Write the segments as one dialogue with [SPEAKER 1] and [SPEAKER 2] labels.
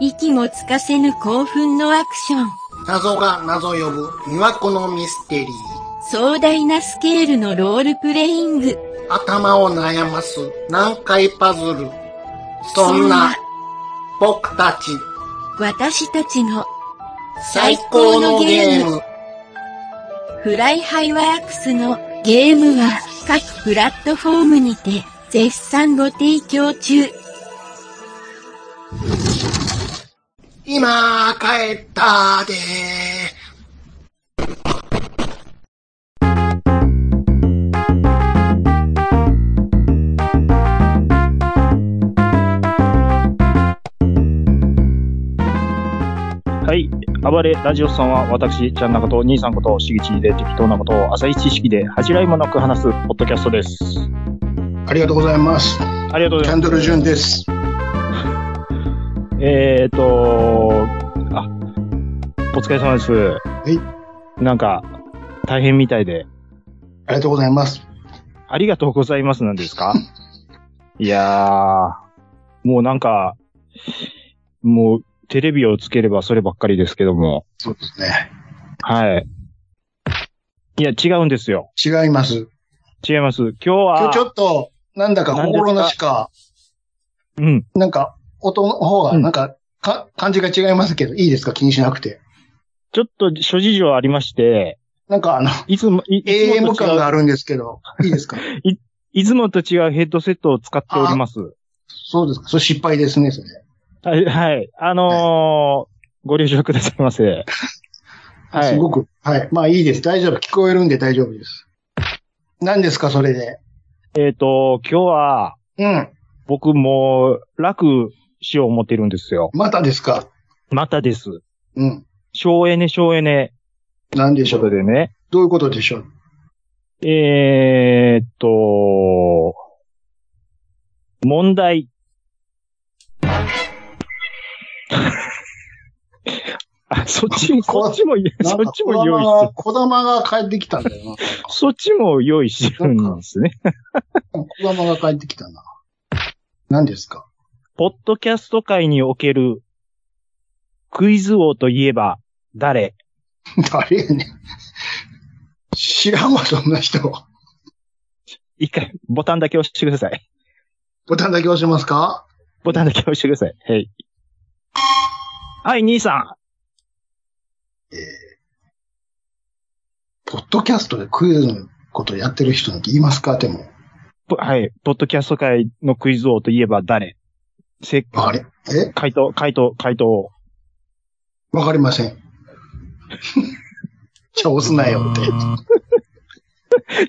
[SPEAKER 1] 息もつかせぬ興奮のアクション。
[SPEAKER 2] 謎が謎呼ぶ魅惑のミステリー。
[SPEAKER 1] 壮大なスケールのロールプレイング。
[SPEAKER 2] 頭を悩ます難解パズル。そんな、僕たち
[SPEAKER 1] 私たちの
[SPEAKER 2] 最高のゲーム。
[SPEAKER 1] フライハイワークスのゲームは各プラットフォームにて絶賛ご提供中。
[SPEAKER 2] 今帰ったで
[SPEAKER 3] はい。暴れラジオスさんは、私、ちゃんなこと、兄さんこと、しぎちで適当なことを、浅い知識で恥じらいもなく話す、ポッドキャストです。
[SPEAKER 2] ありがとうございます。
[SPEAKER 3] ありがとうご
[SPEAKER 2] キ
[SPEAKER 3] ざ
[SPEAKER 2] ャ
[SPEAKER 3] い
[SPEAKER 2] ン
[SPEAKER 3] ます。
[SPEAKER 2] ドル・ジュンです。
[SPEAKER 3] えーっと、あ、お疲れ様です。はい。なんか、大変みたいで、
[SPEAKER 2] ありがとうございます。
[SPEAKER 3] ありがとうございますなんです かいやー、もうなんか、もう、テレビをつければそればっかりですけども、
[SPEAKER 2] そうですね。
[SPEAKER 3] はい。いや、違うんですよ。
[SPEAKER 2] 違います。
[SPEAKER 3] 違います。今日は、
[SPEAKER 2] 今日ちょっと、なんだか心なしか、
[SPEAKER 3] うん。
[SPEAKER 2] なんか、音の方が、
[SPEAKER 3] うん
[SPEAKER 2] なんか、か、感じが違いますけど、いいですか気にしなくて。
[SPEAKER 3] ちょっと諸事情ありまして、
[SPEAKER 2] なんか、あの、
[SPEAKER 3] いつも、いいつ
[SPEAKER 2] AM
[SPEAKER 3] もと
[SPEAKER 2] 感
[SPEAKER 3] 違う
[SPEAKER 2] が、あるんですけど、いいで すか
[SPEAKER 3] いつもと違うヘッドセットを使っております。
[SPEAKER 2] そうですかそれ失敗ですね、それ。
[SPEAKER 3] はい、はい。あのーご了承くださいませ。は
[SPEAKER 2] す
[SPEAKER 3] い。
[SPEAKER 2] ごく。はい。まあいいです。大丈夫。聞こえるんで大丈夫です。何ですか、それで。
[SPEAKER 3] えっ、と、今日は、
[SPEAKER 2] うん。
[SPEAKER 3] 僕もう楽しよう思ってるんですよ。
[SPEAKER 2] またですか。
[SPEAKER 3] またです。
[SPEAKER 2] うん。
[SPEAKER 3] 省エネ、省エネ。
[SPEAKER 2] 何で
[SPEAKER 3] とい
[SPEAKER 2] し
[SPEAKER 3] う
[SPEAKER 2] ょ
[SPEAKER 3] こと
[SPEAKER 2] う。
[SPEAKER 3] でね。
[SPEAKER 2] どういうことでしょう。
[SPEAKER 3] えーっと、問題。 あ、そっちも、
[SPEAKER 2] こ
[SPEAKER 3] こっちも、
[SPEAKER 2] なん
[SPEAKER 3] そ
[SPEAKER 2] か
[SPEAKER 3] っちも用意して、
[SPEAKER 2] 小玉が、小玉が帰ってきたんだよな。
[SPEAKER 3] そっちも用意してるんですね。
[SPEAKER 2] 小玉が帰ってきたな。何ですか
[SPEAKER 3] ポッドキャスト界におけるクイズ王といえば誰
[SPEAKER 2] 誰やねん。知らんわ、そんな人。
[SPEAKER 3] 一回、ボタンだけ押してください。
[SPEAKER 2] ボタンだけ押しますか
[SPEAKER 3] ボタンだけ押してください。はい。はい、兄さ
[SPEAKER 2] ポッドキャストでクイズのことやってる人なんて言いますかでも。
[SPEAKER 3] ん。ぽはい、ポッドキャスト界のクイズ王といえば誰せ
[SPEAKER 2] あれえ
[SPEAKER 3] 回答、回答、回答 を。
[SPEAKER 2] わかりません。 じゃあ押すなよって。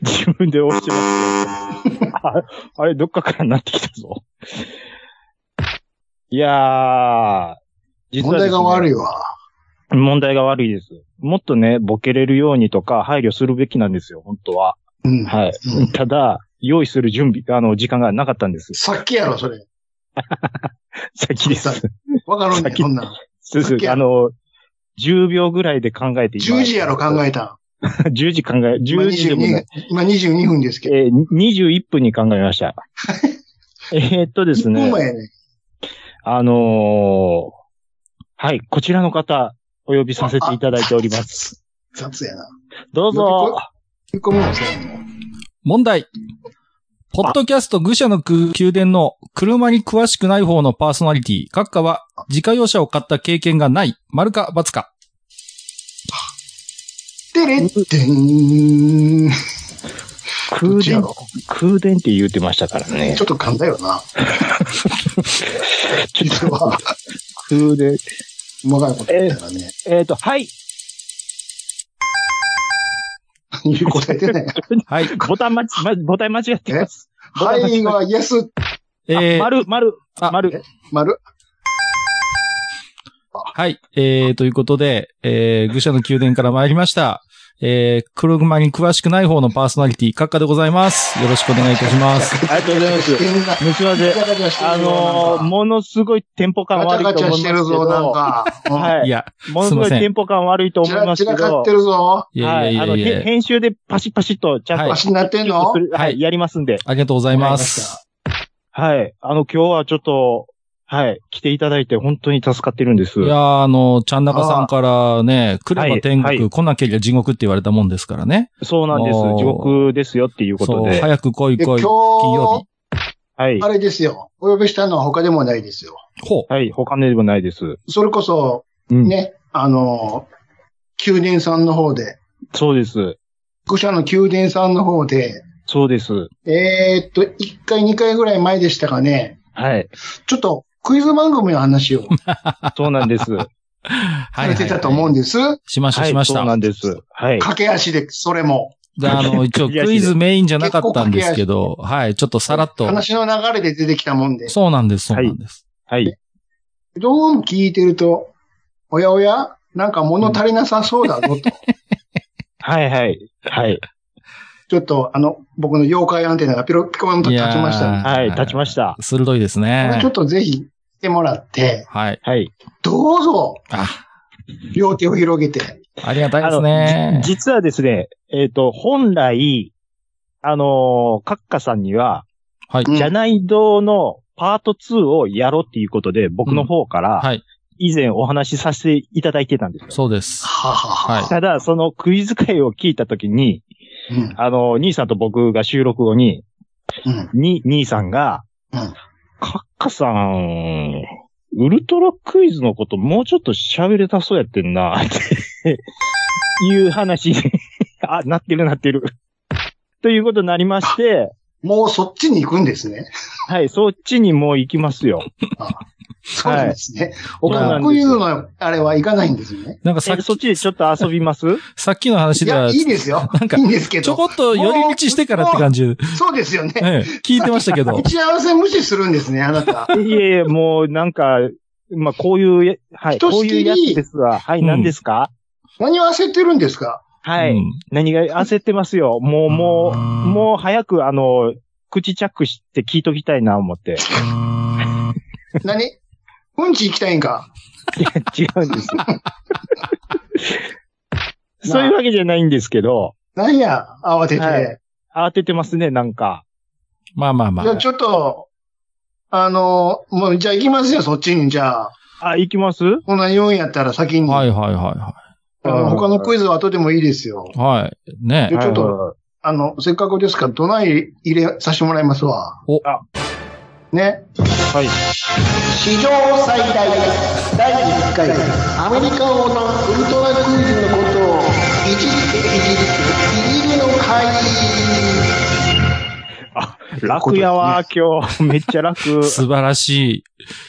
[SPEAKER 3] 自分で押してますよ。ああれ、どっかからなってきたぞ。いやー、実
[SPEAKER 2] 問題が悪
[SPEAKER 3] い。
[SPEAKER 2] いわ。
[SPEAKER 3] 問題が悪いです。もっとね、ボケれるようにとか配慮するべきなんですよ、本当は。
[SPEAKER 2] うん。
[SPEAKER 3] は
[SPEAKER 2] うん
[SPEAKER 3] い。ただ、用意する準備、あの、時間がなかったんです。
[SPEAKER 2] さっきやろ、それ。
[SPEAKER 3] 先です。
[SPEAKER 2] わかるん
[SPEAKER 3] さ
[SPEAKER 2] だ
[SPEAKER 3] っ
[SPEAKER 2] よ、
[SPEAKER 3] き
[SPEAKER 2] そんなん。
[SPEAKER 3] す
[SPEAKER 2] さっき
[SPEAKER 3] す、あの、10秒ぐらいで考えて今
[SPEAKER 2] 10時やろ、考えた
[SPEAKER 3] 10時考え、
[SPEAKER 2] ん。今
[SPEAKER 3] 10時でもない
[SPEAKER 2] 22。今22分ですけど。
[SPEAKER 3] えー、21分に考えました。 えーっとです
[SPEAKER 2] 1
[SPEAKER 3] ね
[SPEAKER 2] 分。前やね。
[SPEAKER 3] あのーはい、こちらの方、お呼びさせていただいております。
[SPEAKER 2] 雑やな。
[SPEAKER 3] どうぞ。
[SPEAKER 2] 引っ込みもせんの。
[SPEAKER 4] 問題。ポッドキャスト愚者の宮殿の車に詳しくない方のパーソナリティ、閣下は自家用車を買った経験がない、丸か×か。
[SPEAKER 2] てれってん。どっ
[SPEAKER 3] 空
[SPEAKER 2] ちや
[SPEAKER 3] 伝、
[SPEAKER 2] ろ。
[SPEAKER 3] 空伝って言うてましたからね
[SPEAKER 2] ちょ。っと噛んだよな。
[SPEAKER 3] ちょっ
[SPEAKER 2] 実は、
[SPEAKER 3] と空伝。
[SPEAKER 2] うまいこと言ったからね。
[SPEAKER 3] えーっと、はい、
[SPEAKER 2] 答えてない。
[SPEAKER 4] はい。
[SPEAKER 3] ボタンまち、ま、ボタン間違ってます。
[SPEAKER 2] はいは、イエス、
[SPEAKER 4] え
[SPEAKER 3] あ
[SPEAKER 4] ー、
[SPEAKER 3] 丸、丸、
[SPEAKER 4] あ
[SPEAKER 3] 丸。
[SPEAKER 2] 丸。
[SPEAKER 4] はい。えー、ということで、えー、愚者の宮殿から参りました。えー、車に詳しくない方のパーソナリティ、閣下でございます。よろしくお願いいたします。
[SPEAKER 3] ありがとうございます。
[SPEAKER 2] 変な。
[SPEAKER 3] むしま
[SPEAKER 2] ガ
[SPEAKER 3] で
[SPEAKER 2] チ、ャガチャして
[SPEAKER 3] あ
[SPEAKER 2] る
[SPEAKER 3] の
[SPEAKER 2] ぞ
[SPEAKER 3] ー、ものすごいテンポ感
[SPEAKER 2] なんかガ
[SPEAKER 3] 悪
[SPEAKER 2] チ
[SPEAKER 3] い
[SPEAKER 2] ャガ
[SPEAKER 3] と
[SPEAKER 2] チャ
[SPEAKER 3] 思
[SPEAKER 2] し
[SPEAKER 3] います
[SPEAKER 2] て
[SPEAKER 3] け
[SPEAKER 2] るぞ、なん
[SPEAKER 3] ど、
[SPEAKER 2] か。うん
[SPEAKER 3] はい
[SPEAKER 4] いや、
[SPEAKER 3] ものすごいテンポ感悪いと思
[SPEAKER 2] 散
[SPEAKER 3] いま
[SPEAKER 2] ら
[SPEAKER 3] す
[SPEAKER 2] 散
[SPEAKER 3] け
[SPEAKER 2] らか
[SPEAKER 3] ど
[SPEAKER 2] って、るぞ。
[SPEAKER 4] いや
[SPEAKER 3] はいい、あ
[SPEAKER 4] や
[SPEAKER 3] の、
[SPEAKER 4] いや
[SPEAKER 3] へ
[SPEAKER 4] いや。
[SPEAKER 3] 編集でパシパシとちゃんと
[SPEAKER 4] はい
[SPEAKER 2] わしなってんの
[SPEAKER 3] するは
[SPEAKER 4] はい
[SPEAKER 3] い、やりますんで。
[SPEAKER 4] ありがとうございます。
[SPEAKER 3] はい。あの、今日はちょっと、はい、来ていただいて本当に助かってるんです。
[SPEAKER 4] いやーあの、ちゃんなかさんからね、来れば天
[SPEAKER 3] は
[SPEAKER 4] 国、
[SPEAKER 3] いはい
[SPEAKER 4] 来なけりゃ地獄って言われたもんですからね。
[SPEAKER 3] そうなんです
[SPEAKER 4] おー。
[SPEAKER 3] 地獄ですよっていうこと
[SPEAKER 4] そう、
[SPEAKER 3] で。
[SPEAKER 4] 早く来い
[SPEAKER 2] で
[SPEAKER 4] 来
[SPEAKER 2] 今
[SPEAKER 4] い。金曜
[SPEAKER 2] 日、
[SPEAKER 3] はい
[SPEAKER 2] あ。れですよ。お呼びしたのは他でもないですよ。
[SPEAKER 4] ほう。
[SPEAKER 3] はい、他のでもないです。
[SPEAKER 2] それこそ、
[SPEAKER 3] うん。
[SPEAKER 2] ね、あの、宮殿さんの方で、
[SPEAKER 3] そうです。
[SPEAKER 2] 愚者の宮殿さんの方で、
[SPEAKER 3] そうです。
[SPEAKER 2] えーっと、1回、2回ぐらい前でしたかね、
[SPEAKER 3] はい。
[SPEAKER 2] ちょっとクイズ番組の話を
[SPEAKER 3] そうなんです。は
[SPEAKER 4] は
[SPEAKER 2] されてたと思うんです。
[SPEAKER 4] しました、
[SPEAKER 3] い、
[SPEAKER 4] しまし
[SPEAKER 3] そ
[SPEAKER 4] た
[SPEAKER 3] う。なんです。はい。
[SPEAKER 2] 駆け足で、それも。
[SPEAKER 4] で、あ の、一応
[SPEAKER 3] 駆け足で
[SPEAKER 4] クイズメインじゃなかったんですけど、はい、ちょっとさらっと。
[SPEAKER 2] 話の流れで出てきたもんで。
[SPEAKER 4] そうなんです、そうなんです。
[SPEAKER 3] はい。
[SPEAKER 2] どうも聞いてると、おやおやなんか物足りなさそうだぞ と。
[SPEAKER 3] はい、はい。はい。
[SPEAKER 2] ちょっと、あの、僕の妖怪アンテナがピロピコンと立ちましたね。
[SPEAKER 3] はい、立ちました。
[SPEAKER 4] 鋭いです
[SPEAKER 2] これ
[SPEAKER 4] ね
[SPEAKER 2] ちょ。っとぜひ来てもらって、
[SPEAKER 4] はい。
[SPEAKER 3] はい。
[SPEAKER 2] どうぞ、
[SPEAKER 4] あ、
[SPEAKER 2] 両手を広げて。
[SPEAKER 4] ありがたいですね。
[SPEAKER 3] じ実はですね、えっ、と、本来、あのー、カッカさんには、
[SPEAKER 4] はい。
[SPEAKER 2] うん
[SPEAKER 3] じゃない堂のパート2をやろうっていうことで、僕の方から、
[SPEAKER 4] はい。
[SPEAKER 3] 以前お話しさせていただいてたんですよ。
[SPEAKER 4] そうです。
[SPEAKER 2] はあはあはあ
[SPEAKER 4] は
[SPEAKER 3] ただ、そのクイズ会を聞いたときに、
[SPEAKER 2] うん
[SPEAKER 3] あの、兄さんと僕が収録後に、
[SPEAKER 2] うん
[SPEAKER 3] に、兄さんが、
[SPEAKER 2] うん
[SPEAKER 3] カッカさん、ウルトラクイズのこともうちょっと喋れたそうやってんな、 っていう話にあ、なってるなってる。ということになりまして、
[SPEAKER 2] もうそっちに行くんですね。
[SPEAKER 3] はい、そっちにもう行きますよ。
[SPEAKER 2] そうなんですね。
[SPEAKER 3] そう
[SPEAKER 2] 他
[SPEAKER 3] なん
[SPEAKER 2] の
[SPEAKER 3] です
[SPEAKER 2] クイズのあれはいかないんですね。
[SPEAKER 4] なんかさっ
[SPEAKER 3] えそっ
[SPEAKER 4] き、
[SPEAKER 3] ちでちょっと遊びます
[SPEAKER 4] さっきの話
[SPEAKER 2] い
[SPEAKER 4] で
[SPEAKER 2] や、
[SPEAKER 4] は、
[SPEAKER 2] いい
[SPEAKER 4] ち
[SPEAKER 2] ですよ。
[SPEAKER 4] なんか
[SPEAKER 2] いいんですけ
[SPEAKER 4] ょ
[SPEAKER 2] ど。
[SPEAKER 4] こっと寄り道してからって感じで、
[SPEAKER 2] そうですよね。
[SPEAKER 4] ええ聞いてましたけど
[SPEAKER 2] 打。ち合わせ無視するんですね、あな た。
[SPEAKER 3] いえいえ、もうなんか、まあ、こういうや、はい、
[SPEAKER 2] ひと
[SPEAKER 3] こう
[SPEAKER 2] しき
[SPEAKER 3] い
[SPEAKER 2] り
[SPEAKER 3] うやつですわ。はい、
[SPEAKER 4] うん
[SPEAKER 3] 何ですか
[SPEAKER 2] 何を焦ってるんですか
[SPEAKER 3] はい、
[SPEAKER 4] うん
[SPEAKER 3] 何が焦ってますよ。もう、もう、もう早く、あの、口チャックして聞いときたいな、思 って。
[SPEAKER 2] 何うんち行きたいんか
[SPEAKER 3] 違うんです。 そういうわけじゃないんですけど、
[SPEAKER 2] なんや、慌てて。
[SPEAKER 3] はい慌ててますね、なんか。
[SPEAKER 4] まあまあま
[SPEAKER 2] じゃあ
[SPEAKER 4] あ。
[SPEAKER 2] ちょっと、あの、もう、じゃあ行きますよ、そっちに。じゃあ、
[SPEAKER 3] あ、行きます
[SPEAKER 2] こんなに言うんやったら先に。
[SPEAKER 4] はいはいはいは
[SPEAKER 2] あの他のクイズは後でもいいですよ。
[SPEAKER 4] い。はい。ね
[SPEAKER 2] ちょっと
[SPEAKER 3] は
[SPEAKER 2] あの、せっかくですから、どない入れさせてもらいますわ。
[SPEAKER 4] お
[SPEAKER 3] あ
[SPEAKER 2] ね。
[SPEAKER 3] い。
[SPEAKER 2] 史上最大です。第1回、アメリカ王のウルトラクイズのことを、いじって、いじって、いじるの会。
[SPEAKER 3] 楽やわ、今 日。めっちゃ楽
[SPEAKER 4] え。。素晴らし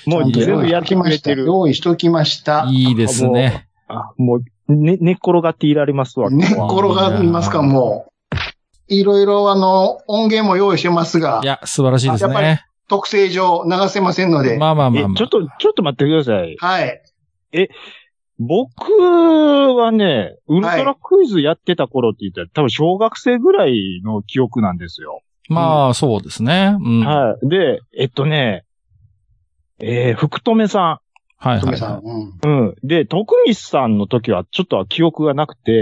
[SPEAKER 3] もう全部やってく
[SPEAKER 2] ま
[SPEAKER 3] れ
[SPEAKER 2] してた。
[SPEAKER 3] る。
[SPEAKER 2] 用意しときました。
[SPEAKER 4] い。いいですね。
[SPEAKER 3] あ、もう、ね、寝っ転がっていられますわ。
[SPEAKER 2] 寝っ転がりますか、もう。いろいろ、あの、音源も用意してますが
[SPEAKER 4] い、や、素晴らしいです
[SPEAKER 2] あや
[SPEAKER 4] ね。
[SPEAKER 2] 特性上流せませんので。
[SPEAKER 4] まあまあま
[SPEAKER 3] え
[SPEAKER 4] あ、ま
[SPEAKER 3] ちょ
[SPEAKER 4] あ
[SPEAKER 3] っ。と、ちょっと待ってください。
[SPEAKER 2] はい。
[SPEAKER 3] 僕はね、ウルトラクイズやってた頃って言ったら、多分小学生ぐらいの記憶なんですよ。
[SPEAKER 4] まあ、そうですね。うん。はい
[SPEAKER 3] はい。で、えっとね、えー、福留さ
[SPEAKER 4] はい
[SPEAKER 2] トメさ
[SPEAKER 4] は
[SPEAKER 2] ん。うん。
[SPEAKER 3] ん。うん。で、徳光さんの時はちょっとは記憶がなくて、
[SPEAKER 4] い。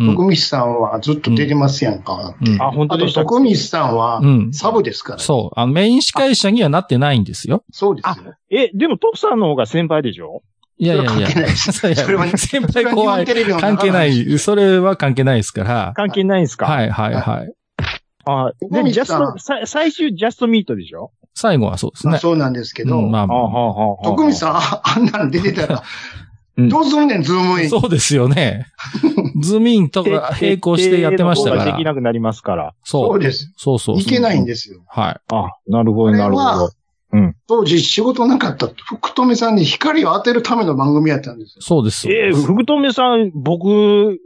[SPEAKER 4] うん
[SPEAKER 2] 徳光さんはずっと出てますやんか。
[SPEAKER 4] うん
[SPEAKER 3] あ、本当
[SPEAKER 2] あ
[SPEAKER 3] で
[SPEAKER 2] と、
[SPEAKER 3] した。
[SPEAKER 2] 徳光さんは
[SPEAKER 4] うん、
[SPEAKER 2] サブですから。
[SPEAKER 4] そう。あの、メイン司会者にはなってないんですよ。
[SPEAKER 2] そうですよ。
[SPEAKER 3] え、でも徳さんの方が先輩でしょ
[SPEAKER 4] いやいやいや
[SPEAKER 2] それは関係ないで。す
[SPEAKER 4] そういや
[SPEAKER 2] それは
[SPEAKER 4] 先輩後輩関係な。い。それは関係ないですから。
[SPEAKER 3] 関係ないんすか
[SPEAKER 4] はいはいはい。
[SPEAKER 3] はい。
[SPEAKER 2] 徳
[SPEAKER 3] で、ジャ
[SPEAKER 2] 光
[SPEAKER 3] ス
[SPEAKER 2] さん
[SPEAKER 3] ト、さ最終ジャストミートでしょ
[SPEAKER 4] 最後はそうです
[SPEAKER 2] まあ
[SPEAKER 4] ね。
[SPEAKER 2] そうなんですけ
[SPEAKER 4] うん
[SPEAKER 2] ど、
[SPEAKER 4] まあ
[SPEAKER 3] あ
[SPEAKER 4] ま
[SPEAKER 3] は
[SPEAKER 4] あ
[SPEAKER 3] あはあはあ。
[SPEAKER 2] 徳光さん、あ あんなん出てたら、
[SPEAKER 3] うん
[SPEAKER 2] どうすんねん、ズームイン。
[SPEAKER 4] そうです よね。ズームインとか並行してやってましたか
[SPEAKER 3] 徹底の方ができ
[SPEAKER 4] ら。
[SPEAKER 3] なくなりますから。
[SPEAKER 4] そ
[SPEAKER 2] そう
[SPEAKER 4] う。
[SPEAKER 2] です。
[SPEAKER 4] そうそう。
[SPEAKER 2] いけないんですよ。
[SPEAKER 4] は
[SPEAKER 3] あ、なるほど、なる
[SPEAKER 2] あれ
[SPEAKER 3] ほ
[SPEAKER 2] は
[SPEAKER 3] ど。
[SPEAKER 2] 当時仕事なかった福留さんに光を当てるための番組やったんです
[SPEAKER 4] い。
[SPEAKER 2] よ。
[SPEAKER 4] そうです。そう
[SPEAKER 3] え
[SPEAKER 4] で
[SPEAKER 3] ー、
[SPEAKER 4] す
[SPEAKER 3] 福留さん、僕、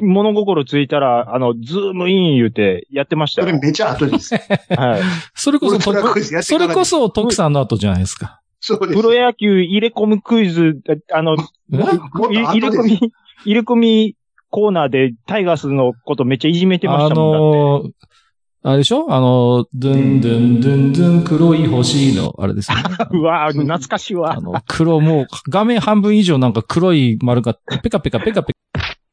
[SPEAKER 3] 物心ついたら、あの、ズームイン言うてやってました
[SPEAKER 2] それ
[SPEAKER 3] よ。
[SPEAKER 2] めちゃ後 です。
[SPEAKER 3] はい。
[SPEAKER 4] それこ
[SPEAKER 2] ウ
[SPEAKER 4] そ
[SPEAKER 2] ルトラクイズや
[SPEAKER 4] 徳、
[SPEAKER 2] ってか
[SPEAKER 4] そ
[SPEAKER 2] ら
[SPEAKER 4] れこそ徳さんの後じゃないですか。
[SPEAKER 2] そうです。
[SPEAKER 3] プロ野球入れ込みクイズ、あ の、
[SPEAKER 4] え
[SPEAKER 2] もっと
[SPEAKER 3] 入れ
[SPEAKER 2] 後
[SPEAKER 3] 込
[SPEAKER 2] で
[SPEAKER 3] み
[SPEAKER 2] す。、
[SPEAKER 3] 入れ込みコーナーでタイガースのことめっちゃいじめてまし
[SPEAKER 4] あ
[SPEAKER 3] たもん、ね。
[SPEAKER 4] のー、あれでしょあの、ドゥンドゥンドゥンドゥン黒い星の、あれ ですね。
[SPEAKER 3] うわぁ、懐かしいわ
[SPEAKER 4] あ。の、黒、もう画面半分以上なんか黒い丸がペカペカペカペ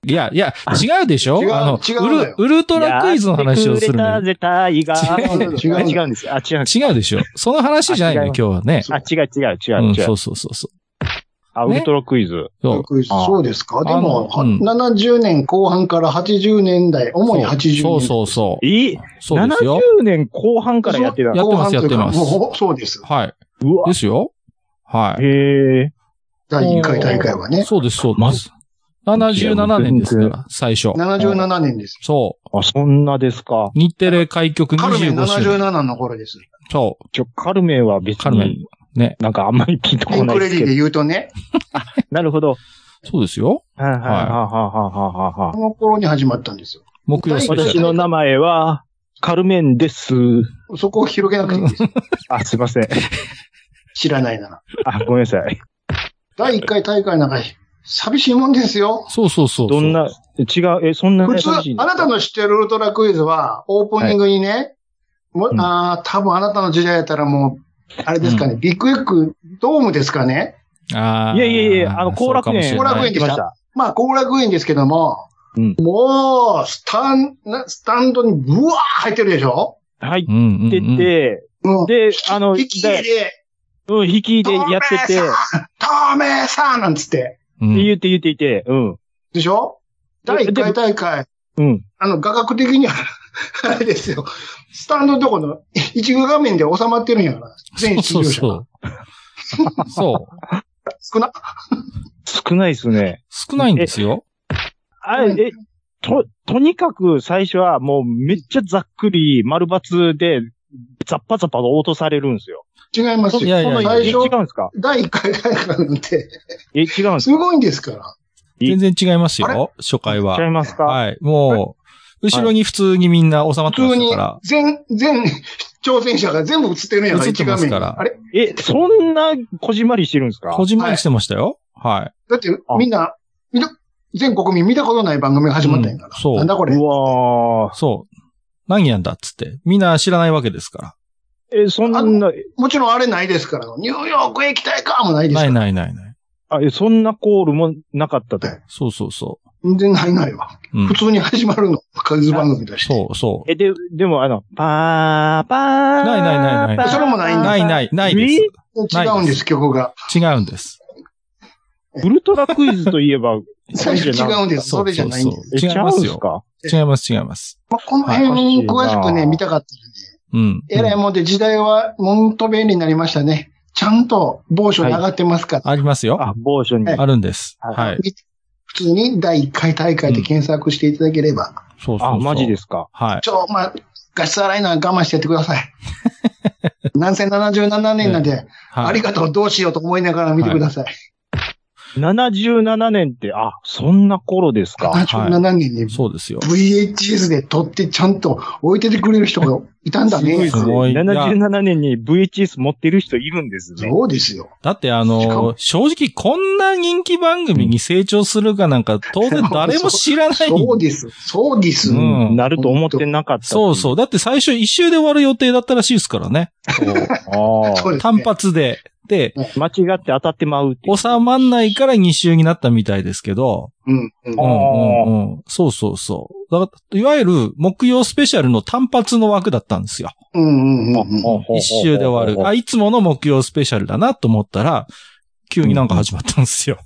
[SPEAKER 4] いや、いや、違うでしょ
[SPEAKER 2] 違う
[SPEAKER 4] あの
[SPEAKER 2] 違うんだよ
[SPEAKER 4] ウル、ウルトラクイズの話をする
[SPEAKER 3] やっ
[SPEAKER 4] のよ。
[SPEAKER 3] てくれたぜ、タイガー。
[SPEAKER 2] 違う
[SPEAKER 3] あ違うんですよ。あ、違うんです。
[SPEAKER 4] 違うでしょその話じゃないのよ、
[SPEAKER 3] あ違
[SPEAKER 4] 今日はね。
[SPEAKER 3] あ、違う違う違う
[SPEAKER 4] うん、
[SPEAKER 3] 違。
[SPEAKER 4] そううそうそうそう。
[SPEAKER 3] あ、ウ
[SPEAKER 4] ね
[SPEAKER 3] ルトラクイズ。
[SPEAKER 4] そう
[SPEAKER 2] クイズ
[SPEAKER 3] あー
[SPEAKER 2] そうですかでも、
[SPEAKER 4] あのうん
[SPEAKER 2] 70年後半から80年代、主に80年代。
[SPEAKER 4] そうそうそう。
[SPEAKER 3] え
[SPEAKER 4] そうですよ。
[SPEAKER 3] ?70 年後半からやってた
[SPEAKER 4] や
[SPEAKER 3] の。
[SPEAKER 4] ってます
[SPEAKER 2] 後半というか
[SPEAKER 4] やってます
[SPEAKER 2] もうほぼそうです。
[SPEAKER 4] はい。
[SPEAKER 3] うわ
[SPEAKER 4] で。すよ。はい。
[SPEAKER 3] へえ。
[SPEAKER 2] 第1回大会はね。
[SPEAKER 4] そうです、そう
[SPEAKER 3] ま
[SPEAKER 4] です。77年ですか
[SPEAKER 3] いや
[SPEAKER 4] ら、最初。
[SPEAKER 2] 77年です。
[SPEAKER 4] そ
[SPEAKER 3] あ、そんなですか。
[SPEAKER 4] う。日テレ開局
[SPEAKER 2] カルメン
[SPEAKER 4] 25周年。
[SPEAKER 2] 77の頃です。
[SPEAKER 4] そ
[SPEAKER 3] ちょ、カルメンは別に。
[SPEAKER 4] カルメンね
[SPEAKER 3] なんかあんまりピンと
[SPEAKER 2] ピ
[SPEAKER 3] こ
[SPEAKER 2] ン
[SPEAKER 3] ない
[SPEAKER 2] ク
[SPEAKER 3] で
[SPEAKER 2] レデ
[SPEAKER 3] すけ
[SPEAKER 2] ィー
[SPEAKER 3] ど
[SPEAKER 2] で。言うとね、
[SPEAKER 3] なるほど。
[SPEAKER 4] う。そうですよ。
[SPEAKER 3] はいはいはいはいはいはい。
[SPEAKER 2] この頃に始まったんですよ。
[SPEAKER 4] 木曜スペシャ
[SPEAKER 3] 私
[SPEAKER 4] ル。
[SPEAKER 3] の名前は、カルメンです。
[SPEAKER 2] そこを広げなくていい です。
[SPEAKER 3] あ、すいません。
[SPEAKER 2] 知らないなら。
[SPEAKER 3] あ、ごめんなさい。
[SPEAKER 2] 第1回大会なんか、寂しいもんですよ。
[SPEAKER 4] そうそうそう。
[SPEAKER 3] どんな、違う、え、そんな
[SPEAKER 2] 普通
[SPEAKER 3] 優しい、
[SPEAKER 2] あなたの知ってるウルトラクイズは、オープニングにね、もう
[SPEAKER 3] うん
[SPEAKER 2] ああ、多分あなたの時代やったらもう、あれですかね、ビッグエッグドームですかね。
[SPEAKER 4] あー
[SPEAKER 3] いやいやいや、あの、後楽園。
[SPEAKER 4] そう
[SPEAKER 2] 後
[SPEAKER 4] かも
[SPEAKER 2] 楽
[SPEAKER 4] しれない
[SPEAKER 2] 園でし
[SPEAKER 3] 行
[SPEAKER 2] た
[SPEAKER 3] きまた。
[SPEAKER 2] まあ、後楽園ですけども、
[SPEAKER 3] うん
[SPEAKER 2] もう、スタン、なスタンドにブワー入ってるでしょ
[SPEAKER 3] 入
[SPEAKER 4] うんうんう
[SPEAKER 3] っ
[SPEAKER 4] ん。
[SPEAKER 3] てて、
[SPEAKER 2] うん。
[SPEAKER 3] で、あの、
[SPEAKER 2] 引き
[SPEAKER 3] で、
[SPEAKER 2] 入れ、
[SPEAKER 3] うん、引きでやってて、って
[SPEAKER 2] 透明さんなんつって。
[SPEAKER 4] うん
[SPEAKER 3] 言って言っていて、うん。
[SPEAKER 2] でしょ
[SPEAKER 3] で
[SPEAKER 2] 第1回大会、
[SPEAKER 3] うん。
[SPEAKER 2] あの、画角的には、 あれですよ。スタンドのとこの一部画面で収まってるんやから。全出
[SPEAKER 4] そう
[SPEAKER 2] 場
[SPEAKER 4] そう
[SPEAKER 2] 者
[SPEAKER 4] そ
[SPEAKER 2] が
[SPEAKER 4] う。そう。
[SPEAKER 2] 少な、
[SPEAKER 3] 少ないですね。
[SPEAKER 4] 少ないんですよ。
[SPEAKER 3] あれ、え、と、とにかく最初はもうめっちゃざっくり丸抜で、ザッパザッパと落とされるんですよ。
[SPEAKER 2] 違いますよ。
[SPEAKER 4] いやいやいや
[SPEAKER 2] この
[SPEAKER 3] え
[SPEAKER 2] 最
[SPEAKER 3] 違う
[SPEAKER 2] 初、
[SPEAKER 3] んですか
[SPEAKER 2] 第1回大会なんて、
[SPEAKER 3] え、違うんです
[SPEAKER 2] すごいんですから。
[SPEAKER 4] 全然違います
[SPEAKER 2] あ
[SPEAKER 4] よ。初回
[SPEAKER 3] かちゃ
[SPEAKER 4] は。
[SPEAKER 3] いますか、
[SPEAKER 4] はい。もう、後ろに普通にみんな収まって
[SPEAKER 2] 普
[SPEAKER 4] ま
[SPEAKER 2] 通
[SPEAKER 4] す
[SPEAKER 2] に
[SPEAKER 4] から。、
[SPEAKER 2] 全、全、挑戦者が全部映ってるんやから、
[SPEAKER 4] 映って
[SPEAKER 2] 一画
[SPEAKER 4] ます
[SPEAKER 2] 面
[SPEAKER 4] か
[SPEAKER 2] に。
[SPEAKER 4] ら
[SPEAKER 2] あれ
[SPEAKER 3] え、そんなこじんまりしてるんですか
[SPEAKER 4] こじんまりしてましたよ。は
[SPEAKER 2] だって
[SPEAKER 3] あ、
[SPEAKER 2] みんな、みんな、全国民見たことない番組が始まったんやから。
[SPEAKER 4] うんそう
[SPEAKER 2] なんだこれ。
[SPEAKER 3] うわ
[SPEAKER 4] い。そう。何やんだっつって。みんな知らないわけですか
[SPEAKER 3] ーえ、そんな、
[SPEAKER 2] もちろんあれないですから。ニューヨークへ行きたいかもないで
[SPEAKER 4] ら。
[SPEAKER 2] す
[SPEAKER 4] な
[SPEAKER 2] から。
[SPEAKER 4] いないないない。
[SPEAKER 3] あ、え、そんなコールもなかったと。
[SPEAKER 2] はい
[SPEAKER 4] そうそうそ
[SPEAKER 2] 全然ないないわ。
[SPEAKER 4] う。うん
[SPEAKER 2] 普。通に始まるの。クイズ番組だし。
[SPEAKER 4] そうそ
[SPEAKER 3] え、で、でもあの、パー、パー。
[SPEAKER 4] ないないないない
[SPEAKER 2] それもない
[SPEAKER 4] うん
[SPEAKER 2] だ
[SPEAKER 4] ないない、ないで
[SPEAKER 2] 違うんです、曲が。
[SPEAKER 4] す。違うんです。
[SPEAKER 3] えウルトラクイズといえば、
[SPEAKER 2] 最初違うんです。
[SPEAKER 4] そ
[SPEAKER 2] そうれじ
[SPEAKER 4] そ
[SPEAKER 2] ゃ
[SPEAKER 4] う
[SPEAKER 2] ないん
[SPEAKER 4] そ
[SPEAKER 2] です。
[SPEAKER 3] え
[SPEAKER 4] う。 違い
[SPEAKER 3] ちゃう
[SPEAKER 4] ま
[SPEAKER 3] ん
[SPEAKER 4] す
[SPEAKER 3] です
[SPEAKER 4] よ。
[SPEAKER 3] か
[SPEAKER 4] 違います、違います。
[SPEAKER 2] まあこの辺、詳しく
[SPEAKER 3] は
[SPEAKER 2] ね、
[SPEAKER 3] い
[SPEAKER 2] 見たかったらね。
[SPEAKER 4] うん。
[SPEAKER 2] えらいもんで時代は、もんと便利になりましたね。ちゃんと、某所に上がってますから。
[SPEAKER 4] ありますよ。
[SPEAKER 3] あ、某所に。
[SPEAKER 2] はい
[SPEAKER 4] あるんです。
[SPEAKER 3] はい
[SPEAKER 4] はい。
[SPEAKER 2] 普通に第1回大会で検索していただければ。
[SPEAKER 4] そうそうそう。。
[SPEAKER 3] あ、マジですすか。
[SPEAKER 4] はい。
[SPEAKER 2] ちょ、まあ、画質荒いのは我慢してやってください。 なんせ77年なんで、あ
[SPEAKER 4] は
[SPEAKER 2] り
[SPEAKER 4] い。
[SPEAKER 2] がとう、どうしようと思いながら見てください。
[SPEAKER 3] 77年って、あ、そんな頃ですか。
[SPEAKER 2] 77年に
[SPEAKER 4] そうですよ。
[SPEAKER 2] VHS で撮ってちゃんと置いててくれる人がいたんだね。
[SPEAKER 3] す
[SPEAKER 4] ご
[SPEAKER 3] ご
[SPEAKER 4] い
[SPEAKER 3] い
[SPEAKER 4] いや
[SPEAKER 3] ですね。77年に VHS 持ってる人いるんですね。
[SPEAKER 2] そうですよ。
[SPEAKER 4] だってあ
[SPEAKER 2] しか
[SPEAKER 4] の
[SPEAKER 2] も、
[SPEAKER 4] 正直こんな人気番組に成長するかなんか当然誰も知らない。
[SPEAKER 2] そうです。そうです。
[SPEAKER 4] う
[SPEAKER 2] うん
[SPEAKER 4] ん
[SPEAKER 3] なると思ってなかった。
[SPEAKER 4] そうそう。だって最初一周で終わる予定だったらしいですからね。
[SPEAKER 3] あ
[SPEAKER 2] そう
[SPEAKER 3] あ。
[SPEAKER 2] です、
[SPEAKER 4] 単
[SPEAKER 2] ね。
[SPEAKER 4] 発で。で、
[SPEAKER 3] 間違って当たってまうっていう。
[SPEAKER 4] 収まんないから2周になったみたいですけど。
[SPEAKER 2] うん、うん
[SPEAKER 4] う
[SPEAKER 3] あ
[SPEAKER 4] ん
[SPEAKER 3] ー
[SPEAKER 4] うんうん。そうそうそう。だから、いわゆる木曜スペシャルの単発の枠だったんですよ。
[SPEAKER 2] うん、うんうんうん。
[SPEAKER 3] ほうほうほうほう
[SPEAKER 4] 一周で終わる。あ、いつもの木曜スペシャルだなと思ったら、急になんか始まったんですよ。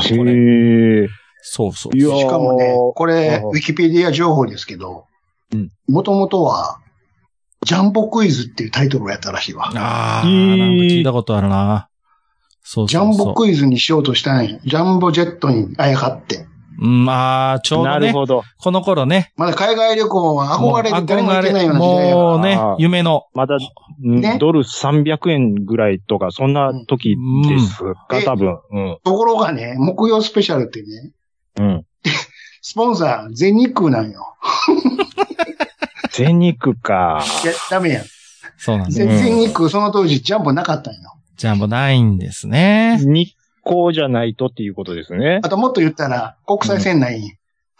[SPEAKER 3] へえ。
[SPEAKER 4] そうそう。
[SPEAKER 3] いやー
[SPEAKER 2] しかもね、これ、
[SPEAKER 3] うん
[SPEAKER 2] ウィキペディア情報ですけど
[SPEAKER 3] うん、
[SPEAKER 2] もともとは、ジャンボクイズっていうタイトルをやったらしいわ。
[SPEAKER 4] ああ、
[SPEAKER 3] え
[SPEAKER 4] な
[SPEAKER 3] ー
[SPEAKER 4] んか聞いたことあるな。そう
[SPEAKER 2] ジ
[SPEAKER 4] そ
[SPEAKER 2] ャ
[SPEAKER 4] う
[SPEAKER 2] ン
[SPEAKER 4] そう。
[SPEAKER 2] ボクイズにしようとしたんや。ジャンボジェットにあやかって。
[SPEAKER 4] うん、まあ、ちょう
[SPEAKER 3] な
[SPEAKER 4] ど
[SPEAKER 3] る
[SPEAKER 4] ね、
[SPEAKER 3] ほど。
[SPEAKER 4] この頃ね。
[SPEAKER 2] まだ海外旅行は憧れ
[SPEAKER 4] もう
[SPEAKER 2] て誰も行けないような時代やから
[SPEAKER 4] もうね
[SPEAKER 3] あー、
[SPEAKER 4] 夢の。
[SPEAKER 3] まだ、うん
[SPEAKER 2] ね
[SPEAKER 3] ドル300円ぐらいとか、そんな時です
[SPEAKER 2] う
[SPEAKER 3] か、
[SPEAKER 2] ん
[SPEAKER 3] 多分。うん。
[SPEAKER 2] ところがね、木曜スペシャルってね、
[SPEAKER 3] うん。
[SPEAKER 2] スポンサー、全日空なんよ。
[SPEAKER 3] 全肉か。
[SPEAKER 2] いや、ダメやん。
[SPEAKER 4] そうなん
[SPEAKER 2] ぜ
[SPEAKER 4] で
[SPEAKER 3] うん
[SPEAKER 2] 全日空、その当時ジャンボなかったんよ。
[SPEAKER 4] ジャンボないんですね。
[SPEAKER 3] 日光じゃないとっていうことですね
[SPEAKER 2] あ。ともっと言ったら、国際線ないんよ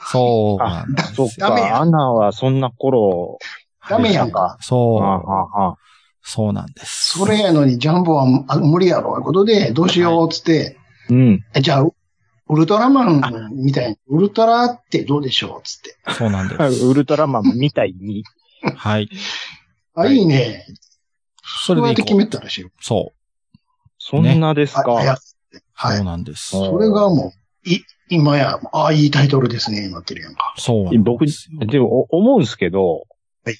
[SPEAKER 4] そうなんです
[SPEAKER 3] そ
[SPEAKER 4] よ
[SPEAKER 3] っ。
[SPEAKER 2] ダメや
[SPEAKER 3] か、アナはそんな頃。
[SPEAKER 2] ダメやん
[SPEAKER 3] か。ああ
[SPEAKER 4] そう。
[SPEAKER 3] ああ
[SPEAKER 4] そうなんです。
[SPEAKER 2] それやのにジャンボはあ無理やろ、いうことで、どうしよう、つって、
[SPEAKER 3] うん。
[SPEAKER 2] えじゃあ、ウルトラマンみたいに、ウルトラってどうでしょうつって。
[SPEAKER 4] そうなんで
[SPEAKER 3] はいウルトラマンみたいに。
[SPEAKER 4] す。はい。
[SPEAKER 2] あ、いいね。そ
[SPEAKER 4] それ
[SPEAKER 2] う
[SPEAKER 4] で
[SPEAKER 2] やっ
[SPEAKER 4] い
[SPEAKER 2] て
[SPEAKER 4] こ
[SPEAKER 2] 決
[SPEAKER 4] う。
[SPEAKER 2] めたらしいよ。
[SPEAKER 4] そう。
[SPEAKER 3] そんなです
[SPEAKER 2] あ
[SPEAKER 3] か。
[SPEAKER 2] はやは
[SPEAKER 4] そう
[SPEAKER 2] い。
[SPEAKER 4] なんです。
[SPEAKER 3] うん
[SPEAKER 2] それがもう、い、今や、ああ、いいタイトルですね、なってるやんか。
[SPEAKER 4] そうなん
[SPEAKER 3] 僕
[SPEAKER 4] ですよ。
[SPEAKER 3] でも、お思うんですけど、
[SPEAKER 2] はい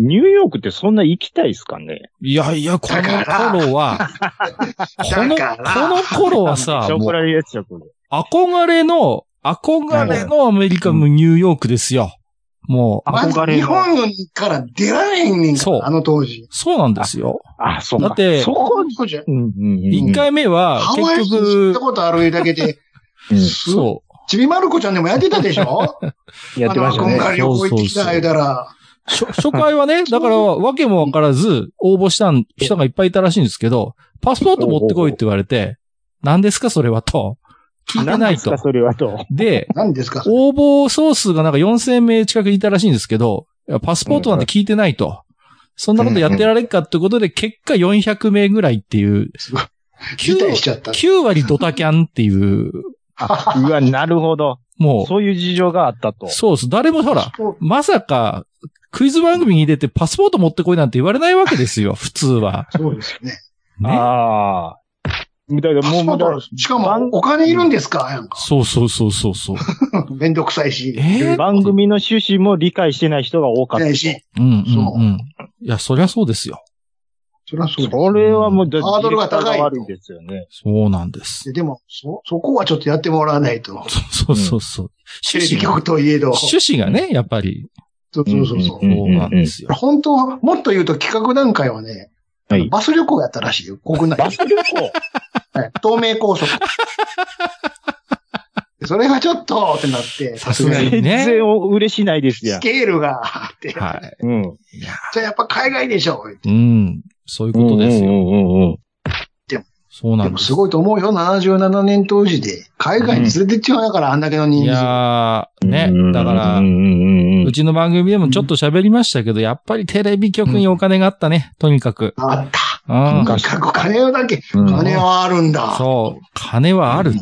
[SPEAKER 3] ニューヨークってそんな行きたいですかね
[SPEAKER 4] いやいや、この頃は、この、
[SPEAKER 2] だから
[SPEAKER 4] この頃は さ、
[SPEAKER 3] ショ
[SPEAKER 4] も
[SPEAKER 3] コ
[SPEAKER 4] う
[SPEAKER 3] ラリアチョコで。
[SPEAKER 4] 憧れの、憧れのアメリカのニューヨークですよ。も
[SPEAKER 2] まず
[SPEAKER 3] 憧れ
[SPEAKER 2] 日
[SPEAKER 3] の。
[SPEAKER 2] 本から出られへんねんか
[SPEAKER 4] そう
[SPEAKER 2] ら、あの当時。
[SPEAKER 4] う、そうなんですよ。
[SPEAKER 3] あ、そうか。
[SPEAKER 4] だって
[SPEAKER 3] そこ、
[SPEAKER 2] そうじゃん。
[SPEAKER 3] うんうんうん
[SPEAKER 4] 一回目は
[SPEAKER 2] ハ、ワイに
[SPEAKER 4] 結
[SPEAKER 2] 行った
[SPEAKER 4] 局、
[SPEAKER 2] ことあるだけで、
[SPEAKER 3] うん
[SPEAKER 4] そう、
[SPEAKER 2] ちびまる子ちゃんでもやってたでしょ
[SPEAKER 3] やってました
[SPEAKER 2] あの
[SPEAKER 3] ね
[SPEAKER 2] 今。回旅行行ってきた言うたら、
[SPEAKER 4] 初初回 はね、だから、わけもわからず、応募したん人がいっぱいいたらしいんですけど、パスポート持ってこいって言われて、何ですかそれはと。聞いてな
[SPEAKER 3] 何
[SPEAKER 4] い
[SPEAKER 3] です
[SPEAKER 4] と
[SPEAKER 3] か、。それはと。
[SPEAKER 4] で、
[SPEAKER 2] 何ですか
[SPEAKER 4] 応募総数がなんか4000名近くいたらしいんですけど、いやパスポートなんて聞いてないと。そんなことやってられっかってことで、結果400名ぐらいっていう、
[SPEAKER 2] 辞退しちゃった。
[SPEAKER 4] 9割ドタキャンっていう、
[SPEAKER 3] あうわ、なるほ ど。
[SPEAKER 4] も
[SPEAKER 3] そういう事情があったと
[SPEAKER 4] う、。そうです。誰もほら、まさか、クイズ番組に出てパスポート持ってこいなんて言われないわけです よ、普通は。
[SPEAKER 2] そうですよね。
[SPEAKER 4] ね。
[SPEAKER 3] ああ。みたいな、
[SPEAKER 2] パ
[SPEAKER 3] もう、
[SPEAKER 2] スポ
[SPEAKER 3] も
[SPEAKER 2] ー
[SPEAKER 3] う
[SPEAKER 2] トあるしかも、お金いるんですかやんか。
[SPEAKER 4] そうそうそうそうそう。
[SPEAKER 2] めんどくさいし。
[SPEAKER 4] えー
[SPEAKER 3] 番組の趣旨も理解してない人が多かっ
[SPEAKER 2] な
[SPEAKER 3] た
[SPEAKER 2] い。し。
[SPEAKER 4] うんうんうん。いや、そりゃそうですよ。
[SPEAKER 2] そりゃそうだ。
[SPEAKER 3] それはもう、だ
[SPEAKER 2] ハードルが高い
[SPEAKER 3] ディレクター悪いですよね。
[SPEAKER 4] そうなんです。
[SPEAKER 2] ででも、そ、そこはちょっとやってもらわないと。
[SPEAKER 4] そうそうそう。
[SPEAKER 2] テレ
[SPEAKER 4] 趣
[SPEAKER 2] ビ
[SPEAKER 4] 旨が
[SPEAKER 2] 局といえど。そ
[SPEAKER 4] 趣旨がね、やっぱり、
[SPEAKER 2] うそうそうそう
[SPEAKER 3] うん。
[SPEAKER 4] そうなんですよ。
[SPEAKER 2] 本当は、もっと言うと企画段階はね、
[SPEAKER 3] はい
[SPEAKER 2] バス旅行やったらしいよ。国内。
[SPEAKER 3] バス旅行
[SPEAKER 2] はい東名高速。それがちょっとってなって、
[SPEAKER 4] さすがに
[SPEAKER 3] 全
[SPEAKER 4] ね
[SPEAKER 3] 然お嬉しないですや
[SPEAKER 2] ス
[SPEAKER 3] ん。
[SPEAKER 2] ケールがあって、じゃ
[SPEAKER 4] は
[SPEAKER 3] うん。
[SPEAKER 2] あやっぱ海外でしょ。
[SPEAKER 4] い。うん。そういうことですよ。
[SPEAKER 3] うんうんうんうん。
[SPEAKER 4] そうな
[SPEAKER 2] で
[SPEAKER 4] ん
[SPEAKER 2] も
[SPEAKER 4] です。
[SPEAKER 2] すごいと思うよ。77年当時で。海外に連れてっちゃうんやから、あんだけの
[SPEAKER 4] い
[SPEAKER 2] 人数。
[SPEAKER 4] やー、ね。だから
[SPEAKER 3] うん、うんうんう
[SPEAKER 4] うんちの番組でもちょっと喋りましたけど、やっぱりテレビ局にお金があったね。とにかく。
[SPEAKER 2] あった。
[SPEAKER 4] うん。
[SPEAKER 2] とにかく金をだけ、
[SPEAKER 3] うん
[SPEAKER 2] 金はあるんだ。
[SPEAKER 4] そう。金はある。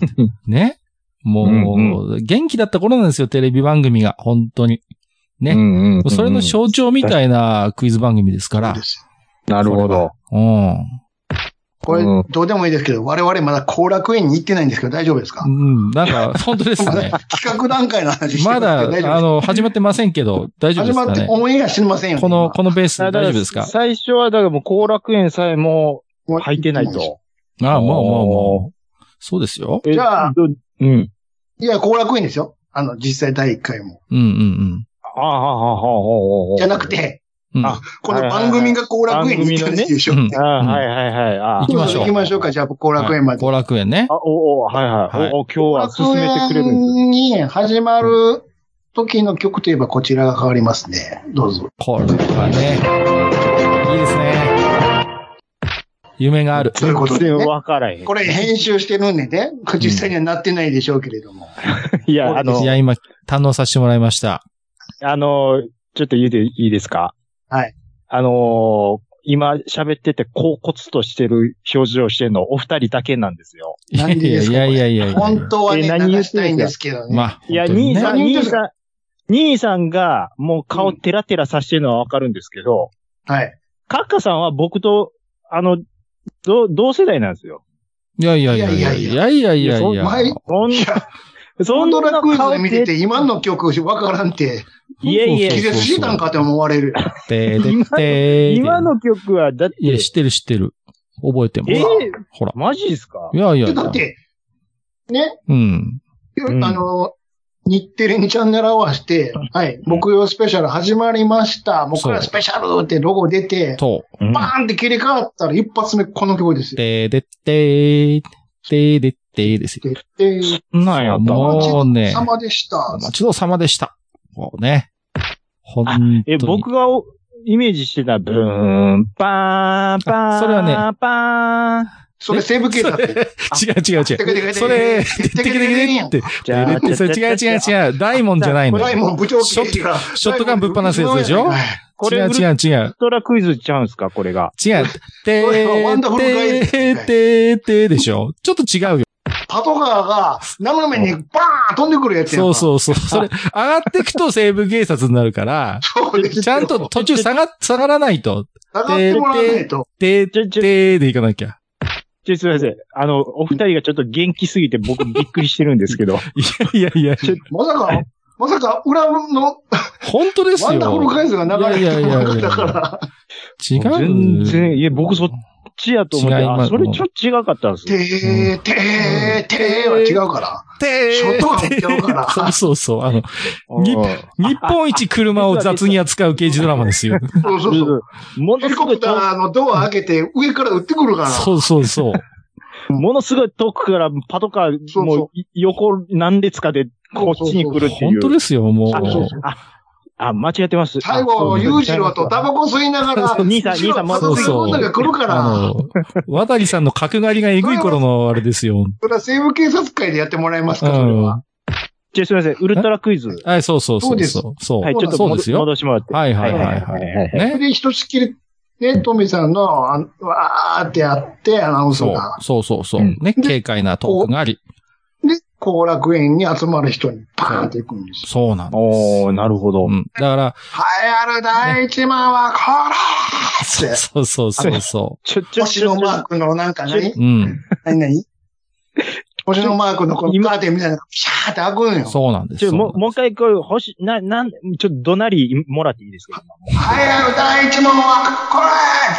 [SPEAKER 4] ね。もう、元気だった頃なんですよ、テレビ番組が。本当に。ね
[SPEAKER 3] うんうんうんうん
[SPEAKER 4] それの象徴みたいなクイズ番組ですか
[SPEAKER 2] そう
[SPEAKER 4] ら
[SPEAKER 2] で。す。
[SPEAKER 3] なるほど。
[SPEAKER 4] うん。
[SPEAKER 2] これ
[SPEAKER 3] うん、
[SPEAKER 2] どうでもいいですけど、我々まだ後楽園に行ってないんですけど、大丈夫ですか
[SPEAKER 4] うん。なんか、本当です
[SPEAKER 2] ま
[SPEAKER 4] ね
[SPEAKER 2] だ。企画段階の話して
[SPEAKER 4] ま
[SPEAKER 2] るんで
[SPEAKER 4] だ、
[SPEAKER 2] すけど
[SPEAKER 4] あの、始まってませんけど、大丈夫
[SPEAKER 2] 大丈
[SPEAKER 4] です
[SPEAKER 2] 夫です
[SPEAKER 4] か
[SPEAKER 2] か始ま
[SPEAKER 4] ね
[SPEAKER 2] って、。オンエアしてませんよね。
[SPEAKER 4] この、
[SPEAKER 2] 今
[SPEAKER 4] このベースで
[SPEAKER 3] だら
[SPEAKER 4] 大丈夫ですか
[SPEAKER 3] 最初は、だからもう後楽園さえも入ってない。と。
[SPEAKER 4] ああ、もうもうもう。そうですよ。
[SPEAKER 3] え
[SPEAKER 2] じゃあ
[SPEAKER 3] どうん。
[SPEAKER 2] いや、後楽園ですよ。あの、実際第1回も。
[SPEAKER 4] うんうん
[SPEAKER 3] ああ、ああ、ああ、ああ。
[SPEAKER 2] じゃなく。て、
[SPEAKER 4] うん。うん
[SPEAKER 3] あ
[SPEAKER 2] この番組が後楽園に行ったんです
[SPEAKER 4] う
[SPEAKER 2] よ。
[SPEAKER 4] ん
[SPEAKER 3] ああ、はいはいはい。ああ
[SPEAKER 4] 行きましょう
[SPEAKER 2] 行きましょうか。じゃあ、後楽園まで。
[SPEAKER 4] 後楽園ね。
[SPEAKER 3] あ、お、お、はいはい。お、お今日は進めてくれるんですね
[SPEAKER 2] に始まる時の曲といえばこちらが変わりますね。どうぞ。
[SPEAKER 4] これはね、いいですね。夢がある。
[SPEAKER 2] ということ
[SPEAKER 3] 全
[SPEAKER 2] で、
[SPEAKER 3] 然
[SPEAKER 2] ね。
[SPEAKER 3] わからへん。
[SPEAKER 2] これ編集してるんでね、実際にはなってないでしょうけれども。
[SPEAKER 3] いや、あの
[SPEAKER 4] い、や、今、堪能させてもらいました。
[SPEAKER 3] あの、ちょっと言うていいですか
[SPEAKER 2] はい。
[SPEAKER 3] あのー今喋ってて、恍惚としてる表情してるの、お二人だけなんですよ。
[SPEAKER 4] いや
[SPEAKER 2] なんでです
[SPEAKER 4] い
[SPEAKER 2] か
[SPEAKER 4] やいやいやいや。
[SPEAKER 2] 本当はね、
[SPEAKER 3] え何言
[SPEAKER 2] 流
[SPEAKER 3] っ
[SPEAKER 2] してたい
[SPEAKER 3] ん
[SPEAKER 2] ん
[SPEAKER 3] で
[SPEAKER 2] ですすけどね。
[SPEAKER 4] まあ、
[SPEAKER 3] いや、
[SPEAKER 4] 本当に
[SPEAKER 3] 兄さ
[SPEAKER 4] ね
[SPEAKER 3] ん、
[SPEAKER 2] 何
[SPEAKER 3] 兄
[SPEAKER 2] 言ってん
[SPEAKER 3] さん、兄さんが、もう顔テラテラさしてるのはわかるんですけど、
[SPEAKER 2] はい。
[SPEAKER 3] カッカさんは僕と、あの、同同世代なんですよ。
[SPEAKER 4] いやいやいやいやいやいやいやいや。
[SPEAKER 2] 前、い
[SPEAKER 3] そん
[SPEAKER 2] や、
[SPEAKER 3] そ
[SPEAKER 2] コ
[SPEAKER 3] ん
[SPEAKER 2] ン
[SPEAKER 3] な
[SPEAKER 2] ドラクイズ
[SPEAKER 3] 顔
[SPEAKER 2] で見てて、今の曲わからんって、
[SPEAKER 3] いやい
[SPEAKER 4] そう
[SPEAKER 3] や
[SPEAKER 4] そう
[SPEAKER 2] 気
[SPEAKER 4] そう
[SPEAKER 2] 絶してたんかって思われる。
[SPEAKER 4] ででで
[SPEAKER 3] 今の曲は、だって、
[SPEAKER 4] いや、知ってる知ってる。覚えてま
[SPEAKER 3] え
[SPEAKER 4] す
[SPEAKER 3] ー。
[SPEAKER 4] ほら。
[SPEAKER 3] マジですか
[SPEAKER 4] いやいやい
[SPEAKER 2] だっ
[SPEAKER 4] や。
[SPEAKER 2] て、ね、
[SPEAKER 4] うん。
[SPEAKER 3] うん
[SPEAKER 2] あの、日テレにチャンネル合わせて、はい、木曜スペシャル始まりました。木曜スペシャルってロゴ出て、
[SPEAKER 4] と、
[SPEAKER 3] うん
[SPEAKER 2] バーンって切り替わったら一発目この曲ですよ。
[SPEAKER 4] ででってー、ででってーですよ。
[SPEAKER 2] で、で、
[SPEAKER 3] そんなんやったわ
[SPEAKER 4] もうね、
[SPEAKER 2] 様でした
[SPEAKER 4] お。待ちどうさまでした。もうね。ほんとに。
[SPEAKER 3] え、僕がおイメージしてた、ブーン、パーン、パーン、
[SPEAKER 4] それはね
[SPEAKER 3] パーン、
[SPEAKER 2] それ西部系だって。
[SPEAKER 4] 違う違う違う。それ、てってけてけてって。
[SPEAKER 3] じゃあ
[SPEAKER 4] ででそれ違う違う違う。ダイモンじゃないの
[SPEAKER 2] ドラえ
[SPEAKER 4] よ。
[SPEAKER 2] もん部長系が。
[SPEAKER 4] ショットガンぶっ放すやつでしょ
[SPEAKER 2] はい
[SPEAKER 3] これ、
[SPEAKER 4] 違う
[SPEAKER 3] ウル
[SPEAKER 4] 違う違う。
[SPEAKER 3] トラクイズちゃうんすか、これが。
[SPEAKER 4] 違う。て
[SPEAKER 2] れはワンダフルガイ
[SPEAKER 4] ー、
[SPEAKER 2] ズ
[SPEAKER 4] てー、てー、てーでしょ。ちょっと違うよ。
[SPEAKER 2] パトカーが斜めにバーン飛んでくるやつやん
[SPEAKER 4] そう
[SPEAKER 2] か。う
[SPEAKER 4] そうそう。それ、上がってくと西部警察になるから、
[SPEAKER 2] そうですよ
[SPEAKER 4] ちゃんと途中下が、下がらないと。
[SPEAKER 2] 上がってもらわないと。
[SPEAKER 4] で、
[SPEAKER 3] ちょちょ
[SPEAKER 4] で、で行かなきゃ。
[SPEAKER 3] ちょ、すいません。あの、お二人がちょっと元気すぎて僕びっくりしてるんですけど。
[SPEAKER 4] いやいやいや、
[SPEAKER 2] まさか、まさか裏の
[SPEAKER 4] 本当ですよ。
[SPEAKER 2] ワンダフルカイズが流れて
[SPEAKER 4] いやいやいやいや
[SPEAKER 2] るだから、
[SPEAKER 4] 違
[SPEAKER 3] 全
[SPEAKER 4] う。
[SPEAKER 3] 然、いや、僕そっちやと思って、
[SPEAKER 4] 違います
[SPEAKER 3] あ、それちょっと違かったんですよ。
[SPEAKER 2] てー、てー、てーは違うから。
[SPEAKER 4] て
[SPEAKER 2] ショットガン持ってやろうかな
[SPEAKER 4] そうそうそう。あの、
[SPEAKER 3] うん
[SPEAKER 4] 日本一車を雑に扱う刑事ドラマです よ。
[SPEAKER 2] そうそうそう。
[SPEAKER 3] も
[SPEAKER 2] ヘ
[SPEAKER 3] の
[SPEAKER 2] リ
[SPEAKER 3] す
[SPEAKER 2] コ
[SPEAKER 3] ご
[SPEAKER 2] プ
[SPEAKER 3] い
[SPEAKER 2] タ
[SPEAKER 3] 遠
[SPEAKER 2] ーのドア開けて上から撃ってくるから。
[SPEAKER 4] そうそうそう。
[SPEAKER 3] く、ものすごい遠くからパトカー、
[SPEAKER 2] そうそう
[SPEAKER 3] もうい横何列かでこっちに来るってい
[SPEAKER 4] 本
[SPEAKER 3] う。
[SPEAKER 4] 当ですよ、も
[SPEAKER 3] あ
[SPEAKER 2] そう
[SPEAKER 4] う。
[SPEAKER 2] そう
[SPEAKER 3] あ、あ、間違ってます。
[SPEAKER 2] 最後、
[SPEAKER 3] あ
[SPEAKER 2] 裕次郎とタバコ吸いながら、
[SPEAKER 3] そう兄さん兄
[SPEAKER 2] 後ろ
[SPEAKER 3] さんも
[SPEAKER 2] 片手に女が来るから、
[SPEAKER 4] あの、渡りさんの角刈りがえぐい頃のあれですよ。
[SPEAKER 2] それは西部警察会でやってもらえます
[SPEAKER 4] う
[SPEAKER 2] か、それは
[SPEAKER 4] ん。。
[SPEAKER 3] じゃあすみません、ウルトラクイズ。
[SPEAKER 4] はい、そうそうそう。
[SPEAKER 2] そ
[SPEAKER 4] そう。そう。
[SPEAKER 3] はい、ちょっと
[SPEAKER 4] そう
[SPEAKER 3] 戻
[SPEAKER 4] ですよ。
[SPEAKER 3] 戻してもらって。
[SPEAKER 4] はいはいはいはい。
[SPEAKER 3] はい。
[SPEAKER 2] それ
[SPEAKER 4] ね。
[SPEAKER 2] で、ひとしきり、ね、トミさんの、あわーってやって、アナウンス
[SPEAKER 4] そう
[SPEAKER 2] が。
[SPEAKER 4] そうそうそう。
[SPEAKER 3] うん
[SPEAKER 4] ね。軽快なトークがあり。
[SPEAKER 2] で、後楽園に集まる人にパーンって行くんですよ。
[SPEAKER 4] そうなんです。
[SPEAKER 3] おー、なるほど
[SPEAKER 4] う。ん。だ から、
[SPEAKER 2] 栄えある第一番はこらーって、
[SPEAKER 4] そうそうそうそ
[SPEAKER 3] ちょ、ちょ、
[SPEAKER 2] 星
[SPEAKER 3] ちょ
[SPEAKER 2] の、マークのなんか何
[SPEAKER 4] う。うん。
[SPEAKER 2] 何何星のマークのこの
[SPEAKER 3] 今
[SPEAKER 2] カーテンみたいなのがピシャーって開くんよ。
[SPEAKER 4] そうなんで
[SPEAKER 3] ち
[SPEAKER 4] す。
[SPEAKER 3] ょ、もう、もう
[SPEAKER 4] そ
[SPEAKER 3] 一回、こう、星、な、なん、ちょっと怒鳴りもらっていいですか
[SPEAKER 2] 栄えある第一問はこら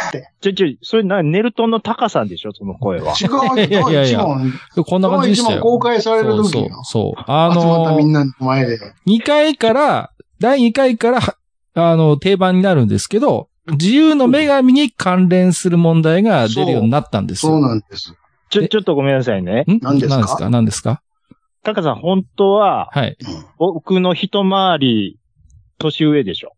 [SPEAKER 2] ーって。
[SPEAKER 3] ちょ、ちょ、それな、ネルトンの高さんでしょその声は。
[SPEAKER 2] 違う、
[SPEAKER 4] いやいやい
[SPEAKER 2] 違
[SPEAKER 4] や
[SPEAKER 2] う、一問。
[SPEAKER 4] うこんな感じでし
[SPEAKER 2] この一問
[SPEAKER 4] たよ。
[SPEAKER 2] 公開される
[SPEAKER 4] そう
[SPEAKER 2] 時
[SPEAKER 4] そう
[SPEAKER 2] よ。
[SPEAKER 4] そう。あ
[SPEAKER 2] 集まった
[SPEAKER 4] の
[SPEAKER 2] みんなの前で。
[SPEAKER 4] 2回から、第2回から、はあの、定番になるんですけど、自由の女神に関連する問題が出るようになったんですよ。
[SPEAKER 2] そうなんです。
[SPEAKER 3] ちょ、
[SPEAKER 4] え
[SPEAKER 3] ちょっとごめんなさいね。
[SPEAKER 4] ん
[SPEAKER 2] 何ですか
[SPEAKER 4] 何ですか何ですか
[SPEAKER 3] タカさん、本当は、
[SPEAKER 4] はい。
[SPEAKER 3] 僕の一回り、年上でしょ。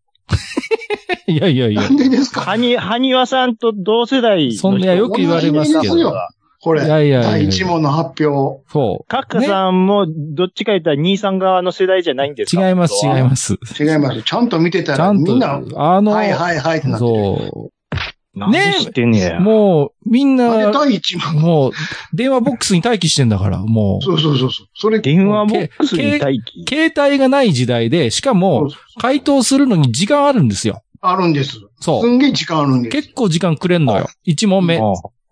[SPEAKER 4] いやいやいや
[SPEAKER 2] な。んでですか
[SPEAKER 3] はに、はにわさんと同世代の人
[SPEAKER 4] そんなよく言われます
[SPEAKER 2] 同じ
[SPEAKER 4] け
[SPEAKER 2] 年です
[SPEAKER 4] ど。
[SPEAKER 2] よこ
[SPEAKER 4] い
[SPEAKER 2] れ。
[SPEAKER 4] やいやいや
[SPEAKER 2] 第一問の発表。
[SPEAKER 4] そ
[SPEAKER 3] カッカさんも、どっちか言ったら兄さん側の世代じゃないんです
[SPEAKER 4] う。
[SPEAKER 3] か
[SPEAKER 4] 違います、違い
[SPEAKER 3] す。
[SPEAKER 4] ます。
[SPEAKER 2] 違います。ちゃんと見てた
[SPEAKER 4] ちゃ
[SPEAKER 2] ら、
[SPEAKER 4] ん
[SPEAKER 2] み
[SPEAKER 4] と
[SPEAKER 2] んな、、
[SPEAKER 4] あの、
[SPEAKER 2] はいはいはいってなってる。
[SPEAKER 4] そ
[SPEAKER 3] なんで知ってんねや。
[SPEAKER 4] う。もう、みん
[SPEAKER 2] なんで
[SPEAKER 4] な、
[SPEAKER 2] 第一問。
[SPEAKER 4] もう、電話ボックスに待機してんだから、もう。
[SPEAKER 2] そうそうそうそう。それ、
[SPEAKER 3] 電話ボックスに待機。
[SPEAKER 4] 携帯がない時代で、しかも、回答するのに時間あるんですよ。
[SPEAKER 2] あるんです。
[SPEAKER 4] そ
[SPEAKER 2] す
[SPEAKER 4] う。
[SPEAKER 2] んげえ時間あるんです。
[SPEAKER 4] 結構時間くれんのよ。一問目。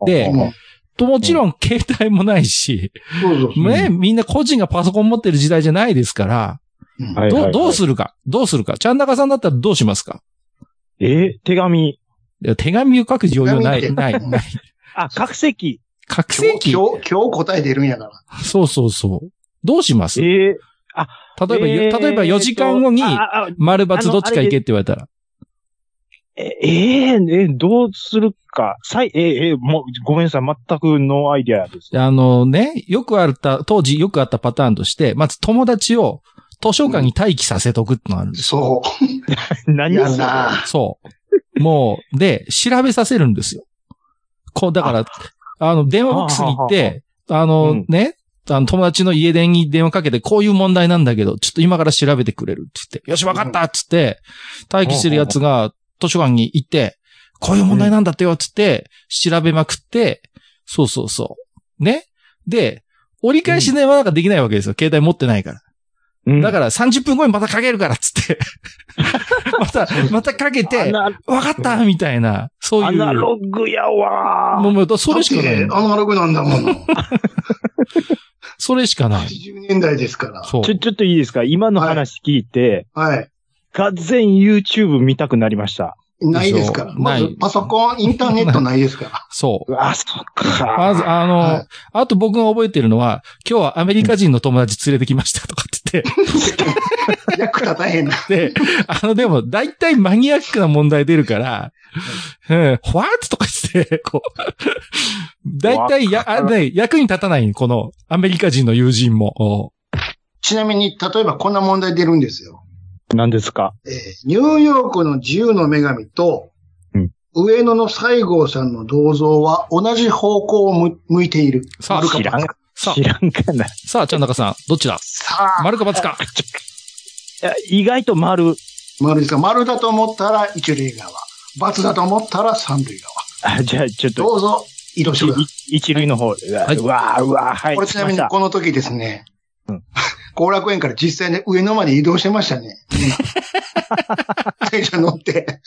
[SPEAKER 4] で
[SPEAKER 2] うん
[SPEAKER 4] と、もちろん携帯もないし、
[SPEAKER 2] そうそうそう。
[SPEAKER 4] ね、みんな個人がパソコン持ってる時代じゃないですから、
[SPEAKER 2] うん
[SPEAKER 3] はい
[SPEAKER 4] どう、どうするか、どうするか。ちゃん中さんだったらどうしますか
[SPEAKER 3] え手紙。
[SPEAKER 4] いや手紙を書く余裕な
[SPEAKER 2] 手
[SPEAKER 4] い、
[SPEAKER 2] 紙
[SPEAKER 4] ない、ない。
[SPEAKER 3] あ、各席。
[SPEAKER 4] 覚
[SPEAKER 2] 今日、
[SPEAKER 4] 醒器
[SPEAKER 2] 今日、今日答えてるんやから。
[SPEAKER 4] そうそうそう。どうします
[SPEAKER 3] え
[SPEAKER 4] 例え
[SPEAKER 3] ー
[SPEAKER 4] ば、よ
[SPEAKER 3] えー
[SPEAKER 4] 例えば4時間後に
[SPEAKER 3] と、ああ
[SPEAKER 4] 丸×どっちか行けって言われたら。
[SPEAKER 3] ええーえ、どうするか。さい、えーえーもう、ごめんなさい。全くノーアイデアです。
[SPEAKER 4] あのね、よくあった、当時よくあったパターンとして、まず友達を図書館に待機させとくってのがあるんですよ。
[SPEAKER 2] そ
[SPEAKER 3] 何
[SPEAKER 2] う。や
[SPEAKER 3] をする
[SPEAKER 2] な
[SPEAKER 4] そう。もう、で、調べさせるんですよ。こう、だから、あの、電話ボックスに行って、あの、
[SPEAKER 3] うん
[SPEAKER 4] ね、あの、友達の家電に電話かけて、こういう問題なんだけど、ちょっと今から調べてくれるって言って、よし、わかったっつって、待機してるやつが図書館に行って、こういう問題なんだってよっつって、調べまくって、そうそうそう。ねで、折り返し電話なんかできないわけですよ。携帯持ってないから。
[SPEAKER 3] うん
[SPEAKER 4] だから30分後にまたかけるからっつ って。また、またかけて、
[SPEAKER 3] アナ
[SPEAKER 4] わかったみたいな、そう
[SPEAKER 3] ア
[SPEAKER 4] いう。
[SPEAKER 3] ナログやわ
[SPEAKER 4] もうもう、そ
[SPEAKER 2] だ
[SPEAKER 4] れ
[SPEAKER 2] っ
[SPEAKER 4] しかな
[SPEAKER 2] て
[SPEAKER 4] い。
[SPEAKER 2] アナログなんだもの。
[SPEAKER 4] それしかない。
[SPEAKER 2] 80年代ですから。
[SPEAKER 4] そう。
[SPEAKER 3] ちょ、ちょっといいですか今の話聞いて、
[SPEAKER 2] はい。
[SPEAKER 3] 完全 YouTube 見たくなりました。
[SPEAKER 2] ないですから。ま
[SPEAKER 4] な
[SPEAKER 2] ず
[SPEAKER 4] い、
[SPEAKER 2] パソコン、インターネットないですか
[SPEAKER 4] そう。
[SPEAKER 3] あ、そっか。
[SPEAKER 4] まず、あの、
[SPEAKER 2] はい
[SPEAKER 4] あと僕が覚えてるのは、今日はアメリカ人の友達連れてきましたとかって
[SPEAKER 2] ら。役立たへんな。
[SPEAKER 4] 言って、で、あの、でも、大体マニアックな問題出るから、うん、ホワーとかして、こ う、大体や、あね、役に立たない、この、アメリカ人の友人も。お
[SPEAKER 2] ちなみに、例えばこんな問題出るんですよ。
[SPEAKER 3] 何ですか
[SPEAKER 2] えーニューヨークの自由の女神と
[SPEAKER 3] うん、
[SPEAKER 2] 上野の西郷さんの銅像は同じ方向を向向いている。
[SPEAKER 4] さあ
[SPEAKER 2] 丸か
[SPEAKER 3] 知らん
[SPEAKER 2] ×か。
[SPEAKER 4] さ
[SPEAKER 3] 知らんかな。い
[SPEAKER 4] あ、さあ、ちゃん中さん、どっちだ
[SPEAKER 2] さあ、
[SPEAKER 4] 丸か×か。
[SPEAKER 3] や意外と丸。
[SPEAKER 2] 丸ですか丸だと思ったら一塁側。×だと思ったら三塁側。
[SPEAKER 3] あ、じゃあ、ちょっ
[SPEAKER 2] ど
[SPEAKER 3] と、
[SPEAKER 2] うぞ、移動してください。
[SPEAKER 3] 一塁の方。
[SPEAKER 4] は
[SPEAKER 3] はいい、うわーうわーはい。
[SPEAKER 2] これちなみに
[SPEAKER 3] 来ました
[SPEAKER 2] この時ですね
[SPEAKER 3] うん、
[SPEAKER 2] 後楽園から実際に上野まで移動してました ね。電車乗って。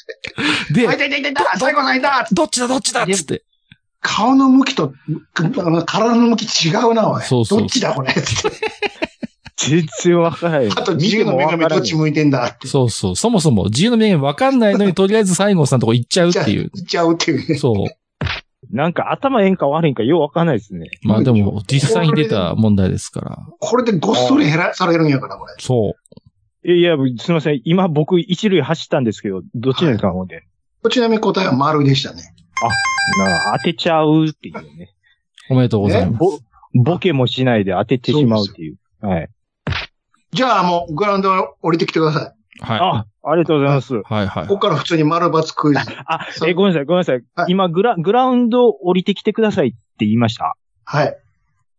[SPEAKER 4] で
[SPEAKER 2] あ、いたいたいたいた最後さんいた
[SPEAKER 4] どっちだどっちだっつって。
[SPEAKER 2] 顔の向きと、あの体の向き違うな、おい。
[SPEAKER 4] そうそう
[SPEAKER 2] どっちだ、 これ。つって
[SPEAKER 3] 全然わからない。
[SPEAKER 2] あと、自由の女神どっち
[SPEAKER 3] も。
[SPEAKER 2] 向いてんだって。
[SPEAKER 4] そうそう。そもそも自由の名言わかんないのに、とりあえず西郷さんのとこ行っちゃうっ
[SPEAKER 2] じゃあ、
[SPEAKER 4] てい
[SPEAKER 2] 行
[SPEAKER 4] う。
[SPEAKER 2] っちゃうっていうね。
[SPEAKER 4] そう。
[SPEAKER 3] なんか頭ええんか悪いんかようわかんないですね。
[SPEAKER 4] まあでも、実際に出た問題ですから。
[SPEAKER 2] これでごっそり減らされるんやから、これ。
[SPEAKER 4] そう。
[SPEAKER 3] いや、いやすみません。今僕一塁走ったんですけど、どっちなんですか、ほんで。
[SPEAKER 2] ちなみに答えは丸でしたね。
[SPEAKER 3] なあ当てちゃうっていうね。
[SPEAKER 4] おめでとうございます。
[SPEAKER 3] ぼ、ボケもしないで当ててしまうっていう。はい。
[SPEAKER 2] じゃあもう、グラウンドに降りてきてください。
[SPEAKER 4] は
[SPEAKER 3] あ、ありがとうございます
[SPEAKER 4] い。。はいはい
[SPEAKER 2] こ。こから普通に丸×クイ ズ。
[SPEAKER 3] あ
[SPEAKER 2] そ、う
[SPEAKER 3] え、ごめんなさい、ごめんなさい。
[SPEAKER 2] はい
[SPEAKER 3] 今、グラ、グラウンド降りてきてくださいって言いました。
[SPEAKER 2] はい。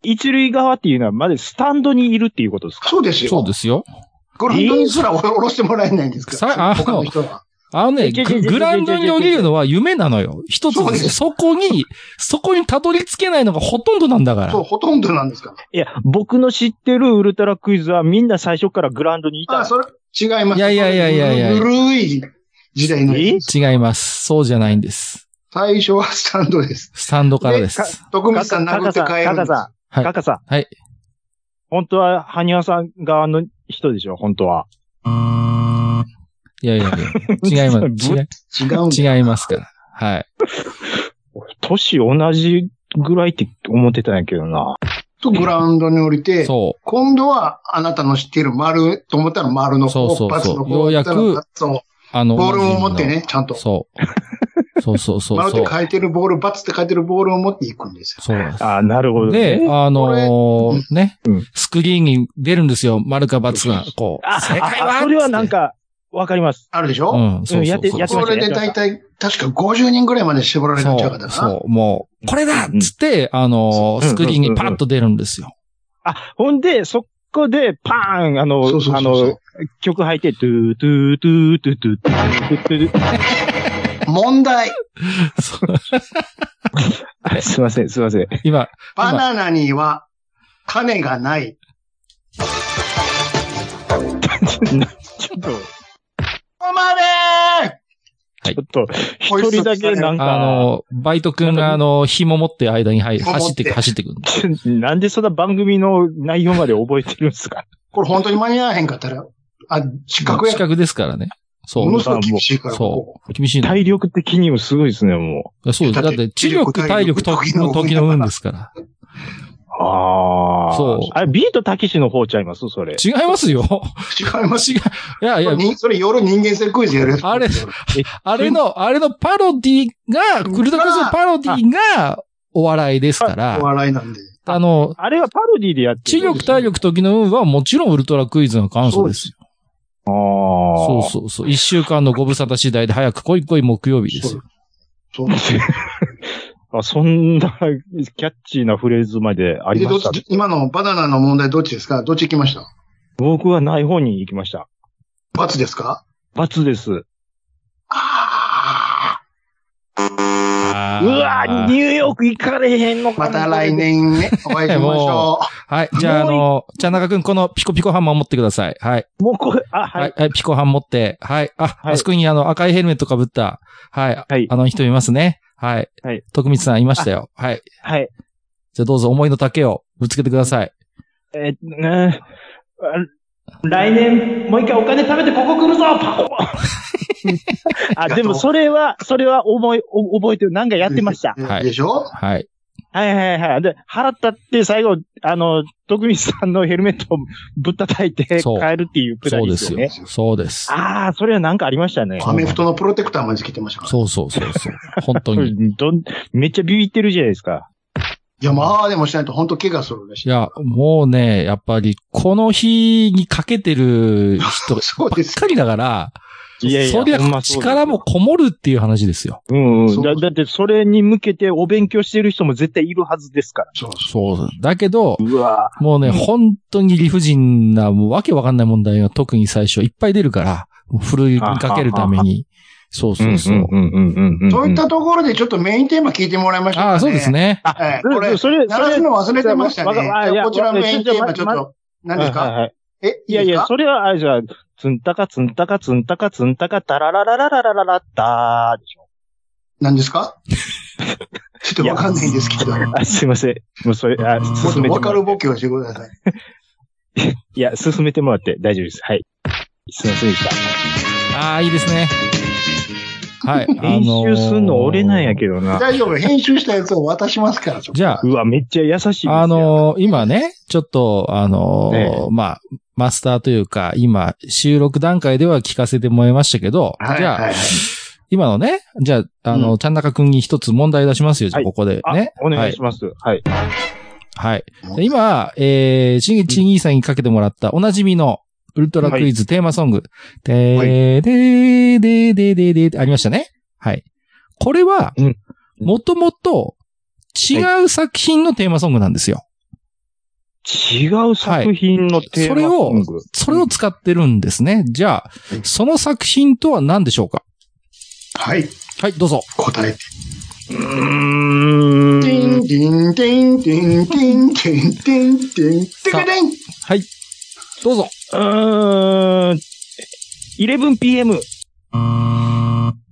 [SPEAKER 3] 一塁側っていうのは、まずスタンドにいるっていうことですか
[SPEAKER 2] そうですよ。
[SPEAKER 4] そうですよ。
[SPEAKER 2] グラウンドにすらおろしてもらえないんですか
[SPEAKER 4] さあ
[SPEAKER 2] ら。他の人は。
[SPEAKER 4] あのね、
[SPEAKER 3] ちょちょち
[SPEAKER 4] グ
[SPEAKER 3] ょちょ
[SPEAKER 4] グラウンドに降りるのは夢なのよ。一つ
[SPEAKER 2] そうです、よ
[SPEAKER 4] そこに、そこにたどり着けないのがほとんどなんだか
[SPEAKER 2] そう、
[SPEAKER 4] ら。
[SPEAKER 2] ほとんどなんですから。
[SPEAKER 3] いや、僕の知ってるウルトラクイズはみんな最初からグラウンドにいた
[SPEAKER 2] あ、
[SPEAKER 3] んです。
[SPEAKER 2] それ、違います。
[SPEAKER 4] いやいやいやいやいや
[SPEAKER 2] 古い時代のやつです。
[SPEAKER 4] 違います。そうじゃないんです。
[SPEAKER 2] 最初はスタンドです。
[SPEAKER 4] スタンドからで
[SPEAKER 2] か
[SPEAKER 4] す。
[SPEAKER 2] 徳光さん殴って帰る
[SPEAKER 3] カ
[SPEAKER 2] んで
[SPEAKER 3] カ
[SPEAKER 2] す。
[SPEAKER 3] さ
[SPEAKER 4] は
[SPEAKER 3] ん、
[SPEAKER 4] い
[SPEAKER 3] カカさん。
[SPEAKER 4] はい。
[SPEAKER 3] 本当は、ハニワさん側の人でしょ、本当は。
[SPEAKER 4] いやいやい や。違います。
[SPEAKER 3] ぶ
[SPEAKER 4] 違
[SPEAKER 2] 違うんだ。
[SPEAKER 4] い違いますから。はい。
[SPEAKER 3] 年同じぐらいって思ってたんやけどな。
[SPEAKER 2] と、グラウンドに降りて、
[SPEAKER 4] そ
[SPEAKER 2] 今度はあなたの知っている丸と思ったら丸の方、
[SPEAKER 4] そうそうそう
[SPEAKER 2] バツの方
[SPEAKER 4] ようやく。
[SPEAKER 2] そう
[SPEAKER 4] あの、
[SPEAKER 2] う、ボールを持ってね、ちゃんと。
[SPEAKER 4] そう。そうそうそう
[SPEAKER 2] 丸っ
[SPEAKER 4] そう
[SPEAKER 2] て。書いてるボール、バツって書いてるボールを持っていくんですよ。
[SPEAKER 4] そうです。
[SPEAKER 3] あなるほど、ね。
[SPEAKER 4] で、あの
[SPEAKER 2] こ
[SPEAKER 4] ーね
[SPEAKER 3] うん、
[SPEAKER 4] スクリーンに出るんですよ。丸か×が。こう。
[SPEAKER 3] あ、
[SPEAKER 4] 正解は
[SPEAKER 3] ああそれはなんか、わかります。
[SPEAKER 2] あるでしょ、
[SPEAKER 4] うん、そうそう
[SPEAKER 3] やって
[SPEAKER 4] そう
[SPEAKER 3] やってまし
[SPEAKER 2] そ
[SPEAKER 3] た
[SPEAKER 2] れで大体、確か50人ぐらいまで絞られたんちゃうかった
[SPEAKER 4] そ
[SPEAKER 2] な。
[SPEAKER 4] う、もう、これだっつって、あのー、
[SPEAKER 3] うん
[SPEAKER 4] スクリーンにパッと出るんですよ。
[SPEAKER 3] あ、ほんで、そこで、パーンあの、
[SPEAKER 2] そうそう
[SPEAKER 3] あ
[SPEAKER 2] そうそう
[SPEAKER 3] の、曲入って、トゥートゥートゥートゥートゥートゥートゥートゥー
[SPEAKER 2] 問題。
[SPEAKER 4] そう
[SPEAKER 3] あすいません、すいません。
[SPEAKER 4] 今、
[SPEAKER 2] バナナには種がない。
[SPEAKER 3] ちょっと、ち
[SPEAKER 2] ここまで
[SPEAKER 3] ょっと、一人だけなん
[SPEAKER 4] あ
[SPEAKER 3] か、
[SPEAKER 4] のー、バイト君が、あのー、紐持って間に入る。
[SPEAKER 2] 紐持って
[SPEAKER 4] 走ってく、走ってくる。
[SPEAKER 3] なんでそんな番組の内容まで覚えてるん ですか
[SPEAKER 2] これ本当に間に合わへんかったら、あ、失格や
[SPEAKER 4] 近。くですからね。そ
[SPEAKER 2] も
[SPEAKER 4] う
[SPEAKER 2] の。すごい厳しいから、こ
[SPEAKER 4] そう。厳しいの。
[SPEAKER 3] 体力的にもすごいですね、も
[SPEAKER 4] そう。だ
[SPEAKER 2] だ
[SPEAKER 4] っ
[SPEAKER 2] って
[SPEAKER 4] て、
[SPEAKER 2] 知
[SPEAKER 4] 知力、
[SPEAKER 2] 力
[SPEAKER 4] 体
[SPEAKER 2] 体
[SPEAKER 4] 力
[SPEAKER 2] 力
[SPEAKER 4] 時の、時
[SPEAKER 2] 時
[SPEAKER 4] の
[SPEAKER 2] の
[SPEAKER 4] 運
[SPEAKER 2] 運
[SPEAKER 4] ですから。
[SPEAKER 3] う。ああ。
[SPEAKER 4] そう
[SPEAKER 3] あれ、ビートたけしの方ちゃいますそれ。
[SPEAKER 4] 違いますよ。
[SPEAKER 2] こ。違います。
[SPEAKER 4] 違う。いやいや、
[SPEAKER 2] にそれ夜人間性クイズやるやつ。
[SPEAKER 4] あれ
[SPEAKER 2] そ
[SPEAKER 4] あれの、あれのパロディが、クルトクズのパロディが、お笑いですか
[SPEAKER 2] うお
[SPEAKER 4] ら、
[SPEAKER 2] 笑いなんで。
[SPEAKER 4] あの、
[SPEAKER 3] あれはパロディでやって
[SPEAKER 4] 知
[SPEAKER 3] る。
[SPEAKER 4] 力、体力、時の運はもちろんウルトラクイズの元祖ですよ。
[SPEAKER 3] ああ。
[SPEAKER 4] そう
[SPEAKER 3] そ
[SPEAKER 4] そうそう。一週間のご無沙汰次第で早く来い来い木曜日ですよ。
[SPEAKER 2] そう。
[SPEAKER 3] う。 あ、そんなキャッチーなフレーズまであり
[SPEAKER 2] で
[SPEAKER 3] ま
[SPEAKER 2] どっ
[SPEAKER 3] した。
[SPEAKER 2] ち今のバナナの問題どっちですかどっち行きました
[SPEAKER 3] 僕はない方に行きました。
[SPEAKER 2] 罰ですか
[SPEAKER 3] 罰です。
[SPEAKER 2] あ
[SPEAKER 4] あ
[SPEAKER 3] うわ
[SPEAKER 4] ー
[SPEAKER 3] ニューヨーク行かれへんの
[SPEAKER 2] ー
[SPEAKER 3] か
[SPEAKER 2] また来。年ね、お会いしまし
[SPEAKER 4] も
[SPEAKER 2] ょ
[SPEAKER 4] はい。じゃあ、あの、茶中くん、このピコピコハンマー持ってください。はい。
[SPEAKER 3] もうこれ、あ、は。
[SPEAKER 4] はいい。はい、ピコハン持って。はい。あ、
[SPEAKER 3] はい
[SPEAKER 4] あそこにあの、赤いヘルメットかぶった。はい。
[SPEAKER 3] はい
[SPEAKER 4] あの人いますね。はい。
[SPEAKER 3] はい。
[SPEAKER 4] 徳光さんいましたよ。はい。
[SPEAKER 3] はい。
[SPEAKER 4] じゃあどうぞ思いの丈をぶつけてください。
[SPEAKER 3] えー、ねあ来年、もう一回お金貯めてここ来るぞパ コあ、でもそれは、それは思い、お覚えてる。なんかやってました
[SPEAKER 2] う。。
[SPEAKER 4] はい
[SPEAKER 2] でしょ
[SPEAKER 4] はい。
[SPEAKER 3] はいはいはい。で、払ったって最後、あの、徳光さんのヘルメットをぶったたいて帰
[SPEAKER 4] そう
[SPEAKER 3] るっていうくだ
[SPEAKER 4] そう
[SPEAKER 3] り
[SPEAKER 4] で
[SPEAKER 3] ですす
[SPEAKER 4] よ
[SPEAKER 3] よね。。
[SPEAKER 4] そうです。
[SPEAKER 3] ああ、それはなんかありましたね。
[SPEAKER 2] アメフトのプロテクターまでつけてましたから。
[SPEAKER 4] そうそうそう そう。本当
[SPEAKER 3] う
[SPEAKER 4] に。い
[SPEAKER 3] んどんめっちゃビビってるじゃないですか。
[SPEAKER 2] いや、まあでもしないと本当怪我するらしい。
[SPEAKER 4] や、もうね、やっぱり、この日にかけてる人ばっ
[SPEAKER 2] そうです
[SPEAKER 4] かりだから、
[SPEAKER 3] いやいや
[SPEAKER 4] そり
[SPEAKER 3] ほん
[SPEAKER 4] ゃ
[SPEAKER 3] まそうです
[SPEAKER 4] 力もこもるっていう話ですよ。
[SPEAKER 3] うんうん。だ
[SPEAKER 2] そう
[SPEAKER 3] だってそれに向けてお勉強してる人も絶対いるはずですから。
[SPEAKER 2] そうそ
[SPEAKER 4] そう。だけど、
[SPEAKER 3] うわ
[SPEAKER 4] もうね、本当に理不尽な、もうわけわかんない問題が特に最初いっぱい出るから、もう振るいかけるために、そうそうそう。
[SPEAKER 3] んうんうんうん
[SPEAKER 2] そういったところでちょっとメインテーマ聞いてもらいましょうか、ね。
[SPEAKER 4] ああ、そうです。ね。
[SPEAKER 2] はい。
[SPEAKER 3] うん
[SPEAKER 2] これ、
[SPEAKER 3] それ、
[SPEAKER 2] 鳴らすの忘れてましたね。
[SPEAKER 3] わかわかいや
[SPEAKER 2] こちら
[SPEAKER 3] わか
[SPEAKER 2] メ
[SPEAKER 3] る
[SPEAKER 2] インテーマちょっ
[SPEAKER 3] ま
[SPEAKER 2] と、何です
[SPEAKER 3] はい
[SPEAKER 2] か
[SPEAKER 3] はいはい
[SPEAKER 2] え、
[SPEAKER 3] いやい
[SPEAKER 2] です
[SPEAKER 3] や、
[SPEAKER 2] か
[SPEAKER 3] それは、あれじゃあ、つんたかつんたかつんたかつんたかたららららららららったーでしょ。
[SPEAKER 2] 何ですかちょっとわかんないんですけど。も
[SPEAKER 3] あ、すいません。もうそれ、あ、
[SPEAKER 2] っ
[SPEAKER 3] 進
[SPEAKER 2] と
[SPEAKER 3] めて
[SPEAKER 2] わ
[SPEAKER 3] も
[SPEAKER 2] からる
[SPEAKER 3] って
[SPEAKER 2] ボ。ケをしてください。
[SPEAKER 3] いや、進めてもらって大丈夫です。はい。すいませんでした。
[SPEAKER 4] ああ、いいですね。 はい。
[SPEAKER 3] 練習すんの俺なんや
[SPEAKER 4] ど。
[SPEAKER 3] けどな。
[SPEAKER 2] 大丈夫。編集したやつを渡しますから。ちょっと
[SPEAKER 4] じゃあ、
[SPEAKER 3] うわ、めっちゃ優しいですよ。
[SPEAKER 4] あのー今ね、ちょっと、あのー
[SPEAKER 3] え
[SPEAKER 4] まあ、マスターというか、今、収録段階では聞かせてもらいましたけど、
[SPEAKER 2] はい
[SPEAKER 4] じゃあ、
[SPEAKER 2] はいはい
[SPEAKER 4] 今のね、じゃあ、あの、
[SPEAKER 2] う
[SPEAKER 4] ちゃんなかくんに一つ問題出しますよ、じゃあ、
[SPEAKER 3] はい
[SPEAKER 4] ここで
[SPEAKER 3] あ
[SPEAKER 4] ね。
[SPEAKER 3] お願いします。はい。
[SPEAKER 4] はい。で今、えー、ちぎちぎさんにかけてもらった、おなじみの、ウルトラクイズテーマソング。でーでーでーでーでーでーってありましたね。はい。これは
[SPEAKER 3] うん、
[SPEAKER 4] もともと、違う作品のテーマソングなんですよ。
[SPEAKER 3] 違う作品のテーマソング。
[SPEAKER 4] それを使ってるんですね。じゃあ
[SPEAKER 2] うん、
[SPEAKER 4] その作品とは何でしょうか
[SPEAKER 2] はい。
[SPEAKER 4] はい、どうぞ。
[SPEAKER 2] 答えて。
[SPEAKER 3] うーん
[SPEAKER 2] ティンティンティンティンティンティンティンティンティンティン
[SPEAKER 4] はい。どうぞ。
[SPEAKER 3] うーん。11pm。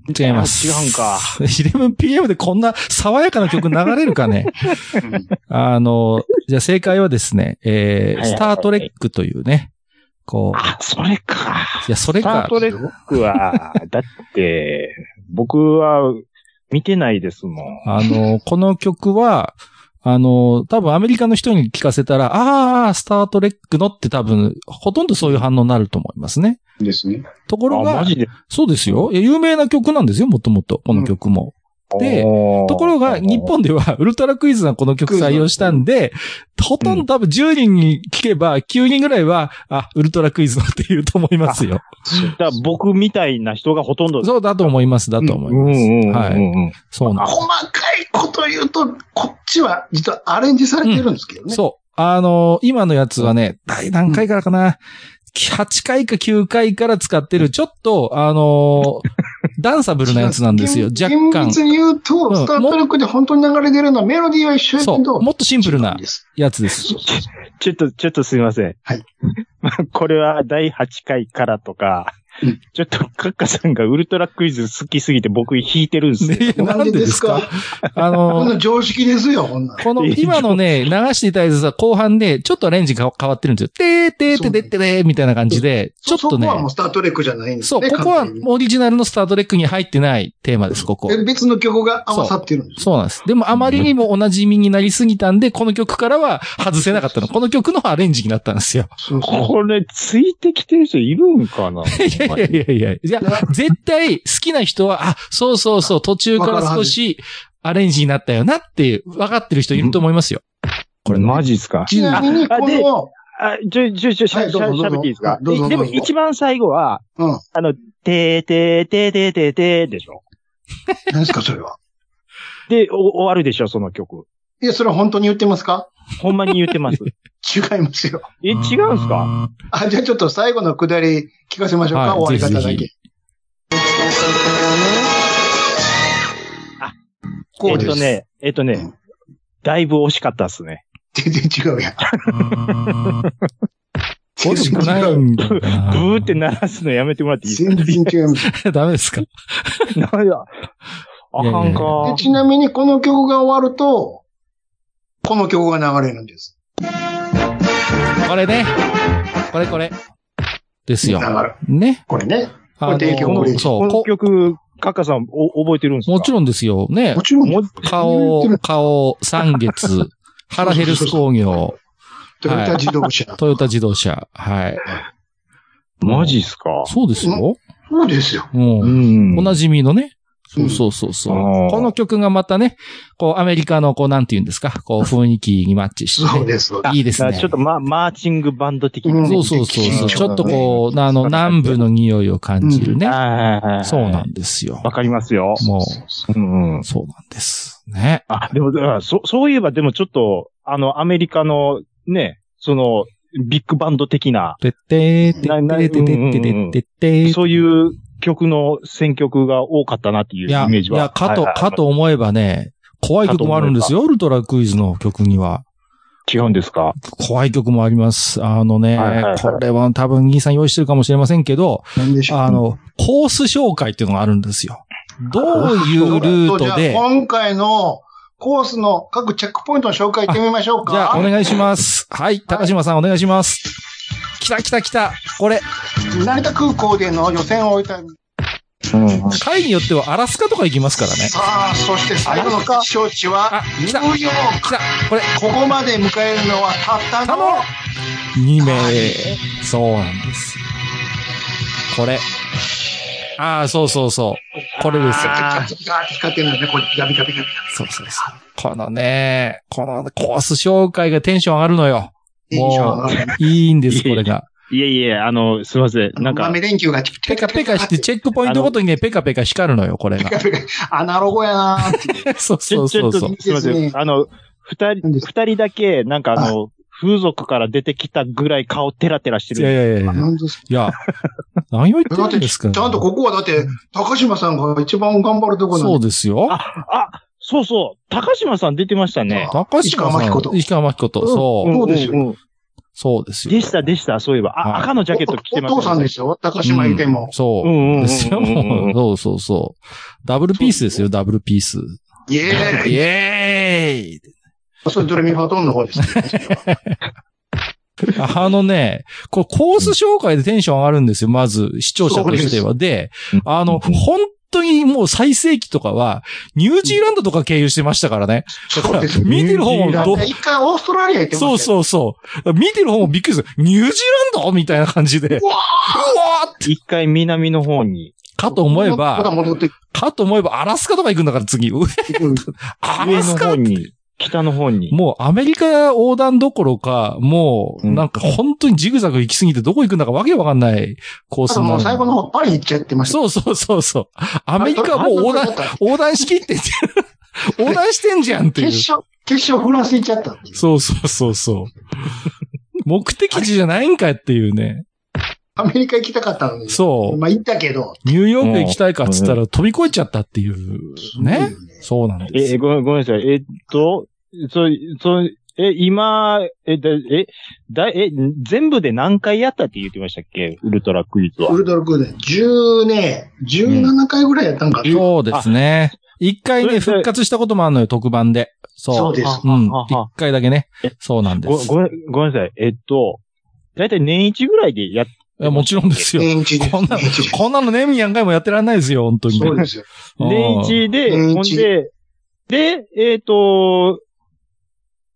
[SPEAKER 4] 違います。
[SPEAKER 3] 違うんか
[SPEAKER 4] 11pm でこんな爽やかな曲流れるかね あの、じゃあ正解はですね、
[SPEAKER 3] はいは
[SPEAKER 4] えー
[SPEAKER 3] いはい
[SPEAKER 4] スタートレックというね、こう、
[SPEAKER 3] あ、それか。
[SPEAKER 4] いや、それ
[SPEAKER 3] スター、
[SPEAKER 4] か
[SPEAKER 3] トレック は、だって、僕は見てないですもん。
[SPEAKER 4] あの、この曲は、あの、多分アメリカの人に聞かせたら、ああ、スタートレックのって多分、ほとんどそういう反応になると思いますね。
[SPEAKER 2] ですね。
[SPEAKER 4] ところ
[SPEAKER 3] あ、
[SPEAKER 4] が
[SPEAKER 3] マ、ジで。
[SPEAKER 4] そうですよ。いや有名な曲なんですよ、もともと。この曲も。でところが、日本では、 ウルトラクイズがこの曲採用したんで、ほとんど多分10人に聞けば、9人ぐらいは、あ、ウルトラクイズのって言うと思いますよ。
[SPEAKER 3] だ僕みたいな人がほとんど。
[SPEAKER 4] そうだと思います、だと思い
[SPEAKER 3] うん
[SPEAKER 4] ます。
[SPEAKER 3] うんうんうん。
[SPEAKER 4] はい。そうなんで
[SPEAKER 2] 細かいこと言うと、こっちは実はアレンジされてるんですけど
[SPEAKER 4] す。
[SPEAKER 2] ね。
[SPEAKER 4] そう。あのー今のやつはね、第何回からかな。8回か9回から使ってる、ちょっと、あのーダンサブルなやつなんですよ、若
[SPEAKER 2] 厳
[SPEAKER 4] 干。
[SPEAKER 2] 密に言うと、
[SPEAKER 4] うん
[SPEAKER 2] スタートレックで本当に流れてるのはメロディーは一緒やけ
[SPEAKER 4] そ
[SPEAKER 2] ど、
[SPEAKER 4] う。もっとシンプル
[SPEAKER 2] 違う
[SPEAKER 4] なん
[SPEAKER 2] です
[SPEAKER 4] やつです。
[SPEAKER 3] ちょっと、ちょっとすいません。
[SPEAKER 2] はい。
[SPEAKER 3] まあ、これは第8回からとか
[SPEAKER 2] うん、
[SPEAKER 3] ちょっとカッカさんがウルトラクイズ好きすぎて僕弾いてるんですね。
[SPEAKER 4] ねなんでです
[SPEAKER 2] なん
[SPEAKER 4] か
[SPEAKER 2] でで
[SPEAKER 4] あ
[SPEAKER 2] こ
[SPEAKER 4] の
[SPEAKER 2] ん
[SPEAKER 4] ー
[SPEAKER 2] な常識ですよ、こんなん。
[SPEAKER 4] この、
[SPEAKER 3] いい
[SPEAKER 4] 今のね、流していたやつは後半で、ちょっとアレンジが変わってるんですよ。てーてーてでってでーみたいな感じで、ちょっ
[SPEAKER 2] そ
[SPEAKER 4] と
[SPEAKER 2] こ
[SPEAKER 4] ね、
[SPEAKER 2] はもうスタートレックじゃないんです
[SPEAKER 4] そう、
[SPEAKER 2] ね。
[SPEAKER 4] ここは
[SPEAKER 2] 完全に
[SPEAKER 4] オリジナルのスタートレックに入ってないテーマです、ここ。
[SPEAKER 2] え別の曲が合わさってるんです。
[SPEAKER 4] そうなんです。でもあまりにもお馴染みになりすぎたんで、この曲からは外せなかったの。この曲のアレンジになったんで すよ。
[SPEAKER 2] そうそう。
[SPEAKER 3] これ、ついてきてる人いるんかない
[SPEAKER 4] やいやいやいやいや。絶対好きな人は、あ、そうそうそう、途中から少しアレンジになったよなっていう、分かってる人いると思いますよ。
[SPEAKER 3] これ、マジっすか
[SPEAKER 2] ちなみに、
[SPEAKER 3] あ
[SPEAKER 2] こ
[SPEAKER 3] で
[SPEAKER 2] の、
[SPEAKER 3] あ、ちょ、ちょ、ちょ、しゃ、
[SPEAKER 2] はい
[SPEAKER 3] し
[SPEAKER 2] どう
[SPEAKER 3] ゃ、
[SPEAKER 2] ぞどうぞ
[SPEAKER 3] 喋っていいですか
[SPEAKER 2] どうぞ
[SPEAKER 3] ででも
[SPEAKER 2] どうぞ
[SPEAKER 3] 一番最後は、
[SPEAKER 2] うん。
[SPEAKER 3] あの、てーてーてーてーてーてーでしょ
[SPEAKER 2] 何ですか、それは。
[SPEAKER 3] で、お終わるでしょ、その曲。
[SPEAKER 2] いや、それは本当に言ってますか
[SPEAKER 3] ほんまに言ってます。
[SPEAKER 2] 違いますよ。
[SPEAKER 3] え、違うんすか
[SPEAKER 2] あ、じゃあちょっと最後のくだり聞かせましょうか、
[SPEAKER 4] はい
[SPEAKER 2] 終わり方
[SPEAKER 4] ぜ
[SPEAKER 2] だ
[SPEAKER 4] ひぜ
[SPEAKER 2] け。こう
[SPEAKER 3] え
[SPEAKER 2] で
[SPEAKER 3] っ
[SPEAKER 2] す。
[SPEAKER 3] とね、えっと
[SPEAKER 2] う
[SPEAKER 3] ね
[SPEAKER 2] ん、
[SPEAKER 3] だいぶ惜しかったっすね。
[SPEAKER 2] 全然違うやん。
[SPEAKER 4] こ
[SPEAKER 2] 全
[SPEAKER 4] ういう
[SPEAKER 2] 然
[SPEAKER 4] のない
[SPEAKER 2] 違う。
[SPEAKER 4] んだよ
[SPEAKER 3] ブ
[SPEAKER 4] な
[SPEAKER 3] ーって鳴らすのやめてもらっていいです
[SPEAKER 2] 全然違います。
[SPEAKER 4] ダメですか
[SPEAKER 3] か なんや。あかんか
[SPEAKER 2] で。ちなみにこの曲が終わると、この曲が流れるんです。
[SPEAKER 4] これね。これこれ。です
[SPEAKER 2] 流
[SPEAKER 4] よ。
[SPEAKER 2] れ。
[SPEAKER 4] ね。
[SPEAKER 2] これね。
[SPEAKER 4] あ
[SPEAKER 2] これ提供
[SPEAKER 4] の
[SPEAKER 2] これ
[SPEAKER 4] そ
[SPEAKER 3] こ
[SPEAKER 4] う
[SPEAKER 3] の
[SPEAKER 4] こ。
[SPEAKER 3] 曲、カッカさん、お、覚えてるんですか
[SPEAKER 4] もちろんですよ。ね
[SPEAKER 2] も。ちろん、
[SPEAKER 3] も
[SPEAKER 4] 顔、顔、三 月、原ヘルス工業、
[SPEAKER 2] トヨタ自動車。
[SPEAKER 4] トヨタ自動車。はい。
[SPEAKER 3] マジっすか
[SPEAKER 4] そうですよ。
[SPEAKER 2] そうですよ。
[SPEAKER 4] もう
[SPEAKER 3] うん
[SPEAKER 4] おなじみのね。
[SPEAKER 2] う
[SPEAKER 4] そ
[SPEAKER 2] ん
[SPEAKER 4] うそうそうそう。
[SPEAKER 3] あー
[SPEAKER 4] この曲がまたね、こう、アメリカの、こう、なんて言うんですか、こう、雰囲気にマッチしてね、
[SPEAKER 2] そうです。そうです
[SPEAKER 4] いいです
[SPEAKER 3] だか
[SPEAKER 4] ね。
[SPEAKER 3] らちょっと、ま、マーチングバンド的
[SPEAKER 2] う
[SPEAKER 3] な。
[SPEAKER 2] ん
[SPEAKER 4] そうそうそうそ
[SPEAKER 2] 緊張感
[SPEAKER 4] う。
[SPEAKER 2] ね
[SPEAKER 4] ちょっとこう、あの、南部の匂いを感じるね。
[SPEAKER 3] はいはいはい。
[SPEAKER 4] そうなんんですよ。
[SPEAKER 3] わかりますよ。
[SPEAKER 4] も
[SPEAKER 3] うんうん
[SPEAKER 4] う、。そうなんです。ね。
[SPEAKER 3] あ、でも、だからそ、そういえばでもちょっと、あの、アメリカの、ね、その、ビッグバンド的な、
[SPEAKER 4] てってーてってーてってーてってーてってーてってー
[SPEAKER 3] そういう曲の選曲が多かったなっていう
[SPEAKER 4] いや、
[SPEAKER 3] イメージは。
[SPEAKER 4] いや、か
[SPEAKER 3] は
[SPEAKER 4] と、
[SPEAKER 3] いはい
[SPEAKER 4] かと思えばね、怖い曲もあるんですよ、ウルトラクイズの曲には。
[SPEAKER 3] 違うんですか
[SPEAKER 4] 怖い曲もあります。あのね、
[SPEAKER 3] はいはいはい
[SPEAKER 4] これは多分、銀さん用意してるかもしれませんけど、
[SPEAKER 2] なんでしょう。
[SPEAKER 4] あの、コース紹介っていうのがあるんですよ。どういうルート
[SPEAKER 2] じゃ
[SPEAKER 4] で
[SPEAKER 2] あ、今回のコースの各チェックポイントの紹介行ってみましょうか。
[SPEAKER 4] じゃあ、お願いします。はい、高島さんお願いします。来た来た来た。これ、
[SPEAKER 2] 成田空港での予選を終えた。
[SPEAKER 3] うん。
[SPEAKER 4] 回によってはアラスカとか行きますからね。
[SPEAKER 2] さあ、そして最後の決勝地は
[SPEAKER 4] あ、
[SPEAKER 2] ニ
[SPEAKER 4] 来
[SPEAKER 2] ュ
[SPEAKER 4] た
[SPEAKER 2] ーヨーク。
[SPEAKER 4] 来た。これ、
[SPEAKER 2] ここまで迎えるのはたった
[SPEAKER 4] た
[SPEAKER 2] の
[SPEAKER 4] の2名。そうなんです。これ。ああ、そうそうそう。これですよ。
[SPEAKER 2] ガチガチ光ってるんだね、これ。ガビガビガビ。
[SPEAKER 4] そうそうそう。このね、このコース紹介がテンション上がるのよ。もう、いいんです、これが。
[SPEAKER 3] いえいえ、あの、すいません。なんか
[SPEAKER 2] 豆、電球がチ
[SPEAKER 4] ペカペカして、チェックポイントごとにね、ペカペカ光るのよ、これが。
[SPEAKER 2] アナログやな ーって。
[SPEAKER 4] そう
[SPEAKER 3] ち
[SPEAKER 4] そ
[SPEAKER 3] ょ
[SPEAKER 4] う
[SPEAKER 3] ち
[SPEAKER 4] そ
[SPEAKER 3] ょ
[SPEAKER 4] う
[SPEAKER 3] っ
[SPEAKER 4] そう
[SPEAKER 3] と、。すいませ
[SPEAKER 2] ですね
[SPEAKER 3] ん。あの、二人、
[SPEAKER 2] 何です
[SPEAKER 3] 二人だけ、なんかあの、風俗から出てきたぐらい顔テラテラして
[SPEAKER 4] いやい
[SPEAKER 3] る。
[SPEAKER 4] やいやいや。
[SPEAKER 2] なんです
[SPEAKER 4] いや、何を言って
[SPEAKER 2] だっ
[SPEAKER 4] る
[SPEAKER 2] て、
[SPEAKER 4] んです
[SPEAKER 2] ちゃ
[SPEAKER 4] か
[SPEAKER 2] んとここはだって、高島さんが一番頑張るとこな
[SPEAKER 4] そ
[SPEAKER 2] ん
[SPEAKER 4] う
[SPEAKER 2] で
[SPEAKER 4] ですよ。
[SPEAKER 3] あ、そうそう。高島さん出てましたね。
[SPEAKER 4] 高
[SPEAKER 2] 石川
[SPEAKER 4] 島
[SPEAKER 2] 真紀
[SPEAKER 4] さん
[SPEAKER 2] 子と。
[SPEAKER 4] 石川真紀子と、そ
[SPEAKER 2] ん
[SPEAKER 4] う。
[SPEAKER 2] そうですよ
[SPEAKER 3] んんん
[SPEAKER 4] そうですよ。
[SPEAKER 3] でした、でした、そういえば。
[SPEAKER 4] はい
[SPEAKER 3] あ、赤のジャケット着てま
[SPEAKER 2] お
[SPEAKER 3] したね。
[SPEAKER 2] 父さんですよ、高島
[SPEAKER 4] う
[SPEAKER 2] い
[SPEAKER 4] ん
[SPEAKER 2] ても。
[SPEAKER 4] そ
[SPEAKER 3] うんうんうんうんう
[SPEAKER 4] う。
[SPEAKER 3] ん
[SPEAKER 4] ですよ。もうそうそうそう。ダブルピースですよ、ダブルピース。
[SPEAKER 2] イエー
[SPEAKER 4] イ
[SPEAKER 2] イ
[SPEAKER 4] エーイ
[SPEAKER 2] それドレミファトンの方ですね。
[SPEAKER 4] あのね、これコース紹介でテンション上がるんですよ、まず、視聴者としては。で、あの、本当にもう最盛期とかは、ニュージーランドとか経由してましたからね。だか
[SPEAKER 2] そう
[SPEAKER 4] ら
[SPEAKER 2] です、ね。
[SPEAKER 4] 見てる方も
[SPEAKER 3] ニュージーラン
[SPEAKER 4] ど
[SPEAKER 3] ド、
[SPEAKER 2] 一回オーストラリア行ってました
[SPEAKER 4] そうそうそう。見てる方もびっくりする。ニュージーランドみたいな感じで。うわーっ て。
[SPEAKER 3] 一回南の方に。
[SPEAKER 4] かと思え
[SPEAKER 2] また
[SPEAKER 4] ば、
[SPEAKER 2] 戻って
[SPEAKER 4] かと思えばアラスカとか行くんだから次。うえ
[SPEAKER 2] くる。
[SPEAKER 4] ア
[SPEAKER 3] 上
[SPEAKER 4] ラ
[SPEAKER 3] の
[SPEAKER 4] ス
[SPEAKER 3] 方
[SPEAKER 4] カ
[SPEAKER 3] に、北の方に。
[SPEAKER 4] もうアメリカ横断どころか、もう
[SPEAKER 3] うん
[SPEAKER 4] なんか本当にジグザグ行き過ぎてどこ行くんだかわけわかんないコー
[SPEAKER 2] あ
[SPEAKER 4] ス
[SPEAKER 2] と
[SPEAKER 4] にな
[SPEAKER 2] もう
[SPEAKER 4] る
[SPEAKER 2] 最後の方、パリ行っちゃってました。
[SPEAKER 4] そうそうそうそう。ア
[SPEAKER 2] ア
[SPEAKER 4] メリカはもう横断、
[SPEAKER 2] 決
[SPEAKER 4] 横断しきってんじゃん。横断してんじゃんっていう。
[SPEAKER 2] 勝、決勝フランス行っちゃったっていう。
[SPEAKER 4] そうそうそうそう。目的地じゃないんかっていうね。
[SPEAKER 2] アメリカ行きたかったのに。
[SPEAKER 4] そう。
[SPEAKER 2] まあ行ったけど。
[SPEAKER 4] ニューヨーク行きたいかっつったら飛び越えちゃったっていう。ね。そうなん
[SPEAKER 3] え、
[SPEAKER 4] です
[SPEAKER 3] え
[SPEAKER 4] よ。
[SPEAKER 3] ごめん、ごめんなさい。えっと、そ、そ、え、今、え、だ、え、だ、え、全部で何回やったって言ってましたっけウルトラクイズ
[SPEAKER 2] ウ
[SPEAKER 3] は。
[SPEAKER 2] ルトラクイズ、10ね、17回ぐらいやったんかな。
[SPEAKER 4] そうですね。一回ね、
[SPEAKER 3] それ
[SPEAKER 4] 復活したこともあるのよ、特番で。
[SPEAKER 2] そ
[SPEAKER 4] そう
[SPEAKER 2] う。です。
[SPEAKER 4] うん。
[SPEAKER 3] ああ
[SPEAKER 4] 一回だけね
[SPEAKER 3] え。
[SPEAKER 4] そうなんで
[SPEAKER 3] ご、
[SPEAKER 4] す。
[SPEAKER 3] ごめん、ごめんなさい。えっと、だいたい年一ぐらいでやっ、
[SPEAKER 4] いやもちろんですよ。
[SPEAKER 2] 年一です
[SPEAKER 4] こんなの
[SPEAKER 2] 年一
[SPEAKER 4] こんなの年に何回もやってらんないですよ、本当に。
[SPEAKER 2] そうですよ。
[SPEAKER 4] うん
[SPEAKER 3] 年一で、
[SPEAKER 2] 年一
[SPEAKER 3] ほんで、で、えっと、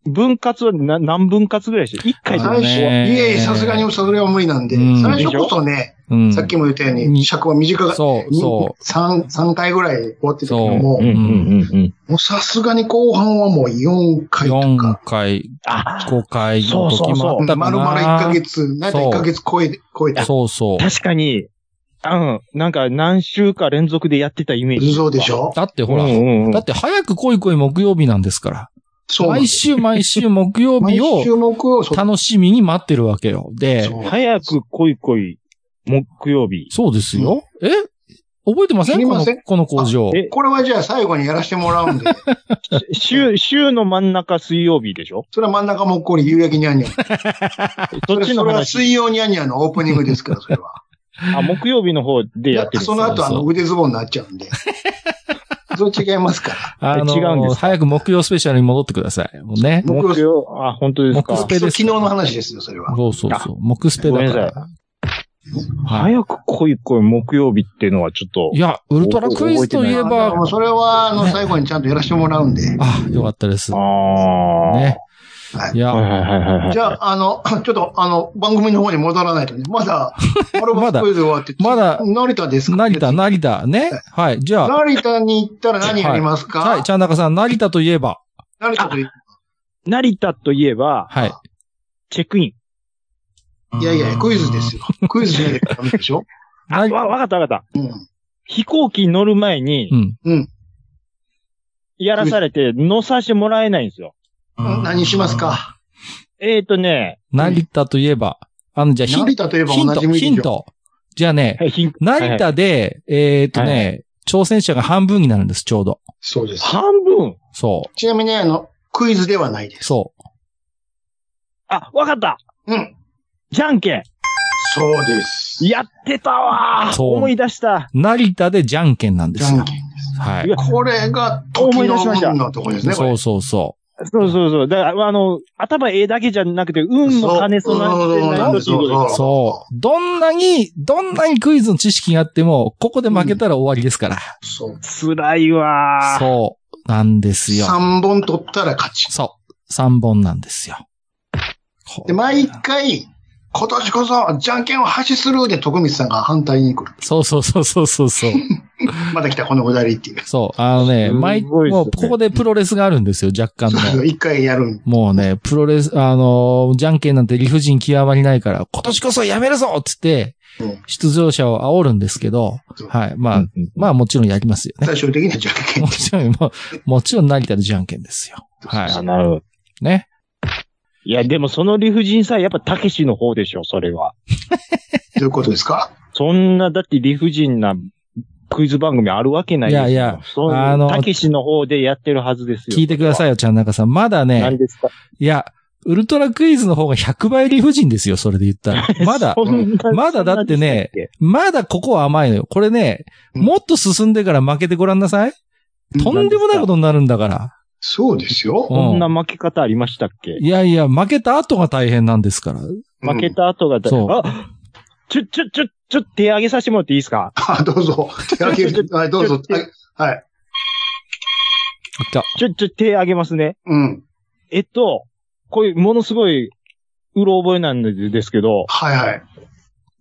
[SPEAKER 3] 分割はな何分割ぐらいして、一回
[SPEAKER 2] 最
[SPEAKER 3] で
[SPEAKER 4] あの
[SPEAKER 2] 初、い
[SPEAKER 4] ね
[SPEAKER 2] えいえ、さすがにそれは無理なんで
[SPEAKER 4] うん、
[SPEAKER 2] 最初こそね、
[SPEAKER 4] うん
[SPEAKER 2] さっきも言ったよう
[SPEAKER 4] うん
[SPEAKER 2] に、尺は短かった。
[SPEAKER 4] そう、そう。
[SPEAKER 2] 3、三回ぐらい終わってたけども
[SPEAKER 3] うん、うん、うん、うん。
[SPEAKER 2] もうさすがに後半はもう4回と
[SPEAKER 4] 4
[SPEAKER 2] か。
[SPEAKER 4] 回、
[SPEAKER 3] あ、
[SPEAKER 4] 5回の時もあ
[SPEAKER 2] う
[SPEAKER 4] っ
[SPEAKER 2] ん
[SPEAKER 4] たか
[SPEAKER 2] 丸
[SPEAKER 4] な。
[SPEAKER 2] 々1ヶ月、なんか1ヶ月超え、超えた。
[SPEAKER 4] そうそう。
[SPEAKER 3] 確かに、うん、なんか何週か連続でやってたイメージ。
[SPEAKER 2] そうでしょ
[SPEAKER 4] だってほら、
[SPEAKER 3] うんうんうん
[SPEAKER 4] だって早く来い来い木曜日なんですから。
[SPEAKER 2] そうなん
[SPEAKER 4] 毎
[SPEAKER 2] です。
[SPEAKER 4] 週毎週木曜日を
[SPEAKER 2] 毎週木曜、そう
[SPEAKER 4] 楽しみに待ってるわけよ。で、
[SPEAKER 2] そう
[SPEAKER 3] 早く来い来い、木曜日。
[SPEAKER 4] そうですよ。え覚えてません
[SPEAKER 2] 知り
[SPEAKER 4] こ
[SPEAKER 2] ま
[SPEAKER 4] の
[SPEAKER 2] せん
[SPEAKER 4] この工場
[SPEAKER 3] あ。え
[SPEAKER 2] これはじゃあ最後にやらせてもらうんで、
[SPEAKER 3] 週、週の真ん中水曜日でしょ
[SPEAKER 2] それは真ん中もっこり夕焼けにゃんにゃん。
[SPEAKER 3] そっちの
[SPEAKER 2] それは
[SPEAKER 3] 話。
[SPEAKER 2] 水曜にゃんにゃんのオープニングですから、それは。
[SPEAKER 3] あ、木曜日の方でやってる。
[SPEAKER 2] その後、あ
[SPEAKER 4] そうそう
[SPEAKER 2] の、腕ズボンになっちゃうん で。それ違いますから。
[SPEAKER 4] あの
[SPEAKER 3] 違うんです
[SPEAKER 4] 早く木曜スペシャルに戻ってください。もうね。
[SPEAKER 3] 木曜、あ、本当です
[SPEAKER 4] 木
[SPEAKER 3] か
[SPEAKER 4] ス。ペ
[SPEAKER 2] 昨
[SPEAKER 4] です。
[SPEAKER 2] 日の話ですよ、それは。
[SPEAKER 4] そうそうそう。木スペだか
[SPEAKER 3] ごめんな
[SPEAKER 4] ら。はい。
[SPEAKER 3] 早く来い来い、木曜日っていうのはちょっと
[SPEAKER 4] い。や、ウルトラクイズといえ
[SPEAKER 2] あ
[SPEAKER 4] ば
[SPEAKER 2] の、それは、あの、
[SPEAKER 4] ね
[SPEAKER 2] 最後にちゃんとやらせてもらうんで。
[SPEAKER 4] あ、よかったです。
[SPEAKER 3] ああ。
[SPEAKER 4] ね。
[SPEAKER 2] はい
[SPEAKER 4] いや、
[SPEAKER 3] はいはいはいはいはい。
[SPEAKER 2] じゃあ、あの、 ちょっと、あの、番組の方に戻らないとね。まだ、マルバスクイズ終わって、
[SPEAKER 4] まだ
[SPEAKER 2] 成田ですか
[SPEAKER 4] 成田、成田、ね。はい。じゃあ、
[SPEAKER 2] 成田に行ったら何やりますか、
[SPEAKER 4] はい、ちゃんなかさん、成田といえば、
[SPEAKER 2] 成田とい
[SPEAKER 3] 成田といえば、
[SPEAKER 4] はい。
[SPEAKER 3] チェックイン。
[SPEAKER 2] いやいや、クイズですよ。クイズしないでダメでしょ
[SPEAKER 3] あ、わ、わかったわかった。
[SPEAKER 2] うん。
[SPEAKER 3] 飛行機に乗る前に
[SPEAKER 4] う、ん。
[SPEAKER 3] やらされて、乗させてもらえないんですよ。
[SPEAKER 2] 何しますか
[SPEAKER 3] えーとね、
[SPEAKER 4] 成田といえば、あの、じゃあヒン
[SPEAKER 2] 成田といえば
[SPEAKER 4] ヒ
[SPEAKER 2] お
[SPEAKER 4] ン
[SPEAKER 2] な
[SPEAKER 4] ト、
[SPEAKER 2] じみで
[SPEAKER 4] ヒ
[SPEAKER 2] し
[SPEAKER 4] ン
[SPEAKER 2] ょ
[SPEAKER 4] ト。じゃあ ね、
[SPEAKER 3] はい、ヒント。
[SPEAKER 4] 成田で、えーっと
[SPEAKER 3] は
[SPEAKER 4] ね、挑戦者が半分になるんです、ちょうど。
[SPEAKER 2] そうです。
[SPEAKER 3] 半分
[SPEAKER 4] そ
[SPEAKER 2] ちなみに、あの、クイズではないで
[SPEAKER 4] う。
[SPEAKER 2] す。
[SPEAKER 4] そう。
[SPEAKER 3] あ、わかった
[SPEAKER 2] うん。
[SPEAKER 3] じゃんけん
[SPEAKER 2] そうです。
[SPEAKER 3] やってたわー
[SPEAKER 4] そう
[SPEAKER 3] 思い出した
[SPEAKER 4] 成田でじゃんけんなんで
[SPEAKER 2] じ
[SPEAKER 4] す
[SPEAKER 2] ゃん
[SPEAKER 4] よ
[SPEAKER 2] け。んです。
[SPEAKER 4] はい
[SPEAKER 3] いや。
[SPEAKER 2] これが、
[SPEAKER 3] 思
[SPEAKER 2] 時
[SPEAKER 3] い出
[SPEAKER 2] の
[SPEAKER 3] しました
[SPEAKER 2] 運のとこですね、こ
[SPEAKER 4] そ
[SPEAKER 2] れ
[SPEAKER 4] う。そうそ
[SPEAKER 3] そうそうそう。だから、あの、頭ええだけじゃなくて、運も兼ね備えてないとっていうこと
[SPEAKER 2] そう
[SPEAKER 4] う。そう。どんなに、どんなにクイズの知識があっても、ここで負けたら終わりですから。
[SPEAKER 2] そう。
[SPEAKER 3] 辛いわー。
[SPEAKER 4] そう。なんですよ。
[SPEAKER 2] 3本取ったら勝ち。
[SPEAKER 4] そう。3本なんですよ。こ
[SPEAKER 2] で、毎回、今年こそ、じゃんけんを発するで、徳光さんが反対に来る。
[SPEAKER 4] そうそうそうそうそ うそう。
[SPEAKER 2] また来た、この二人っていう。
[SPEAKER 4] そう。あのね、
[SPEAKER 3] すごいっ
[SPEAKER 4] 毎、
[SPEAKER 3] すね
[SPEAKER 4] もうここでプロレスがあるんですよ、若干の。
[SPEAKER 2] 一回やるん。
[SPEAKER 4] もうね、プロレス、あのーじゃんけんなんて理不尽極まりないから、今年こそやめるぞっつって
[SPEAKER 2] うん、
[SPEAKER 4] 出場者を煽るんですけど
[SPEAKER 2] そう、
[SPEAKER 4] はい。まあ、まあもちろんやりますよね。
[SPEAKER 2] 最終的にはじゃんけん
[SPEAKER 4] も。ちろん、もうもちろん成田でじゃんけんですよ。は
[SPEAKER 3] なるほど。
[SPEAKER 4] い。ね。
[SPEAKER 3] いや、でもその理不尽さ、やっぱたけしの方でしょ、それは。
[SPEAKER 2] どういうことですか
[SPEAKER 3] そんな、だって理不尽なクイズ番組あるわけないですよ。
[SPEAKER 4] いやいや
[SPEAKER 3] そ
[SPEAKER 4] あの
[SPEAKER 3] の、たけしの方でやってるはずですよ。
[SPEAKER 4] 聞いてくださいよ、ちゃんなかさん。まだ
[SPEAKER 3] 何
[SPEAKER 4] ね、
[SPEAKER 3] ですか
[SPEAKER 4] いや、ウルトラクイズの方が100倍理不尽ですよ、それで言ったら。 まだ、
[SPEAKER 3] そんな
[SPEAKER 4] まだだっ
[SPEAKER 3] そ
[SPEAKER 4] てね
[SPEAKER 3] んなでし
[SPEAKER 4] まだここは甘いのよ。これね、
[SPEAKER 2] うん
[SPEAKER 4] もっと進んでから負けてごらんなさい。とんでもないことになるんだから。
[SPEAKER 2] そうです
[SPEAKER 3] た
[SPEAKER 4] う
[SPEAKER 2] よ。
[SPEAKER 3] っけこんな負け方ありましたっけ
[SPEAKER 4] いやいや、負けた後が大変なんですから。
[SPEAKER 3] 負けた後がだ、
[SPEAKER 4] そう
[SPEAKER 3] あちょ、ちょ、ちょ、ちょ、手上げさせてもらっていいですか
[SPEAKER 2] あ、どうぞ。手挙 げる。はい、どうぞ。はいはい。
[SPEAKER 4] じゃ
[SPEAKER 3] ちょ、ちょ、手上げますね。
[SPEAKER 2] うん。
[SPEAKER 3] えっと、こういうものすごい、うろ覚えなんですけど、
[SPEAKER 2] はいはい。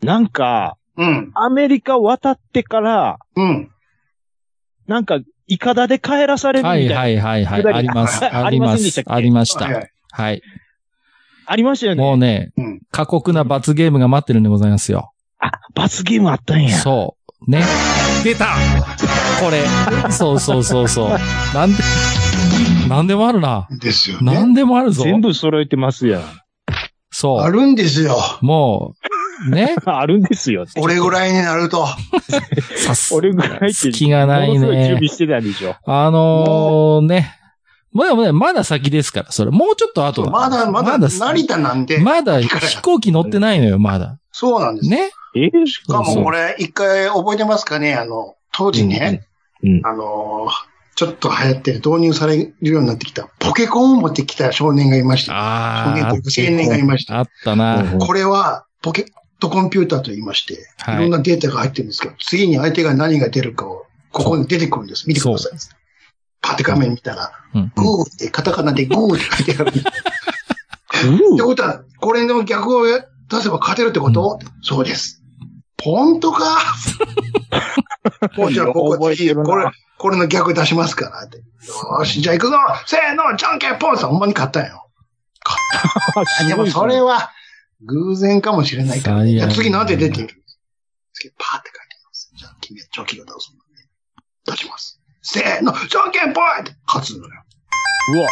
[SPEAKER 3] なんか、
[SPEAKER 2] うん。
[SPEAKER 3] アメリカ渡ってから、
[SPEAKER 2] うん。
[SPEAKER 3] なんか、イカダで帰らされるみ
[SPEAKER 4] は
[SPEAKER 3] たい
[SPEAKER 4] い
[SPEAKER 3] な。
[SPEAKER 4] はいはいはい。
[SPEAKER 3] 下り
[SPEAKER 4] あります。
[SPEAKER 3] あ
[SPEAKER 4] ありま
[SPEAKER 3] ありませんでし
[SPEAKER 4] す
[SPEAKER 3] たっ。け
[SPEAKER 4] ありまし
[SPEAKER 2] はいは
[SPEAKER 4] た。
[SPEAKER 2] い。
[SPEAKER 4] はい。
[SPEAKER 3] ありましたよね。
[SPEAKER 4] もうね
[SPEAKER 2] うん、
[SPEAKER 4] 過酷な罰ゲームが待ってるんでございますよ。
[SPEAKER 3] あ、罰ゲームあったんや。
[SPEAKER 4] そう。ね。出たこれ。そうそうそうそう。なんで、なんでもあるな。
[SPEAKER 2] ですよ
[SPEAKER 4] な
[SPEAKER 2] ね。
[SPEAKER 4] んでもあるぞ。
[SPEAKER 3] 全部揃えてますやん。
[SPEAKER 4] そ
[SPEAKER 2] あ
[SPEAKER 4] う。
[SPEAKER 2] るんですよ。
[SPEAKER 4] も う、ね。
[SPEAKER 3] あるんですよ。
[SPEAKER 2] 俺ぐらいになると。
[SPEAKER 4] さす
[SPEAKER 3] 俺ぐらいって
[SPEAKER 4] 隙がない
[SPEAKER 3] ものすごい準
[SPEAKER 4] ね
[SPEAKER 3] 備。してたんでしょ。
[SPEAKER 4] あのー、ね。まだまだ、まだ先ですから、それ。もうちょっと後だ。
[SPEAKER 2] まだまだ、成田なんで。
[SPEAKER 4] まだ
[SPEAKER 2] から
[SPEAKER 4] 飛行機乗ってないの よ、まだ。
[SPEAKER 2] そうなんです。
[SPEAKER 4] ね。
[SPEAKER 3] ええ
[SPEAKER 2] しかもこれ、一回覚えてますかねあの、当時ね、
[SPEAKER 3] うんうん
[SPEAKER 2] あのー、ちょっと流行ってる、導入されるようになってきた、ポケコンを持ってきた少年がいました。
[SPEAKER 4] あ
[SPEAKER 2] 少年年がいまし
[SPEAKER 4] あ、あ
[SPEAKER 2] た。
[SPEAKER 4] ったな。
[SPEAKER 2] これは、ポケットコンピューターと言いまして、い、
[SPEAKER 4] は
[SPEAKER 2] ろん
[SPEAKER 4] い。
[SPEAKER 2] なデータが入ってるんですけど、次に相手が何が出るかを、ここに出てくるんです。見てください。パッて画面見たら、
[SPEAKER 4] うん
[SPEAKER 2] グーって、カタカナでグーって書いてある。って
[SPEAKER 3] うー
[SPEAKER 2] ことは、これの逆を出せば勝てるってこと、そうです。本 当かもうじゃあ、ここ
[SPEAKER 3] 覚えて
[SPEAKER 2] 次、
[SPEAKER 3] るな
[SPEAKER 2] これ、これの逆出しますからって。よーし、じゃあ行くぞせーのじゃんけんぽんさん、ほんまに勝ったんよ。
[SPEAKER 3] あすごい
[SPEAKER 2] でもそれは、偶然かもしれないから、
[SPEAKER 4] 最悪
[SPEAKER 2] じゃあ次なんて出てる次、パーって書いてきます。じゃあ、君はチョキが出すのね。出します。せーのじゃんけんぽんって勝つのよ。
[SPEAKER 3] うわ、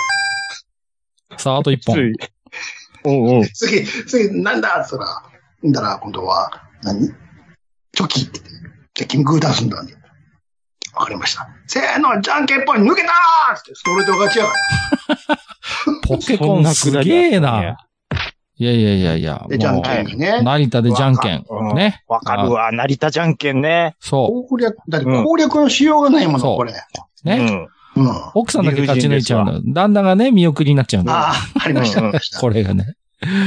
[SPEAKER 4] さあ、あと一
[SPEAKER 3] きつ
[SPEAKER 4] 本。
[SPEAKER 3] い。うんうん。
[SPEAKER 2] 次、次、なんだっつったら、んだら、今度は、何チョキって。じゃあ、君グー出すんだね。わかりました。せーの、じゃんけんぽい、抜けたーつって、ストレート勝ちやから。
[SPEAKER 4] ポケコンすげえな。。いやいやいやいや。
[SPEAKER 2] で、じゃ
[SPEAKER 4] も
[SPEAKER 2] ん
[SPEAKER 4] う
[SPEAKER 2] けんがね。
[SPEAKER 4] 成田でじゃんけん
[SPEAKER 3] う。ん
[SPEAKER 4] ね。
[SPEAKER 3] わかるわ、成田じゃんけんね。
[SPEAKER 4] そ
[SPEAKER 2] 攻略、だって攻略のしようがないも
[SPEAKER 4] そ
[SPEAKER 2] の、
[SPEAKER 4] う
[SPEAKER 2] これ。
[SPEAKER 4] う。ね。
[SPEAKER 3] うん
[SPEAKER 2] うん。
[SPEAKER 4] 奥さんだけ勝ち抜いちゃうの。旦那がね、見送りになっちゃうの。
[SPEAKER 2] ああ、ありました、ありました。
[SPEAKER 4] これがね。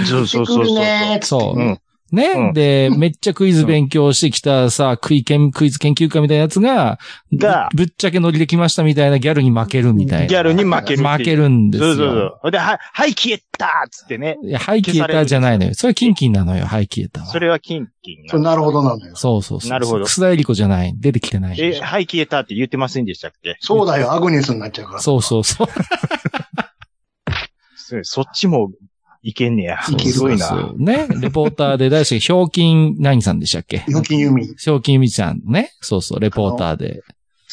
[SPEAKER 3] そうそうそう
[SPEAKER 2] 出てく
[SPEAKER 3] そう。
[SPEAKER 2] るねー
[SPEAKER 4] そう。
[SPEAKER 3] うん
[SPEAKER 4] ね、
[SPEAKER 3] うん
[SPEAKER 4] で、めっちゃクイズ勉強してきたさ、クイケン、クイズ研究家みたいなやつが、
[SPEAKER 3] が
[SPEAKER 4] ぶぶっちゃけ乗りできましたみたいなギャルに負けるみたいな。
[SPEAKER 3] ギャルに負けるっていう。
[SPEAKER 4] 負けるんです
[SPEAKER 3] そ
[SPEAKER 4] よ。
[SPEAKER 3] うそうそう。ほんで、は、はい、消えたっつってね。
[SPEAKER 4] いや、はい消えたじゃないのよ。それキンキンなのよ、はい消えたは。
[SPEAKER 3] それはキンキン
[SPEAKER 2] そ
[SPEAKER 3] な
[SPEAKER 2] う。なるほどなのよ。
[SPEAKER 4] そうそうそう。
[SPEAKER 3] なるほど
[SPEAKER 4] 楠田絵理子じゃない。出てきてない。
[SPEAKER 3] え、はい、消えたって言ってませんでしたっけ
[SPEAKER 2] そうだよ、アグネスになっちゃうから。
[SPEAKER 4] そうそうそう。
[SPEAKER 3] そそっちもいけんねや。
[SPEAKER 2] いける
[SPEAKER 3] すごい
[SPEAKER 4] そ
[SPEAKER 3] な。
[SPEAKER 4] うね。レポーターで、大好き、ひょうきん、何さんでしたっけ
[SPEAKER 2] よきゆみ。
[SPEAKER 4] ひょうきんみちゃんね。そうそう、レポーターで。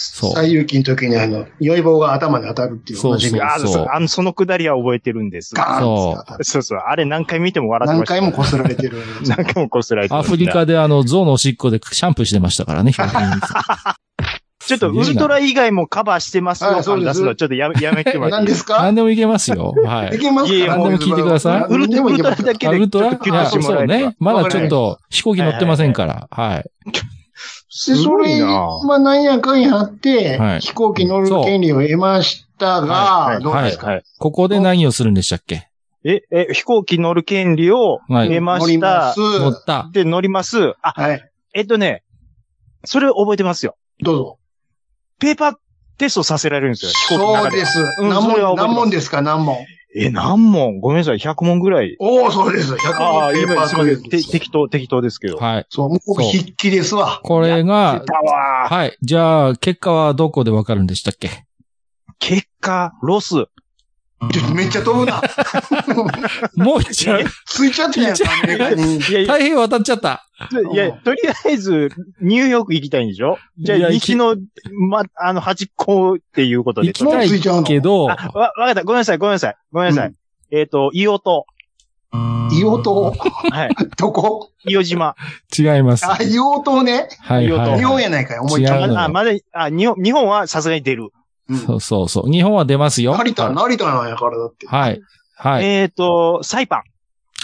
[SPEAKER 4] そう
[SPEAKER 2] 最有機の時にあの、酔い棒が頭に当たるっていう
[SPEAKER 4] そう
[SPEAKER 2] おなじみ
[SPEAKER 3] あ
[SPEAKER 4] そう
[SPEAKER 3] そうあの、そのくだりは覚えてるんです。
[SPEAKER 2] ガーンって当たる
[SPEAKER 3] そうそう。あれ何回見ても笑って
[SPEAKER 2] 何
[SPEAKER 3] ました。
[SPEAKER 2] 回も擦られて る。
[SPEAKER 3] 何回もこすられてま
[SPEAKER 4] ア
[SPEAKER 3] した
[SPEAKER 4] フリカであの、象のおしっこでシャンプーしてましたか らね、標準
[SPEAKER 3] ちょっとウルトラ以外もカバーしてます
[SPEAKER 2] は
[SPEAKER 3] よ
[SPEAKER 2] いそう
[SPEAKER 3] 感
[SPEAKER 2] です
[SPEAKER 3] 出すの。ちょっとやめやめてもらっ
[SPEAKER 2] 何
[SPEAKER 3] てい
[SPEAKER 2] で
[SPEAKER 3] い
[SPEAKER 2] すか
[SPEAKER 4] 何でもいけますよ。はい
[SPEAKER 2] で。きます
[SPEAKER 3] いえいえ
[SPEAKER 2] か
[SPEAKER 3] もう
[SPEAKER 4] 聞いてください
[SPEAKER 2] あ
[SPEAKER 3] ウルト
[SPEAKER 2] で
[SPEAKER 3] ラ
[SPEAKER 2] も
[SPEAKER 3] ウ
[SPEAKER 2] いけ
[SPEAKER 3] ルト
[SPEAKER 2] ま
[SPEAKER 3] ラ
[SPEAKER 2] す
[SPEAKER 3] だけ
[SPEAKER 4] あ
[SPEAKER 3] で
[SPEAKER 4] ウル
[SPEAKER 3] ち
[SPEAKER 4] ト
[SPEAKER 3] ょ
[SPEAKER 4] ラ
[SPEAKER 3] っとキュッ
[SPEAKER 4] あ
[SPEAKER 3] としても
[SPEAKER 4] そ
[SPEAKER 3] ら
[SPEAKER 4] う
[SPEAKER 3] えれば
[SPEAKER 4] ね。まだちょっ
[SPEAKER 3] わ
[SPEAKER 4] と飛行機乗ってませんから。はい。
[SPEAKER 2] で、それ、
[SPEAKER 3] すごいな
[SPEAKER 2] まあ、なんやかんやあって、
[SPEAKER 4] はい
[SPEAKER 2] 飛行機乗る権利を得ましたが、
[SPEAKER 3] はい
[SPEAKER 2] どうですか、
[SPEAKER 3] はい。
[SPEAKER 4] ここで何をするんでしたっけ
[SPEAKER 3] え、え、飛行機乗る権利を
[SPEAKER 4] はい
[SPEAKER 3] 得ま
[SPEAKER 2] 乗り
[SPEAKER 3] した
[SPEAKER 2] ます。。
[SPEAKER 4] 乗った。
[SPEAKER 3] で、乗ります。あ、
[SPEAKER 2] はい。
[SPEAKER 3] えっとね、それ覚えてますよ。
[SPEAKER 2] どうぞ。
[SPEAKER 3] ペーパーテストさせられるんですよ。飛行機の
[SPEAKER 2] そう
[SPEAKER 3] 中で
[SPEAKER 2] で。す。
[SPEAKER 3] うん
[SPEAKER 2] 何
[SPEAKER 3] それは覚えて
[SPEAKER 2] 問、
[SPEAKER 3] ます
[SPEAKER 2] 何問ですか、何問。
[SPEAKER 3] え、何問ごめんなさい。100問ぐらい。
[SPEAKER 2] おおそうです。100
[SPEAKER 3] ああ、
[SPEAKER 2] 問ペーパ
[SPEAKER 3] 今、
[SPEAKER 2] ー
[SPEAKER 3] すみません。
[SPEAKER 2] クイ
[SPEAKER 3] て
[SPEAKER 2] ズです。
[SPEAKER 3] 適当、適当ですけど。
[SPEAKER 4] はい。
[SPEAKER 2] そう、もう僕
[SPEAKER 4] そう
[SPEAKER 2] 筆記ですわ。
[SPEAKER 4] これが
[SPEAKER 3] 出、たわー
[SPEAKER 4] はい。じゃあ、結果はどこでわかるんでしたっけ
[SPEAKER 3] 結果、ロス。
[SPEAKER 2] ちょめっちゃ飛ぶな。
[SPEAKER 4] もう一回、
[SPEAKER 2] ついちゃってんやん、アメリカに。
[SPEAKER 3] いやいや
[SPEAKER 4] 太平洋渡っちゃった。
[SPEAKER 3] いや、とりあえず、ニューヨーク行きたいんでしょじゃあ、
[SPEAKER 4] いや
[SPEAKER 3] 西の、ま、あの、端っこっていうことで。
[SPEAKER 4] 行きたい けど、
[SPEAKER 3] あ、わ、わかった。ごめんなさい、ごめんなさい。ごめんなさい。
[SPEAKER 2] う
[SPEAKER 3] えっ、と、伊予島。
[SPEAKER 2] 硫黄島、
[SPEAKER 3] はい。
[SPEAKER 2] どこ
[SPEAKER 3] 伊予島。
[SPEAKER 4] 違います。
[SPEAKER 2] あ、
[SPEAKER 4] は
[SPEAKER 2] 硫黄島ね。
[SPEAKER 4] い
[SPEAKER 3] あ
[SPEAKER 4] は
[SPEAKER 2] 日
[SPEAKER 4] い。
[SPEAKER 2] 本やないかい、思いっきり
[SPEAKER 4] 違うの
[SPEAKER 3] あ、まだ、あ、日本、日本はさすがに出る。
[SPEAKER 2] うん
[SPEAKER 4] そうそうそう。日本は出ますよ。
[SPEAKER 2] 成田、成田なんやからだって。
[SPEAKER 4] はい。はい。
[SPEAKER 3] えっ、と、サイパ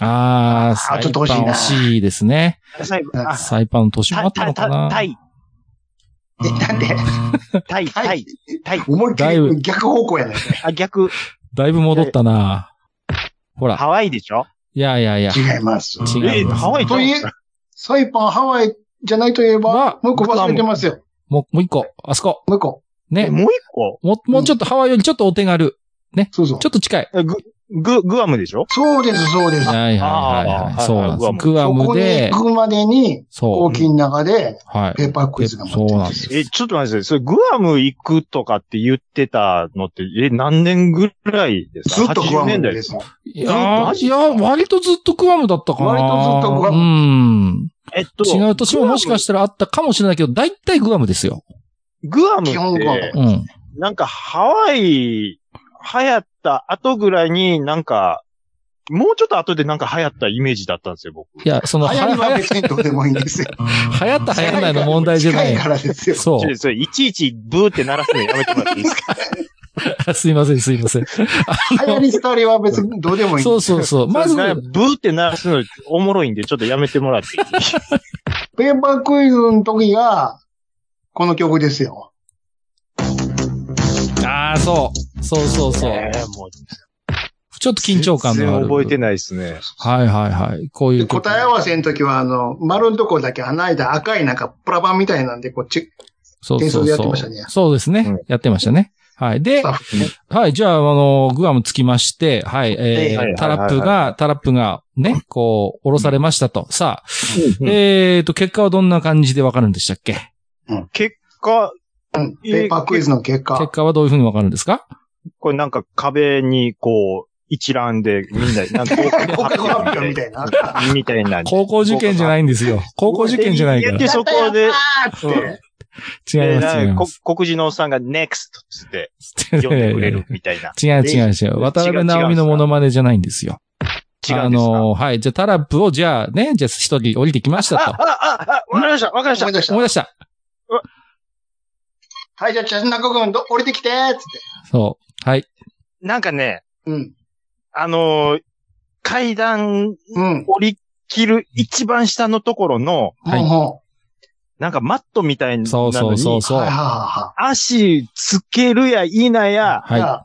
[SPEAKER 4] あー、
[SPEAKER 2] あちょっと惜しいな
[SPEAKER 4] サイパン惜しいですね。
[SPEAKER 3] ン。サイパン。あ、
[SPEAKER 4] サイパンの年も
[SPEAKER 3] タ
[SPEAKER 4] あったの
[SPEAKER 3] タ
[SPEAKER 4] か
[SPEAKER 3] タタ
[SPEAKER 4] な
[SPEAKER 3] イ、
[SPEAKER 2] え、なんで、
[SPEAKER 3] タイ、タイ、タイ。
[SPEAKER 2] 思いっき
[SPEAKER 4] だいぶ
[SPEAKER 2] り逆方向やないか
[SPEAKER 3] あ、逆、
[SPEAKER 4] だいぶ戻ったなほら。
[SPEAKER 3] ハワイでしょ
[SPEAKER 4] いやいやいや。
[SPEAKER 2] い。違います。
[SPEAKER 4] 違
[SPEAKER 3] え
[SPEAKER 4] い
[SPEAKER 3] ー、
[SPEAKER 4] ます
[SPEAKER 3] ハワイちゃ
[SPEAKER 2] と
[SPEAKER 3] う
[SPEAKER 2] いえ、サイパン、ハワイじゃないといえば
[SPEAKER 4] まあ、
[SPEAKER 2] もう一個忘れてますよ。
[SPEAKER 4] もう、もう一個。あそこ。
[SPEAKER 2] もう一個。
[SPEAKER 3] え
[SPEAKER 4] ね。
[SPEAKER 3] もう一個
[SPEAKER 4] もう、もうちょっとハワイよりちょっとお手軽。
[SPEAKER 2] そうそう
[SPEAKER 4] ちょ。っと近い。
[SPEAKER 3] えグ、グ、グアムでしょ
[SPEAKER 2] そうです、そうです。
[SPEAKER 4] はいはいはい
[SPEAKER 3] あー
[SPEAKER 4] はい。そうなんです。
[SPEAKER 3] グ
[SPEAKER 4] グア
[SPEAKER 2] そ
[SPEAKER 4] ム
[SPEAKER 2] こに
[SPEAKER 4] で
[SPEAKER 2] 行、くまでに、飛
[SPEAKER 4] そ
[SPEAKER 2] 行機の中で、
[SPEAKER 4] う。はい。
[SPEAKER 2] ペーパークイズが待って
[SPEAKER 4] そう
[SPEAKER 2] ま
[SPEAKER 4] なん
[SPEAKER 2] す。
[SPEAKER 4] です。
[SPEAKER 3] え、ちょっと待ってください。それ、グアム行くとかって言ってたのって、え、何年ぐらいです
[SPEAKER 2] ず
[SPEAKER 3] か
[SPEAKER 2] っとグア
[SPEAKER 3] ?80 年
[SPEAKER 2] ム
[SPEAKER 3] 代
[SPEAKER 2] ですよ。
[SPEAKER 4] い
[SPEAKER 3] ずっと
[SPEAKER 4] やーいや、割とずっとグアムだったかな。
[SPEAKER 2] 割とずっとグアム
[SPEAKER 4] うん。
[SPEAKER 3] えっと、
[SPEAKER 4] 違う年ももしかしたらあったかもしれないけど、大体グアムですよ。
[SPEAKER 3] グアム
[SPEAKER 2] 基本
[SPEAKER 3] っ
[SPEAKER 2] グア
[SPEAKER 3] て
[SPEAKER 2] ム、
[SPEAKER 4] うん。
[SPEAKER 3] なんかハワイ、流行った後ぐらいになんか、もうちょっと後でなんか流行ったイメージだったんですよ、僕。
[SPEAKER 4] いや、その、は
[SPEAKER 2] 流
[SPEAKER 4] や
[SPEAKER 2] 行り
[SPEAKER 4] は
[SPEAKER 2] は
[SPEAKER 4] や
[SPEAKER 2] 別にどうでもいいん ですよ。
[SPEAKER 4] 流行った流行らないの問題じゃな
[SPEAKER 2] 近い
[SPEAKER 4] い。
[SPEAKER 2] からですよ。
[SPEAKER 4] そ
[SPEAKER 3] ちょっとそれいちいちブーって鳴らすのやめてもらっていいですか
[SPEAKER 4] う。すいません、すいません。
[SPEAKER 2] 流行り廃りは別にどうでもいい。
[SPEAKER 4] そうそうそう。 まず
[SPEAKER 3] そ、れなブーって鳴らすのおもろいんで、ちょっとやめてもらっていい
[SPEAKER 2] ペーパークイズの時が、この曲ですよ。
[SPEAKER 4] ああ、そう。そうそう そう。
[SPEAKER 3] えーもう
[SPEAKER 4] ちょっと緊張感
[SPEAKER 3] 全
[SPEAKER 4] のあ
[SPEAKER 3] 然
[SPEAKER 4] る。
[SPEAKER 3] 覚えてないですね。
[SPEAKER 4] はいはいはい。こうい
[SPEAKER 2] で
[SPEAKER 4] う曲。
[SPEAKER 2] 答え合わせの時は、あの、丸のとこだけ穴開いた赤いなんかプラ板みたいなんで、こっち、
[SPEAKER 4] そう
[SPEAKER 2] 転
[SPEAKER 4] そ
[SPEAKER 2] 送
[SPEAKER 4] う
[SPEAKER 2] でやって
[SPEAKER 4] そ
[SPEAKER 2] ました
[SPEAKER 4] う
[SPEAKER 2] ね。
[SPEAKER 4] そうです
[SPEAKER 3] う
[SPEAKER 4] ね
[SPEAKER 3] ん。
[SPEAKER 4] やってましたね。はい。で
[SPEAKER 2] スタ、ッフね。
[SPEAKER 4] はい。じゃあ、あの、グアム着きまして、はい。え
[SPEAKER 3] はいはいはいはい
[SPEAKER 4] ー、タラップが、タラップがね、こう、降ろされましたと。さあ、えーと、結果はどんな感じでわかるんでしたっけ
[SPEAKER 3] 結果、
[SPEAKER 2] うんペーパークイズの結
[SPEAKER 4] 結
[SPEAKER 2] 果。
[SPEAKER 4] 果はどういうふうにわかるんですか
[SPEAKER 3] これなんか壁にこう、一覧でみんな、なん か合
[SPEAKER 2] 合格発表みたいな。
[SPEAKER 3] みたいな。
[SPEAKER 4] 高校受験じゃないんですよ。高校受験じゃないから。違い
[SPEAKER 3] でそこで
[SPEAKER 2] やったやったーって。
[SPEAKER 4] ます、違
[SPEAKER 3] で
[SPEAKER 4] い
[SPEAKER 3] なん
[SPEAKER 4] ま
[SPEAKER 3] か
[SPEAKER 4] す。
[SPEAKER 3] こ黒人のおっさんが NEXT つ って
[SPEAKER 4] 違う
[SPEAKER 3] 呼んでくれるみたいな。
[SPEAKER 4] 違う違う違う。渡辺直美のモノマネじゃないんですよ。
[SPEAKER 3] 違う
[SPEAKER 4] あ
[SPEAKER 3] んですか
[SPEAKER 4] の、はい。じゃあ、タラップを、じゃあね、じゃあ、一人降りてきました
[SPEAKER 3] あ、
[SPEAKER 4] と。
[SPEAKER 3] あ、あ、あ、わかりました、わかりました
[SPEAKER 2] 思い。出した
[SPEAKER 4] 思い。出した。
[SPEAKER 2] はい、じゃあ、チャスナコ君、ど降りてきてーっつっ
[SPEAKER 4] そう。はい。
[SPEAKER 3] なんかね、
[SPEAKER 2] て。うん。
[SPEAKER 3] あのー階段
[SPEAKER 2] うん。
[SPEAKER 3] 降り切る一番下のところの、
[SPEAKER 4] はい
[SPEAKER 2] ほんほ
[SPEAKER 3] なんかマットみたいな
[SPEAKER 4] そ
[SPEAKER 3] の
[SPEAKER 4] うそうそう
[SPEAKER 3] に、
[SPEAKER 2] ん
[SPEAKER 4] そう。
[SPEAKER 2] はいはい
[SPEAKER 4] は
[SPEAKER 2] は
[SPEAKER 3] 足つけるや否や
[SPEAKER 2] いはい。
[SPEAKER 4] い
[SPEAKER 2] じ。ゃ
[SPEAKER 3] っ
[SPEAKER 2] あ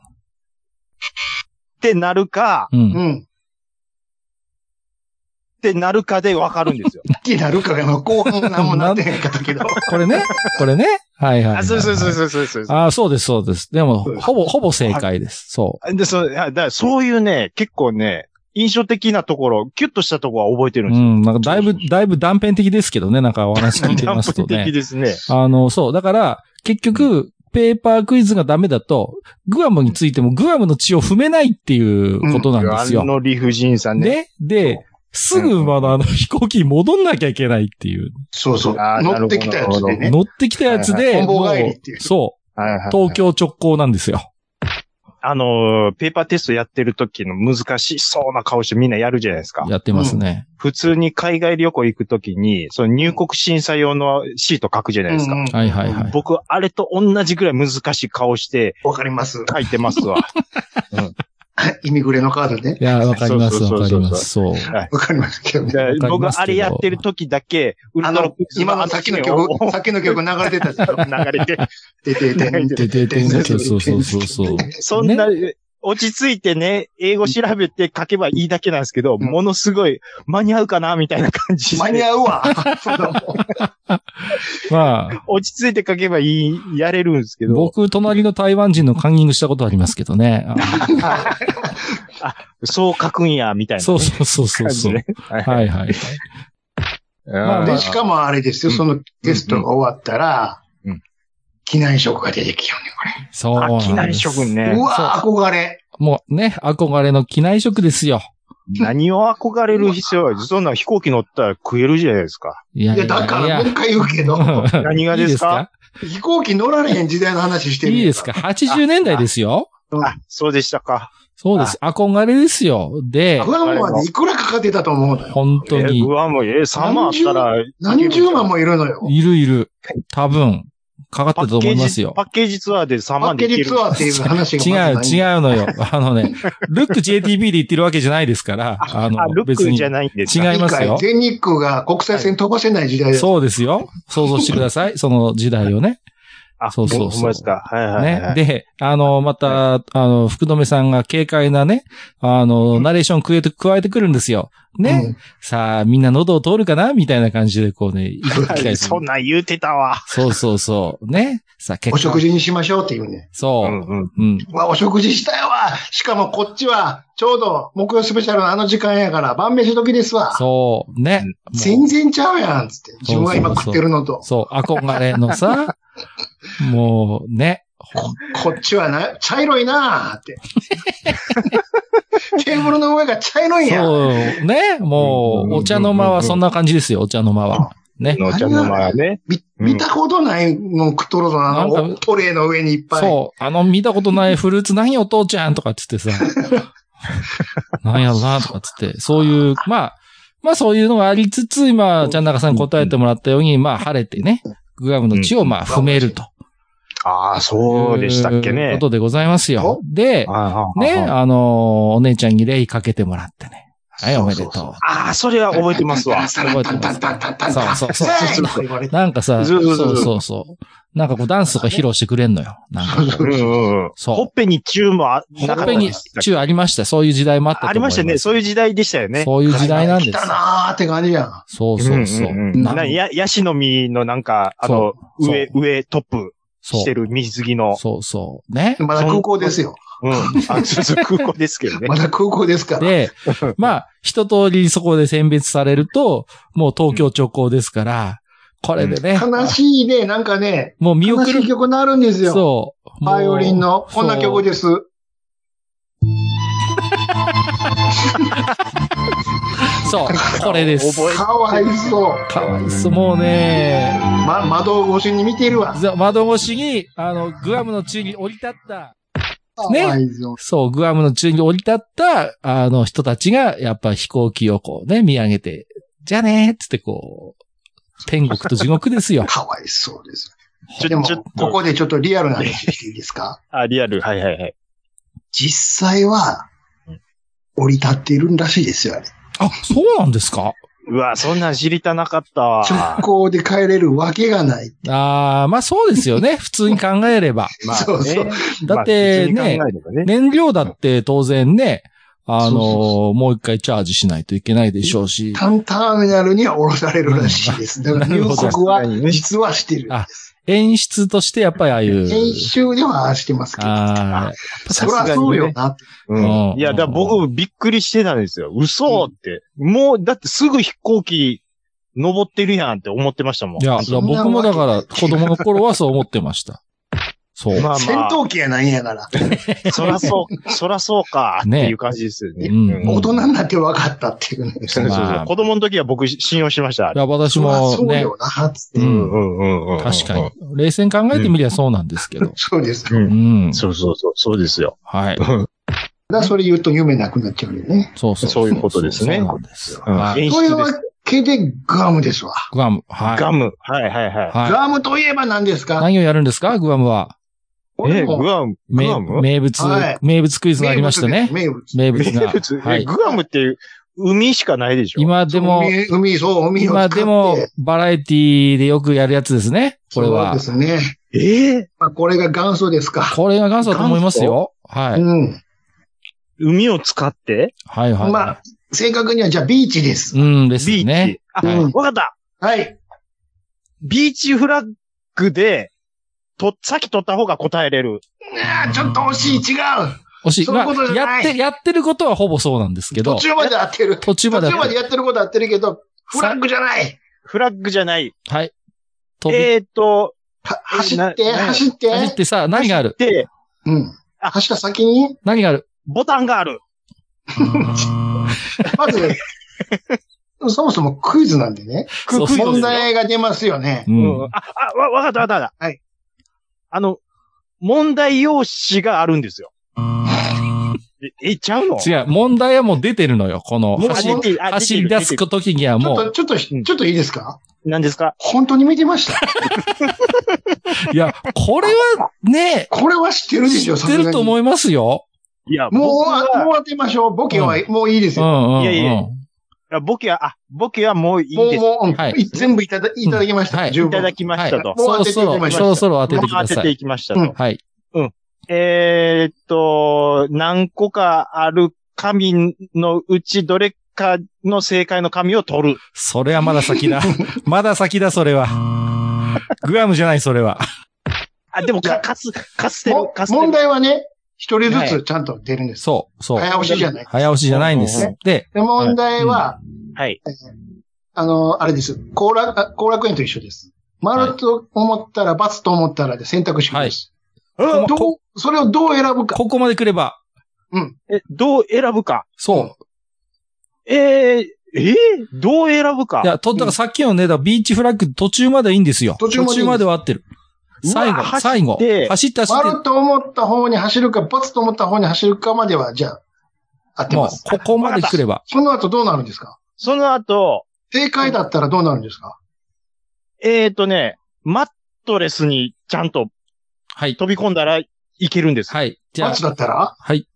[SPEAKER 3] てなるか、
[SPEAKER 4] う。
[SPEAKER 2] うんん。
[SPEAKER 3] ってなるかでわかるんですよ。
[SPEAKER 2] ってなるかが、後半何もなってへんかったけど。
[SPEAKER 4] これね、これね。はいはい。
[SPEAKER 3] あ、そうそうそうそうそうそう
[SPEAKER 4] あーそうです、そうです。でも
[SPEAKER 2] そうで、す
[SPEAKER 4] ほぼ、ほぼ正解です。そ
[SPEAKER 3] で、そう、あだからそういうね、結構ね、印象的なところ、キュッとしたところは覚えて
[SPEAKER 4] う。
[SPEAKER 3] る
[SPEAKER 4] うん
[SPEAKER 3] ですよ。
[SPEAKER 4] ん。なんか、だいぶ、だいぶ断片的ですけどね、なんかお話聞いてますと
[SPEAKER 3] 断片的
[SPEAKER 4] ね。
[SPEAKER 3] ですね。
[SPEAKER 4] あの、そう。だから、結局、ペーパークイズがダメだと、グアムについてもグアムの血を踏めないっていうことなんですよ。
[SPEAKER 3] あの理不尽さね。
[SPEAKER 4] で、で、すぐまだあの飛行機に戻んなきゃいけないっていう。
[SPEAKER 2] そうそう。
[SPEAKER 3] あー
[SPEAKER 2] 乗ってきたやつでね。
[SPEAKER 4] 乗ってきたやつ
[SPEAKER 2] はいは
[SPEAKER 4] で、
[SPEAKER 2] い
[SPEAKER 4] も
[SPEAKER 2] 本望帰りっていう
[SPEAKER 4] う、そう、
[SPEAKER 3] はいはい
[SPEAKER 4] 東京直行なんですよ。
[SPEAKER 3] あのー、ペーパーテストやってる時の難しそうな顔してみんなやるじゃないですか。
[SPEAKER 4] やってますね。
[SPEAKER 3] 普通に海外旅行行く時に、その入国審査用のシート書くじゃないですか。
[SPEAKER 2] うんうん
[SPEAKER 4] はいはいはい。
[SPEAKER 3] 僕、あれと同じぐらい難しい顔して
[SPEAKER 2] わかります。
[SPEAKER 3] 書いてますわ。
[SPEAKER 2] イミグレのカードね
[SPEAKER 4] い。や、わかります、
[SPEAKER 3] そうそ
[SPEAKER 4] わ
[SPEAKER 3] うそう
[SPEAKER 4] か
[SPEAKER 3] そう
[SPEAKER 4] ります。そう。
[SPEAKER 2] わかりますけどね。
[SPEAKER 3] で
[SPEAKER 4] わかりますけど
[SPEAKER 3] 僕、あれやってる時だけ、ウル
[SPEAKER 2] あ
[SPEAKER 3] トラ
[SPEAKER 2] の
[SPEAKER 3] クイ、ズ
[SPEAKER 2] 今のさっきの曲、さっきの曲流れてたでしょ。
[SPEAKER 3] 流れて、
[SPEAKER 2] 出ててんて
[SPEAKER 4] で、
[SPEAKER 2] んて
[SPEAKER 4] で、
[SPEAKER 2] んて
[SPEAKER 4] で、
[SPEAKER 2] んてん
[SPEAKER 4] そうそうそうそうそう。
[SPEAKER 3] そんな、落ち着いてね、英語調べて書けばいいだけなんですけど、
[SPEAKER 2] うん
[SPEAKER 3] ものすごい、間に合うかなみたいな感じで。
[SPEAKER 2] 間に合う わ。そうだもん
[SPEAKER 4] まあ、
[SPEAKER 3] 落ち着いて書けばいい、やれるんですけど、
[SPEAKER 4] 僕、隣の台湾人のカンニングしたことありますけどね。あ
[SPEAKER 3] そう書くんや、みたいな。
[SPEAKER 4] そうそうそうそうそう。
[SPEAKER 3] 感
[SPEAKER 4] はいはい。
[SPEAKER 3] ま
[SPEAKER 2] で、しかもあれですよ、
[SPEAKER 3] うん
[SPEAKER 2] そのテストが終わったら
[SPEAKER 3] うん、
[SPEAKER 2] 機内食が出てきようね、
[SPEAKER 4] そうなん
[SPEAKER 3] あ、
[SPEAKER 4] です。
[SPEAKER 3] 機内食
[SPEAKER 2] こ
[SPEAKER 3] ね
[SPEAKER 2] れ。う。わー憧れ。
[SPEAKER 4] もうね、憧れの機内食ですよ。
[SPEAKER 3] 何を憧れる必要は、そんな飛行機乗ったら食えるじゃないですか。
[SPEAKER 4] いや
[SPEAKER 2] いや、だから
[SPEAKER 4] いや
[SPEAKER 2] もう一回言うけど、
[SPEAKER 3] 何が
[SPEAKER 4] いい
[SPEAKER 3] です
[SPEAKER 4] です
[SPEAKER 3] か
[SPEAKER 4] か
[SPEAKER 2] 飛行機乗られへん時代の話してる。
[SPEAKER 4] いいですか ?80 年代ですよ。
[SPEAKER 3] あ、そうでしたか。
[SPEAKER 4] そうです。憧れですよ。で、
[SPEAKER 2] グアムまでいくらかかってたと思うのよ。
[SPEAKER 4] 本当
[SPEAKER 3] え、
[SPEAKER 4] に、
[SPEAKER 3] グアム、え、3万あったら、
[SPEAKER 2] 何十万もいるのよ。
[SPEAKER 4] いるいる。多分、かかってたと思いますよ
[SPEAKER 3] パ。ッケージツアーで3
[SPEAKER 2] パ
[SPEAKER 3] 万
[SPEAKER 2] ッ
[SPEAKER 3] で
[SPEAKER 2] ケ
[SPEAKER 3] いけ
[SPEAKER 2] ージ
[SPEAKER 3] る。
[SPEAKER 2] ツアーっていう話
[SPEAKER 4] 違う、違
[SPEAKER 2] がまずない。
[SPEAKER 4] うのよ。 あのね、ルック JTB で言ってるわけじゃないですから、あ
[SPEAKER 3] あ、
[SPEAKER 4] の、
[SPEAKER 3] ルッ
[SPEAKER 4] 別
[SPEAKER 3] ク
[SPEAKER 4] に
[SPEAKER 3] じゃないんですか。
[SPEAKER 4] 違いますよ
[SPEAKER 2] いいかい全日空が国際線飛ばせない時代です。
[SPEAKER 4] そうですよ。想像してください。その時代をね。
[SPEAKER 3] あ、
[SPEAKER 4] そうそうそう
[SPEAKER 3] ほんまですか。 はいはいはい。
[SPEAKER 4] ね。で、あの、また、あの、福留さんが軽快なね、あの、ナレーション加えて、加えてくるんですよ。ね。
[SPEAKER 2] うん
[SPEAKER 4] さあ、みんな喉を通るかなみたいな感じで、こうね、いく機
[SPEAKER 3] は
[SPEAKER 4] 会
[SPEAKER 3] いそんなん言うてたわ。
[SPEAKER 4] そうそうそう。ね。さあ、結
[SPEAKER 2] お食
[SPEAKER 4] 事。
[SPEAKER 2] 事にしましょうっていうね。
[SPEAKER 4] そうう。
[SPEAKER 3] んうん。
[SPEAKER 4] うん。
[SPEAKER 2] わ、お食事したいわ。しかもこっちは、ちょうど木曜スペシャルのあの時間やから、晩飯時ですわ。
[SPEAKER 4] そう。ね。も
[SPEAKER 2] 全然ちゃうやん、つって。自分が今食ってるのと
[SPEAKER 4] う。そう。憧れ のさ、もう、ね。
[SPEAKER 2] こっちはな、茶色いなー って。テーブルの上が茶色いんや。
[SPEAKER 4] そう。ね。も
[SPEAKER 3] うんうんうんうん
[SPEAKER 4] う、お茶の間はそんな感じですよ。お茶の間は。ね。
[SPEAKER 3] のちゃんの前ね。
[SPEAKER 2] み
[SPEAKER 3] うん
[SPEAKER 2] 見たことないの食っとるぞ、あ
[SPEAKER 4] なん
[SPEAKER 2] の、
[SPEAKER 4] か
[SPEAKER 2] トレイの上にいっぱい。
[SPEAKER 4] そう。あの、見たことないフルーツなんやお父ちゃんとかっつっ てさ。なんやろな、とかっつって。そういう、まあ、まあそういうのがありつつ、今、ちゃん中さんに答えてもらったように、まあ晴れてね、グアムの地をまあ踏めると。
[SPEAKER 3] ああ、そうでしたっけ
[SPEAKER 4] いう
[SPEAKER 3] ね
[SPEAKER 4] こ。とでございますよ。で、
[SPEAKER 3] ああ
[SPEAKER 4] ね、
[SPEAKER 3] ああ
[SPEAKER 4] あの、お姉ちゃんに礼かけてもらってね。はい、おめで
[SPEAKER 2] そうそう
[SPEAKER 4] と
[SPEAKER 3] ああ、それは覚えてます わ。
[SPEAKER 2] タラッタンタンタンタンタンタン
[SPEAKER 4] そうそうそう
[SPEAKER 2] せーの言われ
[SPEAKER 4] う。
[SPEAKER 2] て
[SPEAKER 4] なんかさ、
[SPEAKER 3] そ
[SPEAKER 4] そう
[SPEAKER 3] そうそう
[SPEAKER 4] うそうそう。なんかこうダンスとか披露してくれんのよ。なんかこ
[SPEAKER 3] う
[SPEAKER 4] う。
[SPEAKER 3] んうんうん。
[SPEAKER 4] そう
[SPEAKER 3] ほっぺに中もあ、
[SPEAKER 4] ほ
[SPEAKER 3] なか
[SPEAKER 4] っ
[SPEAKER 3] った
[SPEAKER 4] ぺに
[SPEAKER 3] です
[SPEAKER 4] 中ありました。そういう時代もあったと
[SPEAKER 3] あ
[SPEAKER 4] 思
[SPEAKER 3] り
[SPEAKER 4] いま
[SPEAKER 3] ますしたね。そういう時代でしたよね。
[SPEAKER 4] そういう時代なんです
[SPEAKER 2] 来
[SPEAKER 4] よ。
[SPEAKER 2] たなーって感じやん。
[SPEAKER 4] そうそうそう。
[SPEAKER 3] んんん
[SPEAKER 4] な
[SPEAKER 3] なや、ヤシの実のなんか、あの、
[SPEAKER 4] そう
[SPEAKER 3] 上、上トップ
[SPEAKER 4] そう
[SPEAKER 3] してる水着の。
[SPEAKER 4] そうそう。ね。
[SPEAKER 2] まだ空港ですよ。
[SPEAKER 3] うん。あ、そうそう、空港ですけ どね
[SPEAKER 2] ま。だ空港ですから。
[SPEAKER 4] で、まあ、一通りそこで選別されると、もう東京直行ですから、これでね、
[SPEAKER 2] 悲しいね、なんかね、
[SPEAKER 4] もう見
[SPEAKER 2] 悲
[SPEAKER 4] 送
[SPEAKER 2] し
[SPEAKER 4] る
[SPEAKER 2] い。曲になるんですよ。
[SPEAKER 4] そう。もう
[SPEAKER 2] バイオリンの、こんな曲。です。
[SPEAKER 4] そうそう、これです。
[SPEAKER 3] 覚
[SPEAKER 2] かわいそう。
[SPEAKER 4] かわいそう。もうね、
[SPEAKER 2] ま、窓越しに見てるわ。
[SPEAKER 4] ざ窓越しに、あの、グアムの中に降り立った、ね
[SPEAKER 2] かわいそう。
[SPEAKER 4] そう、グアムの中に降り立った、あの人たちが、やっぱ飛行機をこうね、見上げて、じゃあねーっつってこう、天国と地獄ですよ。
[SPEAKER 2] かわいそうです。
[SPEAKER 3] ちょ
[SPEAKER 2] でも、
[SPEAKER 3] ちょっ
[SPEAKER 2] ことこでちょっとリアルな話していいですか
[SPEAKER 3] あ、リアル。はいはいはい。
[SPEAKER 2] 実際は
[SPEAKER 3] うん、
[SPEAKER 2] 降り立っているらしいですよ、あれ。
[SPEAKER 4] あ、そうなんですか
[SPEAKER 3] うわ、そんなん知りたなかった わ。
[SPEAKER 2] 直行で帰れるわけがない。
[SPEAKER 4] ああ、まあそうですよ ね。普通に考えれば。
[SPEAKER 3] まあね
[SPEAKER 2] そうそう。
[SPEAKER 4] だってね
[SPEAKER 3] まあ普通に考えればね
[SPEAKER 4] 燃料だって当然ね、あ
[SPEAKER 2] そうそう
[SPEAKER 4] の、もう一回チャージしないといけないでしょうし。
[SPEAKER 2] タンターミナルには降ろされるらしいです。だから
[SPEAKER 4] なる
[SPEAKER 2] 入
[SPEAKER 4] ほど
[SPEAKER 2] 国
[SPEAKER 3] さすがに
[SPEAKER 2] は、
[SPEAKER 3] ね
[SPEAKER 2] 実はしてるんです。
[SPEAKER 4] 演出としてやっぱりああいう。
[SPEAKER 2] 編集ではしてますけど。
[SPEAKER 4] ああ、
[SPEAKER 2] そりゃそうよな。
[SPEAKER 3] うん
[SPEAKER 4] うん
[SPEAKER 3] いや、だから僕びっくりしてたんですよ。嘘って。もう、だってすぐ飛行機登ってるやんって思ってましたもん。
[SPEAKER 4] いや、
[SPEAKER 2] そんな
[SPEAKER 4] 僕もだか
[SPEAKER 2] わ
[SPEAKER 4] ら
[SPEAKER 2] け
[SPEAKER 4] 子供の頃はそう思ってました。そう。
[SPEAKER 3] まあ
[SPEAKER 2] 戦
[SPEAKER 3] ま
[SPEAKER 2] 闘機やないんやから。
[SPEAKER 3] あ、そらそう、そらそうか、って
[SPEAKER 4] ね
[SPEAKER 3] いう感じですよね。
[SPEAKER 4] うん
[SPEAKER 3] う
[SPEAKER 4] うんん
[SPEAKER 2] 大人になって分かったっていうね。
[SPEAKER 3] そうそうそう子供の時は僕信用しました。あ
[SPEAKER 4] い
[SPEAKER 3] れ
[SPEAKER 4] や、私
[SPEAKER 2] まあ
[SPEAKER 4] も
[SPEAKER 2] そう
[SPEAKER 4] ね、
[SPEAKER 2] よな、つって
[SPEAKER 4] う、
[SPEAKER 3] うんんうんうんうん。
[SPEAKER 4] 確かに。。冷静に考えてみりゃそうなんですけど。
[SPEAKER 2] そうです。だ
[SPEAKER 3] う。
[SPEAKER 2] か
[SPEAKER 4] うんん。
[SPEAKER 3] そうそうそう、そうですよ。
[SPEAKER 4] はい。
[SPEAKER 2] らそれ言うと夢なくなっちゃうんでね。
[SPEAKER 4] そうそう。
[SPEAKER 3] そういうことですね
[SPEAKER 4] そうなんです。
[SPEAKER 3] うん
[SPEAKER 4] はい。
[SPEAKER 3] 演
[SPEAKER 2] という
[SPEAKER 3] 出で
[SPEAKER 2] わ
[SPEAKER 3] す。
[SPEAKER 2] けで、グアムですわ。
[SPEAKER 4] グアム。はい。
[SPEAKER 3] ガム。はいはいはい。
[SPEAKER 2] グ
[SPEAKER 4] は
[SPEAKER 2] アムといえば何です
[SPEAKER 4] い。
[SPEAKER 2] か
[SPEAKER 4] 何をやるんですかグアムは。
[SPEAKER 2] こ
[SPEAKER 3] え
[SPEAKER 2] れ
[SPEAKER 3] ー、
[SPEAKER 2] も
[SPEAKER 3] グアム、グ
[SPEAKER 4] 名
[SPEAKER 3] アム
[SPEAKER 4] 名物
[SPEAKER 2] はい、
[SPEAKER 4] 名物クイズがありましたね。
[SPEAKER 2] 名物です。名物
[SPEAKER 4] 名物
[SPEAKER 3] 名
[SPEAKER 4] が。
[SPEAKER 3] 物、
[SPEAKER 4] は
[SPEAKER 3] え
[SPEAKER 4] い。
[SPEAKER 3] グアムっていう海しかないでしょ
[SPEAKER 4] 今でも、
[SPEAKER 2] 海、海、そう、海を使
[SPEAKER 4] 今
[SPEAKER 2] って。
[SPEAKER 4] でも、バラエティでよくやるやつですね。これは。
[SPEAKER 2] そうですね。
[SPEAKER 3] ええ
[SPEAKER 2] まあ、これが元祖ですか。
[SPEAKER 4] これが元祖だと思いますよ。は
[SPEAKER 2] う
[SPEAKER 4] い。
[SPEAKER 2] ん。
[SPEAKER 3] 海を使って
[SPEAKER 4] はいはい。
[SPEAKER 2] まあ、正確にはじゃあビーチです。
[SPEAKER 4] うんです
[SPEAKER 3] ビーチ。
[SPEAKER 4] ね。
[SPEAKER 3] あ、
[SPEAKER 4] はい
[SPEAKER 2] うん
[SPEAKER 3] わかった
[SPEAKER 2] はい。
[SPEAKER 3] ビーチフラッグで、と、さっき取った方が答えれる。
[SPEAKER 2] あーちょっと惜しい、違う。
[SPEAKER 4] 惜しい。
[SPEAKER 2] そういう
[SPEAKER 4] ま
[SPEAKER 2] ことじ
[SPEAKER 4] あ、
[SPEAKER 2] ゃな
[SPEAKER 4] や
[SPEAKER 2] い
[SPEAKER 4] って、やってることはほぼそうなんですけど
[SPEAKER 2] 途、中まで合ってる。
[SPEAKER 4] 途中ま
[SPEAKER 2] 途
[SPEAKER 4] で
[SPEAKER 2] 中までやってることは合ってるけど、フラッグじゃない。
[SPEAKER 3] フラッグじゃない。
[SPEAKER 4] はい。飛び、
[SPEAKER 3] えーと、
[SPEAKER 2] は走っ
[SPEAKER 3] な
[SPEAKER 2] て、
[SPEAKER 3] な
[SPEAKER 2] 走って。
[SPEAKER 4] 走ってさ、何がある
[SPEAKER 3] で、
[SPEAKER 2] うん。
[SPEAKER 3] あ
[SPEAKER 2] 走った先に、
[SPEAKER 4] 何がある
[SPEAKER 3] ボタンがある。
[SPEAKER 2] まず、 そもそもクイズなんでね。
[SPEAKER 3] く
[SPEAKER 4] そう
[SPEAKER 3] く
[SPEAKER 4] そう
[SPEAKER 2] 問題が出ますよね。
[SPEAKER 4] う
[SPEAKER 3] うん
[SPEAKER 4] ん。
[SPEAKER 3] あ、あ、わ、わかったわかったわかった。
[SPEAKER 2] はい。
[SPEAKER 3] あの、問題用紙があるんですよ。え、え、ちゃうの
[SPEAKER 4] 違う。問題はもう出てるのよ。この、
[SPEAKER 2] もう
[SPEAKER 4] 走り
[SPEAKER 2] もう
[SPEAKER 3] あ
[SPEAKER 4] 走り出す
[SPEAKER 3] 出てる
[SPEAKER 4] 時には
[SPEAKER 2] ちょっ
[SPEAKER 4] も
[SPEAKER 2] と、ちょっと、ちょっといいですか
[SPEAKER 3] 何ですか
[SPEAKER 2] 本当に見てました。
[SPEAKER 4] う、いや、これはね、
[SPEAKER 2] これは知ってるでし
[SPEAKER 4] 知
[SPEAKER 2] ょ、
[SPEAKER 4] っ
[SPEAKER 2] さす
[SPEAKER 4] て
[SPEAKER 2] がに
[SPEAKER 4] ると思いますよ。
[SPEAKER 3] いや、
[SPEAKER 2] もう、
[SPEAKER 3] 僕
[SPEAKER 2] あ
[SPEAKER 3] は
[SPEAKER 2] もう当てましょう。ボケは、もういいです
[SPEAKER 4] うん
[SPEAKER 2] よ。
[SPEAKER 4] うんうん。
[SPEAKER 3] いやいやいやボケは、あ、ボケはもういい
[SPEAKER 2] もう、
[SPEAKER 3] です。
[SPEAKER 2] もううん
[SPEAKER 4] はい
[SPEAKER 2] い、全部いただいただきまし
[SPEAKER 4] は
[SPEAKER 2] た。
[SPEAKER 4] い
[SPEAKER 2] 十
[SPEAKER 3] いた
[SPEAKER 2] 分
[SPEAKER 3] だきま
[SPEAKER 4] は
[SPEAKER 3] し
[SPEAKER 4] い。
[SPEAKER 3] たと。
[SPEAKER 4] そろそ
[SPEAKER 2] もう当てていきま
[SPEAKER 4] ろ、
[SPEAKER 2] した
[SPEAKER 4] そろそろ当て
[SPEAKER 3] も
[SPEAKER 4] て
[SPEAKER 3] う
[SPEAKER 4] くだ
[SPEAKER 3] 当て
[SPEAKER 4] さ
[SPEAKER 3] て
[SPEAKER 4] い。
[SPEAKER 3] いきましたと。
[SPEAKER 2] うん
[SPEAKER 4] はい。
[SPEAKER 3] えーっと、何個かある紙のうちどれかの正解の紙を取る。
[SPEAKER 4] それはまだ先 だ。まだ先だ、それは。グアムじゃない、それは。
[SPEAKER 3] あ、でも
[SPEAKER 2] いや
[SPEAKER 3] か、かす、かすてる
[SPEAKER 2] も、
[SPEAKER 3] かすてる。
[SPEAKER 2] 問題はね、一人ず
[SPEAKER 3] は
[SPEAKER 2] つちゃんと出るんです。
[SPEAKER 4] そう、そう。
[SPEAKER 2] 早押しじゃない。
[SPEAKER 4] 早押しじゃないんで
[SPEAKER 3] うんう
[SPEAKER 4] す。で、
[SPEAKER 2] で問題は、
[SPEAKER 3] はい。
[SPEAKER 2] あの、あれです。後楽、あ後楽園と一緒です。丸と思ったら、×と思ったらで選択肢です。
[SPEAKER 4] はい
[SPEAKER 2] どう
[SPEAKER 4] こ、
[SPEAKER 2] それをどう選ぶか。
[SPEAKER 4] ここまで来れば、
[SPEAKER 3] え、どう選ぶか。
[SPEAKER 4] そ
[SPEAKER 3] えー、えー、どう選ぶか
[SPEAKER 4] う。い。や、と、だからさっきのね、だからビーチフラッグ途中までいいんですよ。
[SPEAKER 2] 途中までいいんです
[SPEAKER 4] は合ってる。
[SPEAKER 3] うわ
[SPEAKER 4] 最後、
[SPEAKER 3] 走って
[SPEAKER 4] 最後。走って走っ。
[SPEAKER 2] 丸と思った方に走るか、×と思った方に走るかまでは、じゃあ、合ってて
[SPEAKER 4] もう
[SPEAKER 2] ます。、
[SPEAKER 4] ここまで来れば。
[SPEAKER 2] その後どうなるんですか
[SPEAKER 3] その後、
[SPEAKER 2] 正解だったらどうなるんですか
[SPEAKER 3] えーっとね、マットレスにちゃんと
[SPEAKER 4] はい。
[SPEAKER 3] 飛び込んだらいけるんです。
[SPEAKER 4] はい。じゃあ
[SPEAKER 2] ×、だったら
[SPEAKER 4] はい。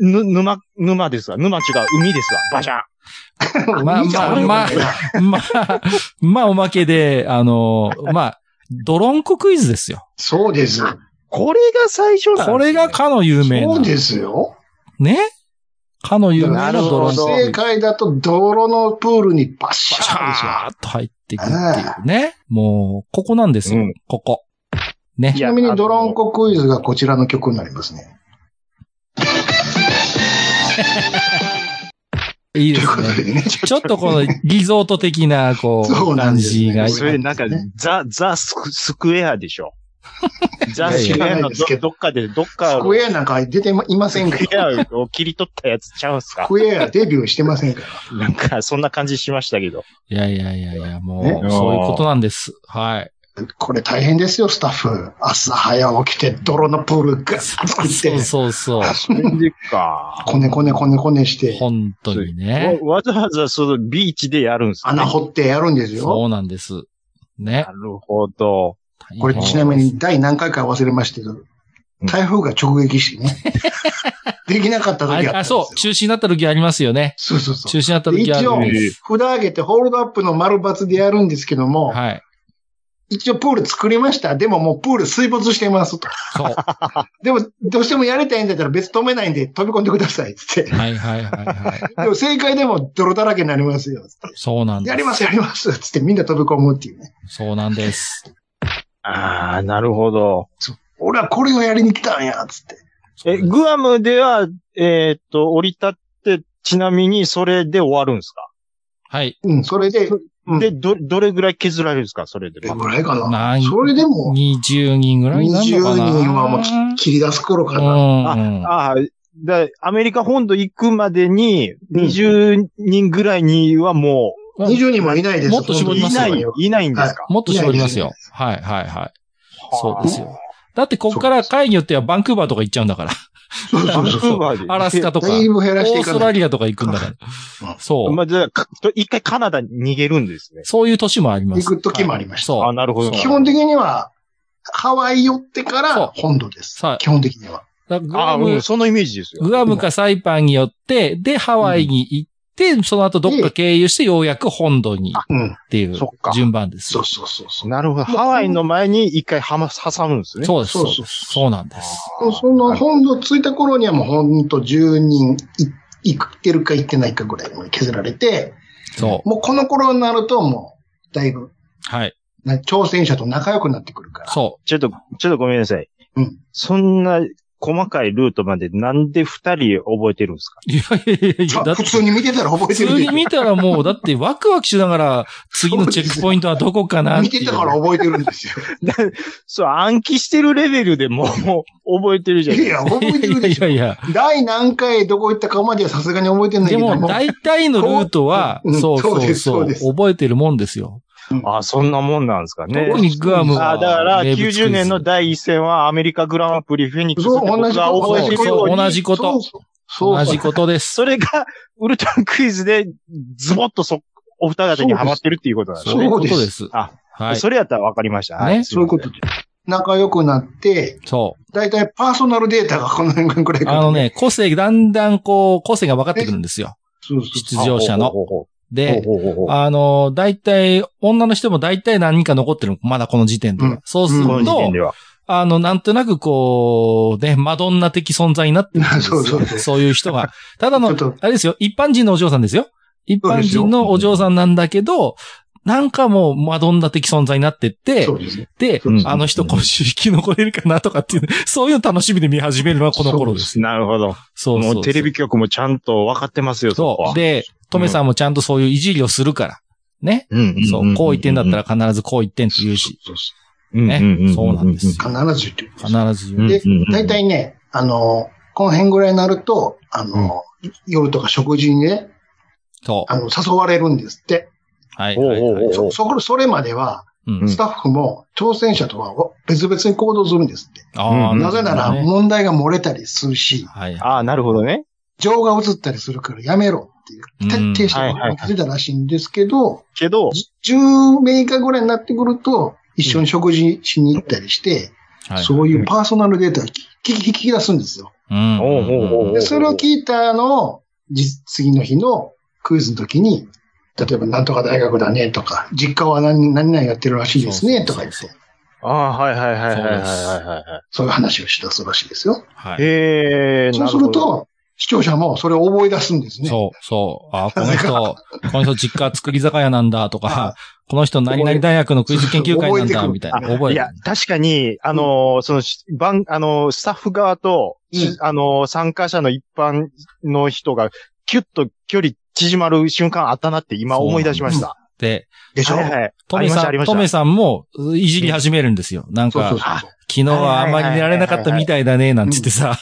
[SPEAKER 3] ぬ、沼、沼ですわ。沼違う。海ですわ。バシャン。
[SPEAKER 4] まあ
[SPEAKER 2] いいじゃん
[SPEAKER 4] まあまあ、まあ、おまけで、あのー、まあ、ドロンコクイズですよ。
[SPEAKER 2] そうです。
[SPEAKER 3] これが最初なんですね
[SPEAKER 4] これがかの有名
[SPEAKER 2] そう
[SPEAKER 4] な。
[SPEAKER 2] ですよ。
[SPEAKER 4] ねかの有名
[SPEAKER 2] な
[SPEAKER 4] な
[SPEAKER 2] る
[SPEAKER 4] ド
[SPEAKER 2] ほ
[SPEAKER 4] ロン
[SPEAKER 2] ど。
[SPEAKER 4] コクイズ
[SPEAKER 2] 正。解だと、泥のプールにバッシ
[SPEAKER 4] シ
[SPEAKER 2] ャーですよ。
[SPEAKER 4] ャーっと入っていくっていうね。もう、ここなんですよ。
[SPEAKER 3] うん
[SPEAKER 4] ここ。ね
[SPEAKER 3] い
[SPEAKER 2] ち
[SPEAKER 3] や。
[SPEAKER 2] なみにドロンコクイズがこちらの曲になりますね。
[SPEAKER 4] いい
[SPEAKER 2] という
[SPEAKER 4] です
[SPEAKER 2] こと
[SPEAKER 4] ね。
[SPEAKER 2] でね。
[SPEAKER 4] ちょっとこのリゾート的な、こ
[SPEAKER 2] そう
[SPEAKER 4] う、
[SPEAKER 2] なん
[SPEAKER 4] 感
[SPEAKER 2] です
[SPEAKER 4] じ
[SPEAKER 2] よ
[SPEAKER 4] が。
[SPEAKER 3] それなんか
[SPEAKER 2] ね、
[SPEAKER 3] ザ、ザスクスクエアで しょ。ザ
[SPEAKER 4] いやい
[SPEAKER 3] ス
[SPEAKER 4] や
[SPEAKER 3] クエアの
[SPEAKER 2] 知らないですけ
[SPEAKER 3] ど
[SPEAKER 2] ど
[SPEAKER 3] どっかで、どっか
[SPEAKER 2] ス
[SPEAKER 3] の
[SPEAKER 2] ク
[SPEAKER 3] ス
[SPEAKER 2] エアなんか出ていませんか
[SPEAKER 3] クエアを切り取ったやつちゃうんす
[SPEAKER 2] ら。ス
[SPEAKER 3] か
[SPEAKER 2] クエアデビューしてませんから。
[SPEAKER 3] なんか、そんな感じしましたけど。
[SPEAKER 4] いやいやいやいや、もう、
[SPEAKER 2] ね
[SPEAKER 4] そういうことなんです。はい。
[SPEAKER 2] これ大変ですよ、スタッフ。朝早起きて泥のプールガッ作っ
[SPEAKER 4] そ
[SPEAKER 2] て
[SPEAKER 4] う、そうそう。
[SPEAKER 3] でか。
[SPEAKER 2] こねこねこねこねして、
[SPEAKER 4] 本当にね。
[SPEAKER 3] わわざわざそのビーチでやるんすね
[SPEAKER 2] 穴掘ってやるんです
[SPEAKER 4] そ
[SPEAKER 2] よ。
[SPEAKER 4] うなんです。ね
[SPEAKER 3] な。るほど。
[SPEAKER 4] 大変
[SPEAKER 2] これちなみに第何回か忘れましたけど、台風が直撃して ね。できなかった時あったんですよ。
[SPEAKER 4] あ、あそう、中止になった時ありますよね。
[SPEAKER 2] そうそうそう
[SPEAKER 4] 中。止になった時あるんです。
[SPEAKER 2] 札上げてホールドアップの丸抜でやるんですけども、
[SPEAKER 4] はい。
[SPEAKER 2] 一応プール作りました。でももうプール水没してますと。
[SPEAKER 4] そう。は
[SPEAKER 2] でも、どうしてもやりたいんだったら別に止めないんで飛び込んでください。つって
[SPEAKER 4] い。はいはいはい。
[SPEAKER 2] でも正解でも泥だらけになりますよ。つって
[SPEAKER 4] そうなんです。
[SPEAKER 2] やります、やります。つってみんな飛び込むっていうね。
[SPEAKER 4] そうなんです。
[SPEAKER 3] ああ、なるほど。
[SPEAKER 2] 俺はこれをやりに来たんや。つって。
[SPEAKER 4] そう
[SPEAKER 3] え、
[SPEAKER 4] です
[SPEAKER 3] グアムでは、えーっと、降り立って、ちなみにそれで終わるんすか
[SPEAKER 4] はい。
[SPEAKER 2] うん、それで、うん
[SPEAKER 3] で、ど、どれぐらい削られるんですかそれで。
[SPEAKER 2] どれぐらいか
[SPEAKER 4] な。
[SPEAKER 2] ないそれでも、
[SPEAKER 4] 20人ぐらいになるのかな
[SPEAKER 2] 20人はもうき切り出す頃かな。
[SPEAKER 4] うん。
[SPEAKER 3] ああ、だアメリカ本土行くまでに、20人ぐらいにはも
[SPEAKER 4] うん
[SPEAKER 2] 20人もいないです。
[SPEAKER 4] もっと絞
[SPEAKER 3] う、
[SPEAKER 4] り
[SPEAKER 3] い
[SPEAKER 4] ますよ
[SPEAKER 3] な
[SPEAKER 2] 本当
[SPEAKER 3] い
[SPEAKER 2] に、
[SPEAKER 3] いないんですか、
[SPEAKER 4] もっと絞ります
[SPEAKER 2] い
[SPEAKER 4] よ
[SPEAKER 2] やいやいや。
[SPEAKER 4] はい、はい、はい。そうですよ。だってこっから会によってはバンクーバーとか行っちゃうんだから。
[SPEAKER 2] そうそ
[SPEAKER 3] バ
[SPEAKER 2] う
[SPEAKER 3] ン
[SPEAKER 2] そ
[SPEAKER 3] ク
[SPEAKER 2] うそ
[SPEAKER 3] ー
[SPEAKER 2] う。
[SPEAKER 3] バーで。
[SPEAKER 4] アラスカとか、
[SPEAKER 2] だい
[SPEAKER 4] オ
[SPEAKER 2] ぶ減らして
[SPEAKER 4] ー
[SPEAKER 2] い
[SPEAKER 4] スト
[SPEAKER 2] か
[SPEAKER 4] ラ
[SPEAKER 2] ない。
[SPEAKER 4] リアとか行くんだから
[SPEAKER 2] う。ん
[SPEAKER 4] そう。
[SPEAKER 3] まあ、じゃあ、か一回カナダに逃げるんですね。
[SPEAKER 4] そういう年もあります。
[SPEAKER 2] 行く時もありました
[SPEAKER 4] はい
[SPEAKER 3] あなるほど
[SPEAKER 4] そう
[SPEAKER 2] 基本的には、ハワイ寄ってから本土です
[SPEAKER 4] そう。
[SPEAKER 2] 基本的には。
[SPEAKER 4] だからグ
[SPEAKER 3] あ
[SPEAKER 4] ア
[SPEAKER 3] あ、
[SPEAKER 4] ム
[SPEAKER 3] うん、そのイメージですよ。
[SPEAKER 4] グアムかサイパンによって、で、ハワイに行って、その後どっか経由してようやく本土に
[SPEAKER 2] うん。
[SPEAKER 4] っていう
[SPEAKER 3] そっか
[SPEAKER 4] 順番です
[SPEAKER 2] そ
[SPEAKER 4] よ。
[SPEAKER 2] うそうそうそう。
[SPEAKER 3] なるほど。ハワイの前に一回はま、挟むんですね。
[SPEAKER 4] そうです。
[SPEAKER 2] そ
[SPEAKER 4] そうう
[SPEAKER 2] そう
[SPEAKER 4] です。そうなんです。
[SPEAKER 2] その本土着いた頃にはもう本当10人い行ってるか行ってないかぐらいもう削られて、
[SPEAKER 4] そう。
[SPEAKER 2] もうこの頃になるともう、だいぶ、
[SPEAKER 4] はい。
[SPEAKER 2] な挑戦者と仲良くなってくるから。
[SPEAKER 4] そ
[SPEAKER 3] ちょっと、ちょっとごめんなさい。
[SPEAKER 2] うん
[SPEAKER 3] そんな細かいルートまでなんで二人覚えてるんですか
[SPEAKER 4] う。いやいやいやい
[SPEAKER 2] じゃ
[SPEAKER 4] や、
[SPEAKER 2] あ
[SPEAKER 4] だって
[SPEAKER 2] 普通に見てたら覚え
[SPEAKER 4] 普
[SPEAKER 2] てる
[SPEAKER 4] 通
[SPEAKER 2] で
[SPEAKER 4] に見たらもう、だってワクワクしながら、次のチェックポイントはどこかなっ
[SPEAKER 2] 見
[SPEAKER 4] てい
[SPEAKER 2] て
[SPEAKER 4] う。
[SPEAKER 2] たから覚えてるんですよ。
[SPEAKER 3] そう、暗記してるレベルでもう、もう覚えてるじゃない
[SPEAKER 2] い
[SPEAKER 3] です
[SPEAKER 2] や、
[SPEAKER 3] か。
[SPEAKER 2] 覚えてる
[SPEAKER 4] いや
[SPEAKER 2] で
[SPEAKER 4] い
[SPEAKER 2] しょ。
[SPEAKER 4] やいや。
[SPEAKER 2] 第何回どこ行ったかまではさすがに覚えてない
[SPEAKER 4] で
[SPEAKER 2] けど も。
[SPEAKER 4] も、大体のルートは
[SPEAKER 2] うん、
[SPEAKER 4] そう
[SPEAKER 2] そう
[SPEAKER 4] そ
[SPEAKER 2] で
[SPEAKER 4] う
[SPEAKER 2] すそ
[SPEAKER 4] そうう、
[SPEAKER 2] です
[SPEAKER 4] 覚えてるもんですよ。
[SPEAKER 3] あ、そんなもんなんですかね
[SPEAKER 4] 特。にグアムは。
[SPEAKER 3] あだから、
[SPEAKER 4] 名物クイズ
[SPEAKER 3] 90年の第一戦はアメリカグランプリフェニックスって
[SPEAKER 2] そう
[SPEAKER 3] 僕
[SPEAKER 2] 同じ
[SPEAKER 3] が覚えてるよう
[SPEAKER 4] そう
[SPEAKER 3] に、
[SPEAKER 4] 同じこと
[SPEAKER 2] そうそうそう
[SPEAKER 4] 同じことです。
[SPEAKER 3] それがウルトラクイズでズボッとそ、お二方にはまってるっていうことなんです
[SPEAKER 4] そう
[SPEAKER 3] ね。
[SPEAKER 4] いう
[SPEAKER 2] そ
[SPEAKER 4] こ
[SPEAKER 2] う
[SPEAKER 4] と
[SPEAKER 2] です
[SPEAKER 4] です。
[SPEAKER 3] あ、
[SPEAKER 4] はい。
[SPEAKER 3] それやったらわかりました。
[SPEAKER 4] ね
[SPEAKER 2] そういうこと。仲良くなって、
[SPEAKER 4] そう。
[SPEAKER 2] だいたいパーソナルデータがこの辺ぐらいか
[SPEAKER 4] あ
[SPEAKER 2] ら
[SPEAKER 4] の。ね、個性、だんだんこう、個性が分かってくるんですよ。
[SPEAKER 2] そうそう
[SPEAKER 4] 出場者の。
[SPEAKER 3] ほうほう
[SPEAKER 4] で、
[SPEAKER 3] ほうほうほうほうほうほう
[SPEAKER 4] あの、大体、女の人も大体何人か残ってる。まだこの時点では。
[SPEAKER 2] うん
[SPEAKER 4] そうする
[SPEAKER 3] この時
[SPEAKER 4] と
[SPEAKER 3] 点、では。
[SPEAKER 4] あの、なんとなくこう、ね、マドンナ的存在になってるんです
[SPEAKER 2] そうそうそ
[SPEAKER 4] よ。
[SPEAKER 2] う
[SPEAKER 4] そういう人が。ただ
[SPEAKER 2] ちょ
[SPEAKER 4] の
[SPEAKER 2] っ、と、
[SPEAKER 4] あれですよ、一般人のお嬢さんですよ。一般人のお嬢さんなんだけど、なんかもうマドンナ的存在になってって
[SPEAKER 2] そ、うですね。
[SPEAKER 4] で
[SPEAKER 2] そうで、す
[SPEAKER 4] あの人今週生き残れるかなとかっていう、 そういうの楽しみで見始めるのはこの頃です。
[SPEAKER 3] なるほど。
[SPEAKER 4] そうそうそう
[SPEAKER 3] もうテレビ局もちゃんと分かってますよ、そこ
[SPEAKER 4] そ
[SPEAKER 3] は
[SPEAKER 4] う。。で、トメさんもちゃんとそういういじりをするから。ね。
[SPEAKER 3] うんんん
[SPEAKER 4] そう。こう言ってんだったら必ずこう言ってんって言うし。
[SPEAKER 2] そうそ
[SPEAKER 4] ねそうなんですよ
[SPEAKER 2] うそう必ず言ってく
[SPEAKER 4] 必
[SPEAKER 2] る。
[SPEAKER 4] ず
[SPEAKER 3] う
[SPEAKER 4] 言
[SPEAKER 3] ん
[SPEAKER 4] う。
[SPEAKER 2] で
[SPEAKER 3] うんうんうん、
[SPEAKER 2] 大体ね、あの、この辺ぐらいになると、あの、夜とか食事にね、
[SPEAKER 4] そう。
[SPEAKER 2] あの、誘われるんですって。
[SPEAKER 4] はい。
[SPEAKER 3] おう
[SPEAKER 4] はい
[SPEAKER 3] おう
[SPEAKER 4] はい
[SPEAKER 3] おう
[SPEAKER 2] そ、そこ、それまでは、
[SPEAKER 4] うん
[SPEAKER 2] スタッフも挑戦者とは別々に行動するんですって。
[SPEAKER 4] ああ、
[SPEAKER 3] うん
[SPEAKER 2] なぜなら
[SPEAKER 4] ね
[SPEAKER 2] 問題が漏れたりするし、
[SPEAKER 4] はい。
[SPEAKER 3] ああ、なるほどね。
[SPEAKER 2] 情が移ったりするからやめろっていう、徹底して
[SPEAKER 3] うんはいはいはい
[SPEAKER 2] 言ってたらしいんですけど、
[SPEAKER 3] けど、
[SPEAKER 2] 10メーカーぐらいになってくると、一緒に食事しに行ったりして、
[SPEAKER 4] はい。
[SPEAKER 2] そういうパーソナルデータを聞き聞き聞き出すんですよ。
[SPEAKER 4] うん。
[SPEAKER 3] おうおうおう
[SPEAKER 2] でそれを聞いたのを、じ次の日のクイズの時に、例えばなんとか大学だねとか、実家は何何々やってるらしいですねとか言って
[SPEAKER 4] そう、
[SPEAKER 3] ああ、はいはいはいはいはいはいは
[SPEAKER 2] そ
[SPEAKER 4] そう
[SPEAKER 2] ういう話をしだすらしいですよ。
[SPEAKER 4] はい
[SPEAKER 3] い。へえ、
[SPEAKER 2] そ
[SPEAKER 3] な
[SPEAKER 2] う
[SPEAKER 3] る
[SPEAKER 2] す
[SPEAKER 3] ほ
[SPEAKER 2] る
[SPEAKER 3] ど。
[SPEAKER 2] と、視聴者もそれを覚え出すんですね。
[SPEAKER 4] そう、そう。あ、この
[SPEAKER 2] なぜ
[SPEAKER 4] 人、この人実家作り酒屋なんだと
[SPEAKER 2] あ
[SPEAKER 4] か、この人何々大学のクイズ研究会なんだみたいな。覚
[SPEAKER 3] い
[SPEAKER 4] えて
[SPEAKER 3] や、確かに、あのー、その、し番、あのー、スタッフ側と、しあのー、参加者の一般の人が、キュッと距離縮まる瞬間あったなって今思い出しました。
[SPEAKER 4] で、
[SPEAKER 2] でしょ、
[SPEAKER 3] はいはい。
[SPEAKER 4] トメさ
[SPEAKER 3] あり
[SPEAKER 4] ん、
[SPEAKER 3] ましたありま
[SPEAKER 4] トメ
[SPEAKER 3] した
[SPEAKER 4] さんもいじり始めるんですよ。なん
[SPEAKER 2] そう
[SPEAKER 4] か
[SPEAKER 2] そう、そうそう。
[SPEAKER 4] 昨日はあんまり寝られなかったみたいだね、なんつってさ。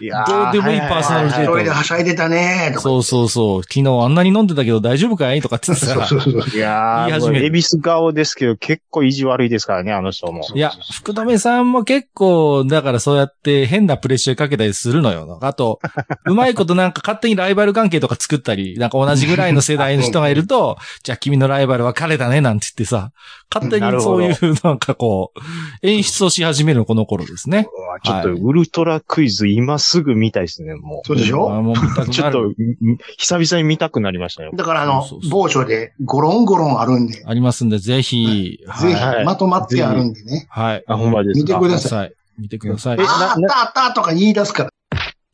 [SPEAKER 3] いやー
[SPEAKER 4] どうでもいいパーソナルデータ
[SPEAKER 2] あトイレはしゃいでたねとか。
[SPEAKER 4] そうそうそう。昨日あんなに飲んでたけど大丈夫かいとかって言って
[SPEAKER 2] そう
[SPEAKER 4] さ
[SPEAKER 2] そ。うそう。
[SPEAKER 3] いや
[SPEAKER 4] 言い
[SPEAKER 3] ー、
[SPEAKER 4] 始
[SPEAKER 3] もう
[SPEAKER 4] める
[SPEAKER 3] エビス顔ですけど、結構意地悪いですからね、あの人も。
[SPEAKER 4] いや、福留さんも結構、だからそうやって変なプレッシャーかけたりするのよ。あと、うまいことなんか勝手にライバル関係とか作ったり、なんか同じぐらいの世代の人がいると、 じゃあ君のライバルは彼だね、なんて言ってさ、勝手にそういうなんかこう、演出をし始めるのこの頃ですね。
[SPEAKER 3] うわちょっと、ウルトラクイズ今すぐ見たいですね、も
[SPEAKER 2] そうでし
[SPEAKER 4] あ
[SPEAKER 2] ょ
[SPEAKER 4] もう見たくな
[SPEAKER 3] う。
[SPEAKER 4] る
[SPEAKER 3] ちょっと、み久々に見たくなりましたよ。
[SPEAKER 2] だからあの
[SPEAKER 4] そうそう、そう
[SPEAKER 2] 某所でゴロンゴロンあるんで、ぜ
[SPEAKER 4] ありますんで、ぜひ、はい。
[SPEAKER 2] ひまとまってあるんでね。
[SPEAKER 4] はい。
[SPEAKER 3] あ、ほんまです
[SPEAKER 2] 見て
[SPEAKER 3] か
[SPEAKER 2] く。ださい。
[SPEAKER 4] い。見てください
[SPEAKER 3] え。
[SPEAKER 2] ああっ
[SPEAKER 3] な
[SPEAKER 2] たあったとか言い出すから。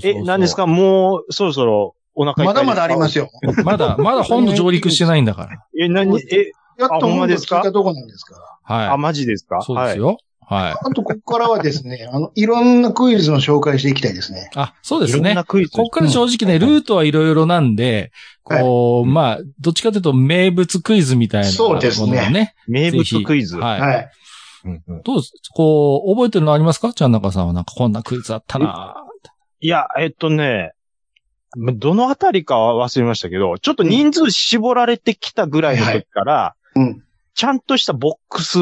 [SPEAKER 3] え、何ですかもう、そろそろ、お腹いっぱ
[SPEAKER 2] まだ
[SPEAKER 3] い
[SPEAKER 2] まだありますよ。
[SPEAKER 4] まだ、まだ本土上陸してないんだから。
[SPEAKER 3] え、何、え、
[SPEAKER 2] やっと
[SPEAKER 3] あほん
[SPEAKER 2] 本
[SPEAKER 3] ま
[SPEAKER 2] で
[SPEAKER 3] です
[SPEAKER 2] 聞
[SPEAKER 3] か
[SPEAKER 2] いたとこなんですから。
[SPEAKER 4] はい。
[SPEAKER 3] あ、マジですか
[SPEAKER 4] そうです
[SPEAKER 3] はい。
[SPEAKER 4] よ。はい。
[SPEAKER 2] あと、ここからはですね、 あの、いろんなクイズの紹介していきたいですね。
[SPEAKER 4] あ、そうで
[SPEAKER 3] い
[SPEAKER 4] す
[SPEAKER 3] ろん
[SPEAKER 4] ね
[SPEAKER 3] な。クイズ。
[SPEAKER 4] ここから正直ね、ルートはいろいろなんで、こう、まあ、どっちかというと名物クイズみたいなも
[SPEAKER 2] そ
[SPEAKER 4] の
[SPEAKER 2] うです
[SPEAKER 4] を
[SPEAKER 2] ね
[SPEAKER 4] ね。
[SPEAKER 3] 名物クイズ。
[SPEAKER 4] はい。
[SPEAKER 2] はい。
[SPEAKER 3] うんうん
[SPEAKER 4] どうですこう、覚えてるのありますかちゃんなかさんはなんかこんなクイズあったなぁ
[SPEAKER 3] いや、えっとね、どのあたりかは忘れましたけど、ちょっと人数絞られてきたぐらいの時から、
[SPEAKER 2] うん。
[SPEAKER 3] ちゃんとしたボックス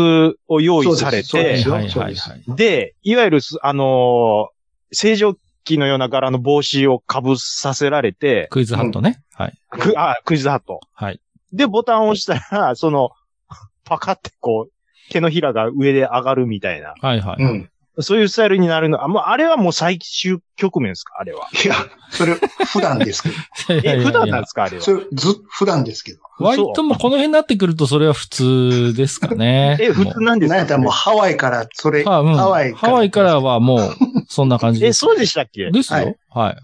[SPEAKER 3] を用意され
[SPEAKER 2] そうで
[SPEAKER 3] て
[SPEAKER 2] す、よ
[SPEAKER 4] はい
[SPEAKER 2] そ
[SPEAKER 4] は
[SPEAKER 2] う
[SPEAKER 4] い
[SPEAKER 2] です
[SPEAKER 4] はい。
[SPEAKER 3] で、いわゆるす、あのー正常期のような柄の帽子を被させられて、
[SPEAKER 4] クイズハットね。はい。
[SPEAKER 3] くあ、クイズハット。
[SPEAKER 4] はい。
[SPEAKER 3] で、ボタンを押したら、 その、パカってこう、手のひらが上で上がるみたいな、
[SPEAKER 4] はいは
[SPEAKER 2] う
[SPEAKER 4] い。
[SPEAKER 2] ん。
[SPEAKER 3] そういうスタイルになるの。あ、もう、あれはもう最終局面ですかあれは。
[SPEAKER 2] いや、それ、普段ですけど。
[SPEAKER 4] いやいやい
[SPEAKER 3] え、
[SPEAKER 4] や
[SPEAKER 3] 普段なんですかあれは。
[SPEAKER 2] そ。れ、ず、普段ですけど。
[SPEAKER 4] 割ともうこの辺になってくるとそれは普通ですかね
[SPEAKER 3] え、普通なんですか
[SPEAKER 2] なんやったらもうハワイから、それ、
[SPEAKER 4] はうん
[SPEAKER 2] ハワイから。
[SPEAKER 4] ハワイからはもう、そんな感じ
[SPEAKER 3] え、
[SPEAKER 4] です。
[SPEAKER 3] そうでしたっけ
[SPEAKER 4] です
[SPEAKER 2] は
[SPEAKER 4] よ
[SPEAKER 2] い。
[SPEAKER 4] はい。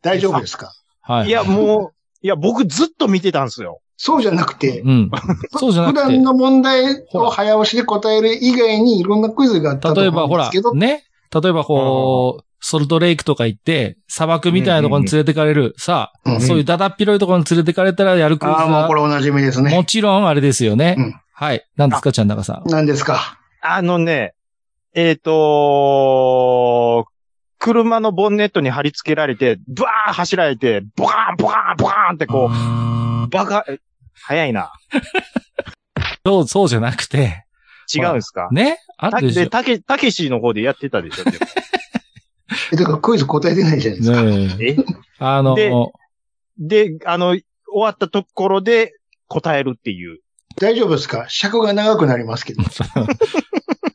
[SPEAKER 2] 大丈夫ですか
[SPEAKER 4] はい。
[SPEAKER 3] いや、もう、いや、僕ずっと見てたんですよ。
[SPEAKER 2] そうじゃなくて、
[SPEAKER 4] うん。そうじゃな
[SPEAKER 2] 普
[SPEAKER 4] くて
[SPEAKER 2] 段。の問題を早押しで答える以外にいろんなクイズがあったと
[SPEAKER 4] 例えば
[SPEAKER 2] 思う
[SPEAKER 4] ほ
[SPEAKER 2] んで
[SPEAKER 4] ら
[SPEAKER 2] すけど、、
[SPEAKER 4] ね。例えばこう、ソルトレイクとか行って、砂漠みたいなところに連れてかれる。さ
[SPEAKER 2] うん
[SPEAKER 4] あ、そういうだだっ広いところに連れてかれたらやるクイズ
[SPEAKER 2] ああ、もう
[SPEAKER 4] は
[SPEAKER 2] これお馴染みですね。
[SPEAKER 4] もちろんあれですよね
[SPEAKER 2] うん。
[SPEAKER 4] はい。何ですか、ちゃんなかさん。
[SPEAKER 2] 何ですか
[SPEAKER 3] あのね、えっ、と車のボンネットに貼り付けられて、ブワー走られて、ボカーン、ボカーン、ボカーンってこう、バカ、え早いな。
[SPEAKER 4] そう、そうじゃなくて、
[SPEAKER 3] 違うんですか
[SPEAKER 4] ね。あ
[SPEAKER 3] た
[SPEAKER 4] るでしょ
[SPEAKER 3] で、。たけ、たけしの方でやってたで しょでも
[SPEAKER 2] え、だからクイズ答えてないじゃないですか。
[SPEAKER 4] ねえ
[SPEAKER 3] え
[SPEAKER 4] あの、
[SPEAKER 3] でで、あの、終わったところで答えるっていう。
[SPEAKER 2] 大丈夫ですか尺が長くなりますけど。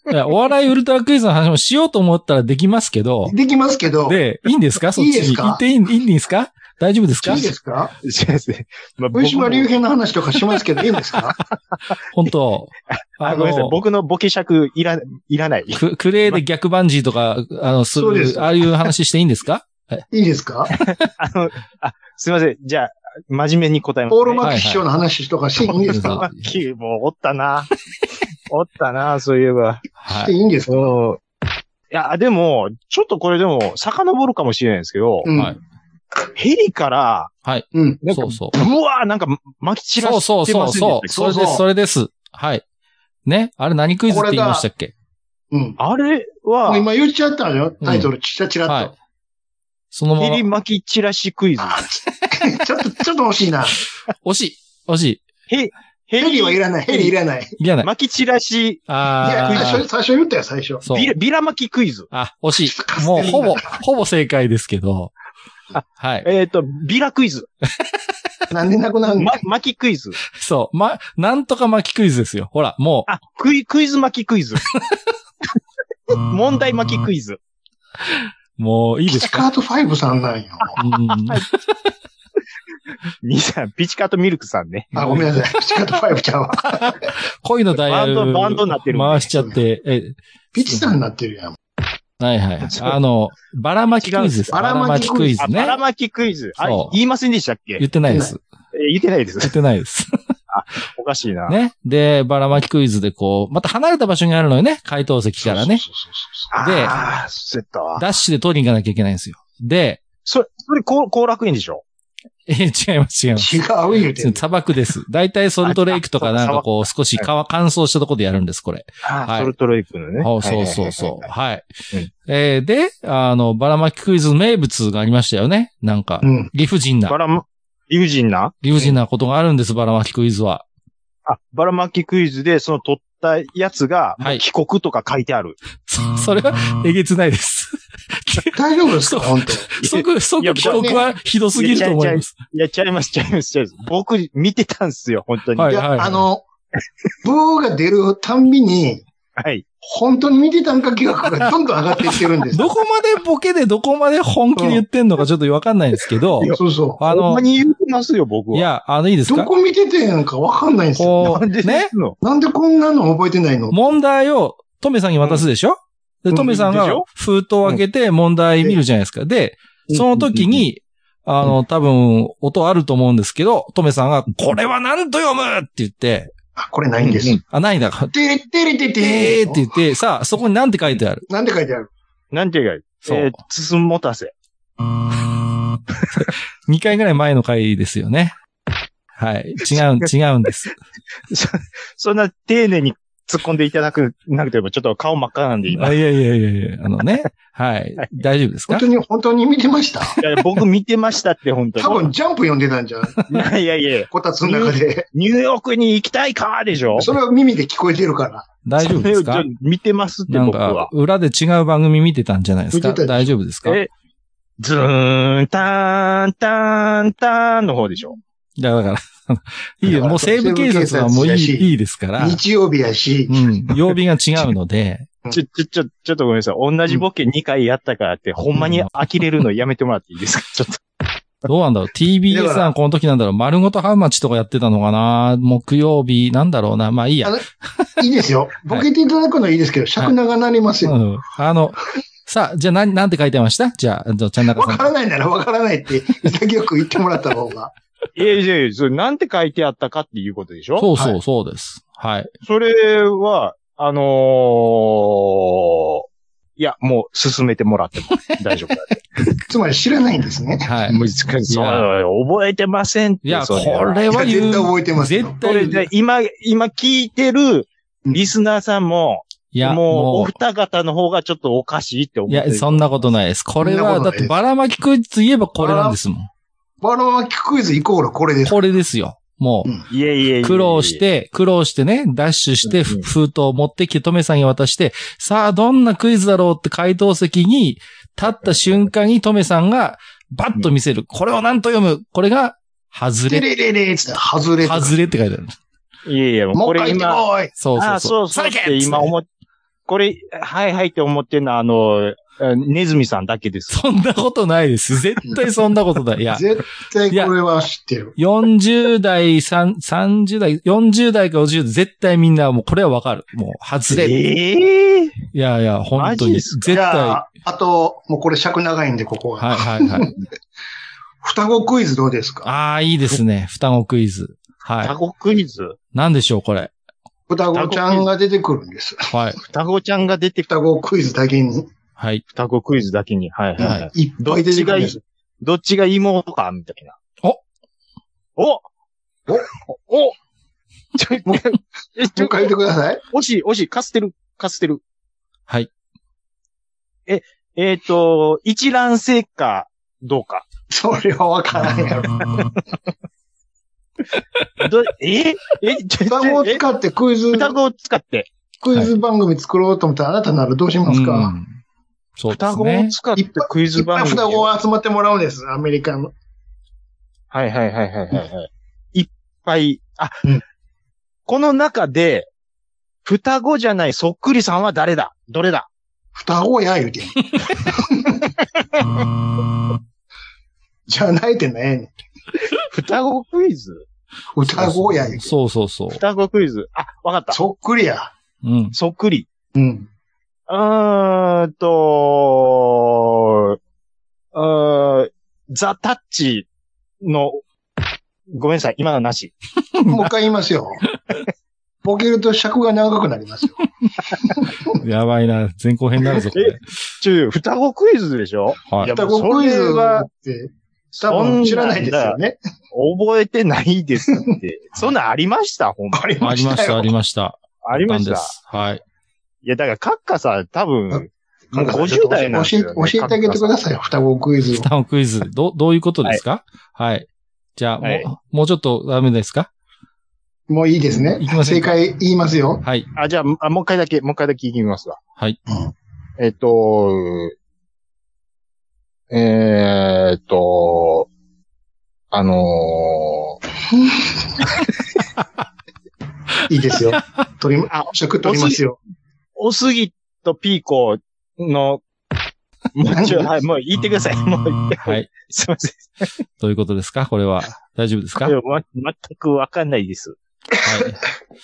[SPEAKER 4] いやお笑いウルトラクイズの話もしようと思ったらできます けど、
[SPEAKER 2] できますけど、い
[SPEAKER 4] で、いいんですかそっち
[SPEAKER 2] いいです
[SPEAKER 4] に。
[SPEAKER 2] か
[SPEAKER 4] 行っていいいいんですか大丈夫ですか
[SPEAKER 2] いですか
[SPEAKER 3] そうですね。まあ
[SPEAKER 2] 上島竜
[SPEAKER 3] 僕も
[SPEAKER 2] 兵の話とかしますけど、いいんですか
[SPEAKER 4] 本当。
[SPEAKER 3] あ、ごめんなさい。僕のボケ尺いら、いらない。
[SPEAKER 4] ククレーで逆バンジーとか、あの、す
[SPEAKER 2] そうで
[SPEAKER 4] る、
[SPEAKER 2] す
[SPEAKER 4] ああいう話していいんですか
[SPEAKER 2] いいですか
[SPEAKER 3] あの、あ、すいません。じゃあ、真面目に答えます、ね。
[SPEAKER 2] オールマック師匠の話とかしていいんです
[SPEAKER 4] はい
[SPEAKER 2] か
[SPEAKER 4] は
[SPEAKER 3] マッキーもおったな。おったな、そういえば。
[SPEAKER 2] し
[SPEAKER 4] は
[SPEAKER 2] て
[SPEAKER 4] い。
[SPEAKER 2] いいんですか
[SPEAKER 3] うん。いや、でも、ちょっとこれでも、遡るかもしれないですけど、
[SPEAKER 2] うん
[SPEAKER 4] はい
[SPEAKER 3] ヘリから、
[SPEAKER 2] うん。
[SPEAKER 3] なんか
[SPEAKER 4] そうそう。
[SPEAKER 3] うわーなんか、巻き散ら
[SPEAKER 4] そう
[SPEAKER 3] し
[SPEAKER 4] そう
[SPEAKER 3] て
[SPEAKER 4] そう
[SPEAKER 3] ませんで
[SPEAKER 4] そ
[SPEAKER 3] し
[SPEAKER 4] う。
[SPEAKER 3] たっけ
[SPEAKER 4] それです、それです。はい。ね。あれ何クイズって言いましたっけ
[SPEAKER 2] うん。
[SPEAKER 3] あれ
[SPEAKER 2] もう
[SPEAKER 3] は、
[SPEAKER 2] 今言っちゃったでしょタイトル、ちらちら
[SPEAKER 4] は
[SPEAKER 2] っ
[SPEAKER 4] い。そのま
[SPEAKER 3] ヘリ
[SPEAKER 4] ま、
[SPEAKER 3] 巻き散らしクイズ。
[SPEAKER 2] と。 ちょっと、ちょっと惜しいな。
[SPEAKER 4] 惜しい。惜し
[SPEAKER 3] ヘ
[SPEAKER 2] ヘリはいらない、ヘリいらない。
[SPEAKER 4] い。いらない。
[SPEAKER 3] 巻き散らし、
[SPEAKER 2] いや、
[SPEAKER 4] あ
[SPEAKER 2] 最
[SPEAKER 4] ー
[SPEAKER 2] 初、最初言ったよ、最初。
[SPEAKER 4] そう
[SPEAKER 3] ビ。ラビラ巻きクイズ。
[SPEAKER 4] あ、惜しい。もうほぼ、ほぼ正解ですけど。はい。
[SPEAKER 3] えっ、と、ビラクイズ。
[SPEAKER 2] なんでなくなるの
[SPEAKER 3] ま、巻きクイズ。
[SPEAKER 4] そう。ま、なんとか巻きクイズですよ。ほら、も
[SPEAKER 3] あ、クイ、クイズ巻きクイズ。問題巻きクイズ。
[SPEAKER 4] う、もういいで
[SPEAKER 2] ピ
[SPEAKER 4] す
[SPEAKER 2] チ
[SPEAKER 4] か
[SPEAKER 2] カート5さんなんよ。
[SPEAKER 4] うん
[SPEAKER 3] みさん、ピチカートミルクさんね。
[SPEAKER 2] あ、ごめんなさい。ピチカート5ちゃう わ。
[SPEAKER 4] 恋のダイヤル
[SPEAKER 3] バンドバンドになってるんで
[SPEAKER 4] 回しちゃって、え、
[SPEAKER 2] ピチさんになってるやん。
[SPEAKER 4] は いはい。あの、ばらまきクイズです。
[SPEAKER 2] 違う
[SPEAKER 4] ばらまきクイズ
[SPEAKER 3] あ、
[SPEAKER 4] ね
[SPEAKER 3] ば。らまきクイズ。あ
[SPEAKER 4] そう、
[SPEAKER 3] 言いませんでしたっけ
[SPEAKER 4] 言ってないです。
[SPEAKER 3] えー言ってないです
[SPEAKER 4] 言。ってないです。
[SPEAKER 3] おかしいな。
[SPEAKER 4] ね。で、ばらまきクイズでこう、また離れた場所にあるのよね。回答席からね。
[SPEAKER 2] そうそうそう
[SPEAKER 4] で
[SPEAKER 3] ああ、そうやったわ。
[SPEAKER 4] ダッシュで取りに行かなきゃいけないんですよ。で、
[SPEAKER 3] それ、それ、後後楽園でしょ
[SPEAKER 4] え、違います違います。
[SPEAKER 2] そうそう。違う言うてんの
[SPEAKER 4] 砂漠です。大体ソルトレイクとかなんかこう少し乾乾燥したとこでやるんです、これ。
[SPEAKER 3] あ
[SPEAKER 4] はい
[SPEAKER 3] ソルトレイクのね。
[SPEAKER 4] あそうそうそう。
[SPEAKER 3] はい
[SPEAKER 4] はい
[SPEAKER 3] うん。
[SPEAKER 4] えーで、あの、ばらまきクイズ名物がありましたよね。なんか、
[SPEAKER 2] うん。
[SPEAKER 4] 理不尽な
[SPEAKER 3] バ、ラマ、理不尽な
[SPEAKER 4] 理不尽なことがあるんです、ばらまきクイズは。
[SPEAKER 3] あ、バラマキクイズで、その取ったやつが、
[SPEAKER 4] は
[SPEAKER 3] も
[SPEAKER 4] い
[SPEAKER 3] う帰国とか書いてある。
[SPEAKER 4] そそれは、えげつないです。
[SPEAKER 2] 大丈夫ですか本当。
[SPEAKER 4] 即、
[SPEAKER 3] いや
[SPEAKER 4] 即帰国はひどすぎると思います。
[SPEAKER 3] いや、ちゃいます、ちゃいます、ちゃいます。僕、見てたんすよ、本当に。
[SPEAKER 4] はいい
[SPEAKER 2] や、あの、ブーが出るたんびに、
[SPEAKER 3] はい。
[SPEAKER 2] 本当に見てたんか疑惑がどんどん上がってきてるんです
[SPEAKER 4] どこまでボケでどこまで本気で言ってんのかちょっとわかんないんですけど、
[SPEAKER 2] そうそ
[SPEAKER 4] あ
[SPEAKER 3] ほん
[SPEAKER 4] の
[SPEAKER 3] ま、に言うてますよ、僕
[SPEAKER 4] い
[SPEAKER 3] は。
[SPEAKER 4] や、あの、いいです
[SPEAKER 2] う。ど
[SPEAKER 4] か
[SPEAKER 2] こ見ててんかわかんないんですよ。
[SPEAKER 4] こ
[SPEAKER 3] なんで
[SPEAKER 4] う、ね
[SPEAKER 3] で、すの
[SPEAKER 2] なんでこんなの覚えてないの
[SPEAKER 4] 問題を、トメさんに渡すでしょで、
[SPEAKER 3] ん
[SPEAKER 4] トメさん
[SPEAKER 3] うんでし
[SPEAKER 4] が
[SPEAKER 3] ょ
[SPEAKER 4] 封筒を開けて問題見るじゃないですか。で、その時に、あの、多分、音あると思うんですけど、トメさんが、これは何と読むって言って、
[SPEAKER 2] あ、これないんです。
[SPEAKER 5] うん
[SPEAKER 4] あ、ないんだから。
[SPEAKER 2] てれてれて
[SPEAKER 4] え
[SPEAKER 2] て
[SPEAKER 4] ーって言って、さあ、そこになんて書いてある
[SPEAKER 2] なんで書いてある
[SPEAKER 3] なんて言うか、
[SPEAKER 4] そう
[SPEAKER 3] えー、つすんもたせ。
[SPEAKER 4] 2回ぐらい前の回ですよね。はい。違 う、違うんです。
[SPEAKER 3] そんな丁寧に突っ込んでいただく、なくてもちょっと顔真っ赤なんで今。
[SPEAKER 4] あいやいやいやいやあのね。はい。大丈夫です
[SPEAKER 2] 本
[SPEAKER 4] か
[SPEAKER 2] 当に、本当に見てました
[SPEAKER 3] いや僕見てましたって、本当に。
[SPEAKER 2] 多分ジャンプ読んでたんじゃん。
[SPEAKER 3] いやいやいや、
[SPEAKER 2] こたつの中で。
[SPEAKER 3] ニューヨークに行きたいかでしょ
[SPEAKER 2] それは耳で聞こえてるから。
[SPEAKER 4] 大丈夫で
[SPEAKER 3] そ
[SPEAKER 4] す
[SPEAKER 3] れ
[SPEAKER 4] か
[SPEAKER 3] をちょっと見てますって
[SPEAKER 4] なん
[SPEAKER 3] 僕
[SPEAKER 4] か
[SPEAKER 3] は、。
[SPEAKER 4] 裏で違う番組見てたんじゃないですか
[SPEAKER 2] 見てたでしょ
[SPEAKER 4] 大丈夫ですか
[SPEAKER 3] え、ズーン、ターン、ターン、ターンの方でしょ
[SPEAKER 4] いやだから、いい
[SPEAKER 2] だか
[SPEAKER 4] よ。
[SPEAKER 2] ら
[SPEAKER 4] もう西部警察はもう
[SPEAKER 2] 西部警察
[SPEAKER 4] い
[SPEAKER 2] やし
[SPEAKER 4] い、いいですから。
[SPEAKER 2] 日曜日やし
[SPEAKER 4] う、ん。曜日が違うので、
[SPEAKER 3] ちょ、ちょ、ちょ、ちょっとごめんなさい。同じボケ2回やったからって、ほんまに呆れるのやめてもらっていい ですかちょっと。
[SPEAKER 4] どう なんだろう ?TBS
[SPEAKER 2] だか
[SPEAKER 4] は
[SPEAKER 2] ら
[SPEAKER 4] この時なんだろう丸ごとハウマッチとかやってたのかな木曜日、なんだろうなまあいいや
[SPEAKER 2] あ。いいですよ。ボケていただくのはいいですけど、尺長なります
[SPEAKER 4] う
[SPEAKER 2] よ。
[SPEAKER 4] ん。あの、さあ、じゃあ、なん、なんて書いてましたじゃあ、じゃあ、ちゃんなか
[SPEAKER 2] わ
[SPEAKER 4] さ
[SPEAKER 2] から
[SPEAKER 4] ん。
[SPEAKER 2] ないならわからないって、潔く言ってもらった方が。
[SPEAKER 3] いやいやいや、それなんて書いてあったかっていうことでしょ
[SPEAKER 4] そうそう、そうです。はい。
[SPEAKER 3] それは、あのー、いや、もう進めてもらっても大丈 夫だ。
[SPEAKER 2] つまり知らないんですね。
[SPEAKER 4] はい。
[SPEAKER 3] もうそう覚えてませんって。
[SPEAKER 4] いや、
[SPEAKER 3] そ
[SPEAKER 4] こ
[SPEAKER 3] れは
[SPEAKER 4] れ
[SPEAKER 2] いや
[SPEAKER 4] は言
[SPEAKER 2] 絶対
[SPEAKER 4] う。
[SPEAKER 2] 覚えてますよ。
[SPEAKER 4] 絶
[SPEAKER 3] これで
[SPEAKER 4] 対、
[SPEAKER 3] 今、今聞いてるリスナーさんも、
[SPEAKER 4] いや、
[SPEAKER 3] もう、お
[SPEAKER 4] も
[SPEAKER 3] 二方の方がちょっとおかしいって思
[SPEAKER 4] う、い
[SPEAKER 3] ってる。
[SPEAKER 4] や、そんなことないです。これは、
[SPEAKER 2] そんな
[SPEAKER 4] だ
[SPEAKER 2] ことない
[SPEAKER 4] っ
[SPEAKER 2] です
[SPEAKER 4] てばらまきクイズといえばこれなんですもん。
[SPEAKER 2] バロマキクイズイコールこれです。
[SPEAKER 4] これですよ。もう。
[SPEAKER 3] いやいやいやいや
[SPEAKER 4] 苦労し。て、苦労してね、ダッシュして、
[SPEAKER 3] うんうん
[SPEAKER 4] 封筒を持ってきて、トメさんに渡して、さあ、どんなクイズだろうって回答席に立った瞬間にトメさんが、バッと見せる。これを何と読むこれが、外
[SPEAKER 2] て
[SPEAKER 4] れ。
[SPEAKER 2] れれれっつって、外れとか。
[SPEAKER 4] 外れって書いてある。
[SPEAKER 3] いやいや、もう
[SPEAKER 2] も
[SPEAKER 3] こ
[SPEAKER 2] う一
[SPEAKER 3] れ
[SPEAKER 2] 回言って
[SPEAKER 3] 今、
[SPEAKER 2] こい。
[SPEAKER 4] そうそ
[SPEAKER 3] あ
[SPEAKER 4] う
[SPEAKER 3] そ
[SPEAKER 4] そうう。
[SPEAKER 3] そう
[SPEAKER 4] 再
[SPEAKER 3] っ
[SPEAKER 4] 現
[SPEAKER 3] て今思っ、これ、はいはいって思ってるのは、あの、えネズミさんだけです。
[SPEAKER 4] そんなことないです。絶対そんなことない。いや。
[SPEAKER 2] 絶対これは知ってる。
[SPEAKER 4] 40代、3 30代、40代か50代、絶対みんなもうこれはわかる。もう、外れ。い
[SPEAKER 3] ええ
[SPEAKER 4] やいや、本当
[SPEAKER 3] マジ
[SPEAKER 4] に。
[SPEAKER 3] です
[SPEAKER 4] 絶
[SPEAKER 3] か
[SPEAKER 4] 対。
[SPEAKER 2] じゃ
[SPEAKER 4] は
[SPEAKER 2] あ、あと、もうこれ尺長いんで、ここ
[SPEAKER 4] い
[SPEAKER 2] は。
[SPEAKER 4] はいはい。
[SPEAKER 2] 双子クイズどうですか
[SPEAKER 4] ああ、いいですね。双子クイズ。
[SPEAKER 3] タ
[SPEAKER 4] は
[SPEAKER 3] コクイズ
[SPEAKER 4] い。なんでしょう、これ。
[SPEAKER 2] 双子ちゃんが出てくるんです。
[SPEAKER 4] はい。
[SPEAKER 3] 双子ちゃんが出てきた
[SPEAKER 2] 双子クイズだけに。
[SPEAKER 4] はい。
[SPEAKER 3] 双子クイズだけに。はいはい。はい、
[SPEAKER 2] いっ
[SPEAKER 3] ど
[SPEAKER 2] ぱ
[SPEAKER 3] っ
[SPEAKER 2] い出
[SPEAKER 3] ち
[SPEAKER 2] てく
[SPEAKER 3] が
[SPEAKER 2] るん
[SPEAKER 3] いい
[SPEAKER 2] です。
[SPEAKER 3] どっちが妹かみたいな。
[SPEAKER 4] お
[SPEAKER 3] お
[SPEAKER 2] お
[SPEAKER 3] おちょ、もう、え、ち
[SPEAKER 2] もう
[SPEAKER 3] ょ
[SPEAKER 2] 一、 回言ってください。
[SPEAKER 3] 惜しい、惜しい、カステル、カステル。
[SPEAKER 4] はい。
[SPEAKER 3] えっ、と、一卵性か、どうか。
[SPEAKER 2] それはわからんやろ。
[SPEAKER 3] ど、ええちょ
[SPEAKER 2] 双子を
[SPEAKER 3] え
[SPEAKER 2] 使ってクイズ、
[SPEAKER 3] 双子を使って。
[SPEAKER 2] クイズ番組作ろうと思ったらあなたならどうします
[SPEAKER 4] う
[SPEAKER 2] か
[SPEAKER 4] んそうで
[SPEAKER 3] 双
[SPEAKER 4] す
[SPEAKER 3] 子を
[SPEAKER 4] ね。
[SPEAKER 3] 使ってクイ
[SPEAKER 2] い
[SPEAKER 3] ズ
[SPEAKER 2] っぱ
[SPEAKER 3] 番
[SPEAKER 2] い
[SPEAKER 3] 組。
[SPEAKER 2] 双子を集まってもらうんです。アメリカの。
[SPEAKER 3] はいはいはいはいはいはい。いっぱい、あ、
[SPEAKER 2] うん
[SPEAKER 3] この中で、双子じゃないそっくりさんは誰だどれだ
[SPEAKER 2] 双子や言うてん。じゃないってね
[SPEAKER 3] 双子クイズ
[SPEAKER 2] 双子や言うてん。
[SPEAKER 4] そうそうそう。
[SPEAKER 3] 双子クイズ。あ、わかった。
[SPEAKER 2] そっくりや。
[SPEAKER 4] うん。
[SPEAKER 3] そっくり。
[SPEAKER 2] うん。
[SPEAKER 3] うーんと、うーんザ・タッチの、ごめんなさい、今のなし。
[SPEAKER 2] もう一回言いますよ。ボケると尺が長くなりますよ。
[SPEAKER 4] やばいな。前後編になるぞ、これ。
[SPEAKER 3] ちょ、双子クイズでしょ
[SPEAKER 4] はいい
[SPEAKER 3] や。
[SPEAKER 2] 双子クイズ
[SPEAKER 3] それ
[SPEAKER 2] は
[SPEAKER 3] は
[SPEAKER 2] って、多分知らないですよね。
[SPEAKER 3] 覚えてないです って。そんなんありましたほんま。
[SPEAKER 2] あり
[SPEAKER 4] あ
[SPEAKER 2] ま
[SPEAKER 4] り
[SPEAKER 2] し
[SPEAKER 4] ましたた、あ
[SPEAKER 2] よ。
[SPEAKER 4] りました。
[SPEAKER 3] ありまし
[SPEAKER 4] なんで
[SPEAKER 3] た。
[SPEAKER 4] すはい。
[SPEAKER 3] いや、だから、カッカさん、多分、もう
[SPEAKER 2] なんかちょっ
[SPEAKER 3] 50
[SPEAKER 2] と
[SPEAKER 3] 代なんです
[SPEAKER 2] 教
[SPEAKER 3] よ
[SPEAKER 2] え、
[SPEAKER 3] ね、
[SPEAKER 2] 教えてあげてくださいよ、双子クイ ズを。
[SPEAKER 4] 双子クイズ、ど、どういうことですかはい。じゃあ、
[SPEAKER 3] はい
[SPEAKER 4] もう、もうちょっとダメですか
[SPEAKER 2] もういいですね
[SPEAKER 4] いき。ませ
[SPEAKER 2] 正
[SPEAKER 4] んか
[SPEAKER 2] 解言いますよ。
[SPEAKER 4] はい。
[SPEAKER 3] あ、じゃああ、もう一回だけ、もう一回だけ聞いてみますわ。
[SPEAKER 2] うん
[SPEAKER 3] えっと、えーっと、あのー、
[SPEAKER 2] いいですよ。取り
[SPEAKER 3] あ、
[SPEAKER 2] 尺取りますよ。
[SPEAKER 3] おすぎとピーコの、もうちょい、はい、もう言ってください。もう、
[SPEAKER 4] はい。
[SPEAKER 3] すいません。
[SPEAKER 4] どういうことですかこれは。大丈夫ですか
[SPEAKER 3] い
[SPEAKER 4] はい
[SPEAKER 3] や。ま、 全くわかんないです。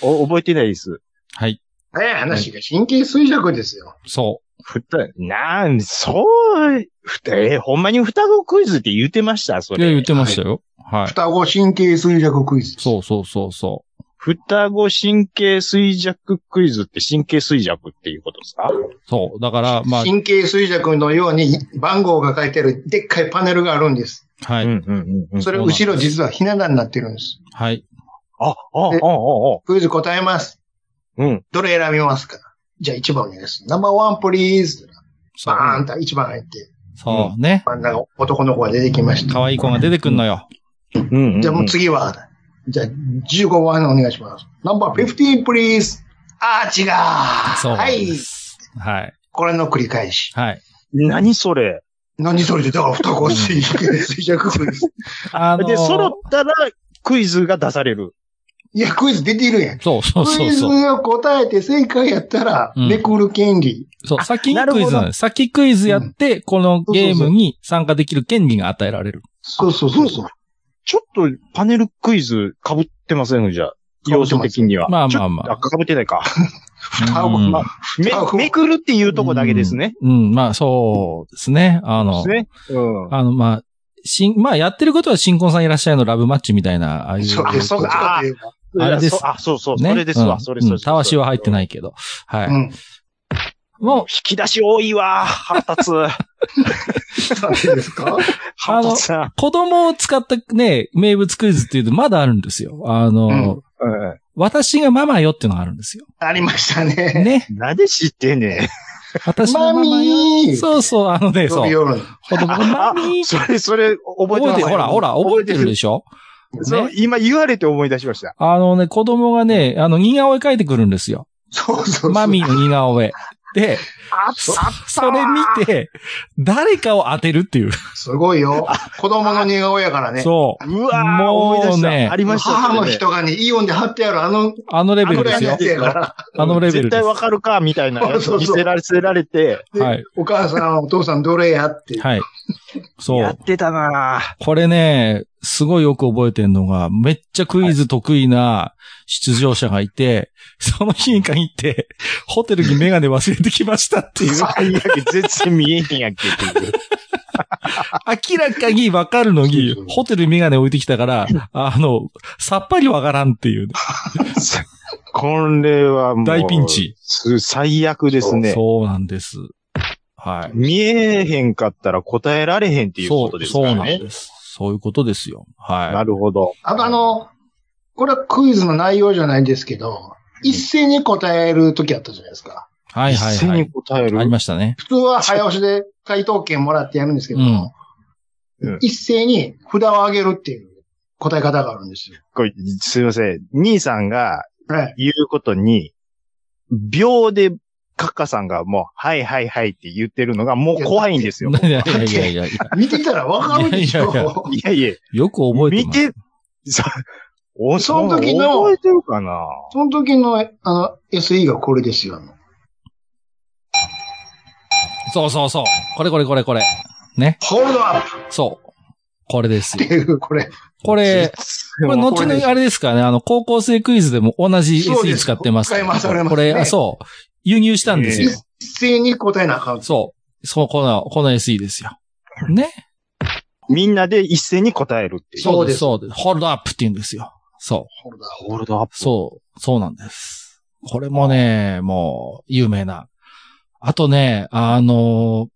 [SPEAKER 3] お、覚えてないです。
[SPEAKER 4] はい。
[SPEAKER 2] 早い話が神経衰弱ですよ。
[SPEAKER 4] そ。
[SPEAKER 3] ふた、なん、そう、ふた、え、ほんまに双子クイズって言ってましたそう
[SPEAKER 4] いや、
[SPEAKER 3] れ。
[SPEAKER 4] 言ってましたよ。はい。
[SPEAKER 2] 双子神経衰弱クイズ。
[SPEAKER 4] そうそうそうそ
[SPEAKER 3] 双子神経衰弱クイズって神経衰弱っていうことですか
[SPEAKER 4] そう。だから、ま
[SPEAKER 2] 神経衰弱のように番号が書いてあるでっかいパネルがあるんです。
[SPEAKER 4] あ、はい。
[SPEAKER 3] んうんう
[SPEAKER 2] それ後ろ実はひな壇になってるんです。
[SPEAKER 4] はい。
[SPEAKER 3] あ、あ、あ、あ、あ、
[SPEAKER 2] クイズ答えます。
[SPEAKER 3] うん。
[SPEAKER 2] どれ選びますかじゃあ1番お願いします。ナンバーワンプリーズ。
[SPEAKER 4] そう。
[SPEAKER 2] バーンと1番入って、
[SPEAKER 4] そうね。
[SPEAKER 2] 真ん中男の子が出てきました。
[SPEAKER 4] 可愛い子が出てくんのよ。
[SPEAKER 3] うん、うん。
[SPEAKER 2] じゃあもう次は、じゃあ15番お願いします。ナンバー15プリーズ。あー違う。
[SPEAKER 4] そう
[SPEAKER 2] は
[SPEAKER 4] で
[SPEAKER 2] い。
[SPEAKER 4] す。はい。
[SPEAKER 2] これの繰り返し。
[SPEAKER 4] はい。
[SPEAKER 3] 何それ
[SPEAKER 2] 何それで、だから双子水 弱クイズ。
[SPEAKER 4] あのー
[SPEAKER 3] で、揃ったらクイズが出される。
[SPEAKER 2] いや、クイズ出てるやん。
[SPEAKER 4] そうそう
[SPEAKER 2] ク
[SPEAKER 4] そ
[SPEAKER 2] イ
[SPEAKER 4] う
[SPEAKER 2] ズ
[SPEAKER 4] そう。
[SPEAKER 2] を答えて正解やったら、
[SPEAKER 4] うん
[SPEAKER 2] めくる権利。
[SPEAKER 4] そう、先に
[SPEAKER 3] なるほ
[SPEAKER 4] クイ
[SPEAKER 3] ど
[SPEAKER 4] ズなんです。先クイズやって、このゲームに参加できる権利が与えられる。
[SPEAKER 2] そうそうそうそう。
[SPEAKER 3] ちょっとパネルクイズ被ってませんじゃあ。
[SPEAKER 2] 被って
[SPEAKER 3] 要
[SPEAKER 2] ます
[SPEAKER 3] 素的には。
[SPEAKER 4] まあまあ
[SPEAKER 3] ちょっ
[SPEAKER 4] まあ
[SPEAKER 3] あ、被ってない か。
[SPEAKER 2] 双子、
[SPEAKER 4] うん
[SPEAKER 2] まあ
[SPEAKER 3] め
[SPEAKER 2] 双、子
[SPEAKER 3] めくるっていうとこだけですね。
[SPEAKER 4] うん。うん、まあそうですね。あ
[SPEAKER 3] で
[SPEAKER 4] の
[SPEAKER 3] す、ね。うん。
[SPEAKER 4] あの、まあ、しん、まあやってることは新婚さんいらっしゃいのラブマッチみたいな、ああいう。
[SPEAKER 2] そうか、そうか
[SPEAKER 3] あ。
[SPEAKER 4] あれです
[SPEAKER 3] そうあ、そうそう。
[SPEAKER 4] ね
[SPEAKER 3] それですわ。
[SPEAKER 4] うん
[SPEAKER 3] それそれ
[SPEAKER 4] うんたわしは入って
[SPEAKER 3] い。
[SPEAKER 4] ないけど。は
[SPEAKER 2] う
[SPEAKER 4] い。
[SPEAKER 2] ん。
[SPEAKER 4] もう、
[SPEAKER 3] 引き出し多いわ。腹立つ。
[SPEAKER 2] なんでですか
[SPEAKER 3] 腹立つな。
[SPEAKER 4] 子供を使ったね、名物クイズっていうのまだあるんですよ。あの、
[SPEAKER 2] うん
[SPEAKER 3] うん
[SPEAKER 4] 私がママよっていうのがあるんですよ。
[SPEAKER 2] ありましたね。
[SPEAKER 4] ね。
[SPEAKER 3] なんで知ってんね
[SPEAKER 4] 私がママ
[SPEAKER 2] マミ
[SPEAKER 4] よ。
[SPEAKER 2] ー
[SPEAKER 4] そうそう、あのね、
[SPEAKER 2] 飛
[SPEAKER 4] そ
[SPEAKER 2] び
[SPEAKER 4] う。
[SPEAKER 2] 寄るの
[SPEAKER 4] 子供がマミ
[SPEAKER 3] ん。
[SPEAKER 4] ー
[SPEAKER 3] それ、それ、 覚えて
[SPEAKER 4] 覚え
[SPEAKER 3] ます
[SPEAKER 4] てる、ほら、ほら、覚えてるでしょ
[SPEAKER 3] そう、今言われて思い出しました。
[SPEAKER 4] あのね、子供がね、あの、似顔絵描いてくるんですよ。
[SPEAKER 2] そうそうそう。
[SPEAKER 4] マミーの似顔絵。で、
[SPEAKER 3] あっ
[SPEAKER 4] そそれ見て、誰かを当てるっていう。
[SPEAKER 2] すごいよ。子供の似顔やからね。
[SPEAKER 4] そう。
[SPEAKER 3] うわー、
[SPEAKER 4] もう
[SPEAKER 3] 思い出した。
[SPEAKER 4] ね
[SPEAKER 3] ありました。
[SPEAKER 2] 母の
[SPEAKER 3] それね
[SPEAKER 2] 人がね、イオンで貼ってあるあの、
[SPEAKER 4] あのレ
[SPEAKER 2] あ
[SPEAKER 4] ベ
[SPEAKER 2] の
[SPEAKER 4] ルですよ
[SPEAKER 2] やつ。やから。
[SPEAKER 4] あのレベ
[SPEAKER 3] 絶
[SPEAKER 4] ルで
[SPEAKER 3] 対
[SPEAKER 4] す。
[SPEAKER 3] わかるか、みたい なやつ
[SPEAKER 2] そう
[SPEAKER 3] 見
[SPEAKER 2] そう
[SPEAKER 3] せられ、せられて、
[SPEAKER 2] る
[SPEAKER 4] はい。
[SPEAKER 2] お母さん、お父さんどれやって。
[SPEAKER 4] はい。そ
[SPEAKER 3] や
[SPEAKER 4] う
[SPEAKER 3] っ。てたなぁ
[SPEAKER 4] これね、すごいよく覚えてんのが、めっちゃクイズ得意な出場者がいて、その日に限って、ホテルにメガネ忘れてきましたっていう、
[SPEAKER 3] 最悪、全然見えへんやんけ、っていう。
[SPEAKER 4] 明らかにわかるの
[SPEAKER 2] そ
[SPEAKER 4] に
[SPEAKER 2] うそう、
[SPEAKER 4] ホテルにメガネ置いてきたから、あの、さっぱりわからんっていうね。
[SPEAKER 3] これはもう。
[SPEAKER 4] 大ピンチ
[SPEAKER 3] す。最悪ですね。
[SPEAKER 4] そうなんです。はい。
[SPEAKER 3] 見えへんかったら答えられへんっていうことですか
[SPEAKER 4] そう、
[SPEAKER 3] ら
[SPEAKER 4] そう
[SPEAKER 3] ね。
[SPEAKER 4] なんです。そういうことですよ。は
[SPEAKER 3] なるほど。
[SPEAKER 2] あとあの、これはクイズの内容じゃないですけど、一斉に答えるときあったじゃないですか。
[SPEAKER 4] い。はいはい
[SPEAKER 3] 一斉
[SPEAKER 4] は
[SPEAKER 3] に
[SPEAKER 4] い。
[SPEAKER 3] 答える。
[SPEAKER 4] ありましたね。
[SPEAKER 2] 普通は早押しで回答権もらってやるんですけど、
[SPEAKER 4] うん
[SPEAKER 3] うん
[SPEAKER 2] 一斉に札を上げるっていう答え方があるんですよ。
[SPEAKER 3] これすいません。兄さんが
[SPEAKER 2] はい。
[SPEAKER 3] 言うことに、秒で、カッカさんがもう、はいはいはいって言ってるのがもう怖いんですよ。
[SPEAKER 4] いやいやいやいやいや。
[SPEAKER 2] 見てたらわかるでしょ。
[SPEAKER 4] いやいやいや
[SPEAKER 3] いやいや、
[SPEAKER 4] よく覚えて
[SPEAKER 3] 見
[SPEAKER 4] ます。
[SPEAKER 3] て、そお
[SPEAKER 2] その時の
[SPEAKER 3] 覚えてるかな
[SPEAKER 2] その時の、あの、SE がこれですよ。
[SPEAKER 4] そうそうそう。これこれこれこれ。
[SPEAKER 2] ホールドアップ
[SPEAKER 4] そう。これです
[SPEAKER 2] って
[SPEAKER 4] よ。
[SPEAKER 2] いう、これ。
[SPEAKER 4] これ、これ後
[SPEAKER 2] これです
[SPEAKER 4] のあれですからね、あの、高校生クイズでも同じ
[SPEAKER 2] そうで
[SPEAKER 4] SE
[SPEAKER 2] す
[SPEAKER 4] 使ってますから。
[SPEAKER 2] 使います使います
[SPEAKER 4] これ、
[SPEAKER 2] ね
[SPEAKER 4] あそう。輸入したんですよ。
[SPEAKER 2] 一斉に答えなあかん。
[SPEAKER 4] そう。そう、この、この SE ですよ。ね。
[SPEAKER 3] みんなで一斉に答えるっていう。
[SPEAKER 2] そうです
[SPEAKER 4] そうです。ホールドアップって言うんですよ。そう。
[SPEAKER 2] ホールドアッ
[SPEAKER 3] ホールドアップ。
[SPEAKER 4] そう、そうなんです。これもね、もう、有名な。あとね、あの、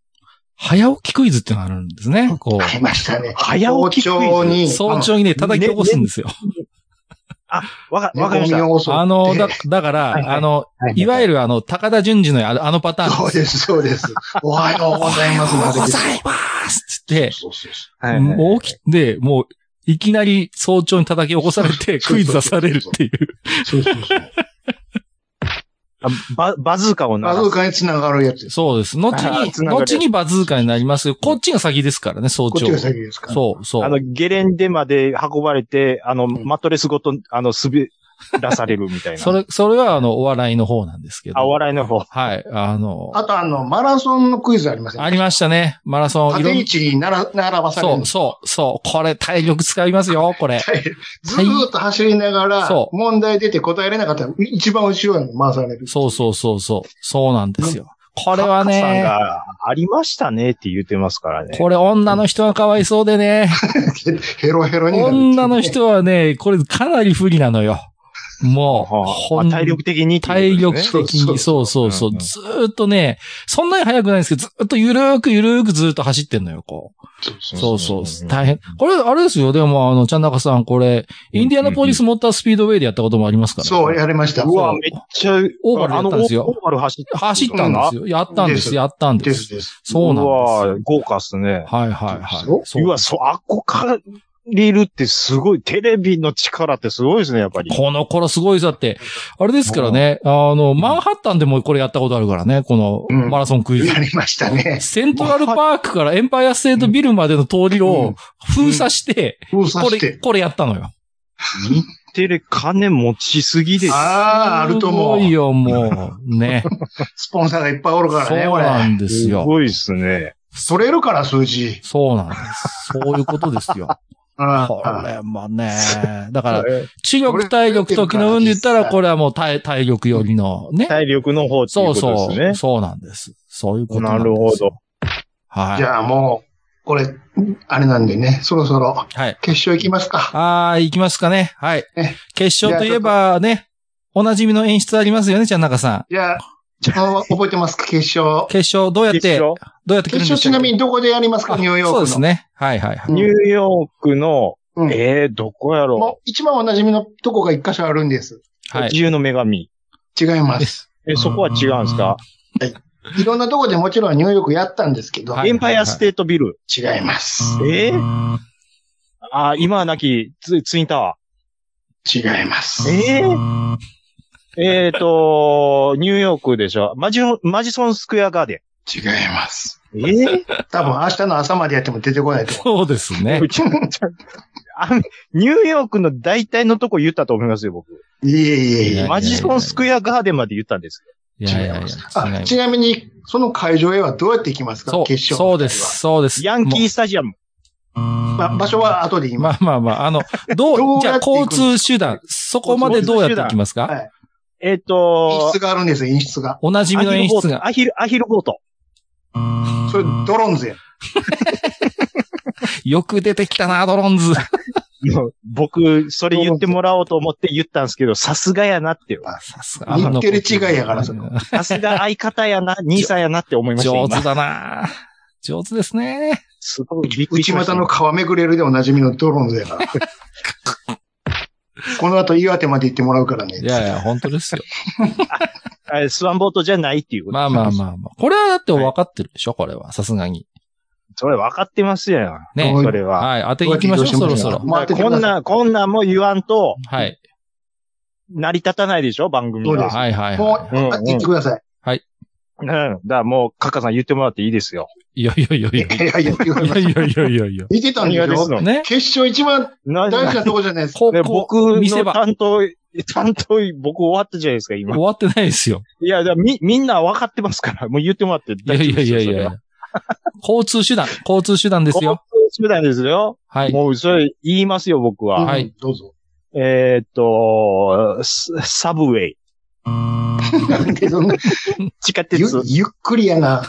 [SPEAKER 4] 早起きクイズってのがあるんですね。こ
[SPEAKER 2] プあり
[SPEAKER 4] う、
[SPEAKER 2] ましたね。
[SPEAKER 3] 早起きクイズ
[SPEAKER 2] 早朝に。
[SPEAKER 4] 早朝にね、叩き起こすんですよ。
[SPEAKER 3] わか、
[SPEAKER 2] あの
[SPEAKER 3] わかりまし
[SPEAKER 2] 寝込
[SPEAKER 3] た。
[SPEAKER 2] みを襲って
[SPEAKER 4] あの、だ、だから、
[SPEAKER 3] はいはい
[SPEAKER 4] あの、いわゆるあの、高田純次のあのあのパターン。
[SPEAKER 2] そうです、そうです。おはようございます。
[SPEAKER 4] おはようございますって
[SPEAKER 2] そうそうそ
[SPEAKER 3] は
[SPEAKER 4] 言
[SPEAKER 3] い
[SPEAKER 4] っ
[SPEAKER 3] は
[SPEAKER 4] て、
[SPEAKER 3] い
[SPEAKER 4] もう起きて、もう、いきなり早朝に叩き起こされて、
[SPEAKER 2] そうそうそう
[SPEAKER 4] クイズ出されるっていう。
[SPEAKER 2] う。そうそうそう。
[SPEAKER 3] あババズーカを鳴
[SPEAKER 2] バ
[SPEAKER 3] ら
[SPEAKER 2] ズ
[SPEAKER 3] す
[SPEAKER 2] ーカに繋がるやつです。
[SPEAKER 4] そうです。後
[SPEAKER 3] あー
[SPEAKER 4] に、
[SPEAKER 3] つながる
[SPEAKER 4] 後にバズーカになりますけどこっちが先ですからね、早
[SPEAKER 2] こっ
[SPEAKER 4] 朝
[SPEAKER 2] ち。が先ですから。
[SPEAKER 4] そう、そう。
[SPEAKER 3] あの、ゲレンデまで運ばれて、あの、
[SPEAKER 2] ん
[SPEAKER 3] マットレスごと、あの、滑らされるみたいな。
[SPEAKER 4] それ、それはあの、お笑いの方なんですけど。
[SPEAKER 3] あ、お笑いの方。
[SPEAKER 4] はい。あの、
[SPEAKER 2] あとあの、マラソンのクイズありません
[SPEAKER 4] ありましたね。マラソン、いろ
[SPEAKER 2] 縦位
[SPEAKER 4] ん
[SPEAKER 2] 置になら並ばされ
[SPEAKER 4] そ
[SPEAKER 2] る
[SPEAKER 4] う、。そう、そう。これ、体力使いますよ、これ。
[SPEAKER 2] ずーっと走りながら
[SPEAKER 4] そ、う
[SPEAKER 2] 問題出て答えれなかったら、一番後ろに回される。
[SPEAKER 4] そうそうそうそう。そうなんですよ。これは
[SPEAKER 3] カッカさん
[SPEAKER 4] ね、
[SPEAKER 3] が、ありましたねって言ってますからね。
[SPEAKER 4] これ女の人はかわいそうでね。
[SPEAKER 2] ヘロヘロになる。
[SPEAKER 4] 女の人はね、これかなり不利なのよ。もう、
[SPEAKER 3] は
[SPEAKER 4] ほ
[SPEAKER 3] あ
[SPEAKER 4] ん
[SPEAKER 3] 体力的にっていう
[SPEAKER 4] 体
[SPEAKER 3] こと
[SPEAKER 4] 力
[SPEAKER 3] ですね、
[SPEAKER 4] 的に、そうそうそうう、
[SPEAKER 5] んうん
[SPEAKER 4] ずーっとね、そんなに速くないんですけど、ずーっとゆるーくゆるーくずーっと走ってんのよ、こう。そうそう、大変。これ、あれですよ、でも、あの、ちゃんなかさん、これ、インディアナポリスモータースピードウェイでやったこともありますから。
[SPEAKER 2] そう、やりました。
[SPEAKER 3] うわ、めっちゃ、
[SPEAKER 4] オーバルやったんですよ
[SPEAKER 3] あのオーバル走った。
[SPEAKER 4] 走ったんですよ。やったんで
[SPEAKER 2] です
[SPEAKER 4] す、やったんで
[SPEAKER 2] です
[SPEAKER 4] す。
[SPEAKER 2] です。
[SPEAKER 4] そうなんです
[SPEAKER 3] うわ、豪華っすね。
[SPEAKER 4] はいはいはい。そう
[SPEAKER 3] わ、そう、あっこからリるってすごい、テレビの力ってすごいですね、やっぱり。
[SPEAKER 4] この頃すごいさって、あれですからね、あの、マンハッタンでもこれやったことあるからね、こ
[SPEAKER 2] う
[SPEAKER 4] の
[SPEAKER 2] ん
[SPEAKER 4] マラソンクイズ。
[SPEAKER 2] やりましたね。
[SPEAKER 4] セントラルパークからエンパイアステートビルまでの通り
[SPEAKER 2] う
[SPEAKER 4] を
[SPEAKER 2] ん
[SPEAKER 4] 封鎖して、
[SPEAKER 2] 封鎖
[SPEAKER 4] こ
[SPEAKER 2] し
[SPEAKER 4] れ、
[SPEAKER 2] て。
[SPEAKER 4] これやったのよ。
[SPEAKER 3] 日テレ金持ちすぎです。
[SPEAKER 2] ああ、あると思。
[SPEAKER 4] すごいうよ、もう。ね。
[SPEAKER 2] スポンサーがいっぱいおるから
[SPEAKER 4] そう
[SPEAKER 2] ね、 こ
[SPEAKER 4] な
[SPEAKER 2] れ。
[SPEAKER 4] んです
[SPEAKER 3] す
[SPEAKER 4] よ。
[SPEAKER 3] ごいですね。
[SPEAKER 2] 取れるから、数字。
[SPEAKER 4] そうなんです。そういうことですよ。
[SPEAKER 2] うん
[SPEAKER 4] これもね。だから、
[SPEAKER 2] うん
[SPEAKER 4] 知力、体力、時の運で言ったら、これはもう体体力よりのね。
[SPEAKER 3] 体力の方ってい
[SPEAKER 4] そうう
[SPEAKER 3] ことですね。
[SPEAKER 4] そう。そうなんです。そういうことなん
[SPEAKER 3] な
[SPEAKER 4] です。
[SPEAKER 3] るほど。。
[SPEAKER 4] はい。
[SPEAKER 2] じゃあもう、これ、あれなんでね、そろそろ
[SPEAKER 4] はい。
[SPEAKER 2] 決勝行きますか。
[SPEAKER 4] あー、行きますかね。はい
[SPEAKER 2] ね。
[SPEAKER 4] 決勝といえばね、おなじみの演出ありますよね、ちゃんなかさん。
[SPEAKER 2] じ ゃあ、ちゃん覚えてますか、決勝。
[SPEAKER 4] 決勝どうやって、
[SPEAKER 3] 決
[SPEAKER 4] ど
[SPEAKER 3] 勝
[SPEAKER 4] うやって
[SPEAKER 2] 決勝ちなみ
[SPEAKER 4] に
[SPEAKER 2] にどこでやりますか、ニューヨークの。
[SPEAKER 4] そうですね。はいはいはい。
[SPEAKER 2] うん
[SPEAKER 3] ニューヨークの、
[SPEAKER 2] うん
[SPEAKER 3] えー、どこや
[SPEAKER 2] も
[SPEAKER 3] ろ
[SPEAKER 2] う一番お馴染みのとこが一箇所あるんです。
[SPEAKER 3] う、
[SPEAKER 4] はい
[SPEAKER 3] 自由の女神。
[SPEAKER 2] 違います。
[SPEAKER 3] え、そこは違うんですか
[SPEAKER 2] いろんなとこでもちろんニューヨークやったんですけど、
[SPEAKER 4] はい
[SPEAKER 3] エンパイアステートビル。
[SPEAKER 2] 違います。
[SPEAKER 3] えー、あー、今はなきツツインタワ
[SPEAKER 2] 違います。
[SPEAKER 3] ー。えー、えーと、ニューヨークでしょ。マジロマジソンスクエアガーデ
[SPEAKER 2] 違います。
[SPEAKER 3] ン。えー、
[SPEAKER 2] 多分明日の朝までやっても出てこないと思う。
[SPEAKER 4] そうですね。
[SPEAKER 3] あニューヨークの大体のとこ言ったと思いますよ、僕。
[SPEAKER 2] いえいえい
[SPEAKER 4] いや
[SPEAKER 2] え。
[SPEAKER 3] マジソンスクエアガーデンまで言ったんです。
[SPEAKER 4] いやいやいや
[SPEAKER 2] 違います
[SPEAKER 4] 違い
[SPEAKER 2] あ
[SPEAKER 4] ます
[SPEAKER 2] ちなみに、その会場へはどうやって行きますか
[SPEAKER 4] そう、
[SPEAKER 2] 決勝。
[SPEAKER 4] そうで。す、そうです。
[SPEAKER 3] ヤンキ
[SPEAKER 4] も。
[SPEAKER 3] ースタジアム。
[SPEAKER 2] ま場所は後で言いう
[SPEAKER 4] ま
[SPEAKER 2] ます。
[SPEAKER 4] あまあまあ、あの、ど
[SPEAKER 2] ど
[SPEAKER 4] う、
[SPEAKER 2] う
[SPEAKER 4] じ
[SPEAKER 2] や
[SPEAKER 4] ゃ
[SPEAKER 2] っ
[SPEAKER 4] あ
[SPEAKER 2] て行く
[SPEAKER 4] 交
[SPEAKER 2] んですか
[SPEAKER 4] 通手段、そこまでどうやっていきます
[SPEAKER 2] は
[SPEAKER 4] か
[SPEAKER 2] い
[SPEAKER 3] えっ
[SPEAKER 2] 演
[SPEAKER 3] と
[SPEAKER 2] 出、があるんですよ、演出が。
[SPEAKER 4] おなじみの演出が。
[SPEAKER 3] アヒルボート、アヒルボート。
[SPEAKER 2] それ、ドローンズや。
[SPEAKER 4] よく出てきたな、ドロ ンズ。
[SPEAKER 3] 僕、それ言ってもらおうと思って言ったんですけど、さすがやなって。
[SPEAKER 4] さす
[SPEAKER 2] 日テレ違いやからそれ
[SPEAKER 3] さすが相方や な、兄さんやなって思いました。
[SPEAKER 4] 上手
[SPEAKER 3] 今
[SPEAKER 4] だな上手ですね。
[SPEAKER 3] すごいびっくりし
[SPEAKER 2] 内
[SPEAKER 3] ました。
[SPEAKER 2] 股の皮めくれるでおなじみのドローンズやから。 この後岩手まで行ってもらうからね。
[SPEAKER 4] いやいや、本当 ですよ。
[SPEAKER 3] あれスワンボートじゃないっていうこと。
[SPEAKER 4] まあまあまあまあ。これはだって分かってるでしょ、これは。さすがに。
[SPEAKER 3] それ分かってますやん。
[SPEAKER 4] ね。
[SPEAKER 3] それは。
[SPEAKER 4] はい、当て行きましょう、そろそろ。
[SPEAKER 2] 回ってて
[SPEAKER 3] こ
[SPEAKER 2] くだ
[SPEAKER 3] ん
[SPEAKER 2] さい
[SPEAKER 3] な、こんなんも言わんと、
[SPEAKER 4] はい。
[SPEAKER 3] 成り立たないでしょ、番組
[SPEAKER 2] そう
[SPEAKER 3] が
[SPEAKER 2] で。す
[SPEAKER 4] はいはい
[SPEAKER 2] もう
[SPEAKER 4] は、
[SPEAKER 3] うんうん
[SPEAKER 2] あ言ってください。
[SPEAKER 3] うん。だからもう、カッカさん言ってもらっていいですよ。
[SPEAKER 4] い。いやいやいやいや。い
[SPEAKER 2] いやいや、言ってくださ
[SPEAKER 4] や
[SPEAKER 2] い。
[SPEAKER 4] いやいやいやいや。
[SPEAKER 2] 見てた んでし
[SPEAKER 3] 何がです
[SPEAKER 2] ょ
[SPEAKER 3] の
[SPEAKER 4] ね。
[SPEAKER 2] 決勝一番
[SPEAKER 3] な
[SPEAKER 2] 大事なとこじゃないですか。
[SPEAKER 4] こ
[SPEAKER 3] ね
[SPEAKER 4] こ、
[SPEAKER 3] 僕
[SPEAKER 4] 見せ
[SPEAKER 3] の
[SPEAKER 4] ば
[SPEAKER 3] 担当、担当、僕終わったじゃないですか、今
[SPEAKER 4] 終。わってないですよ。
[SPEAKER 3] いや、だからみ、みんな分かってますから、もう言ってもらって
[SPEAKER 4] いや
[SPEAKER 3] 大丈夫
[SPEAKER 4] いや
[SPEAKER 3] です
[SPEAKER 4] い
[SPEAKER 3] よ。
[SPEAKER 4] やい
[SPEAKER 3] それ
[SPEAKER 4] や
[SPEAKER 3] は。。
[SPEAKER 4] 交通手段、 交通手段ですよ。
[SPEAKER 3] 交通手段ですよ。
[SPEAKER 4] はい。
[SPEAKER 3] もう、それ言いますよ、僕は。
[SPEAKER 4] はい。
[SPEAKER 2] どうぞ。
[SPEAKER 3] えーっと、スサブウェイ。
[SPEAKER 2] なんでそんな、
[SPEAKER 3] 地下 鉄。
[SPEAKER 2] ゆ
[SPEAKER 3] わ
[SPEAKER 2] ゆっくりやな。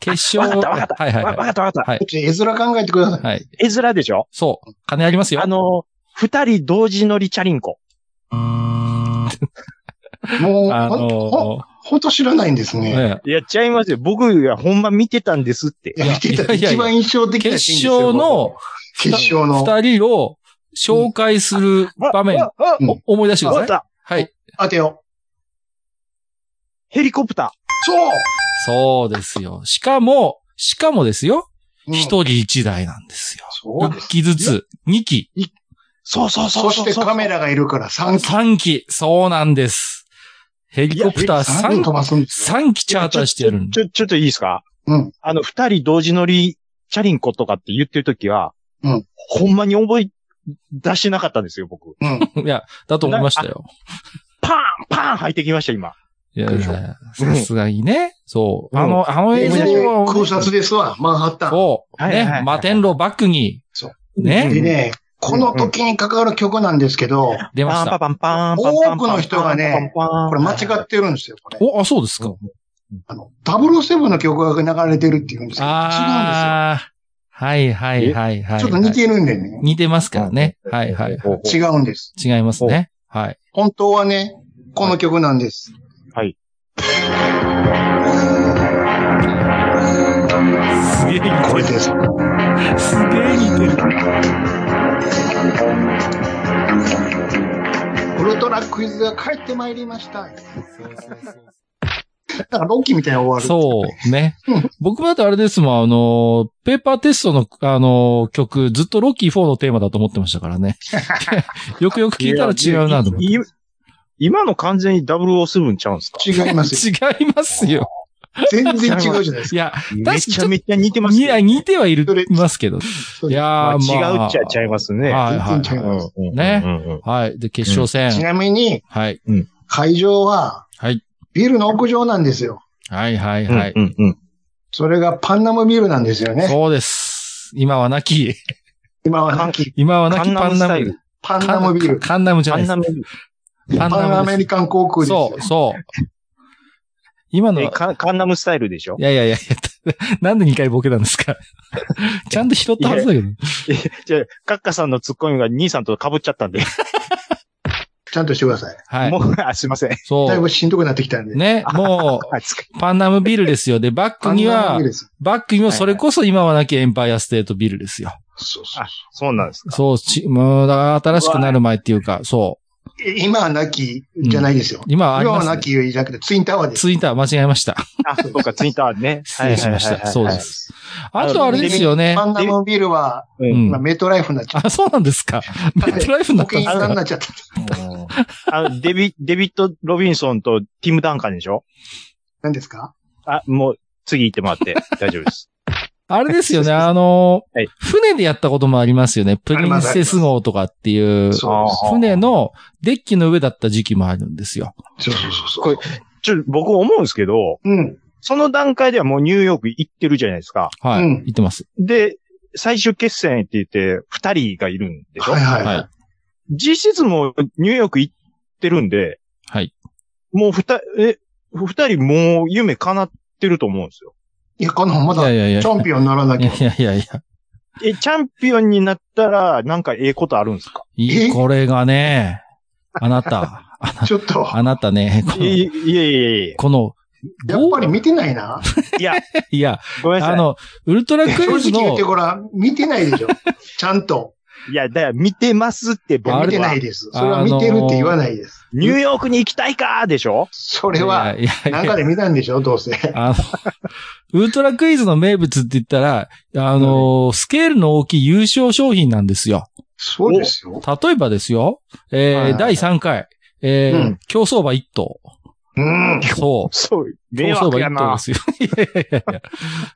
[SPEAKER 4] 決
[SPEAKER 3] わか
[SPEAKER 4] 勝。
[SPEAKER 3] ったわかった
[SPEAKER 4] はいはい
[SPEAKER 3] わか
[SPEAKER 4] は
[SPEAKER 3] ったわかっ
[SPEAKER 4] はい
[SPEAKER 2] ちょっと絵面考えてください。
[SPEAKER 4] い。はい。
[SPEAKER 3] た。絵面でしょ
[SPEAKER 4] そう。金ありますよ。
[SPEAKER 3] あの、二人同時乗りチャリンコ。
[SPEAKER 2] もう、
[SPEAKER 4] あ
[SPEAKER 2] ほんほん
[SPEAKER 4] の
[SPEAKER 2] ほんと知らないんです
[SPEAKER 4] ー
[SPEAKER 2] ね。
[SPEAKER 4] ね
[SPEAKER 3] やっちゃいますよ。僕がほんま見てたんですって
[SPEAKER 2] い。や、見てたら
[SPEAKER 4] いやいやいや
[SPEAKER 2] 一番印象的な
[SPEAKER 4] 決
[SPEAKER 2] シーンですよ
[SPEAKER 4] 勝の、
[SPEAKER 2] 決勝の。
[SPEAKER 4] 二人を紹介する場面、
[SPEAKER 3] あああ
[SPEAKER 2] うん
[SPEAKER 4] お思い出してく
[SPEAKER 3] 終わ
[SPEAKER 4] だ
[SPEAKER 3] っ
[SPEAKER 4] さい。
[SPEAKER 3] た。
[SPEAKER 4] はい。
[SPEAKER 2] 当てよ
[SPEAKER 3] ヘリコプタ
[SPEAKER 2] う。そう
[SPEAKER 4] そうですよ。しかも、しかもですよ。
[SPEAKER 2] うん
[SPEAKER 4] 一人一台なんですよ。
[SPEAKER 2] そうです
[SPEAKER 4] 一機ずつ、二機、
[SPEAKER 3] ー。そうそうそう
[SPEAKER 2] そしてカメ
[SPEAKER 3] ラ。
[SPEAKER 2] ラがいるから3機。
[SPEAKER 4] 三機、そうなんです。ヘリコプター
[SPEAKER 2] 3
[SPEAKER 4] 三
[SPEAKER 2] 機飛ばすんですよ。
[SPEAKER 4] 三機チャーターしてやるん
[SPEAKER 3] ちょ、ちょっといいですか
[SPEAKER 2] うん。
[SPEAKER 3] あの、二人同時乗りチャリンコとかって言ってるときは、
[SPEAKER 2] うん
[SPEAKER 3] ほんまに覚え出してなかったんですよ、僕。
[SPEAKER 2] うん。
[SPEAKER 4] いや、だと思いましたよ。
[SPEAKER 3] パーンパーン入ってきました、今。
[SPEAKER 4] いや
[SPEAKER 2] で
[SPEAKER 4] い
[SPEAKER 2] しょ
[SPEAKER 4] や、さすがにね。そう。
[SPEAKER 3] うん
[SPEAKER 4] あの、あの映像を。
[SPEAKER 2] 空撮ですわ、マンハッタン。
[SPEAKER 4] そう。
[SPEAKER 3] はいはいは
[SPEAKER 4] ね
[SPEAKER 3] い。
[SPEAKER 4] 摩天楼バックに
[SPEAKER 2] そう。
[SPEAKER 4] ね。
[SPEAKER 2] でね、この時に関わる曲なんですけど、
[SPEAKER 4] 出ま
[SPEAKER 3] パ
[SPEAKER 4] し
[SPEAKER 3] ンパ
[SPEAKER 4] た。
[SPEAKER 3] パンパンパンパンパンパン
[SPEAKER 2] 多くの人がね
[SPEAKER 3] パンパン
[SPEAKER 2] これ間違ってるんですよ、これ。
[SPEAKER 4] お、あ、そうですか。
[SPEAKER 2] あの、007の曲が流れてるっていうんですけど、違うん
[SPEAKER 4] ああ。はいはいはいはい
[SPEAKER 2] で
[SPEAKER 4] はい。
[SPEAKER 2] すよ。ちょっと似てるんでね。
[SPEAKER 4] 似てますからね。はいはい。
[SPEAKER 3] ほうほう
[SPEAKER 2] 違うんです。
[SPEAKER 4] 違いますね。はい。
[SPEAKER 2] 本当はね、この曲なんです。
[SPEAKER 3] はい。
[SPEAKER 2] こ
[SPEAKER 4] すげえ似
[SPEAKER 2] れです。
[SPEAKER 4] る。すげえ似てる。
[SPEAKER 2] ウルトラクイズが帰ってまいりました。だからロッキーみたいに終わる。
[SPEAKER 4] そうね。 僕もだってあれですもん、あの、ペーパーテストの、あの、曲、ずっとロッキー4のテーマだと思ってましたからね。よくよく聞いたら違うなと思って。
[SPEAKER 3] いやい今の完全に007ちゃうんですか
[SPEAKER 2] 違いますよ。
[SPEAKER 4] 違いますよ。
[SPEAKER 2] 全然違うじゃないです
[SPEAKER 4] いや、かに
[SPEAKER 3] めちゃめちゃ似てます
[SPEAKER 4] い
[SPEAKER 3] よ
[SPEAKER 4] や、似てはいる、いますけど。
[SPEAKER 2] か。
[SPEAKER 4] い
[SPEAKER 3] まあ
[SPEAKER 4] やー、まあ。
[SPEAKER 3] 違うっちゃちゃいますね。
[SPEAKER 4] はいはい
[SPEAKER 2] 全然違う
[SPEAKER 3] うんうんうん
[SPEAKER 4] ね
[SPEAKER 3] うんうん
[SPEAKER 4] はい。で、決勝
[SPEAKER 2] ち
[SPEAKER 4] 戦。
[SPEAKER 2] なみに、
[SPEAKER 4] はい。
[SPEAKER 2] 会場は、
[SPEAKER 4] はい。
[SPEAKER 2] ビルの屋上なんですよ。
[SPEAKER 4] はいはいはい。
[SPEAKER 3] うんうん
[SPEAKER 2] それがパンナムビルなんですよね。
[SPEAKER 4] そうです。今はなき、
[SPEAKER 2] 今はなき、
[SPEAKER 4] 今はな
[SPEAKER 3] カ
[SPEAKER 4] き
[SPEAKER 3] ンナ
[SPEAKER 4] パ
[SPEAKER 3] ム
[SPEAKER 4] ン
[SPEAKER 3] ス
[SPEAKER 4] ナ
[SPEAKER 3] タイ
[SPEAKER 4] ム
[SPEAKER 3] ル。。
[SPEAKER 2] パンナムビル。
[SPEAKER 4] カンナムじゃ
[SPEAKER 3] カ
[SPEAKER 4] ない
[SPEAKER 3] ン
[SPEAKER 4] で
[SPEAKER 3] ナ。
[SPEAKER 4] す
[SPEAKER 3] ムビ
[SPEAKER 4] パン
[SPEAKER 2] パン
[SPEAKER 4] ナ
[SPEAKER 2] ア
[SPEAKER 4] ム
[SPEAKER 2] メ
[SPEAKER 4] です。
[SPEAKER 2] リカン航空ですよ。
[SPEAKER 4] そう、そう。今の
[SPEAKER 3] ル。え
[SPEAKER 4] は、
[SPEAKER 3] カンカンナムスタイルでしょ
[SPEAKER 4] いやいやい や、なんで2回ボケたんですか ちゃんと拾ったはずだけど。
[SPEAKER 3] じゃあ、カッカさんのツッコミが兄さんと被っちゃったんで。
[SPEAKER 2] ちゃんとしてください。
[SPEAKER 4] はい。
[SPEAKER 3] もう、 あ、すいません。
[SPEAKER 4] そ
[SPEAKER 2] だいうぶ。しんどくなってきたんで。
[SPEAKER 4] ね、も
[SPEAKER 3] あ、つ
[SPEAKER 4] う、パンナムビルですよ。で、バッ
[SPEAKER 2] パ
[SPEAKER 4] ク
[SPEAKER 2] ン
[SPEAKER 4] に
[SPEAKER 2] ナム
[SPEAKER 4] は
[SPEAKER 2] ビル、です。
[SPEAKER 4] バックにもそれこそ今はなきエンパイアステートビルですよ。
[SPEAKER 2] そうそう
[SPEAKER 3] あそうなん です。
[SPEAKER 4] そう、ち、もう、だから新しくなる前っていうか、そ
[SPEAKER 2] 今はなきじゃないですよ。
[SPEAKER 4] う。今はあり
[SPEAKER 2] 今
[SPEAKER 4] ま
[SPEAKER 2] は
[SPEAKER 4] す、
[SPEAKER 2] な
[SPEAKER 4] ね。
[SPEAKER 2] きじゃなくて、ツインタワーです。
[SPEAKER 4] ツイッター間違えました。
[SPEAKER 3] あ、そうか、ツイッターね。
[SPEAKER 4] 失礼しました
[SPEAKER 3] はいはい
[SPEAKER 4] そ
[SPEAKER 3] はい
[SPEAKER 4] う
[SPEAKER 3] はい
[SPEAKER 4] です。あとあれですよね。
[SPEAKER 2] パンナムビルは、
[SPEAKER 3] う
[SPEAKER 4] うん
[SPEAKER 3] ん。
[SPEAKER 2] 今メトライフになっちゃっ
[SPEAKER 4] あ、そうなんですか。メットライフに
[SPEAKER 2] た。
[SPEAKER 4] な
[SPEAKER 2] 保険
[SPEAKER 4] ったんで
[SPEAKER 2] 屋さ
[SPEAKER 4] す
[SPEAKER 2] んに
[SPEAKER 4] か
[SPEAKER 2] なっちゃった。
[SPEAKER 3] あの、デビ、デビッド・ロビンソンとティム・ダンカンでしょ
[SPEAKER 2] 何ですか
[SPEAKER 3] あ、もう、次行ってもらって大丈夫です。
[SPEAKER 4] あれですよね、あの
[SPEAKER 3] はい、
[SPEAKER 4] 船でやったこともありますよね。プリンセス号とかっていう、
[SPEAKER 2] そうです
[SPEAKER 3] あー
[SPEAKER 4] 船のデッキの上だった時期もあるんですよ。
[SPEAKER 2] そうそうそうそう。
[SPEAKER 3] これちょ、僕思うんですけど、
[SPEAKER 2] うん。
[SPEAKER 3] その段階ではもうニューヨーク行ってるじゃないですか。
[SPEAKER 4] はい。
[SPEAKER 2] うん
[SPEAKER 4] 言ってます。
[SPEAKER 3] で、最終決戦って言って、二人がいるんでしょ
[SPEAKER 2] はいはい
[SPEAKER 4] は
[SPEAKER 2] はいい。
[SPEAKER 3] 実質もうニューヨーク行ってるんで、
[SPEAKER 4] はい。
[SPEAKER 3] もう二、え、二人もう夢叶ってると思うんですよ。
[SPEAKER 2] いや、このま
[SPEAKER 4] いや
[SPEAKER 2] だ
[SPEAKER 4] い
[SPEAKER 2] チ
[SPEAKER 4] やいや。
[SPEAKER 2] ャンピオンにならないきゃ
[SPEAKER 4] や。いやいやいや。
[SPEAKER 3] え、チャンピオンになったら、なんかええことあるん ですか
[SPEAKER 4] いい、
[SPEAKER 2] え
[SPEAKER 4] これがね、あ なた、あな
[SPEAKER 2] ちょっと、
[SPEAKER 4] あなたね、こ
[SPEAKER 3] いや
[SPEAKER 4] の、
[SPEAKER 3] いやいやいや
[SPEAKER 4] この、
[SPEAKER 2] やっぱり見てないな。
[SPEAKER 3] いや、
[SPEAKER 4] いや、
[SPEAKER 3] ごめんなさい。
[SPEAKER 4] あの、ウルトラ
[SPEAKER 2] 正
[SPEAKER 4] クイズ
[SPEAKER 2] 直言
[SPEAKER 4] の
[SPEAKER 2] って、ごらん、見てないでしょ。ちゃんと。
[SPEAKER 3] いや、だから見てますって僕
[SPEAKER 4] あ
[SPEAKER 3] は
[SPEAKER 2] 見
[SPEAKER 4] れ
[SPEAKER 2] てないです。それは見てるって言わないです。
[SPEAKER 3] ニューヨークに行きたいかーでしょ
[SPEAKER 2] そ
[SPEAKER 4] こ
[SPEAKER 2] れは、
[SPEAKER 4] いやいや
[SPEAKER 2] ないん
[SPEAKER 4] や
[SPEAKER 2] かで見たんでしょ、どうせ。
[SPEAKER 4] あの、ウルトラクイズの名物って言ったら、あの、スケールの大きい優勝商品なんですよ。
[SPEAKER 2] そうですよ。
[SPEAKER 4] 例えばですよ、えー
[SPEAKER 2] はいはい
[SPEAKER 4] 第3回、えー
[SPEAKER 2] うん
[SPEAKER 4] 競走馬1頭。
[SPEAKER 2] うん。
[SPEAKER 4] そう。
[SPEAKER 3] そう、迷
[SPEAKER 4] 競走馬
[SPEAKER 3] 惑や
[SPEAKER 4] 1頭で
[SPEAKER 3] な。
[SPEAKER 4] すよ。 いやいやいやいや。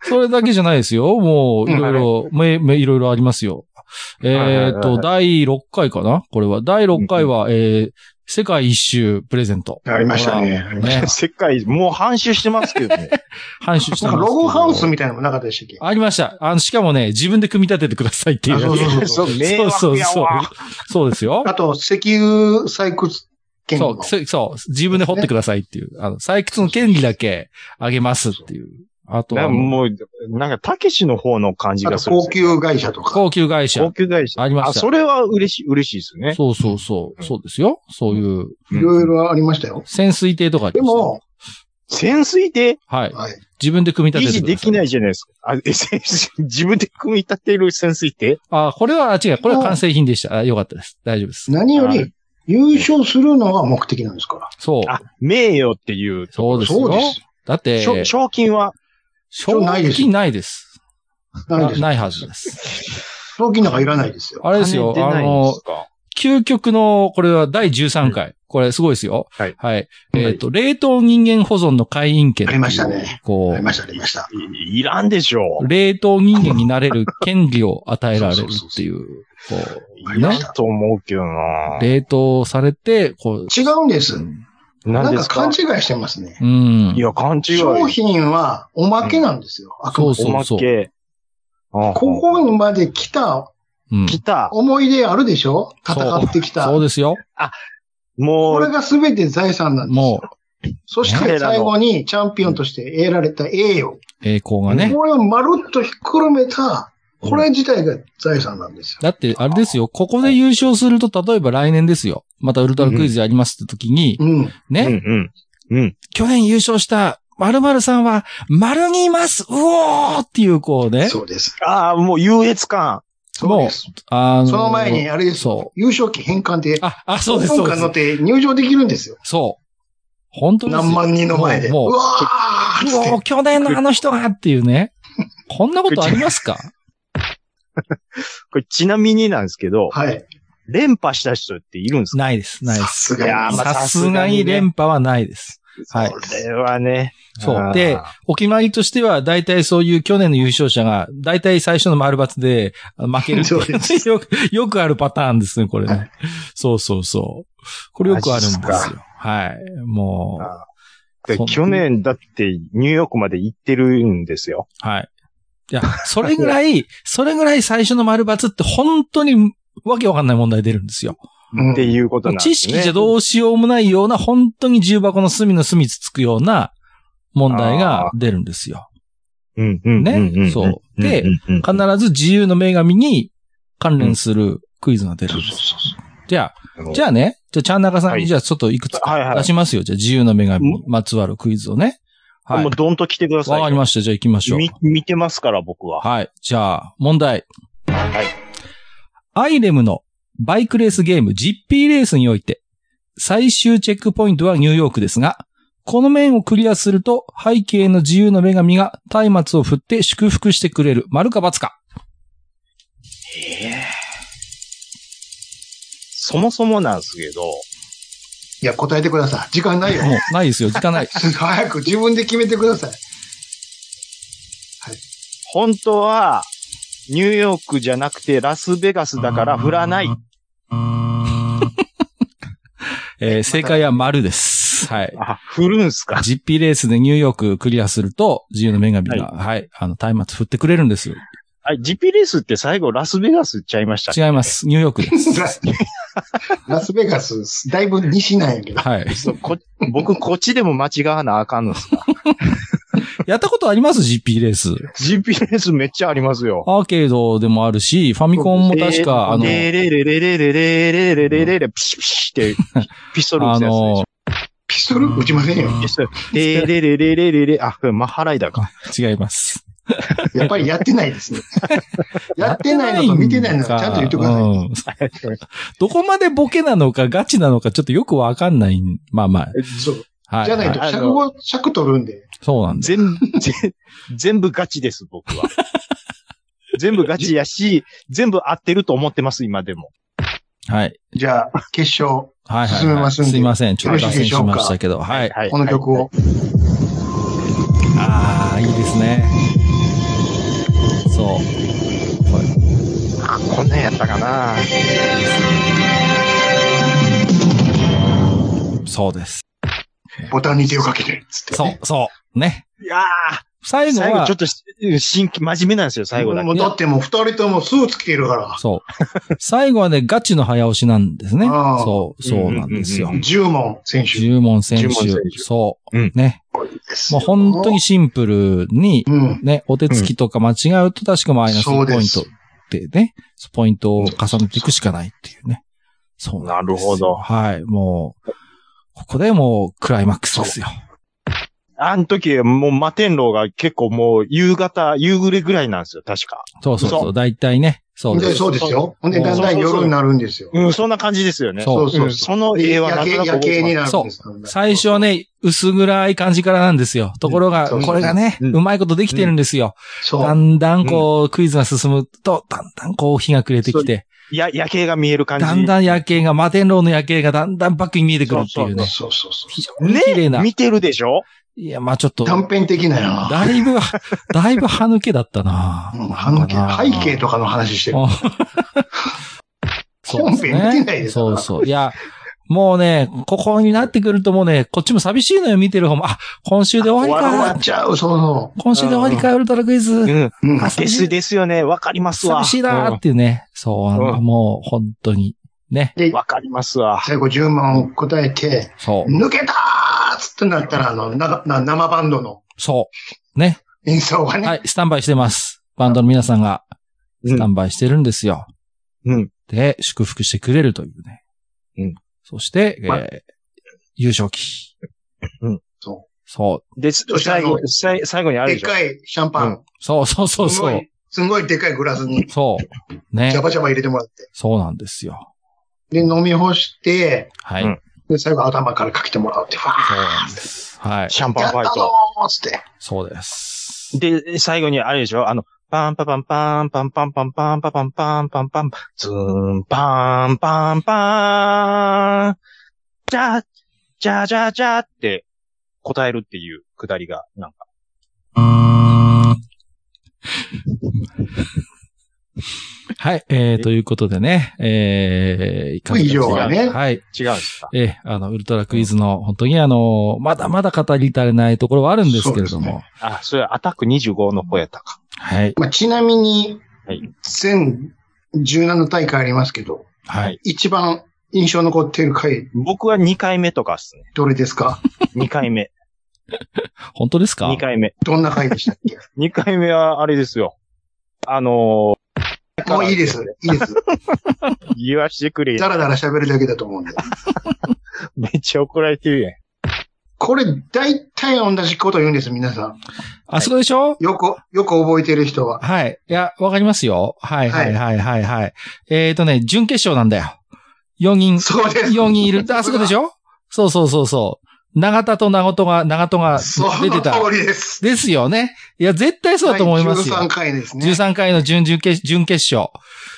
[SPEAKER 4] それだけじゃないですよ。もう、いろいろ、め、め、いろいろありますよ。
[SPEAKER 3] はいはいは
[SPEAKER 4] えーっ
[SPEAKER 3] い。
[SPEAKER 4] と、第6回かなこれは。第6回は、えー世界一周プレゼント。
[SPEAKER 2] ありましたね。
[SPEAKER 4] ね
[SPEAKER 3] 世界、もう半周してますけどね。
[SPEAKER 4] 半周して
[SPEAKER 2] な
[SPEAKER 4] ま
[SPEAKER 2] ん
[SPEAKER 4] す
[SPEAKER 2] か
[SPEAKER 4] けど
[SPEAKER 2] ロゴハウスみたいなのもなかったでしたっけ
[SPEAKER 4] ありました。あの、しかもね、自分で組み立ててくださいっていうや
[SPEAKER 2] あ
[SPEAKER 4] つ。
[SPEAKER 2] そうそうそう
[SPEAKER 3] そう、迷惑やわ。
[SPEAKER 4] そうですよ。
[SPEAKER 2] あと、石油採掘権
[SPEAKER 4] そ
[SPEAKER 2] の
[SPEAKER 4] う、せそう、自分で掘ってくださいっていう。あの、採掘の権利だけあげますっていう。あと
[SPEAKER 3] な
[SPEAKER 4] は
[SPEAKER 3] んか、もう、なんか、たけしの方の感じ
[SPEAKER 2] あ
[SPEAKER 3] が
[SPEAKER 2] と
[SPEAKER 3] するんで
[SPEAKER 2] 高
[SPEAKER 3] すよ。
[SPEAKER 2] 級会社とか。
[SPEAKER 4] 高級会社
[SPEAKER 3] 高。級会社。
[SPEAKER 4] ありま
[SPEAKER 3] あ、
[SPEAKER 4] した
[SPEAKER 3] そ。れは嬉しい、嬉しいですね。
[SPEAKER 4] そうそうそう。そうですよ。そういう、
[SPEAKER 3] う
[SPEAKER 2] い
[SPEAKER 3] ん
[SPEAKER 2] ろい。ろありましたよ。
[SPEAKER 4] 潜水艇とかあり
[SPEAKER 2] で
[SPEAKER 4] ましたね
[SPEAKER 2] も、
[SPEAKER 3] 潜水艇
[SPEAKER 4] はい。
[SPEAKER 2] はい。
[SPEAKER 4] 自分で組み
[SPEAKER 3] 維
[SPEAKER 4] 立て
[SPEAKER 3] 持
[SPEAKER 4] てくだ
[SPEAKER 3] で
[SPEAKER 4] さ
[SPEAKER 3] き
[SPEAKER 4] い。
[SPEAKER 3] ないじゃないですか。あ、え、潜水自分で組み立てる潜水艇
[SPEAKER 4] あ、これは、あ違う。これは完成品でした。あよかったです。大丈夫です。
[SPEAKER 2] 何よ
[SPEAKER 3] は
[SPEAKER 2] り、優勝するのが目的なんですから。
[SPEAKER 4] そう。
[SPEAKER 3] あ、名誉っていう。
[SPEAKER 4] そうです
[SPEAKER 2] そう
[SPEAKER 4] よ
[SPEAKER 2] で。す。
[SPEAKER 4] だって、
[SPEAKER 3] 賞賞金は、
[SPEAKER 4] 賞
[SPEAKER 2] ないです
[SPEAKER 4] 金ないです。
[SPEAKER 2] ないです。
[SPEAKER 4] ないはずです。
[SPEAKER 2] 賞金なんかいらないですよ。
[SPEAKER 4] あれですよ。
[SPEAKER 3] 金出
[SPEAKER 4] あ
[SPEAKER 3] ないんで
[SPEAKER 4] の
[SPEAKER 3] す、か
[SPEAKER 4] 究極の、これは第13回。これすごいですよ。
[SPEAKER 3] はい
[SPEAKER 4] はい。えっ、と、冷凍人間保存の会員権。
[SPEAKER 2] ありましたね。
[SPEAKER 4] こ
[SPEAKER 2] あり
[SPEAKER 4] う、
[SPEAKER 2] ました、ありました。
[SPEAKER 3] いいらんでしょう。
[SPEAKER 4] 冷凍人間になれる権利を与えられるっていう、こ
[SPEAKER 3] いらんと思うけどな
[SPEAKER 4] う、冷凍されて、こう、
[SPEAKER 2] 違うんです。な
[SPEAKER 3] 何
[SPEAKER 2] ん
[SPEAKER 3] で
[SPEAKER 2] か
[SPEAKER 3] すか
[SPEAKER 2] 勘違いしてますね。
[SPEAKER 4] うん
[SPEAKER 3] い。や、勘違い。
[SPEAKER 2] 商品はおまけなんですよ。あくまで
[SPEAKER 4] そう
[SPEAKER 3] おまけ。こ
[SPEAKER 2] ここにまで来た
[SPEAKER 4] うん、
[SPEAKER 3] 来た。
[SPEAKER 2] 思い出あるでしょ
[SPEAKER 4] そう
[SPEAKER 2] 戦ってきた。
[SPEAKER 4] そうですよ。
[SPEAKER 3] も
[SPEAKER 2] こ
[SPEAKER 3] う
[SPEAKER 2] れ、が全て財産なんです。
[SPEAKER 4] も
[SPEAKER 2] そして最後にチャンピオンとして得られた栄誉。
[SPEAKER 4] う、栄光がね。
[SPEAKER 2] これをまるっとひっくるめたこれ自体が財産なんですよ。
[SPEAKER 4] だって、あれですよ、ここで優勝すると、例えば来年ですよ。またウルトラクイズやりますって時に、
[SPEAKER 2] うん。
[SPEAKER 5] うん
[SPEAKER 4] ね、
[SPEAKER 5] うん。うん。
[SPEAKER 4] 去年優勝した〇〇さんは、丸にいますうおーっていう、こうね、
[SPEAKER 2] そうです。
[SPEAKER 3] ああ、もう優越感。
[SPEAKER 2] そうです。
[SPEAKER 4] あの
[SPEAKER 2] その前に、あれです。
[SPEAKER 4] そ
[SPEAKER 2] 優勝旗返還で、
[SPEAKER 4] あ、あ、そうです、そう
[SPEAKER 2] 本
[SPEAKER 4] で
[SPEAKER 2] 館乗っ
[SPEAKER 4] す。
[SPEAKER 2] て入場できるんですよ。
[SPEAKER 4] そう。本当ですよ
[SPEAKER 2] 何万人の前で。う
[SPEAKER 4] もうもう
[SPEAKER 2] わーっつ
[SPEAKER 4] うお
[SPEAKER 2] っ
[SPEAKER 4] ー去年のあの人がっていう ね。こんなことありますか
[SPEAKER 3] これちなみになんですけど
[SPEAKER 2] て。、はい。
[SPEAKER 3] 連覇した人っているんですか
[SPEAKER 4] ないです、ないで
[SPEAKER 2] さ
[SPEAKER 4] す。
[SPEAKER 2] すが
[SPEAKER 3] いやー
[SPEAKER 2] に。
[SPEAKER 3] まあ
[SPEAKER 4] さすがに連覇はないです。はい。
[SPEAKER 3] これはね。
[SPEAKER 4] そう
[SPEAKER 3] あ。ー
[SPEAKER 4] で、お決まりとしては、大体そういう去年の優勝者が、大体最初の丸抜であ負けるってい
[SPEAKER 2] そうで
[SPEAKER 4] う よく、よくあるパターンですね、これ
[SPEAKER 2] は
[SPEAKER 4] ね。そうそうそう。これよくあるんです
[SPEAKER 3] マジっす
[SPEAKER 4] よ。はい。もう、
[SPEAKER 3] あーで
[SPEAKER 4] そう
[SPEAKER 3] 去年だってニューヨークまで行ってるんですよ。
[SPEAKER 4] はい。いや、それぐらい、それぐらい最初の丸抜って本当にわけわかんない問題出るんですよ。
[SPEAKER 2] うん
[SPEAKER 3] っていうことなんですね。
[SPEAKER 4] 知識じゃどうしようもないような、本当に重箱の隅の隅つつくような問題が出るんですよ。
[SPEAKER 3] うんうんうんうんうん。
[SPEAKER 4] ねそうで
[SPEAKER 3] んうんうん、
[SPEAKER 4] 必ず自由の女神に関連するクイズが出るん
[SPEAKER 2] そう
[SPEAKER 4] です
[SPEAKER 2] そうそうそう。
[SPEAKER 4] じゃ
[SPEAKER 3] あ
[SPEAKER 4] あ、
[SPEAKER 3] の
[SPEAKER 4] じゃあね、じゃあ、ちゃん中さん
[SPEAKER 3] は
[SPEAKER 4] に、
[SPEAKER 3] い
[SPEAKER 4] じゃあ、ちょっといくつ
[SPEAKER 3] はいは
[SPEAKER 4] か
[SPEAKER 3] い
[SPEAKER 4] 出しますよ。じゃあ、自由の女神にまつわるクイズをね。はい。
[SPEAKER 3] もう
[SPEAKER 4] わ
[SPEAKER 3] どんと来てください。
[SPEAKER 4] かりました。じゃあ、行きましょう。
[SPEAKER 3] み見てますから、僕は。
[SPEAKER 4] はい。じゃあ、問題。
[SPEAKER 3] はい。
[SPEAKER 4] アイレムのバイクレースゲーム GP レースにおいて、最終チェックポイントはニューヨークですが、この面をクリアすると背景の自由の女神が松明を振って祝福してくれる。丸か×か。
[SPEAKER 3] そもそもなんですけど、
[SPEAKER 2] いや、答えてください。時間ないよ。
[SPEAKER 4] もう、ないですよ。時間ない。
[SPEAKER 2] 早く自分で決めてください。
[SPEAKER 3] 本当は、ニューヨークじゃなくてラスベガスだから振らない。
[SPEAKER 4] えー正解は丸です。はい。
[SPEAKER 3] あ、振るんすか。
[SPEAKER 4] GP レースでニューヨーククリアすると、自由の女神が、はい、あの、松明振ってくれるんですよ。
[SPEAKER 3] あ、GP レースって最後ラスベガスちゃいましたっけ
[SPEAKER 4] 違いま。す。ニューヨークです。
[SPEAKER 2] ラスベガス、だいぶ西なんやけど。
[SPEAKER 4] はい。
[SPEAKER 3] そうこ僕、こっちでも間違わなあかんのっすか。
[SPEAKER 4] やったことあります ?GP レース。
[SPEAKER 3] GP レースめっちゃありますよ。
[SPEAKER 4] アーケードでもあるし、ファミコンも確か、あの、
[SPEAKER 3] レレレレレレレレレレレレ、ピシピシって、ピストル打
[SPEAKER 4] あ
[SPEAKER 3] つやつでし
[SPEAKER 4] の
[SPEAKER 3] ょ。、
[SPEAKER 2] ピストル撃ちませんよ。
[SPEAKER 3] ピストルレレレレレレレ、あ、マハライダーか。
[SPEAKER 4] 違います。
[SPEAKER 2] やっぱりやってないですね。 やってないのと見てないのとちゃんと言ってください。
[SPEAKER 4] うん どこまでボケなのかガチなのかちょっとよくわかんない。まあま
[SPEAKER 2] そう。
[SPEAKER 4] あ。はい。
[SPEAKER 2] じゃないと
[SPEAKER 3] はい
[SPEAKER 2] 尺を、尺取るんで。
[SPEAKER 4] そうなんです。
[SPEAKER 3] 全、全全部ガチです、僕は。全部ガチやし、全部合ってると思ってます、今でも。
[SPEAKER 4] はい。
[SPEAKER 2] じゃあ、決勝、
[SPEAKER 4] はいはい、はい。
[SPEAKER 2] 進めますんです
[SPEAKER 4] いません。ちょっと脱線しましたけど。はい。
[SPEAKER 3] はい
[SPEAKER 2] この曲を。
[SPEAKER 4] ああ、いいですね。そう。
[SPEAKER 3] あ、こんなんやったかな。
[SPEAKER 4] そうです。
[SPEAKER 2] ボタンに手をかけて、つって、
[SPEAKER 4] そ
[SPEAKER 2] ね。
[SPEAKER 4] う、そう。ね。
[SPEAKER 3] いや
[SPEAKER 4] 最
[SPEAKER 3] ー
[SPEAKER 4] 後
[SPEAKER 3] 最後
[SPEAKER 4] は
[SPEAKER 3] ちょっ、とし、真剣、真面目なんですよ、最後だけ
[SPEAKER 2] も。うだってもう二人ともスーツ着てるから。
[SPEAKER 4] そう。最後はね、ガチの早押しなんですね。
[SPEAKER 2] あー
[SPEAKER 4] そう、そうなんですよ
[SPEAKER 3] うんうんうんう。ん
[SPEAKER 2] 十問選手
[SPEAKER 4] 十問選
[SPEAKER 3] 十
[SPEAKER 4] 手
[SPEAKER 3] 問選。手。
[SPEAKER 4] そううんね。
[SPEAKER 2] です
[SPEAKER 4] もう
[SPEAKER 2] よ。
[SPEAKER 4] 本当にシンプルに、
[SPEAKER 2] うん。
[SPEAKER 4] ね、お手つきとか間違うと確かマイナス
[SPEAKER 2] そう
[SPEAKER 4] 1ポ
[SPEAKER 2] で
[SPEAKER 4] イン
[SPEAKER 2] す
[SPEAKER 4] トってね、ポイントを重ねていくしかないっていうね。そうなんですよ
[SPEAKER 3] なるほど
[SPEAKER 4] はい、もう、ここでもうクライマックスですよ。
[SPEAKER 3] あの時、もう摩天楼が結構もう夕方、夕暮れぐらいなんですよ、確か。
[SPEAKER 4] そうそうそ、
[SPEAKER 3] そう
[SPEAKER 4] 大体ね。そうで。
[SPEAKER 2] ですそうですよ。ほんで、
[SPEAKER 4] そう
[SPEAKER 2] だんだん夜になるんですよ。
[SPEAKER 3] うん、そんな感じですよね。
[SPEAKER 4] そう
[SPEAKER 2] そうそうん
[SPEAKER 3] その絵は
[SPEAKER 2] 夜
[SPEAKER 3] な
[SPEAKER 2] 景
[SPEAKER 3] かなか
[SPEAKER 2] 夜景になるんです
[SPEAKER 4] 最初は
[SPEAKER 2] ね、
[SPEAKER 4] ね、薄暗い感じからなんですよ。ところが、
[SPEAKER 2] そうそう
[SPEAKER 4] これがね、
[SPEAKER 3] うん
[SPEAKER 4] うまいことできてるんですよ。
[SPEAKER 2] そう
[SPEAKER 4] だ。んだんこう、クイズが進むと、だんだんこう、日が暮れてきて、
[SPEAKER 3] や、夜景が見える感じ。
[SPEAKER 4] だんだん夜景が、摩天楼の夜景がだんだんバックに見えてくるっていうね。
[SPEAKER 2] そうそうそう。
[SPEAKER 4] 非常に
[SPEAKER 3] ね
[SPEAKER 4] 綺麗な。
[SPEAKER 3] 見てるでしょ
[SPEAKER 4] いや、まあちょっと、
[SPEAKER 2] 断片的なよな。
[SPEAKER 4] だいぶ、だいぶ歯抜けだったな
[SPEAKER 2] うん、歯の毛背景とかの話してる。
[SPEAKER 4] あ
[SPEAKER 2] 本編見てないですか
[SPEAKER 4] そう
[SPEAKER 2] ら
[SPEAKER 4] そう。いや、もうね、ここになってくるともうね、こっちも寂しいのよ、見てる方も。あ、今週で終わ
[SPEAKER 2] 終わ
[SPEAKER 4] り
[SPEAKER 2] っ
[SPEAKER 4] か。
[SPEAKER 2] ちゃう、そうそ
[SPEAKER 4] 今週で終わりか、ウルトラクイ
[SPEAKER 3] う
[SPEAKER 4] ズ。
[SPEAKER 3] ん。
[SPEAKER 2] う。うん。
[SPEAKER 4] あそ
[SPEAKER 3] で
[SPEAKER 4] う
[SPEAKER 3] すですよね。わかりますわ。
[SPEAKER 4] 寂しいなーっていうね。そう、あの
[SPEAKER 3] うん
[SPEAKER 4] もう、本当に。ね。
[SPEAKER 3] う
[SPEAKER 2] で
[SPEAKER 3] ん。、わかりますわ。
[SPEAKER 2] 最後10問答えて、
[SPEAKER 4] そう。
[SPEAKER 2] 抜けたーっつってなったら、あの、なな生バンドの
[SPEAKER 4] そう。ね。
[SPEAKER 2] 演奏がね、
[SPEAKER 4] はい、スタンバイしてます。バンドの皆さんが。
[SPEAKER 3] うん
[SPEAKER 4] スタンバイしてるんですよ。
[SPEAKER 3] うん。
[SPEAKER 4] で、祝福してくれるというね。
[SPEAKER 3] うん。
[SPEAKER 4] そして、えー
[SPEAKER 2] ま
[SPEAKER 4] 優勝旗。
[SPEAKER 2] そ
[SPEAKER 4] そ
[SPEAKER 3] で、最後、さい最後にあ
[SPEAKER 2] う。
[SPEAKER 3] るで
[SPEAKER 2] で
[SPEAKER 3] し
[SPEAKER 2] っ
[SPEAKER 3] ょ。
[SPEAKER 2] かいシャンパン。
[SPEAKER 3] うん
[SPEAKER 4] う。そうそうそう
[SPEAKER 2] す
[SPEAKER 4] そ
[SPEAKER 2] ご
[SPEAKER 4] う
[SPEAKER 2] い。、すごいでかいグラスに、
[SPEAKER 4] そう。ね
[SPEAKER 2] ジャ。バジャバ入れてもらって。
[SPEAKER 4] そうなんですよ。
[SPEAKER 2] で、飲み干して、
[SPEAKER 4] はい。
[SPEAKER 3] うん
[SPEAKER 2] で、最後頭からかけてもらうって。ファ
[SPEAKER 4] そう
[SPEAKER 2] ー
[SPEAKER 4] なんです。はい。
[SPEAKER 3] シャンパ
[SPEAKER 2] や
[SPEAKER 3] ン
[SPEAKER 2] っ
[SPEAKER 3] フ
[SPEAKER 2] た
[SPEAKER 3] ァイ
[SPEAKER 2] ぞ
[SPEAKER 3] ト。
[SPEAKER 2] ーっつって。
[SPEAKER 4] そうです。
[SPEAKER 3] で、最後にあれでしょあの、パンパパンパンパンパンパンパンパンパンパンパンパン、ズーンパンパンパーン、じゃあ、じゃあじゃあじゃあって答えるっていうくだりが、なんか。
[SPEAKER 4] はい。えー、ということでね、えー、いかがで
[SPEAKER 2] 以
[SPEAKER 4] し
[SPEAKER 2] 上
[SPEAKER 4] た
[SPEAKER 2] はね。
[SPEAKER 4] はい。
[SPEAKER 3] 違うんですか
[SPEAKER 4] ええ、あの、ウルトラクイズの、本当にあの、まだまだ語り足りないところはあるんですけれど
[SPEAKER 2] そうです
[SPEAKER 4] も。
[SPEAKER 3] あ、それはアタック25の方やったか。
[SPEAKER 4] はい。
[SPEAKER 2] まあ、ちなみに
[SPEAKER 3] はい、
[SPEAKER 2] 全17大会ありますけど、
[SPEAKER 4] はい。
[SPEAKER 2] 一番印象残ってる回、
[SPEAKER 3] 僕は2回目とかっすね。
[SPEAKER 2] どれですか
[SPEAKER 3] 2回目。
[SPEAKER 4] 本当 ですか
[SPEAKER 3] 2回目。
[SPEAKER 2] どんな回でしたっ け
[SPEAKER 3] 2回目はあれですよ。あのー、
[SPEAKER 2] もういいです。いいです。
[SPEAKER 3] 言わしてくれ。
[SPEAKER 2] だらだら喋るだけだと思うんで。
[SPEAKER 3] めっちゃ怒られてるやん。
[SPEAKER 2] これ、大体同じこと言うんです、皆さん。
[SPEAKER 4] あそこでしょ
[SPEAKER 2] よく、よく覚えてる人は。
[SPEAKER 4] はい。いや、わかりますよ。はい、
[SPEAKER 2] は
[SPEAKER 4] はいい、はい、はい、はい。えっとね、準決勝なんだよ。4人、
[SPEAKER 2] そうです。
[SPEAKER 4] 4人いる。あそこでしょそうそうそうそう。長田と長戸が、長戸が
[SPEAKER 2] その
[SPEAKER 4] 出てた。
[SPEAKER 2] 通りです。
[SPEAKER 4] ですよね。いや、絶対そうだと思いますよ。
[SPEAKER 2] 第13回ですね。
[SPEAKER 4] 13回の準々決準決勝。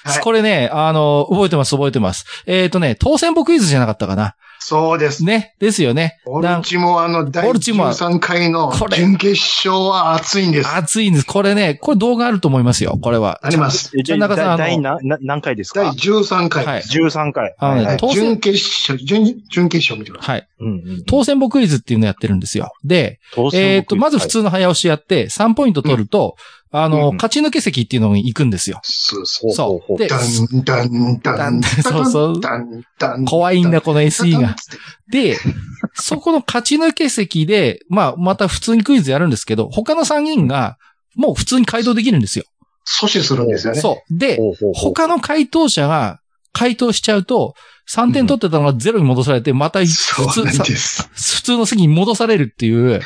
[SPEAKER 2] はい
[SPEAKER 4] これね、あの、覚えてます、覚えてます。えっ、とね、当選簿クイズじゃなかったかな。
[SPEAKER 2] そうです。
[SPEAKER 4] ね、ですよね。
[SPEAKER 2] オルチもあの、第
[SPEAKER 4] オルチも
[SPEAKER 2] 13回の
[SPEAKER 4] これ
[SPEAKER 2] 準決勝は熱いんです。
[SPEAKER 4] 熱いんです。これね、これ動画あると思いますよ、これは。
[SPEAKER 2] あります。
[SPEAKER 3] え
[SPEAKER 4] じゃあ中さん
[SPEAKER 3] だ
[SPEAKER 4] あの
[SPEAKER 3] 第何な何回です
[SPEAKER 2] 第
[SPEAKER 3] か
[SPEAKER 2] 13回です。
[SPEAKER 3] ?13 回。
[SPEAKER 4] あのね
[SPEAKER 2] はい
[SPEAKER 4] 当
[SPEAKER 2] 準
[SPEAKER 4] 選、
[SPEAKER 2] 決勝、準、準決勝見てください。
[SPEAKER 4] はい。
[SPEAKER 3] うんうん
[SPEAKER 4] 当選簿クイズっていうのやってるんですよ。で、
[SPEAKER 3] 当選
[SPEAKER 4] えっ、と、
[SPEAKER 3] 僕
[SPEAKER 4] まず普通の早押しやって、3ポイント取ると、あの、
[SPEAKER 3] うん
[SPEAKER 4] 勝ち抜け席っていうのに行くんですよ。
[SPEAKER 2] そう
[SPEAKER 3] ほ
[SPEAKER 2] そ
[SPEAKER 3] うほう
[SPEAKER 4] そ
[SPEAKER 3] ほう
[SPEAKER 4] う。で、
[SPEAKER 2] う。ダン、ダン、ダン、
[SPEAKER 4] そうそう
[SPEAKER 2] ダン、ダン。
[SPEAKER 4] 怖いんだ、この SE
[SPEAKER 2] ダン
[SPEAKER 4] が。。で、そこの勝ち抜け席で、まあ、また普通にクイズやるんですけど、他の3人が、もう普通に回答できるんですよ。
[SPEAKER 2] 阻止するんですよね。
[SPEAKER 4] そう。で、
[SPEAKER 3] ほうほうほう
[SPEAKER 4] 他の回答者が回答しちゃうと、3点取ってたのがゼロに戻されて、また普
[SPEAKER 2] そう
[SPEAKER 4] 通、
[SPEAKER 2] なん
[SPEAKER 4] さ
[SPEAKER 2] です。
[SPEAKER 4] 普通の席に戻されるっていう、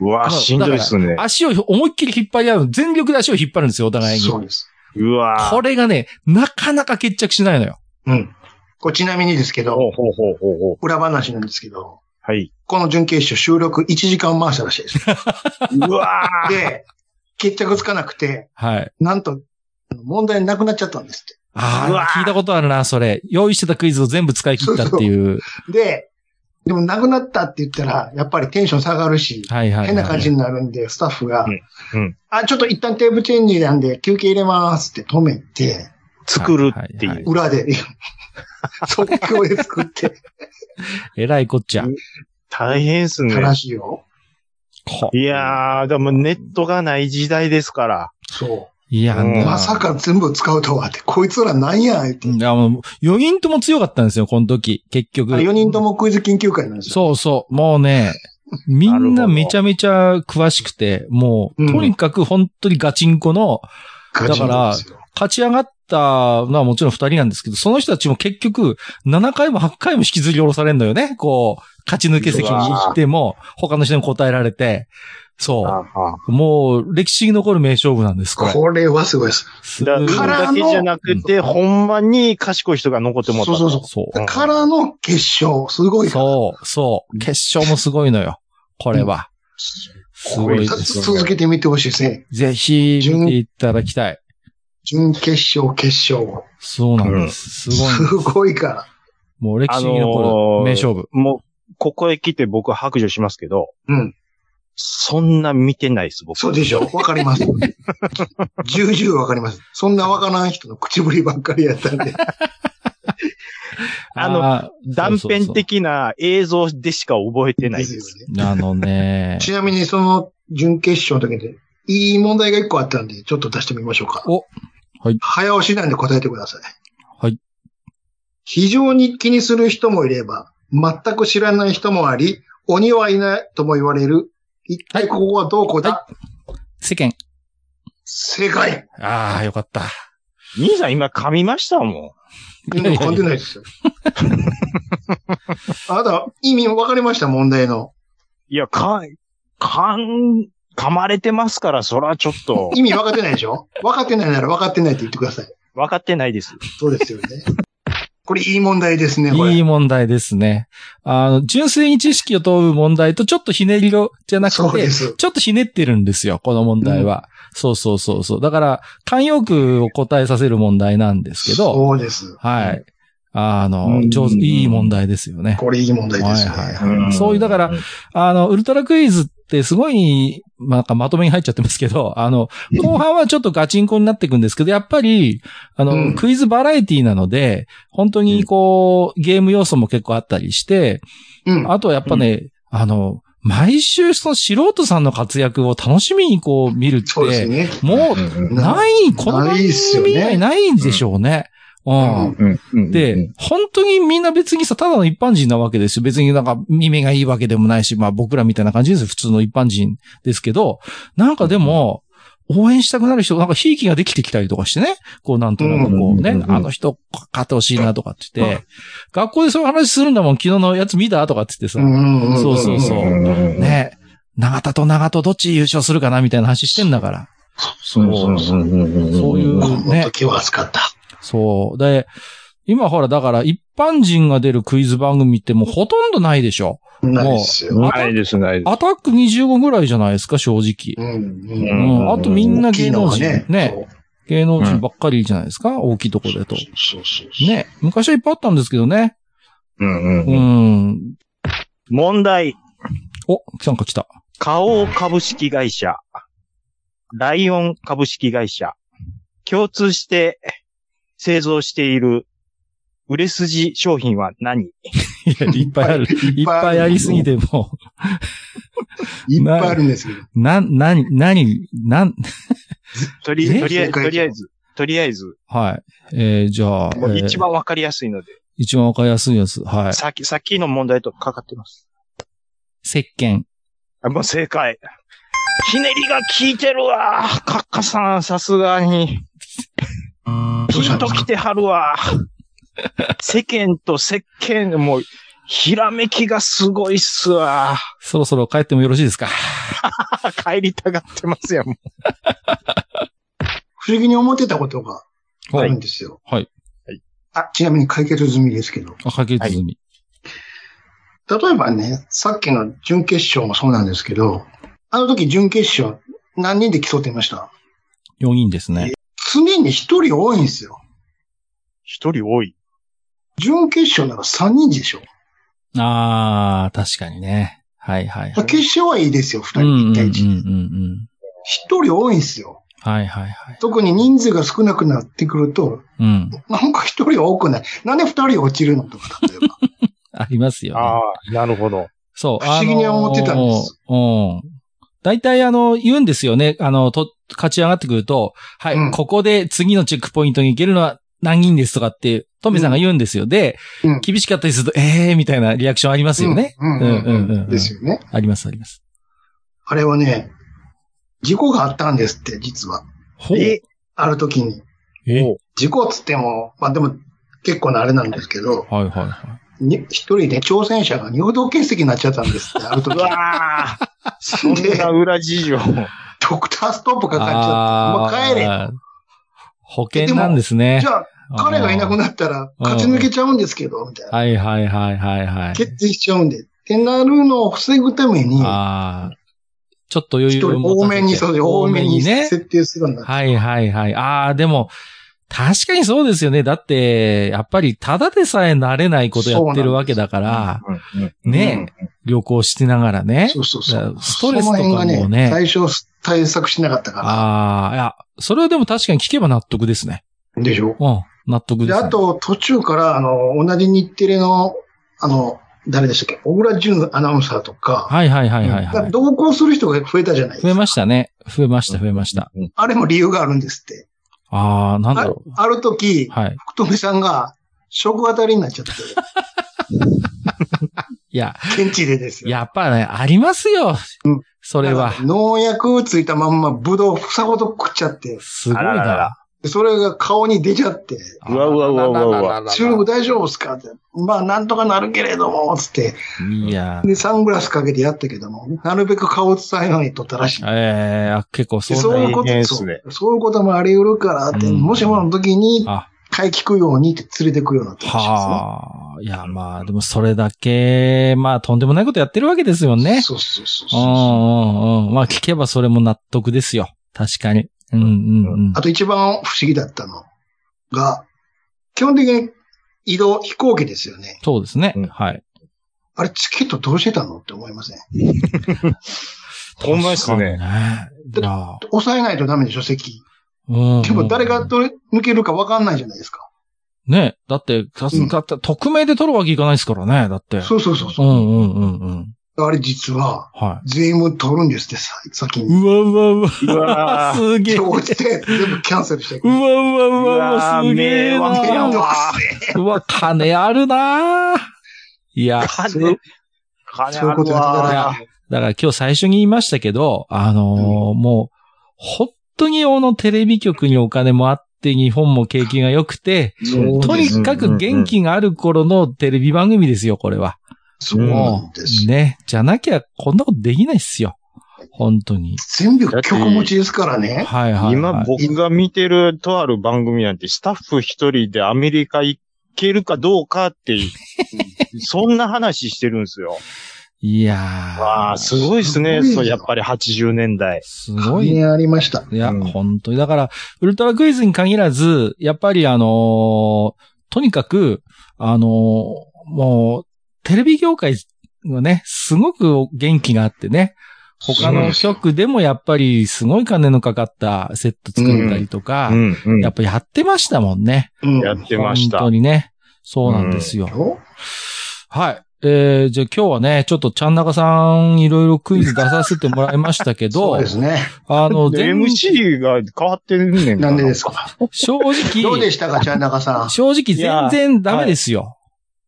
[SPEAKER 3] うわ、しんどいっすね。
[SPEAKER 4] 足を思いっきり引っ張り合う、全力で足を引っ張るんですよ、お互いに
[SPEAKER 2] そ。うです。
[SPEAKER 3] うわ
[SPEAKER 4] これがね、なかなか決着しないのよ。
[SPEAKER 2] うん。これちなみにですけ
[SPEAKER 3] ほ
[SPEAKER 2] ど、
[SPEAKER 3] うほうほうほうほう。
[SPEAKER 2] 裏話なんですけど、
[SPEAKER 3] はい。
[SPEAKER 2] この準決勝収録1時間回したらしいです。
[SPEAKER 3] うわ
[SPEAKER 2] で、決着つかなくて、
[SPEAKER 4] はい。
[SPEAKER 2] なんと、問題なくなっちゃったんですっ
[SPEAKER 4] あ
[SPEAKER 3] う
[SPEAKER 4] あ
[SPEAKER 3] わ、
[SPEAKER 4] 聞いたことあるな、それ。用意してたクイズを全部使い切ったっていう。
[SPEAKER 2] て。で、でもなくなったって言ったら、やっぱりテンション下がるし、
[SPEAKER 4] はいはいはい。
[SPEAKER 2] 変な感じになるんで、スタッフが
[SPEAKER 3] うんうん、
[SPEAKER 2] あ、ちょっと一旦テーブルチェンジなんで休憩入れますって止めて、
[SPEAKER 3] 作るって。
[SPEAKER 4] はいはいいう
[SPEAKER 2] 裏で、 即興で作っ て、
[SPEAKER 4] えらいこっちゃ。
[SPEAKER 3] 大変っすね。
[SPEAKER 2] 正しいよ。
[SPEAKER 4] こ
[SPEAKER 3] いやー、でもネットがない時代ですから。
[SPEAKER 2] そ
[SPEAKER 4] いや、
[SPEAKER 3] うん
[SPEAKER 2] う。
[SPEAKER 4] ね
[SPEAKER 2] まさか全部使うとはって、こいつらなんや、って。
[SPEAKER 4] いや、もう、4人とも強かったんですよ、この時。結局。
[SPEAKER 2] 4人ともクイズ研究会なんですよ。
[SPEAKER 4] そうそう。もうね、みん なめちゃめちゃ詳しくて、もう、
[SPEAKER 2] うん
[SPEAKER 4] とにかく本当にガチンコの、
[SPEAKER 2] ガチなんですよ
[SPEAKER 4] 勝ち上がったのはもちろん二人なんですけど、その人たちも結局、7回も8回も引きずり下ろされるのよね。こう、勝ち抜け席に行っても、他の人に答えられて、そ
[SPEAKER 3] あ
[SPEAKER 4] う。もう、歴史に残る名勝負なんです、これ。
[SPEAKER 2] これはすごいです。
[SPEAKER 4] す
[SPEAKER 3] だ
[SPEAKER 2] か
[SPEAKER 3] からら
[SPEAKER 2] の
[SPEAKER 3] だけじゃなくて、ほんまに賢い人が残ってもらったと。
[SPEAKER 2] そうそう
[SPEAKER 4] そ
[SPEAKER 3] うん
[SPEAKER 2] からの決勝、すご
[SPEAKER 4] う。
[SPEAKER 2] いから。
[SPEAKER 4] そう、そう。決勝もすごいのよ。これは。すごいで
[SPEAKER 2] これ
[SPEAKER 4] す。
[SPEAKER 2] 続けてみてほしいですね。
[SPEAKER 4] ぜひ、見ていただきたい。
[SPEAKER 2] 準決勝、決勝。
[SPEAKER 4] そうなんです。すごいんです
[SPEAKER 2] すごいから。
[SPEAKER 4] もう歴史に残る名勝負。
[SPEAKER 3] もう、ここへ来て僕白状しますけど、
[SPEAKER 2] うん。
[SPEAKER 3] そんな見てないです、僕。
[SPEAKER 2] そうでしょう。わかります。重々わかります。そんなわからん人の口ぶりばっかりやったんで。
[SPEAKER 3] あの
[SPEAKER 4] あー
[SPEAKER 3] 断片。的な映像でしか覚えてないです。
[SPEAKER 2] ですよね。。
[SPEAKER 4] そうそうそうあのね
[SPEAKER 2] ちなみにその準決勝の時で、いい問題が一個あったんで、ちょっと出してみましょうか。
[SPEAKER 4] おはい
[SPEAKER 2] 早押しなんで答えてください。
[SPEAKER 4] はい。
[SPEAKER 2] 非常に気にする人もいれば、全く知らない人もあり、鬼はいないとも言われる。一体ここはどこだ、
[SPEAKER 4] 世間。
[SPEAKER 2] 正解
[SPEAKER 4] ああ、よかった。
[SPEAKER 5] 兄さん今噛みましたも
[SPEAKER 2] 全然噛んでないですよ。 あなた、意味分かりました問題の。
[SPEAKER 5] ん。いや、か、かん、噛まれてますから、そらちょっ と、
[SPEAKER 2] 意味分かってないでしょ分かってないなら分かってないって言ってください。
[SPEAKER 5] 分かってないです。
[SPEAKER 2] そうですよね。これいい問題ですね、これ。
[SPEAKER 4] いい問題ですね。あの、純粋に知識を問う問題とちょっとひねりを、じゃな
[SPEAKER 2] そ
[SPEAKER 4] く
[SPEAKER 2] うで
[SPEAKER 4] て、
[SPEAKER 2] す。
[SPEAKER 4] ちょっとひねってるんですよ、この問題は。そうそうそうそう。だから、慣用句を答えさせる問題なんですけど、
[SPEAKER 2] そうです。
[SPEAKER 4] はい。あの
[SPEAKER 5] う、ん
[SPEAKER 4] 上手、いい問題ですよね。
[SPEAKER 2] これいい問題ですね。
[SPEAKER 4] はいはいそういうだから、あの、ウルトラクイズってすごい、まあなんかまとめに入っちゃってますけど、あの、後半はちょっとガチンコになっていくんですけど、やっぱり、あの、
[SPEAKER 2] うん
[SPEAKER 4] クイズバラエティなので、本当にこう、ゲーム要素も結構あったりして、
[SPEAKER 2] うん。
[SPEAKER 4] あとはやっぱね、あの、毎週その素人さんの活躍を楽しみにこう見るっ
[SPEAKER 2] そうですね。
[SPEAKER 4] て、もう、
[SPEAKER 5] う
[SPEAKER 4] ない、この番
[SPEAKER 2] ないっすよ
[SPEAKER 4] 組
[SPEAKER 2] ね
[SPEAKER 4] 以外ないんでしょうね。うん
[SPEAKER 2] うん
[SPEAKER 5] んうん。
[SPEAKER 4] で、本当にみんな別にさ、ただの一般人なわけですよ。別になんか耳がいいわけでもないし、まあ僕らみたいな感じですよ。普通の一般人ですけど、なんかでも、応援したくなる人、なんかひいきができてきたりとかしてね。こうなんとなくこう
[SPEAKER 5] うんうん
[SPEAKER 4] ね
[SPEAKER 5] う、んうん
[SPEAKER 4] あの人勝ってほしいなとかって言って、学校でそういう話するんだもん、昨日のやつ見たとかって言って
[SPEAKER 2] う
[SPEAKER 4] さ、
[SPEAKER 2] んんんん
[SPEAKER 4] そうそうそうんね、長田と長戸どっち優勝するかなみたいな話してんだから。
[SPEAKER 5] そうそうそう。
[SPEAKER 4] そういう
[SPEAKER 2] こ
[SPEAKER 4] ね
[SPEAKER 2] の時は熱かった。
[SPEAKER 4] そう。で、今ほら、だから一般人が出るクイズ番組ってもうほとんどないでしょ。
[SPEAKER 2] ないですよ。
[SPEAKER 5] ないです、ないです。
[SPEAKER 4] アタック25ぐらいじゃないですか、正直。
[SPEAKER 5] う
[SPEAKER 2] うん
[SPEAKER 4] うんん。あとみんな芸能人。ね
[SPEAKER 2] ね。
[SPEAKER 4] 芸能人ばっかりじゃないですか、大きいとこだと。
[SPEAKER 2] そうそうそう。
[SPEAKER 4] ね。昔はいっぱいあったんですけどね。
[SPEAKER 5] うん
[SPEAKER 4] う
[SPEAKER 5] うん。
[SPEAKER 4] ん。
[SPEAKER 5] 問題。
[SPEAKER 4] お、なんか来た。
[SPEAKER 5] 花王株式会社、ライオン株式会社、共通して製造している売れ筋商品は何
[SPEAKER 4] いや、いっぱいある。いっぱいありすぎても
[SPEAKER 2] いっぱいあるんですけど。
[SPEAKER 4] う、な、なに、なに、なん、
[SPEAKER 5] とり
[SPEAKER 4] え
[SPEAKER 5] とりあえず、
[SPEAKER 2] 正解
[SPEAKER 5] とりあえず、とりあえず、
[SPEAKER 4] はい。えー、じゃあ、
[SPEAKER 5] もう一
[SPEAKER 4] えー
[SPEAKER 5] 番わかりやすいので、
[SPEAKER 4] 一番わかりやすいやつ。はい。
[SPEAKER 5] さっき、さっきの問題とかかってます。
[SPEAKER 4] 石鹸。
[SPEAKER 5] あ、もう正解。ひねりが効いてるわ。カッカさん、さすがに。
[SPEAKER 2] どうし
[SPEAKER 5] ピン
[SPEAKER 2] たんで
[SPEAKER 5] と
[SPEAKER 2] すか
[SPEAKER 5] きてはるわ。世間と石鹸、もう、ひらめきがすごいっすわ。
[SPEAKER 4] そろそろ帰ってもよろしいですか
[SPEAKER 5] あ帰りたがってますやん。
[SPEAKER 2] 不思議に思ってたことがあるんですよ。
[SPEAKER 4] はい
[SPEAKER 5] はい。
[SPEAKER 2] あ、ちなみに解決済みですけど。
[SPEAKER 4] あ、解決済み。
[SPEAKER 2] 例えばね、さっきの準決勝もそうなんですけど、あの時準決勝何人で競ってました
[SPEAKER 4] 4人ですね。
[SPEAKER 2] 常に一人多いんですよ。
[SPEAKER 5] 一人多い。
[SPEAKER 2] 準決勝なら三人でしょ。
[SPEAKER 4] あー、確かにね。はいはいはい。
[SPEAKER 2] 決勝はいいですよ、二
[SPEAKER 4] うんう
[SPEAKER 2] 人一
[SPEAKER 4] んうんうんう
[SPEAKER 2] 対一。
[SPEAKER 4] ん。
[SPEAKER 2] 一人多いんですよ。
[SPEAKER 4] はいはいはい。
[SPEAKER 2] 特に人数が少なくなってくると、
[SPEAKER 4] うん。
[SPEAKER 2] なんか一人多くない。なんで二人落ちるのとか、例え ば。
[SPEAKER 4] ありますよ、ね。
[SPEAKER 3] ああ、なるほど。
[SPEAKER 4] そう。
[SPEAKER 2] 不思議に思ってたんです
[SPEAKER 4] あのー。うん。大体あの、言うんですよね。あの、と、勝ち上がってくると、はい、
[SPEAKER 2] うん
[SPEAKER 4] ここで次のチェックポイントに行けるのは何人ですとかって、トミさんが言うんですよ。で、
[SPEAKER 2] うん
[SPEAKER 4] 厳しかったりすると、えーみたいなリアクションありますよね。
[SPEAKER 2] うんうん
[SPEAKER 4] うんうん
[SPEAKER 2] う
[SPEAKER 4] うんうん
[SPEAKER 2] んですよね。
[SPEAKER 4] ありますあります。
[SPEAKER 2] あれはね、事故があったんですって、実は。
[SPEAKER 4] ほう
[SPEAKER 5] え
[SPEAKER 2] ある時に。
[SPEAKER 4] え
[SPEAKER 5] ほ
[SPEAKER 2] 事故っつっても、まあでも結構なあれなんですけど、
[SPEAKER 4] はいはいは
[SPEAKER 2] に一人ね、挑戦者が尿道結石になっちゃったんですって、ある
[SPEAKER 5] う
[SPEAKER 2] 時。
[SPEAKER 5] わあ。そん
[SPEAKER 2] で
[SPEAKER 5] な、裏事情。
[SPEAKER 2] ドクターストップ
[SPEAKER 4] い。
[SPEAKER 2] かかっちゃって、もう帰れ。
[SPEAKER 4] あー保険なんですね。
[SPEAKER 2] じゃあ、彼がいなく
[SPEAKER 4] っ
[SPEAKER 2] なったら、勝ち抜けちゃうんですけど、みたいな。
[SPEAKER 4] はいはいはいはいはい。
[SPEAKER 2] 決定しちゃうんで。ってなるのを防ぐために、
[SPEAKER 4] ああ。ちょっと余
[SPEAKER 2] 一人
[SPEAKER 4] 裕を
[SPEAKER 2] 多
[SPEAKER 4] 持たせ
[SPEAKER 2] め
[SPEAKER 4] て
[SPEAKER 2] に、そうです多めに
[SPEAKER 4] ね。
[SPEAKER 2] 設定するんだ。
[SPEAKER 4] はいはいはい。ああ、でも、確かにそうですよね。だって、やっぱり、ただでさえ慣れないことやってるわけだから、ね、旅行してながらね。
[SPEAKER 2] そうそうそ
[SPEAKER 4] だ
[SPEAKER 2] う
[SPEAKER 4] から。ストレスとかも
[SPEAKER 2] そ
[SPEAKER 4] ね
[SPEAKER 2] の辺がね、最初対策しなかったか
[SPEAKER 4] ああ、いや、それはでも確かに聞けば納得ですね。
[SPEAKER 2] ら。でしょ
[SPEAKER 4] うん、納得で
[SPEAKER 2] で、
[SPEAKER 4] す、ね。
[SPEAKER 2] あと、途中から、あの、同じ日テレの、あの、誰でしたっけ小倉淳アナウンサーとか、
[SPEAKER 4] はいはいはいはい、
[SPEAKER 2] だか
[SPEAKER 4] は
[SPEAKER 2] ら
[SPEAKER 4] い。
[SPEAKER 2] 同行する人が増えたじゃないです
[SPEAKER 4] 増え
[SPEAKER 2] か。
[SPEAKER 4] ましたね。増えました、増えました。
[SPEAKER 2] あれも理由があるんですって。
[SPEAKER 4] ああ、なんだ
[SPEAKER 2] あ
[SPEAKER 4] ろう。
[SPEAKER 2] ある時、
[SPEAKER 4] はい。
[SPEAKER 2] 福留さんが、食あたりになっちゃって、
[SPEAKER 4] いや、
[SPEAKER 2] 現地でですよ。
[SPEAKER 4] やっぱね、ありますよ。
[SPEAKER 2] うん
[SPEAKER 4] それは
[SPEAKER 2] だか。ら農薬ついたまんま、ぶどう房ごと食っちゃって、
[SPEAKER 4] すごい
[SPEAKER 5] あらら
[SPEAKER 4] な。
[SPEAKER 2] でそれが顔に出ちゃって、
[SPEAKER 5] うわうわうわうわうわ
[SPEAKER 3] わ
[SPEAKER 2] 中国大丈夫っすかって。まあ、なんとかなるけれども、つって。
[SPEAKER 4] いやー
[SPEAKER 2] で、サングラスかけてやったけども、なるべく顔を伝えないように撮ったらしい。
[SPEAKER 4] えー、あ、結構
[SPEAKER 2] で
[SPEAKER 4] そ
[SPEAKER 2] そう
[SPEAKER 4] う
[SPEAKER 2] いう
[SPEAKER 4] ね。
[SPEAKER 2] こと、
[SPEAKER 3] 大変っ
[SPEAKER 2] そ
[SPEAKER 3] すね
[SPEAKER 2] うそういうこともあり得るからって、
[SPEAKER 4] うん
[SPEAKER 2] もしもの時に、
[SPEAKER 4] あ、
[SPEAKER 2] 買い聞くようにって連れてくようになったらしいですね。
[SPEAKER 4] はあ。いや、まあ、でもそれだけ、まあ、とんでもないことやってるわけですよね。
[SPEAKER 2] そうそうそう
[SPEAKER 4] う
[SPEAKER 2] そ
[SPEAKER 4] んう
[SPEAKER 2] う。
[SPEAKER 4] んうん。まあ、聞けばそれも納得ですよ。確かに。うんうんうん
[SPEAKER 2] あ。と一番不思議だったのが、基本的に移動、飛行機ですよね。
[SPEAKER 4] そうですね
[SPEAKER 5] うん。
[SPEAKER 4] はい。
[SPEAKER 2] あれ、チケットどうしてたのって思いません。
[SPEAKER 3] ほんまっすね
[SPEAKER 4] 確かにね。いや
[SPEAKER 2] 抑えないとダメでしょ、席。
[SPEAKER 4] うんうん
[SPEAKER 2] でも誰がどれ抜けるかわかんないじゃないですか。
[SPEAKER 4] ね。だって、かすだって、匿名で取るわけいかないですからね。だって。
[SPEAKER 2] そうそうそう
[SPEAKER 4] う
[SPEAKER 2] そう。
[SPEAKER 4] んうんうんうん。
[SPEAKER 2] あれ実は、
[SPEAKER 4] は
[SPEAKER 2] 全員取るんですって、さ先
[SPEAKER 4] い。
[SPEAKER 2] に。
[SPEAKER 4] うわうわうわ。
[SPEAKER 3] うわ
[SPEAKER 4] すげえ。
[SPEAKER 2] 今
[SPEAKER 4] うわ
[SPEAKER 2] 日落ちて、全部キャンセルして。
[SPEAKER 4] うわうわうわ、
[SPEAKER 3] うわ
[SPEAKER 4] すげえ
[SPEAKER 3] 迷惑や
[SPEAKER 4] な
[SPEAKER 3] わ
[SPEAKER 4] うわ、金あるなーいや、
[SPEAKER 3] 金、金
[SPEAKER 2] そういう
[SPEAKER 3] あ
[SPEAKER 2] こと
[SPEAKER 3] る
[SPEAKER 2] やってたら
[SPEAKER 3] わ。
[SPEAKER 4] だから今日最初に言いましたけど、あのーもう、本当にあのテレビ局にお金もあって、日本も景気が良くて、
[SPEAKER 2] そう
[SPEAKER 4] と
[SPEAKER 2] で
[SPEAKER 4] に
[SPEAKER 2] す。
[SPEAKER 4] かく元気がある頃のテレビ番組ですよ、これは。
[SPEAKER 2] そうなんです。
[SPEAKER 4] ね。じゃなきゃこんなことできないっすよ。本当に。
[SPEAKER 2] 全部曲持ちですからね。
[SPEAKER 4] はいはい、はい。
[SPEAKER 3] 今僕が見てるとある番組なんてスタッフ一人でアメリカ行けるかどうかって いう、そんな話してるんですよ。
[SPEAKER 4] いやー。
[SPEAKER 3] わあ、すごいですね。
[SPEAKER 2] すごいよ
[SPEAKER 3] そう、やっぱり80年代。
[SPEAKER 4] すごいね
[SPEAKER 2] ねありました。
[SPEAKER 4] いや、
[SPEAKER 3] うん
[SPEAKER 4] 本当に。だから、ウルトラクイズに限らず、やっぱりあのーとにかく、あのーもう、テレビ業界はね、すごく元気があってね、他の局でもやっぱりすごい金のかかったセット作ったりとか、
[SPEAKER 3] うん、うん。
[SPEAKER 4] やっぱやってましたもんね。
[SPEAKER 2] うん。
[SPEAKER 3] やってました
[SPEAKER 4] 本当。にね。そうなんですよ。
[SPEAKER 2] よ
[SPEAKER 4] はい。えー、じゃあ今日はね、ちょっとちゃんなかさんいろいろクイズ出させてもらいましたけど、
[SPEAKER 2] そうですね。
[SPEAKER 4] あの、
[SPEAKER 3] で
[SPEAKER 4] 全部
[SPEAKER 3] MC が変わってるねん
[SPEAKER 2] なんでですか
[SPEAKER 4] 正直、
[SPEAKER 2] どうでしたか、ちゃんなか さん。
[SPEAKER 4] 正直全然ダメですよ。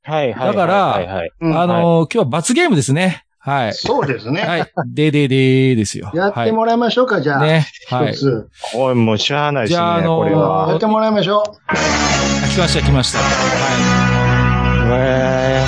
[SPEAKER 3] はい、はい。
[SPEAKER 4] だから
[SPEAKER 3] はいはいはい、
[SPEAKER 2] うん
[SPEAKER 4] あのー今日は罰ゲームですね。はい。
[SPEAKER 2] そうですね。
[SPEAKER 4] はい。でででーですよ。
[SPEAKER 2] やってもらいましょうか、じゃ
[SPEAKER 4] はい
[SPEAKER 2] あ。
[SPEAKER 4] ね。は
[SPEAKER 2] 一
[SPEAKER 4] い。
[SPEAKER 2] つ。
[SPEAKER 3] これもうしゃあないで
[SPEAKER 4] じ
[SPEAKER 3] すね、
[SPEAKER 4] ゃああの
[SPEAKER 3] こ
[SPEAKER 4] ー
[SPEAKER 3] れは。
[SPEAKER 2] やってもらいましょう。
[SPEAKER 4] あ来ました、来ました。は
[SPEAKER 3] え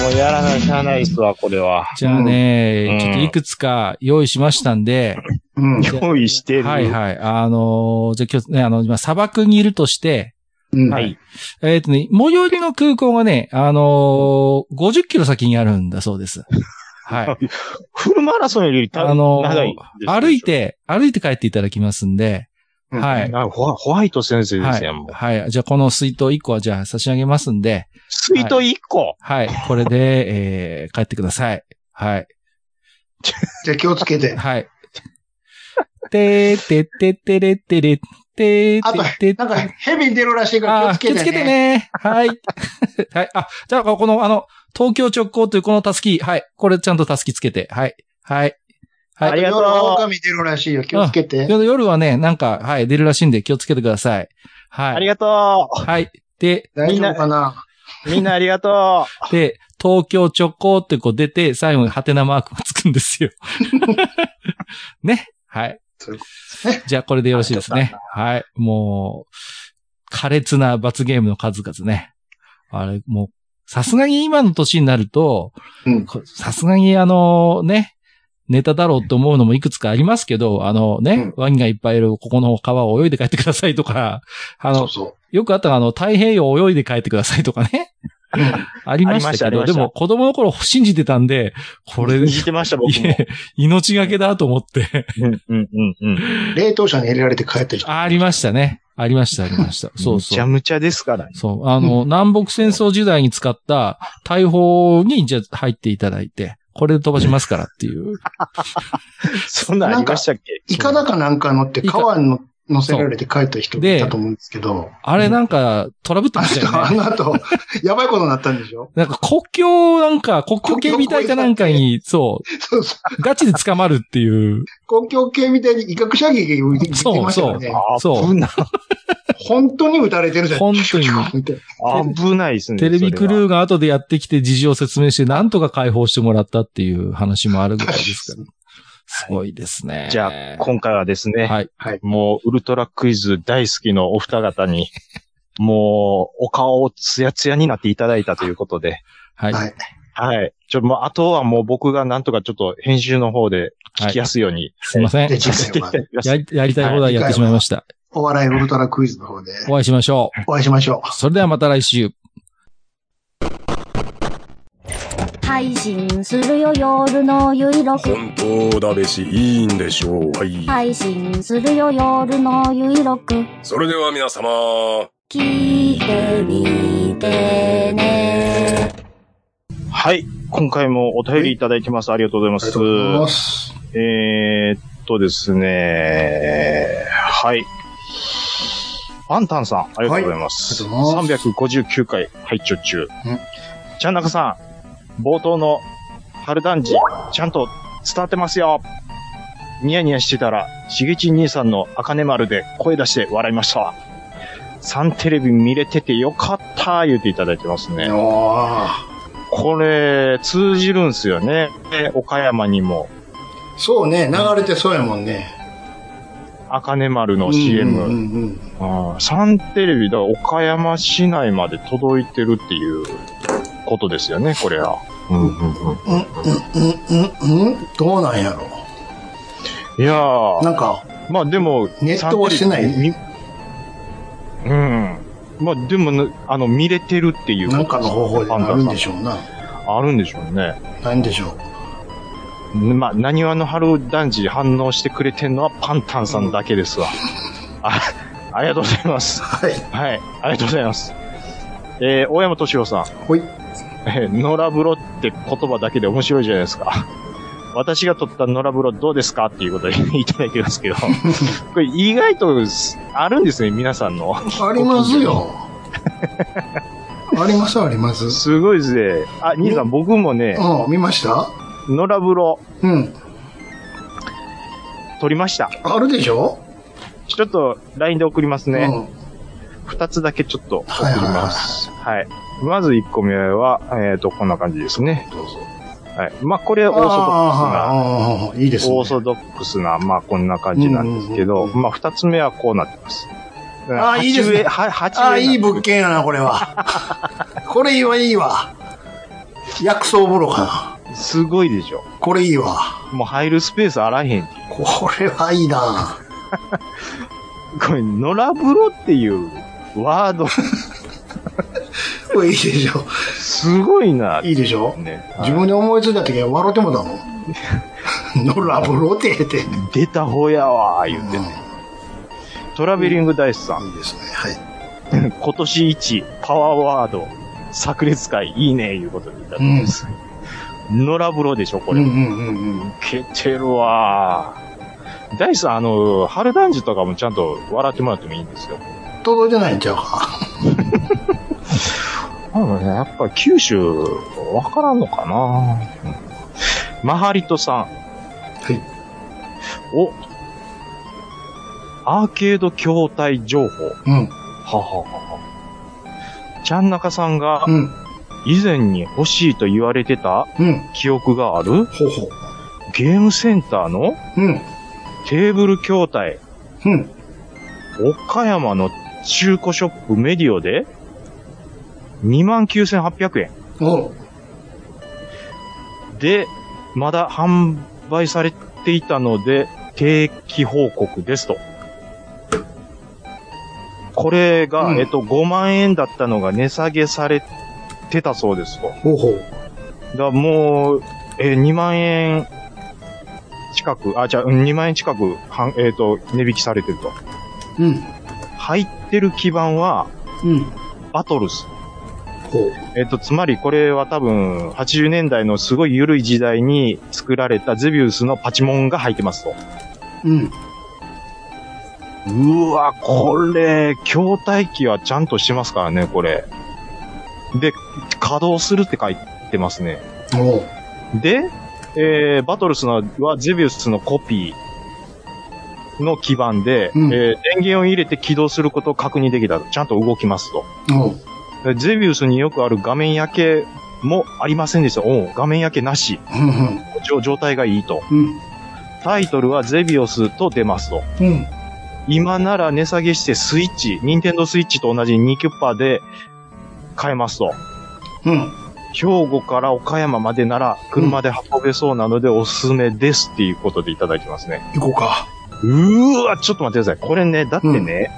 [SPEAKER 3] ー、もうやらないしゃあないっすわ、これは。
[SPEAKER 4] い。じゃあね、
[SPEAKER 3] うん
[SPEAKER 4] ちょっといくつか用意しましたんで、
[SPEAKER 2] うん。
[SPEAKER 3] 用意してる。
[SPEAKER 4] はいはい。あのーじゃあ今日ね、あの、今砂漠にいるとして、
[SPEAKER 2] うん
[SPEAKER 3] はい
[SPEAKER 4] えっ、とね、最寄りの空港がね、あのー50キロ先にあるんだそうです。 はい。
[SPEAKER 3] フルマラソンより多
[SPEAKER 4] あ
[SPEAKER 3] 分
[SPEAKER 4] の
[SPEAKER 3] 長い
[SPEAKER 4] ー
[SPEAKER 3] ですよ
[SPEAKER 4] 歩い。て、歩いて帰っていただきますんで、
[SPEAKER 2] うん
[SPEAKER 4] はい。
[SPEAKER 3] あホワホワイト先生で
[SPEAKER 4] は
[SPEAKER 3] す
[SPEAKER 4] い
[SPEAKER 3] ね、もう。。
[SPEAKER 4] はい。じゃあ、この水筒1個はじゃあ差し上げますんで、
[SPEAKER 3] 水筒1個。
[SPEAKER 4] はい。これで、えー、帰ってください。はい。
[SPEAKER 2] じゃあ気をつけて。
[SPEAKER 4] はい。てーてってってれってれ、てー
[SPEAKER 2] あと
[SPEAKER 4] てって、
[SPEAKER 2] なんか、蛇に出るらしいか
[SPEAKER 4] あ
[SPEAKER 2] ら
[SPEAKER 4] ー
[SPEAKER 2] 気を
[SPEAKER 4] 気を
[SPEAKER 2] つ
[SPEAKER 4] つ
[SPEAKER 2] け
[SPEAKER 4] け
[SPEAKER 2] て
[SPEAKER 4] て
[SPEAKER 2] ね。
[SPEAKER 4] ね。はい。はい。 あ、じゃあ、この、あの、東京直行というこのたすき、はい。これちゃんとたすきつけて、はい。はい。はい
[SPEAKER 3] ありが
[SPEAKER 2] 夜
[SPEAKER 3] と
[SPEAKER 2] は
[SPEAKER 3] う。
[SPEAKER 2] 狼出るらしいよ。気をつけて。
[SPEAKER 4] 夜夜はね、なんか、はい、出るらしいんで気をつけてください。はい。
[SPEAKER 3] ありがと
[SPEAKER 4] はい。で、
[SPEAKER 2] 大丈夫かな
[SPEAKER 3] う。みんなありがと
[SPEAKER 4] で、東京直行ってこう出て、最後にハテナマークがつくんで すよ。ね。はい
[SPEAKER 2] そういうこ。
[SPEAKER 4] じゃあこれでよろしいですね。はい。もう、苛烈な罰ゲームの数々ね。あれ、もう、さすがに今の年になると
[SPEAKER 2] うん、
[SPEAKER 4] こさすがにあの、ね、ネタだろうと思うのもいくつかありますけど、あのね、ワニがいっぱいいる、ここの川を泳いで帰ってくださいとか、あ
[SPEAKER 2] そう
[SPEAKER 4] の、
[SPEAKER 2] そ
[SPEAKER 4] よくあったのはあの、太平洋を泳いで帰ってくださいとかね。
[SPEAKER 2] う。うん
[SPEAKER 4] あり
[SPEAKER 3] ありま
[SPEAKER 4] ましたけど、
[SPEAKER 3] したありま
[SPEAKER 4] で
[SPEAKER 3] した
[SPEAKER 4] も子供の頃信じてたんで、これ
[SPEAKER 3] う。、信じてました、僕
[SPEAKER 4] い
[SPEAKER 3] も。
[SPEAKER 4] え命がけだと思って。
[SPEAKER 3] うん、うん、うんうん。
[SPEAKER 2] 冷凍車に入れられて帰ってる人。
[SPEAKER 4] ありましたね。ありました、ありました。そう
[SPEAKER 3] むち
[SPEAKER 4] そ
[SPEAKER 3] ゃ
[SPEAKER 4] う。
[SPEAKER 3] むちゃですからね。
[SPEAKER 4] そう。あの、南北戦争時代に使った大砲に、じゃあ入っていただいて、これで飛ばしますからっていう。
[SPEAKER 3] そんなんありましたっけ
[SPEAKER 2] イカだかなんか乗って川に乗せられて帰った人いたと思うんですけど、
[SPEAKER 4] あれなんか、トラブって
[SPEAKER 2] あ
[SPEAKER 4] ま
[SPEAKER 2] の
[SPEAKER 4] した
[SPEAKER 2] 人、
[SPEAKER 4] よ
[SPEAKER 2] あ
[SPEAKER 4] ね。
[SPEAKER 2] の 後、やばいことになったんでしょ
[SPEAKER 4] なんか国境なんか、国境警備隊かなんかに、そ、
[SPEAKER 2] そうそう
[SPEAKER 4] ガチで捕まるっていう。
[SPEAKER 2] う。国境系みたいに威嚇射撃を撃ってきましたよね。
[SPEAKER 3] あ
[SPEAKER 4] そう
[SPEAKER 3] 危ない。
[SPEAKER 2] 本当に撃たれてるじゃん。
[SPEAKER 4] 本当に
[SPEAKER 2] みたいな
[SPEAKER 3] 危ないですね。
[SPEAKER 4] テレビク
[SPEAKER 3] ー。
[SPEAKER 4] ルーが後で やってきて事情を説明して、なんとか解放してもらったっていう話もあるぐらいですから。すごいですね。
[SPEAKER 3] じゃあ、今回はですね、
[SPEAKER 4] はい。
[SPEAKER 3] もうウルトラクイズ大好きのお二方に、もうお顔をツヤツヤになっていただいたということで、
[SPEAKER 4] はい。
[SPEAKER 2] はい。
[SPEAKER 3] はい。ちょ、もうあとはもう僕がなんとかちょっと編集の方で聞きやすいように、
[SPEAKER 4] すいません
[SPEAKER 2] で、。次回は
[SPEAKER 4] やり、やりたい放題やってしまいました。
[SPEAKER 2] お笑いウルトラクイズの方で
[SPEAKER 4] お会いしましょ
[SPEAKER 2] お会いしましょう。
[SPEAKER 4] う。それではまた来週。
[SPEAKER 6] 配信するよ夜のゆいろく
[SPEAKER 7] 本当だべし、いいんでしょう。はい。
[SPEAKER 6] 配信するよ夜のゆいろく
[SPEAKER 7] それでは皆様。
[SPEAKER 6] 聞いてみてね
[SPEAKER 3] はい。今回もお便りいただいてます。ありがとうございま
[SPEAKER 2] ありが
[SPEAKER 3] す
[SPEAKER 2] と。うございます。
[SPEAKER 3] えー、っとですね、はい。パンタンさん、ありがとうございます。
[SPEAKER 2] はいありがとうござい
[SPEAKER 3] 359回拝聴中。ちゃんなかさん、冒頭の春団児、ちゃんと伝わってますよ。ニヤニヤしてたら、しげち兄さんの茜丸で声出して笑いました。サンテレビ見れててよかった、言っていただいてますね。
[SPEAKER 2] おー
[SPEAKER 3] これ、通じるんすよね。岡山にも、
[SPEAKER 2] そうね、流れてそうやもんね。
[SPEAKER 3] 茜丸の CM。
[SPEAKER 2] うんうんうんうん
[SPEAKER 3] ああ、サンテレビだ、岡山市内まで届いてるっていうことですよね、これは。うんうんうん、
[SPEAKER 2] うんうんうんうんどうなんやろ
[SPEAKER 3] いやー、
[SPEAKER 2] なんか、
[SPEAKER 3] まあでも、
[SPEAKER 2] ネットはしてない
[SPEAKER 3] サンテレビみうん。まあでもね、あの、見れてるっていう
[SPEAKER 2] なんかの方法でなるんでしょうな。
[SPEAKER 3] ょあるんでしょうね。
[SPEAKER 2] なんでしょう。
[SPEAKER 3] まあ、何わの春男児反応してくれてんのはパンタンさんだけですわ。あ、ありがとうございます。
[SPEAKER 2] はい。
[SPEAKER 3] はい、ありがとうございます。えー、大山敏夫さん。
[SPEAKER 2] ほい。
[SPEAKER 3] えーノラブロって言葉だけで面白いじゃないですか。私が撮ったノラブロどうですかっていうことでいただいてます けど、これ意外とすあるんですね、皆さんの。
[SPEAKER 2] ありますよ。ありますあります。
[SPEAKER 3] すごいですね。あ、兄さん、僕もね、
[SPEAKER 2] うん、見ました
[SPEAKER 3] ノラブロ
[SPEAKER 2] うん。
[SPEAKER 3] 撮りました。
[SPEAKER 2] あるでしょ
[SPEAKER 3] ちょっと LINE で送りますね。
[SPEAKER 2] うん。
[SPEAKER 3] 二つだけちょっと送ります。はいまず一個目は、えっ、と、こんな感じですね。
[SPEAKER 2] どうぞ。
[SPEAKER 3] はい。まあ、これはオーソドック
[SPEAKER 2] あーあーあーいいで
[SPEAKER 3] ス
[SPEAKER 2] す
[SPEAKER 3] な、
[SPEAKER 2] ね。
[SPEAKER 3] オーソドックスな、まあ、こんな感じなんですけ
[SPEAKER 2] うん
[SPEAKER 3] ど、
[SPEAKER 2] うんうんうん
[SPEAKER 3] まあ、二つ目はこうなってます。
[SPEAKER 2] あーいいです
[SPEAKER 3] 鉢植え
[SPEAKER 2] ね
[SPEAKER 3] は、鉢植えな
[SPEAKER 2] あ
[SPEAKER 3] ん
[SPEAKER 2] あ、
[SPEAKER 3] です
[SPEAKER 2] いい物件やな、これは。これいいわ、いいわ。薬草風呂か
[SPEAKER 3] すごいでしょ。
[SPEAKER 2] な。これいいわ。
[SPEAKER 3] もう入るスペースあらへん。
[SPEAKER 2] これはいいな。
[SPEAKER 3] これ、野良風呂っていうワード、
[SPEAKER 2] これいいでしょ。
[SPEAKER 3] すごいな。
[SPEAKER 2] いいでしょ。
[SPEAKER 3] ね、
[SPEAKER 2] 自分で思いついた時は笑ってもだもん。ノラブロテって。
[SPEAKER 3] 出た方やわ、言うて
[SPEAKER 2] うん
[SPEAKER 3] ね。トラベリングダイスさん、
[SPEAKER 2] いいですね。はい。
[SPEAKER 3] 今年一パワーワード、炸裂会、いいね、いうことでいただきます。野良風呂でしょ、こ
[SPEAKER 2] うん
[SPEAKER 3] れ。
[SPEAKER 2] う
[SPEAKER 3] ウ
[SPEAKER 2] んうんうん。
[SPEAKER 3] ケてるわ。ダイスさん、あの、春男児とかもちゃんと笑ってもらってもいいんですよ。
[SPEAKER 2] 届いてないんちゃうか。
[SPEAKER 3] あのね、やっぱ九州、わからんのかな、うん、マハリトさん。
[SPEAKER 2] はい。
[SPEAKER 3] おアーケード筐体情報。は
[SPEAKER 2] うん。
[SPEAKER 3] ははは。ちゃんなかさんが
[SPEAKER 2] うん。
[SPEAKER 3] 以前に欲しいと言われてた
[SPEAKER 2] うん。
[SPEAKER 3] 記憶がある
[SPEAKER 2] ほうほう。
[SPEAKER 3] ゲームセンターの
[SPEAKER 2] うん。
[SPEAKER 3] テーブル筐体、
[SPEAKER 2] うん。
[SPEAKER 3] 岡山の中古ショップメディオで29,800円。
[SPEAKER 2] おう
[SPEAKER 3] で、まだ販売されていたので、定期報告ですと。これが、
[SPEAKER 2] うん
[SPEAKER 3] えっと、5万円だったのが値下げされてたそうですと。だか
[SPEAKER 2] ほうほう。
[SPEAKER 3] らもう、えー2万円近く、あ、じゃ2万円近く、はんえっ、と、値引きされてると。
[SPEAKER 2] うん。
[SPEAKER 3] 入ってる基盤は、
[SPEAKER 2] うん。
[SPEAKER 3] バトルズ。
[SPEAKER 2] ほう。
[SPEAKER 3] えっと、つまりこれは多分、80年代のすごい緩い時代に作られたゼビウスのパチモンが入ってますと。
[SPEAKER 2] うん。
[SPEAKER 3] うわ、これ、筐体機はちゃんとしてますからね、これ。で、稼働するって書いてますね。
[SPEAKER 2] おう。
[SPEAKER 3] で、えー、バトルスのはゼビウスのコピーの基盤で、
[SPEAKER 2] うん
[SPEAKER 3] えー電源を入れて起動することを確認できたと。ちゃんと動きますと。
[SPEAKER 2] おう。
[SPEAKER 3] でゼビウスによくある画面焼けもありませんでした。おう画面焼けなし。
[SPEAKER 2] うん。
[SPEAKER 3] 状状態がいいと。
[SPEAKER 2] うん。
[SPEAKER 3] タイトルはゼビオスと出ますと。
[SPEAKER 2] うん。
[SPEAKER 3] 今なら値下げしてスイッチ、ニンテンドースイッチと同じ2キュッパーで買えますと。
[SPEAKER 2] うん。
[SPEAKER 3] 兵庫から岡山までなら車で運べそうなのでおすすめですっていうことでいただきますね。
[SPEAKER 2] 行こうか。
[SPEAKER 3] うーわ、ちょっと待ってください。これね、だってね、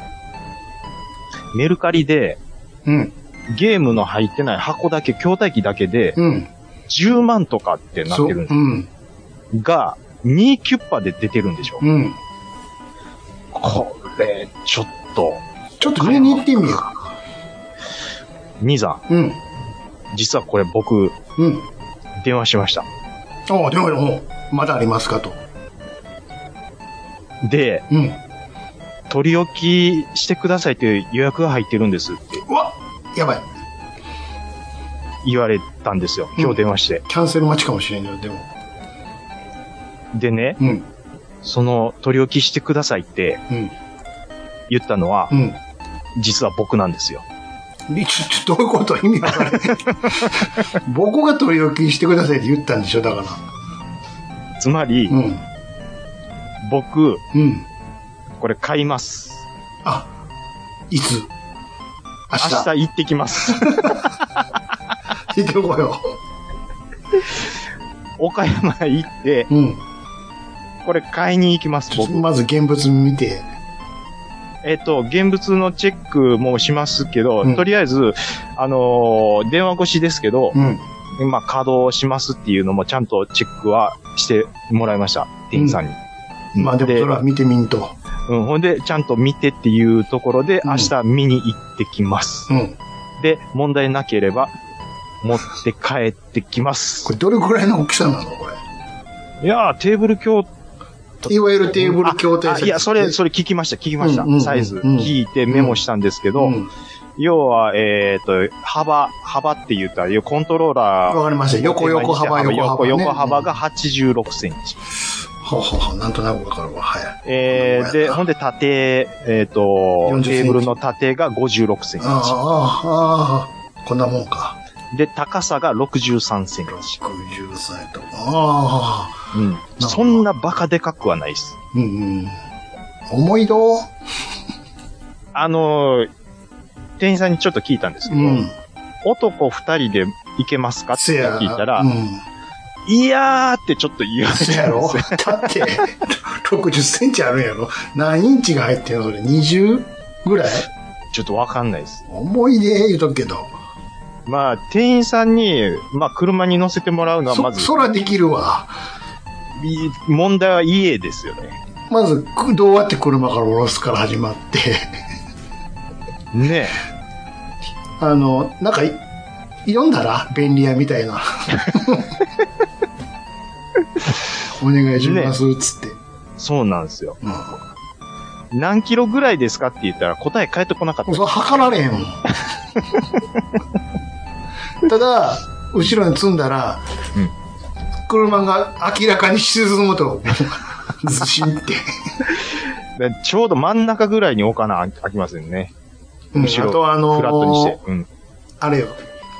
[SPEAKER 3] メルカリで
[SPEAKER 2] うん。
[SPEAKER 3] ゲームの入ってない箱だけ、筐体機だけで
[SPEAKER 2] うん。
[SPEAKER 3] 10万とかってなってるん
[SPEAKER 2] う
[SPEAKER 3] で
[SPEAKER 2] ん。
[SPEAKER 3] すが、2キュッパで出てるんでしょ
[SPEAKER 2] うん。
[SPEAKER 3] これ、ちょっと、
[SPEAKER 2] ちょっと上に行ってみよ
[SPEAKER 3] 兄さ
[SPEAKER 2] う。うん。
[SPEAKER 3] ん、実はこれ僕、
[SPEAKER 2] うん。
[SPEAKER 3] 電話しました。
[SPEAKER 2] ああ、でも、もうまだありますかと。
[SPEAKER 3] で、
[SPEAKER 2] うん。
[SPEAKER 3] 取り置きしてくださいっていう予約が入ってるんですって
[SPEAKER 2] うわやばい。
[SPEAKER 3] 言われたんですよ。今日電話して。
[SPEAKER 2] キャンセル待ちかもしれんよ、でも。
[SPEAKER 3] でね、
[SPEAKER 2] うん。
[SPEAKER 3] その取り置きしてくださいって
[SPEAKER 2] うん。
[SPEAKER 3] 言ったのは
[SPEAKER 2] う、ん。
[SPEAKER 3] 実は僕なんですよ。
[SPEAKER 2] えちょ、ちょ、どういうこと意味わからない。 僕が取り置きしてくださいって言ったんでしょ、だから。
[SPEAKER 3] つまり、
[SPEAKER 2] うん。
[SPEAKER 3] 僕、
[SPEAKER 2] うん。
[SPEAKER 3] これ買います。
[SPEAKER 2] あ、いつ明日。
[SPEAKER 3] 明日行ってき ます。
[SPEAKER 2] 行ってこいよ。
[SPEAKER 3] 岡山行って、
[SPEAKER 2] うん。
[SPEAKER 3] これ買いに行きます、
[SPEAKER 2] ちょっ
[SPEAKER 3] 僕
[SPEAKER 2] と。まず現物見て。
[SPEAKER 3] えっと、現物のチェックもしますけど、
[SPEAKER 2] うん
[SPEAKER 3] とりあえず、あのー電話越しですけど
[SPEAKER 2] う、ん。
[SPEAKER 3] まあ、稼働しますっていうのもちゃんとチェックはしてもらいました。店員さんに。うん
[SPEAKER 2] まあでもそれは見てみんと。
[SPEAKER 3] うん、ほんで、ちゃんと見てっていうところで、
[SPEAKER 2] うん
[SPEAKER 3] 明日見に行ってきます。
[SPEAKER 2] うん。
[SPEAKER 3] で、問題なければ、持って帰ってきま
[SPEAKER 2] こ
[SPEAKER 3] す。
[SPEAKER 2] れどれくらいの大きさなのこ
[SPEAKER 3] いやー、テーブル筐体。
[SPEAKER 2] れ。いわゆるテーブル筐体
[SPEAKER 3] あいや、それ、それ聞きました、聞きました。
[SPEAKER 2] うんうんうん
[SPEAKER 3] サイズ。
[SPEAKER 2] うん
[SPEAKER 3] 聞いてメモしたんですけど、
[SPEAKER 2] うん。
[SPEAKER 3] 要は、えっ、と、幅、幅って言ったら、コントローラー
[SPEAKER 2] わかりました。横横幅横幅、ね。
[SPEAKER 3] 横幅
[SPEAKER 2] うん。
[SPEAKER 3] が86センチ。
[SPEAKER 2] ほうほうほう。なんとなくわかるわ。はい。
[SPEAKER 3] えー、で、ほんで縦、えっ、と
[SPEAKER 2] 40、
[SPEAKER 3] テーブルの縦が56セン
[SPEAKER 2] ああ、ああ、ああ。こんなもんか。
[SPEAKER 3] チ。で、高さが63センチ。
[SPEAKER 2] 60歳と。ああ。
[SPEAKER 3] うん。
[SPEAKER 2] ど
[SPEAKER 3] そんなバカでかくはないです。
[SPEAKER 2] うんうん。思いど
[SPEAKER 3] あのー店員さんにちょっと聞いたんですけ
[SPEAKER 2] う
[SPEAKER 3] ど、
[SPEAKER 2] ん。
[SPEAKER 3] 男二人で行けますかって
[SPEAKER 2] せや。
[SPEAKER 3] 聞いたら、
[SPEAKER 2] うん。
[SPEAKER 3] いやーってちょっと言われ
[SPEAKER 2] せ
[SPEAKER 3] た
[SPEAKER 2] や
[SPEAKER 3] んで
[SPEAKER 2] ろ
[SPEAKER 3] すよ。
[SPEAKER 2] だって、60センチあるんやろ何インチが入ってんのそれ ?20 ぐらい
[SPEAKER 3] ちょっとわかんないです。
[SPEAKER 2] 思い出言うとくけど。
[SPEAKER 3] まあ、店員さんに、まあ、車に乗せてもらうのは、ま
[SPEAKER 2] そ、
[SPEAKER 3] ず、
[SPEAKER 2] そらできるわ。
[SPEAKER 3] い問題は家ですよね。
[SPEAKER 2] まず、くどうやって車から降ろすから始まって、
[SPEAKER 3] ね
[SPEAKER 2] あの、なんかい、読んだら便利屋みたいな。 お願いします、つって。
[SPEAKER 3] そうなんですよ。
[SPEAKER 2] うん
[SPEAKER 3] 何キロぐらいですかって言ったら答え返ってこなかっ
[SPEAKER 2] もうそれ測られへんも ん。ただ、後ろに積んだら、
[SPEAKER 3] うん
[SPEAKER 2] 車が明らかに沈 むと、ずしんって。
[SPEAKER 3] た。でちょうど真ん中ぐらいに置かなあきませんね。
[SPEAKER 2] うん
[SPEAKER 3] 後ろ
[SPEAKER 2] あとあのー
[SPEAKER 3] フラットにして。うん。
[SPEAKER 2] あれよ、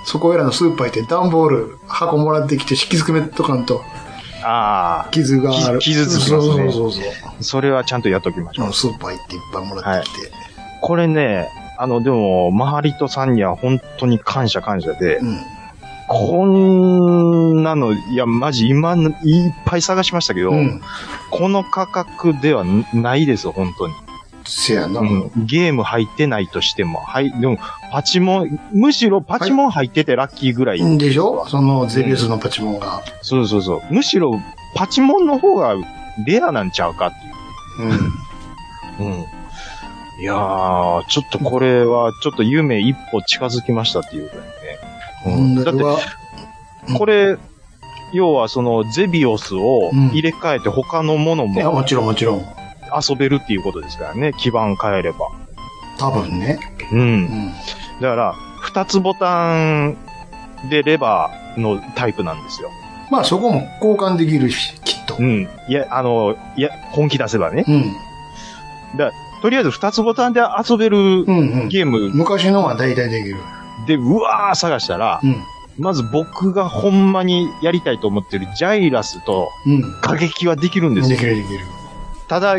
[SPEAKER 2] そこいらのスーパー行って段ボール箱もらってきて敷き詰めとかんと
[SPEAKER 3] あ
[SPEAKER 2] 傷がある。
[SPEAKER 3] き傷つきますね
[SPEAKER 2] そうそうそうそう。
[SPEAKER 3] あ、それはちゃんとやっときましょ
[SPEAKER 2] あ
[SPEAKER 3] う。
[SPEAKER 2] のスーパー行っていっぱいもらってきて。
[SPEAKER 3] これね、あの、でも、マハリトさんには本当に感謝感謝で、
[SPEAKER 2] うん。
[SPEAKER 3] こんなの、いや、マジ今の、いっぱい探しましたけど、
[SPEAKER 2] うん。
[SPEAKER 3] この価格ではないですよ、本当に。
[SPEAKER 2] せやな。
[SPEAKER 3] うんゲーム入ってないとしても、はい、でも、パチモン、むしろパチモン入っててラッキーぐらい。
[SPEAKER 2] んでしょそのゼビウスのパチモンが。
[SPEAKER 3] そうそうそう。むしろ、パチモンの方がレアなんちゃうかっていう。
[SPEAKER 2] うん。
[SPEAKER 3] うん。いやー、ちょっとこれは、ちょっと夢一歩近づきましたっていうぐらいね。うん、だ
[SPEAKER 2] だ
[SPEAKER 3] っ
[SPEAKER 2] って
[SPEAKER 3] て、
[SPEAKER 2] は、
[SPEAKER 3] これ、要はそのゼビオスを
[SPEAKER 2] うん
[SPEAKER 3] 入れ替えて他のもの
[SPEAKER 2] いや、
[SPEAKER 3] も
[SPEAKER 2] もちろんもちろん。
[SPEAKER 3] 遊べるっていうことですからね。基盤変えれば。
[SPEAKER 2] 多分ね。
[SPEAKER 3] うん
[SPEAKER 2] う。ん。
[SPEAKER 3] だから、二つボタンでレバーのタイプなんですよ。
[SPEAKER 2] まあそこも交換できるし、きっと
[SPEAKER 3] う。ん。いや、あの、いや、本気出せばね。
[SPEAKER 2] うん。
[SPEAKER 3] とりあえず二つボタンで遊べる
[SPEAKER 2] うんうん。
[SPEAKER 3] ゲーム
[SPEAKER 2] 昔のは大体できる。
[SPEAKER 3] で、うわー探したら
[SPEAKER 2] う、ん。
[SPEAKER 3] まず僕がほんまにやりたいと思ってるジャイラスと
[SPEAKER 2] うん。
[SPEAKER 3] 過激はできるんです
[SPEAKER 2] で
[SPEAKER 3] よ
[SPEAKER 2] き。るできる。
[SPEAKER 3] ただ、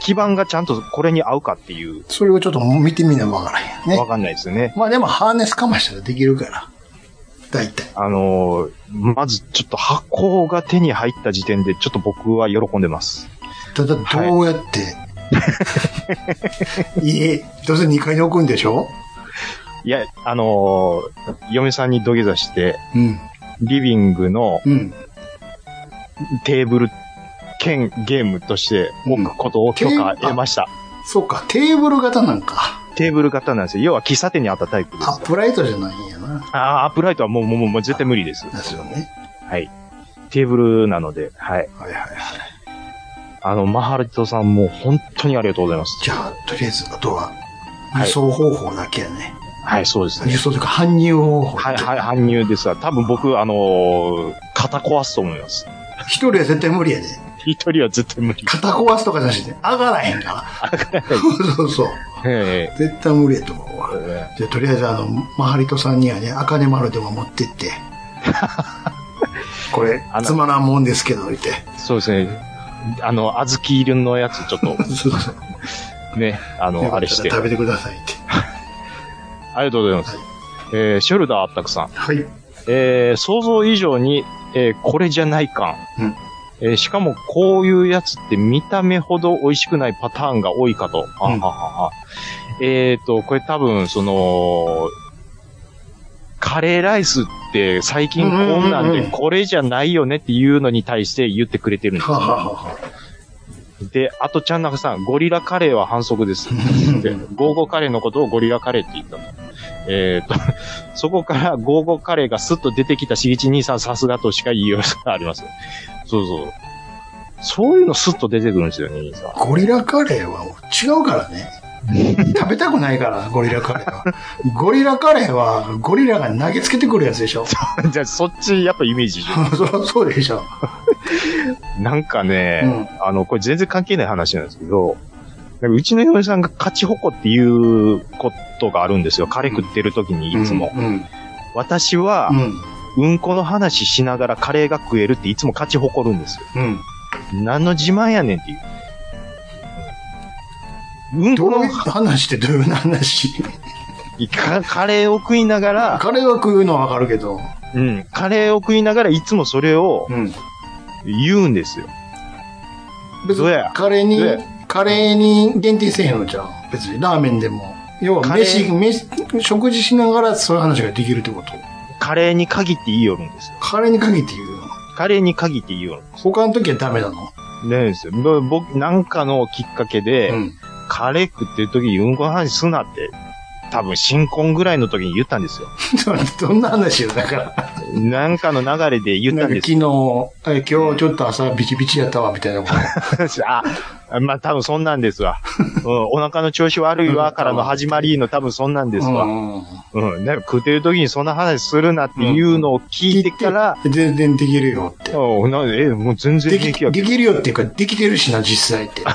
[SPEAKER 3] 基盤がちゃんとこれに合うかっていう、
[SPEAKER 2] それをちょっと見てみなわからへんよ
[SPEAKER 3] わ
[SPEAKER 2] ね。
[SPEAKER 3] かんないですよね。
[SPEAKER 2] まあでもハーネスかましたらできるから。大体。
[SPEAKER 3] あのーまずちょっと箱が手に入った時点で、ちょっと僕は喜んでます。
[SPEAKER 2] ただどうやって、家、どうせ2階に置くんでしょ
[SPEAKER 3] いや、あのー嫁さんに土下座して、
[SPEAKER 2] うん。
[SPEAKER 3] リビングの
[SPEAKER 2] うん。
[SPEAKER 3] テーブル兼ゲームとして置くことを許可得ました。
[SPEAKER 2] そうか、テーブル型なんか。
[SPEAKER 3] テーブル型なんですよ。要は喫茶店にあったタイプです。
[SPEAKER 2] アップライトじゃないんやな。
[SPEAKER 3] ああー、アップライトはもう、もう、もうもう絶対無理です。
[SPEAKER 2] ですよね。
[SPEAKER 3] はい。テーブルなので、はい。
[SPEAKER 2] はいはいはい。
[SPEAKER 3] あの、マハラトさんもう本当にありがとうございます。
[SPEAKER 2] じゃあ、とりあえず、あとは、
[SPEAKER 3] は
[SPEAKER 2] 輸
[SPEAKER 3] い
[SPEAKER 2] 送方法だけやね。
[SPEAKER 3] はい、そうですね
[SPEAKER 2] 輸。送というか、搬入方法。
[SPEAKER 3] はい、はい、搬入ですが、多分僕、あのー肩壊すと思います。
[SPEAKER 2] 一人は絶対無理やで。
[SPEAKER 3] 一人は絶対無理。
[SPEAKER 2] 肩壊すとかじゃなしで、上がらへんから。そうそうそう。
[SPEAKER 3] え
[SPEAKER 2] 絶対無理やと思うわ。
[SPEAKER 3] え
[SPEAKER 2] じゃあ、とりあえず、あの、マハリトさんにはね、アカネマルでも持ってって。これ
[SPEAKER 3] あ、の
[SPEAKER 2] つまらんもんですけど、言って。
[SPEAKER 3] そうですね。あの、小豆色のやつ、ちょっと、
[SPEAKER 2] そうそう。
[SPEAKER 3] ね、あ
[SPEAKER 2] よ
[SPEAKER 3] の、
[SPEAKER 2] か
[SPEAKER 3] あ
[SPEAKER 2] った
[SPEAKER 3] れ
[SPEAKER 2] ら
[SPEAKER 3] して。
[SPEAKER 2] 食べてくださいって。
[SPEAKER 3] ありがとうございます。えーショルダーあったくさん。
[SPEAKER 2] はい。
[SPEAKER 3] えー想像以上に、えーこれじゃない感。
[SPEAKER 2] うん
[SPEAKER 3] えーしかも、こういうやつって見た目ほど美味しくないパターンが多いかと。あ
[SPEAKER 2] うん
[SPEAKER 3] はははえっ、と、これ多分、その、カレーライスって最近こんなん
[SPEAKER 2] うんうんうんう
[SPEAKER 3] で
[SPEAKER 2] ん
[SPEAKER 3] これじゃないよねっていうのに対して言ってくれてるんです
[SPEAKER 2] はあ
[SPEAKER 3] よ。
[SPEAKER 2] はあはあ。
[SPEAKER 3] で、あとちゃんなかさん、ゴリラカレーは反則です。ってゴーゴーカレーのことをゴリラカレーって言ったの。えっ、と、 そこからゴーゴーカレーがスッと出てきたしげち兄さんさすがとしか言いようがあります。そうそう。そういうのスッと出てくるんですよね、兄さん。
[SPEAKER 2] ゴリラカレーは違うから ね。食べたくないから、ゴリラカレーは。ゴリラカレーは、ゴリラが投げつけてくるやつでしょ。
[SPEAKER 3] じゃあそっちやっぱイメージじゃ
[SPEAKER 2] そうそうでしょ。
[SPEAKER 3] ん。なんかね、
[SPEAKER 2] うん
[SPEAKER 3] あの、これ全然関係ない話なんですけど、なんかうちの嫁さんが勝ち誇って言うことがあるんですよ。カレー食ってる時にいつも。
[SPEAKER 2] うん。
[SPEAKER 3] 私は
[SPEAKER 2] う、ん。
[SPEAKER 3] うんこの話しながらカレーが食えるっていつも勝ち誇るんですよ。
[SPEAKER 2] うん。
[SPEAKER 3] 何の自慢やねんっていう。うん
[SPEAKER 2] ど
[SPEAKER 3] こ
[SPEAKER 2] う
[SPEAKER 3] の
[SPEAKER 2] いう話ってどういう話
[SPEAKER 3] かカレーを食いながら、
[SPEAKER 2] カレーは食うのはわかるけど。
[SPEAKER 3] うん、カレーを食いながらいつもそれを
[SPEAKER 2] うん。
[SPEAKER 3] 言うんですよ。
[SPEAKER 2] 別
[SPEAKER 3] どうや
[SPEAKER 2] に、カレーに
[SPEAKER 3] どうや、
[SPEAKER 2] カレーに限定せへんのじゃん。別に、ラーメンでも。要は
[SPEAKER 3] カレー
[SPEAKER 2] 飯、飯、食事しながらそういう話ができるってこと。
[SPEAKER 3] カレーに限って言いよるんですよ。
[SPEAKER 2] カレーに限って言うの。
[SPEAKER 3] カレーに限って言いよるんです
[SPEAKER 2] 他の時はダメ なの。
[SPEAKER 3] ねえですよ。ぼ僕、なんかのきっかけで、
[SPEAKER 2] うん。
[SPEAKER 3] カレー食ってる時にうんこの話すなって、多分新婚ぐらいの時に言ったんですよ。
[SPEAKER 2] どんな話よ、だ から。
[SPEAKER 3] なんかの流れで言ったんですよ
[SPEAKER 2] 昨日、え今日ちょっと朝ビチビチやったわ、みたいなこと。
[SPEAKER 3] あ、ま あ多分そんなんです わ。うん、お腹の調子悪いわからの始まりの多分そんなんですわ。
[SPEAKER 2] うん
[SPEAKER 3] うん、なんか食ってる時にそんな話するなっていうのを聞いてから、
[SPEAKER 2] 全然できるよって。
[SPEAKER 3] うん、なんでえ、もう全然
[SPEAKER 2] で
[SPEAKER 3] 平
[SPEAKER 2] き
[SPEAKER 3] 気やけ
[SPEAKER 2] できるよっていうか、できてるしな、実際って。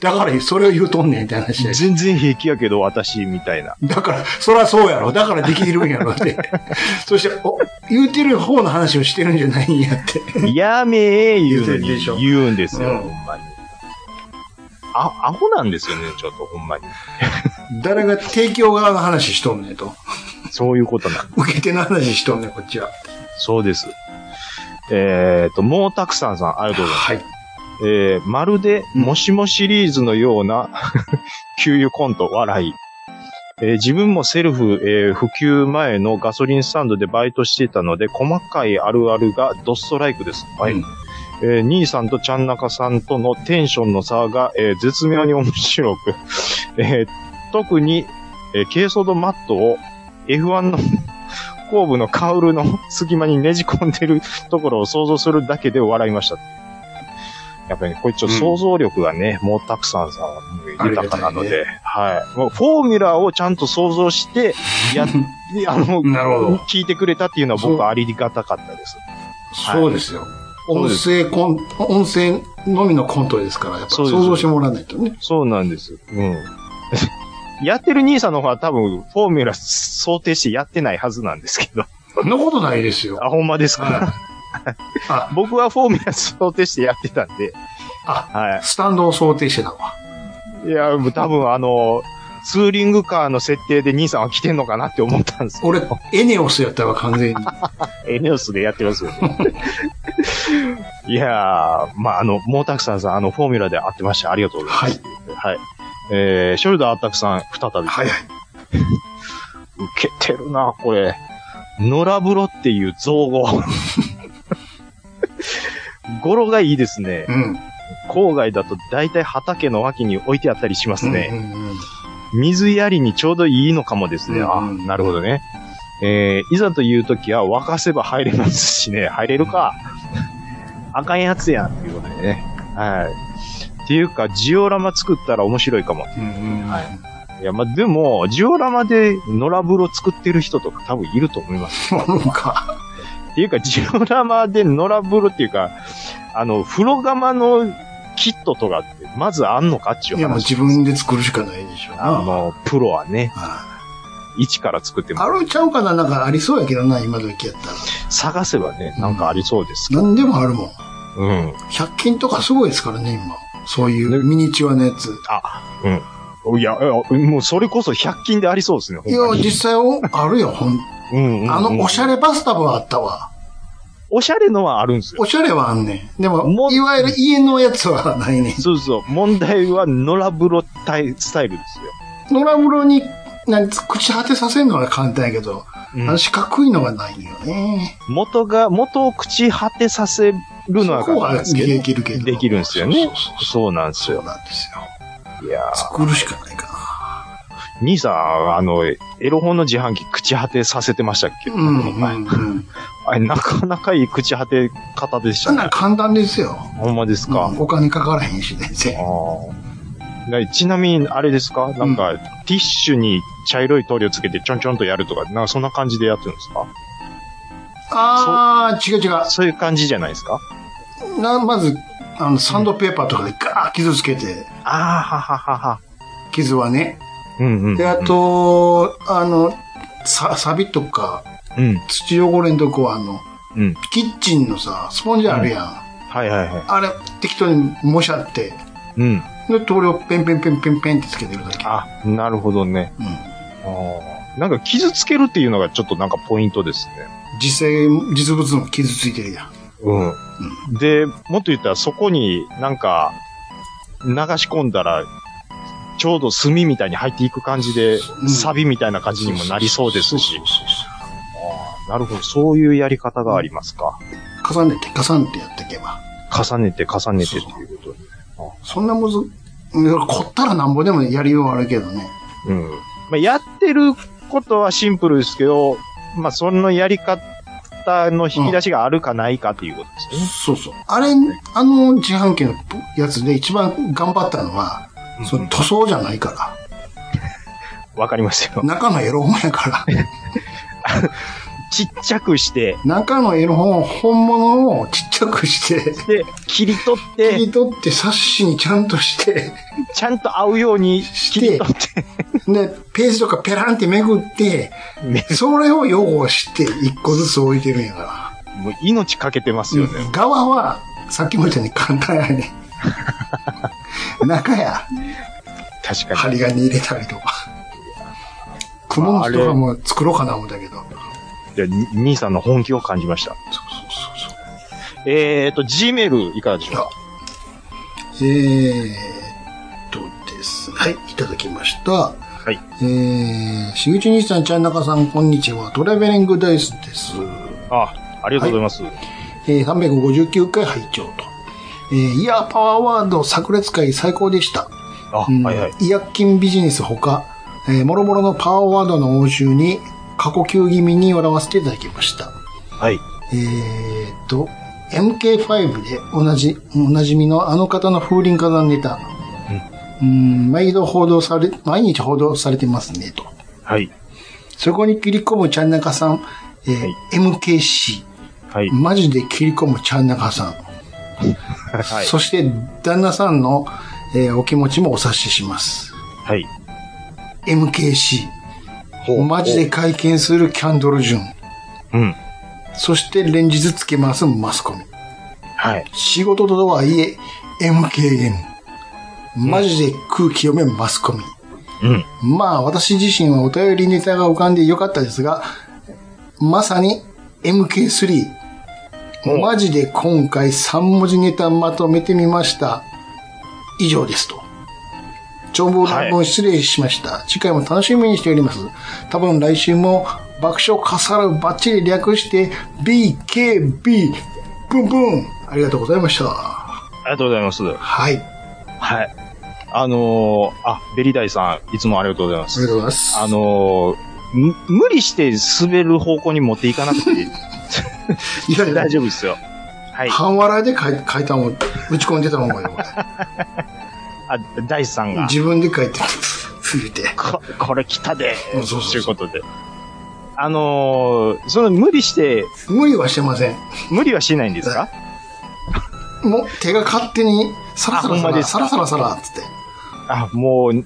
[SPEAKER 2] だから、それを言うとんねんって話
[SPEAKER 3] ど。
[SPEAKER 2] で。
[SPEAKER 3] 全然平気やけど、私、みたいな。
[SPEAKER 2] だから、そらそうやろ。だからできてるんや ろって。そして、お、言うてる方の話をしてるんじゃないんやって。
[SPEAKER 3] やめえ、言うの
[SPEAKER 2] 言うてるでしょ
[SPEAKER 3] に言うんですよ、
[SPEAKER 2] うん
[SPEAKER 3] ほんまに。あ、アホなんですよね、ちょっと、ほんまに。
[SPEAKER 2] 誰が提供側の話しとんねんと。
[SPEAKER 3] そういうことなん
[SPEAKER 2] 受け手の話しとんねん、こっちは。
[SPEAKER 3] そうです。えっ、と、もうたくさんさん、ありがとうございます。
[SPEAKER 2] はい。
[SPEAKER 3] えーまるで、もしもシリーズのような、 給油コント、笑い。えー自分もセルフ、えー普及前のガソリンスタンドでバイトしていたので、細かいあるあるがドストライクです。はい。
[SPEAKER 2] うん
[SPEAKER 3] えー兄さんとちゃんなかさんとのテンションの差が、えー絶妙に面白く、 えー特に、えー軽装度マットを F1 の 後部のカウルの隙間にねじ込んでるところを想像するだけで笑いました。やっぱり、ね、これちょっと想像力がね、もうたくさんさんは豊かなの
[SPEAKER 2] あり
[SPEAKER 3] で、はい。もうフォーミュラをちゃんと想像して、や っ、あの、
[SPEAKER 2] なるほど
[SPEAKER 3] 聞いてくれたっていうのは僕はありがたかったです。はい
[SPEAKER 2] そうですよ。
[SPEAKER 3] そう
[SPEAKER 2] 音
[SPEAKER 3] です
[SPEAKER 2] 声コン、音声のみのコントですから、やっぱ
[SPEAKER 3] そ
[SPEAKER 2] 想
[SPEAKER 3] うです
[SPEAKER 2] 像してもらわないとね。
[SPEAKER 3] そうなんです。 うん。 やってる兄さんの方は多分、フォーミュラ想定してやってないはずなんですけど。
[SPEAKER 5] そんなことないですよ。
[SPEAKER 3] あ、ほんまですか。
[SPEAKER 5] はいあ、
[SPEAKER 3] 僕はフォーミュラ想定してやってたんで。
[SPEAKER 5] あ、
[SPEAKER 3] は
[SPEAKER 5] スタンドを想定してたわ。
[SPEAKER 3] い。いや、もう多分あの、ツーリングカーの設定で兄さんは来てんのかなって思ったん ですけど
[SPEAKER 5] 俺、エネオスやったわ、完全に。
[SPEAKER 3] エネオスでやってますよ、ね。 いやー、まあ、あの、モータクさんさん、あの、フォーミュラで会ってました。ありがとうございます。はい。えー、ショルダーアタックさん、再び。
[SPEAKER 5] はいはい。
[SPEAKER 3] 受けてるな、これ。野良風呂っていう造語。 語呂がいいですね。
[SPEAKER 5] うん。
[SPEAKER 3] 郊外だと大体畑の脇に置いてあったりしますね。
[SPEAKER 5] うんうんうん
[SPEAKER 3] 水やりにちょうどいいのかもですね。
[SPEAKER 5] うんうん
[SPEAKER 3] あ、なるほどね。えーいざという時は沸かせば入れますしね、入れるか。あかんやつやん、っていうことでね。はい。っていうか、ジオラマ作ったら面白いかも。
[SPEAKER 5] うんうんはい。
[SPEAKER 3] いや、まあ、でも、ジオラマで野良風呂作ってる人とか多分いると思います。
[SPEAKER 5] そうか。
[SPEAKER 3] っていうか、ジオラマで野良風呂っていうか、あの、風呂釜のキットとかって、まずあんのかっていう話。
[SPEAKER 5] いや、もう自分で作るしかないでしょう
[SPEAKER 3] あ
[SPEAKER 5] な。
[SPEAKER 3] の、プロはね、
[SPEAKER 5] あ
[SPEAKER 3] 一から作ってます
[SPEAKER 5] あるちゃうかななんかありそうやけどな、今時やったら。
[SPEAKER 3] 探せばね、なんかありそうです。
[SPEAKER 5] 何でもあるもん。
[SPEAKER 3] うん。
[SPEAKER 5] 100均とかすごいですからね、今。そういうミニチュアのやつ。
[SPEAKER 3] いや、いやもうそれこそ100均でありそうですね、ほ
[SPEAKER 5] い
[SPEAKER 3] ん
[SPEAKER 5] や
[SPEAKER 3] ま、に
[SPEAKER 5] 実際おあるよ、ほん。
[SPEAKER 3] うんうんうん
[SPEAKER 5] あの、おしゃれバスタブはあったわ。
[SPEAKER 3] おしゃれのはあるんですよ。
[SPEAKER 5] おしゃれはあんねん。で
[SPEAKER 3] も
[SPEAKER 5] も、いわゆる家のやつはないねん。
[SPEAKER 3] そうそう。問題は野良風呂タイスタイルです
[SPEAKER 5] 野良風呂に、なん朽ち果てさせるのは簡単やけど、
[SPEAKER 3] よ。
[SPEAKER 5] あの四角いのがないよね。
[SPEAKER 3] 元が、元を朽ち果てさせるのは
[SPEAKER 5] そこは
[SPEAKER 3] ですけど
[SPEAKER 5] できるけど。
[SPEAKER 3] できるんですよね
[SPEAKER 5] そうそうそう
[SPEAKER 3] そうなんです
[SPEAKER 5] そう
[SPEAKER 3] よ。
[SPEAKER 5] なんですよ。
[SPEAKER 3] いやー
[SPEAKER 5] 作るしかないか
[SPEAKER 3] 兄さん、あの、エロ本の自販機朽ち果てさせてましたっけ
[SPEAKER 5] な。うん、うん、うん。
[SPEAKER 3] あれ、なかなかいい朽ち果て方でし
[SPEAKER 5] そ
[SPEAKER 3] た
[SPEAKER 5] んなん
[SPEAKER 3] ね。
[SPEAKER 5] 簡単ですよ。
[SPEAKER 3] ほんまですか。
[SPEAKER 5] うんお金かからへんし、全然。
[SPEAKER 3] あーなちなみに、あれですかなんか、ティッシュに茶色い塗料つけてちょんちょんとやるとか、なんかそんな感じでやってるんですか
[SPEAKER 5] あー、違う違う。
[SPEAKER 3] そういう感じじゃないですか
[SPEAKER 5] な、まず、あの、サンドペーパーとかでガーッ傷つけて、
[SPEAKER 3] ああ、はははは。
[SPEAKER 5] 傷はね。
[SPEAKER 3] うんうん。
[SPEAKER 5] で、あ、と、あの、さ、サビとか、
[SPEAKER 3] うん。
[SPEAKER 5] 土汚れんとこはあの、
[SPEAKER 3] うん
[SPEAKER 5] キッチンのさ、スポンジあるやん。
[SPEAKER 3] はいはいはい。
[SPEAKER 5] あれ、適当に模写って、
[SPEAKER 3] うん。
[SPEAKER 5] で、塗料ペンペンペンペンペンってつけてるだけ。
[SPEAKER 3] あ、なるほどね。
[SPEAKER 5] うん。
[SPEAKER 3] あーなんか傷つけるっていうのがちょっとなんかポイントですね。
[SPEAKER 5] 実際、実物も傷ついてるやん。
[SPEAKER 3] うん。で、もっと言ったらそこになんか流し込んだら、ちょうど炭みたいに入っていく感じで、
[SPEAKER 5] うん
[SPEAKER 3] サビみたいな感じにもなりそうですし
[SPEAKER 5] そう。そうそうそう
[SPEAKER 3] なるほど。そういうやり方がありますか。
[SPEAKER 5] 重ねて、重ねてやっていけば。
[SPEAKER 3] 重ねて重ねてっていうこと。
[SPEAKER 5] そんなむず、うん凝ったらなんぼでもやりようあるけどね。
[SPEAKER 3] うん。まあ、やってることはシンプルですけど、まあ、そのやり方の引き出しがあるかないかっていうことですよね。
[SPEAKER 5] そうそう。あれ、あの自販機のやつで一番頑張ったのは、その塗装じゃないか
[SPEAKER 3] わかりますよ
[SPEAKER 5] ら。。中のエロ本やから。
[SPEAKER 3] ちっちゃくして、
[SPEAKER 5] 中のエロ本を本物をちっちゃくして、
[SPEAKER 3] で、切り取っ
[SPEAKER 5] 切
[SPEAKER 3] て、
[SPEAKER 5] り取って冊子にちゃんとして、
[SPEAKER 3] ちゃんと合うように切り取って、
[SPEAKER 5] で、ページとかペランってめくって、
[SPEAKER 3] め
[SPEAKER 5] それを汚して一個ずつ置いてるんやか
[SPEAKER 3] もう命かけてます
[SPEAKER 5] ら。
[SPEAKER 3] よね。
[SPEAKER 5] 側は、さっきも言ったように簡単や ね。中や。
[SPEAKER 3] 確かに。
[SPEAKER 5] 針金入れたりとか。雲の人とかも作ろうかな思ったけど。そう
[SPEAKER 3] いやに兄さんの本気を感じました。
[SPEAKER 5] そうそうそう。
[SPEAKER 3] えーと、G メールいかがでしょうか。
[SPEAKER 5] えーっとですね。はい、いただきました。はいえー、しぐち兄さん、ちゃんなかさん、こんにちは。トラベリングダイスです。
[SPEAKER 3] あ、ありがとうございます。
[SPEAKER 5] えー359回拝聴と。えーイヤーパワーワード炸裂会最高でした。
[SPEAKER 3] あ、
[SPEAKER 5] うん
[SPEAKER 3] はいはい。
[SPEAKER 5] 医薬品ビジネスほか、えー、もろもろのパワーワードの応酬に過呼吸気味に笑わせていただきました。
[SPEAKER 3] はい。
[SPEAKER 5] えーっと、MK5 でおなじ、おなじみのあの方の風鈴飾のネタ。うん、毎度報道され、毎日報道されてますね、と。
[SPEAKER 3] はい。
[SPEAKER 5] そこに切り込むちゃんなかさん、えー
[SPEAKER 3] はい
[SPEAKER 5] MKC。
[SPEAKER 3] はい。
[SPEAKER 5] マジで切り込むちゃんなかさん。
[SPEAKER 3] はい。
[SPEAKER 5] そして、旦那さんの、えーお気持ちもお察しします。
[SPEAKER 3] はい。
[SPEAKER 5] MKC。
[SPEAKER 3] ほう
[SPEAKER 5] マジで会見するキャンドルジュン。
[SPEAKER 3] うん。
[SPEAKER 5] そして連日つけますマスコミ。
[SPEAKER 3] はい。
[SPEAKER 5] 仕事とはいえ、MKM。マジで空気読めマスコミ。
[SPEAKER 3] うん。
[SPEAKER 5] まあ、私自身はお便りネタが浮かんでよかったですが、まさに MK3。
[SPEAKER 3] お
[SPEAKER 5] マジで今回3文字ネタまとめてみました。以上ですと。長文乱文失礼しました、次回も楽しみにしております。多分来週も爆笑かさるバッチリ略して BKB ブンブンありがとうございました。は
[SPEAKER 3] ありがとうございます。
[SPEAKER 5] い。あ
[SPEAKER 3] はい。あのーあ、ベリダイさん、いつもありがとうございま
[SPEAKER 5] りがと
[SPEAKER 3] す。
[SPEAKER 5] うございます。
[SPEAKER 3] あのーむ無理して滑る方向に持っていかなくて
[SPEAKER 5] いやいや
[SPEAKER 3] 大丈夫ですよ。はい。
[SPEAKER 5] 半笑いで書い書いたもん、打ち込んでたもんよ。
[SPEAKER 3] あ、ダイさんが、
[SPEAKER 5] 自分で書いて、ついて。
[SPEAKER 3] ここれ来たで、
[SPEAKER 5] うんそうそうそう
[SPEAKER 3] ということで。あのーその無理して、
[SPEAKER 5] 無理はしてません。
[SPEAKER 3] 無理はしないんですか
[SPEAKER 5] もう手が勝手に、サラサラ
[SPEAKER 3] あほ
[SPEAKER 5] サ
[SPEAKER 3] んまで
[SPEAKER 5] ラ、
[SPEAKER 3] す
[SPEAKER 5] サラサラサラっつって。
[SPEAKER 3] あ、もう、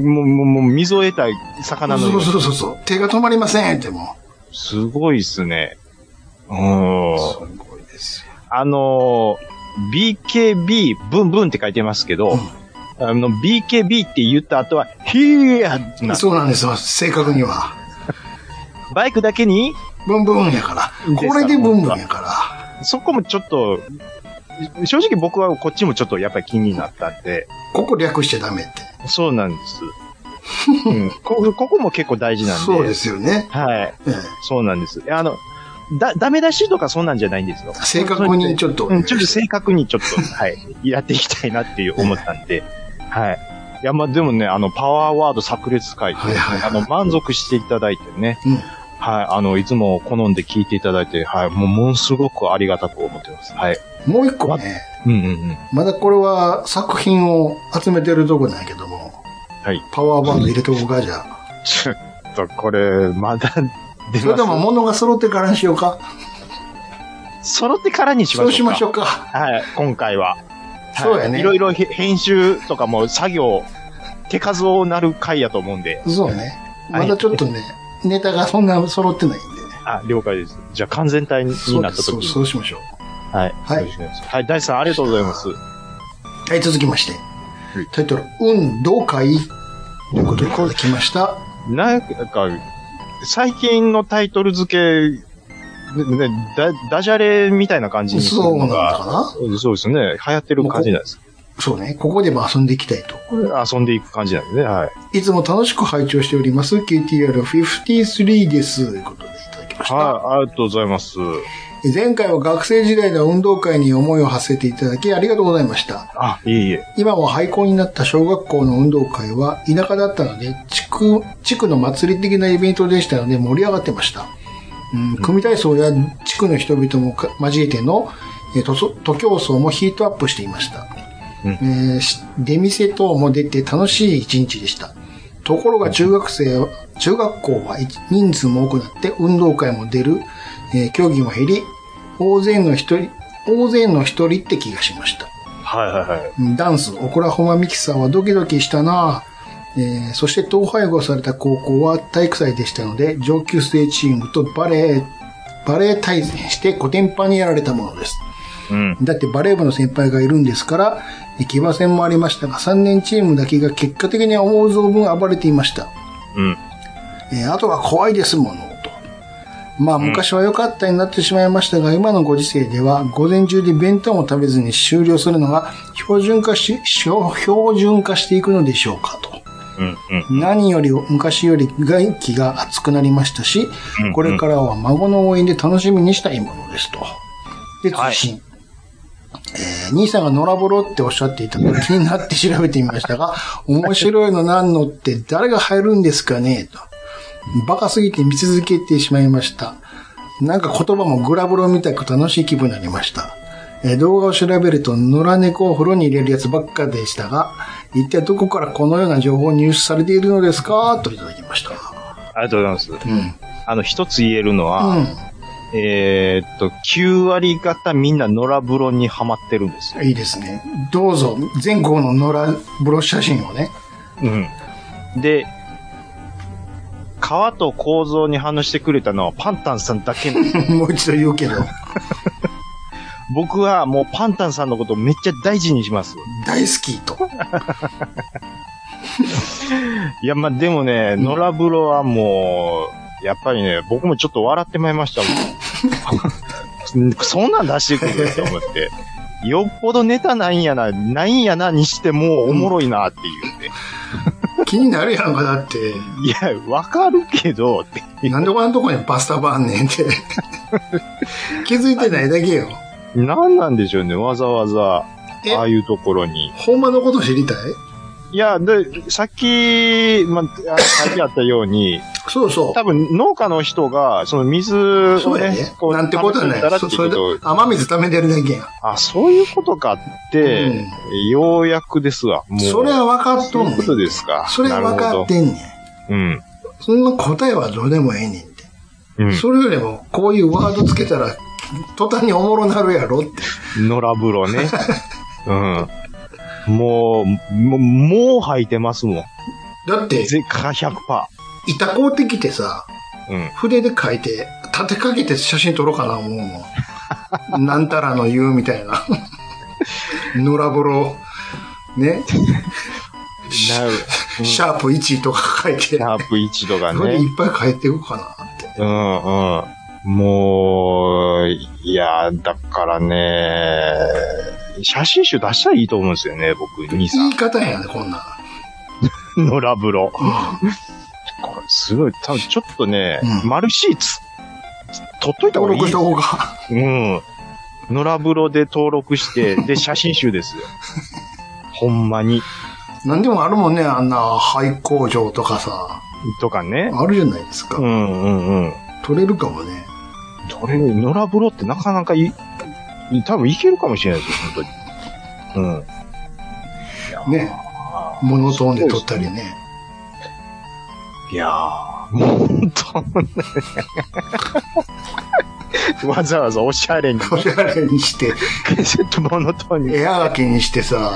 [SPEAKER 3] もう、もう、もう水を得た魚のよう
[SPEAKER 5] そ
[SPEAKER 3] に
[SPEAKER 5] うそうそうそう。手が止まりませんっても
[SPEAKER 3] すごいっすね。うー
[SPEAKER 5] う。
[SPEAKER 3] ん。
[SPEAKER 5] すごいですよ。
[SPEAKER 3] あのー BKB ブンブンって書いてますけど、あの、BKB って言った後は、ヒーな、
[SPEAKER 5] そうなんですよ、正確には。
[SPEAKER 3] バイクだけに、
[SPEAKER 5] ブンブンやから。
[SPEAKER 3] です
[SPEAKER 5] これでブンブンやか
[SPEAKER 3] そこもちょっと、正直僕はこっちもちょっとやっぱり気になったんで、
[SPEAKER 5] ら。ここ略しちゃダメって。
[SPEAKER 3] そうなんです。うん、こここも結構大事なんで。
[SPEAKER 5] そうですよね。
[SPEAKER 3] はい。
[SPEAKER 5] ええ
[SPEAKER 3] そうなんです。いやあの、だ、ダメ出しとかそんなんじゃないんですよ。
[SPEAKER 5] 正確にちょっと。
[SPEAKER 3] うん、ちょっと正確にちょっ と、はい、やっていきたいなっていう思ったんで、はい。いや、まあ、でもね、あの、パワーワード炸裂会、
[SPEAKER 5] はいはいはい
[SPEAKER 3] あの、満足していただいてね、
[SPEAKER 5] うん
[SPEAKER 3] はい、あの、いつも好んで聞いていただいて、はい、もう、ものすごくありがたく思ってます。はい。
[SPEAKER 5] もう一個ね、
[SPEAKER 3] うんうんうん。
[SPEAKER 5] まだこれは作品を集めてるとこなんやけども、
[SPEAKER 3] はい。
[SPEAKER 5] パワーバンド入れとこうか、じゃあ。
[SPEAKER 3] ちょっと、これ、まだ、出
[SPEAKER 5] それとも
[SPEAKER 3] ます。
[SPEAKER 5] 物が揃ってからにしようか。
[SPEAKER 3] 揃ってからにしましょう
[SPEAKER 5] そうしま
[SPEAKER 3] か。
[SPEAKER 5] しょうか。
[SPEAKER 3] はい、今回は。はい
[SPEAKER 5] そうやね
[SPEAKER 3] いろいろへ編集とかも作業、手数をなる回やと思うんで、
[SPEAKER 5] そうね。
[SPEAKER 3] は
[SPEAKER 5] ま
[SPEAKER 3] い
[SPEAKER 5] だちょっとね、ネタがそんな揃ってないんでね。
[SPEAKER 3] あ、了解です。じゃあ完全体に
[SPEAKER 5] そう
[SPEAKER 3] な
[SPEAKER 5] で
[SPEAKER 3] った
[SPEAKER 5] す
[SPEAKER 3] 時
[SPEAKER 5] そう
[SPEAKER 3] に。
[SPEAKER 5] そうしましょう。
[SPEAKER 3] はい。
[SPEAKER 5] はい
[SPEAKER 3] よろしくお願いしますはい、大地さんありがとうございます。
[SPEAKER 5] はい、続きまして。タイトル、運動会ということで、これ来ました。
[SPEAKER 3] なんか、最近のタイトル付け、ねねだダジャレみたいな感じにする
[SPEAKER 5] そうな
[SPEAKER 3] の
[SPEAKER 5] んだ
[SPEAKER 3] が、
[SPEAKER 5] か
[SPEAKER 3] そうですね。流行ってる感じなんです。
[SPEAKER 5] なそうね。ここでも遊んでいきたいと。
[SPEAKER 3] 遊んでいく感じなんですね。はい。
[SPEAKER 5] いつも楽しく拝聴しております。KTR53 です。ということでいただきました。
[SPEAKER 3] はい、ありがとうございます。
[SPEAKER 5] 前回は学生時代の運動会に思いを馳せていただきありがとうございました。
[SPEAKER 3] あ、いえいえ。
[SPEAKER 5] 今も廃校になった小学校の運動会は田舎だったので、地区、地区の祭り的なイベントでしたので盛り上がってました。うん、組体操や地区の人々もか交えての、えー徒そ徒競走もヒートアップしていました。
[SPEAKER 3] うん
[SPEAKER 5] えーし出店等も出て楽しい一日でした。ところが中学生は、中学校はい人数も多くなって運動会も出る、えー競技も減り、大勢の一人、大勢の一人って気がしました。
[SPEAKER 3] はいはいはい。
[SPEAKER 5] ダンス、オクラホマミキサーはドキドキしたなぁ、えーそして統廃合された高校は体育祭でしたので、上級生チームとバレー、バレー対戦してコテンパンにやられたものです。
[SPEAKER 3] うん。
[SPEAKER 5] だってバレー部の先輩がいるんですから、えー騎馬戦もありましたが、3年チームだけが結果的に思う存分暴れていました。
[SPEAKER 3] うん。
[SPEAKER 5] えーあとは怖いですもの、と。まあ、昔は良かったになってしまいましたが、今のご時世では、午前中で弁当も食べずに終了するのが標準化し、標標準化していくのでしょうか、と。
[SPEAKER 3] うん。うん。
[SPEAKER 5] 何より昔より外気が熱くなりましたし
[SPEAKER 3] うんうん、
[SPEAKER 5] これからは孫の応援で楽しみにしたいものですと。で、
[SPEAKER 3] はい
[SPEAKER 5] 通信。えー兄さんが野良ボロっておっしゃっていたので気になって調べてみましたが、面白いの何のって誰が入るんですかねと。バカすぎて見続けてしまいました。なんか言葉もグラブロみたく楽しい気分になりました。えー動画を調べると野良猫を風呂に入れるやつばっかでしたが、一体どこからこのような情報を入手されているのですかといただきました。
[SPEAKER 3] ありがとうございます。
[SPEAKER 5] うん。うん。
[SPEAKER 3] あの、一つ言えるのは、えーっと、9割方みんな野良風呂にはまってるんですよ。
[SPEAKER 5] いいですね。どうぞ、全校の野良ブロ写真をね。
[SPEAKER 3] うん。で、川と構造に反応してくれたのはパンタンさんだけ。
[SPEAKER 5] もう一度言うけど、
[SPEAKER 3] 僕はもうパンタンさんのことめっちゃ大事にします。
[SPEAKER 5] 大好きと。
[SPEAKER 3] いや、まあ、でもね、野良風呂はもう、やっぱりね、僕もちょっと笑ってまいりましたもん。 そんなん出してくるって思って。よっぽどネタないんやな、ないんやなにしてもおもろいなっていうね。
[SPEAKER 5] 気になるやんか、だって。
[SPEAKER 3] いや、わかるけど、って
[SPEAKER 5] なんでこんなとこにパスタバーンねんって。 気づいてないだけよ。
[SPEAKER 3] なんなんでしょうね、わざわざ、
[SPEAKER 5] え
[SPEAKER 3] ああいうところに。
[SPEAKER 5] ほんまのこと知りたい
[SPEAKER 3] いや、で、さっき、まあ、あさっきあったように、
[SPEAKER 5] そうそう。
[SPEAKER 3] 多分農家の人が、その水
[SPEAKER 5] そ
[SPEAKER 3] を
[SPEAKER 5] うや
[SPEAKER 3] ね、
[SPEAKER 5] ね。なんてことは
[SPEAKER 3] 楽しんだら
[SPEAKER 5] な
[SPEAKER 3] っ
[SPEAKER 5] い。
[SPEAKER 3] て
[SPEAKER 5] そ
[SPEAKER 3] い
[SPEAKER 5] うそれで
[SPEAKER 3] ことを、
[SPEAKER 5] 雨水溜めてるだけやん。
[SPEAKER 3] あ、そういうことかって、ようやくですわ。もう。
[SPEAKER 5] それは分かっ
[SPEAKER 3] そ
[SPEAKER 5] と
[SPEAKER 3] うい
[SPEAKER 5] ん
[SPEAKER 3] うことですか。
[SPEAKER 5] それは分
[SPEAKER 3] なる
[SPEAKER 5] か
[SPEAKER 3] ほ
[SPEAKER 5] っ
[SPEAKER 3] ど。
[SPEAKER 5] てんねん。
[SPEAKER 3] うん。
[SPEAKER 5] そんな答えはどうでもええねんって。
[SPEAKER 3] うん。
[SPEAKER 5] それよりも、こういうワードつけたら、途端におもろなるやろって。
[SPEAKER 3] 野良風呂ね。 うん。もう、もう、もう吐いてますもん。
[SPEAKER 5] だって、
[SPEAKER 3] ぜか100%。
[SPEAKER 5] 板買うてきてさ、
[SPEAKER 3] うん。
[SPEAKER 5] 筆で書いて、立てかけて写真撮ろうかな思うも ん。なんたらの言うみたいな。野良風呂、ね、
[SPEAKER 3] なる。うん
[SPEAKER 5] シャープ1とか書いて、
[SPEAKER 3] シャープ1とか
[SPEAKER 5] それで
[SPEAKER 3] ね。
[SPEAKER 5] いっぱい書いていくかなって。
[SPEAKER 3] うんうん。もう、いや、だからね、写真集出したらいいと思うんですよね、僕、兄さ
[SPEAKER 5] 言
[SPEAKER 3] ん
[SPEAKER 5] い。方やね、こんなん。
[SPEAKER 3] 野良風呂。
[SPEAKER 5] うん
[SPEAKER 3] これすごい、多分ちょっとね、
[SPEAKER 5] うん
[SPEAKER 3] マルシーツ、取っといた方
[SPEAKER 5] 登
[SPEAKER 3] がい
[SPEAKER 5] 録し。
[SPEAKER 3] い
[SPEAKER 5] とこうか。
[SPEAKER 3] うん。野良風呂で登録 して、で、写真集ですよ。ほんまに。
[SPEAKER 5] 何でもあるもんね、あんな廃工場とかさ。
[SPEAKER 3] とかね。
[SPEAKER 5] あるじゃないですか。
[SPEAKER 3] うんうんうん。
[SPEAKER 5] 取れるかもね。
[SPEAKER 3] どれ、野良風呂ってなかなかい、多分いけるかもしれないですよ、本当に。うん。
[SPEAKER 5] ね。モノトーンで撮ったりね。
[SPEAKER 3] いやー、もう本当 ね。わざわざおしゃれに、
[SPEAKER 5] おしゃれにして、
[SPEAKER 3] ちょっとモノトーンに、
[SPEAKER 5] 絵はがきにしてさ、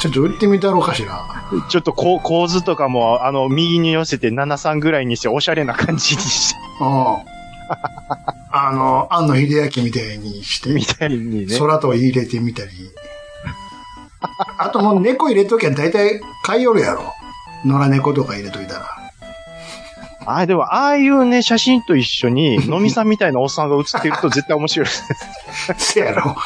[SPEAKER 5] ちょっと売ってみたろうかしら。
[SPEAKER 3] ちょっとこう構図とかも、あの、右に寄せて7、3ぐらいにして、おしゃれな感じにして、
[SPEAKER 5] うん。 あの、庵野秀明みたいにして、
[SPEAKER 3] みたいにね。
[SPEAKER 5] 空と入れてみたり。あともう猫入れときゃ大体買いよるやろ。野良猫とか入れといた ら。
[SPEAKER 3] ああ、でも、ああいうね、写真と一緒に、のみさんみたいなおっさんが写ってると絶対面白い。
[SPEAKER 5] せやろ。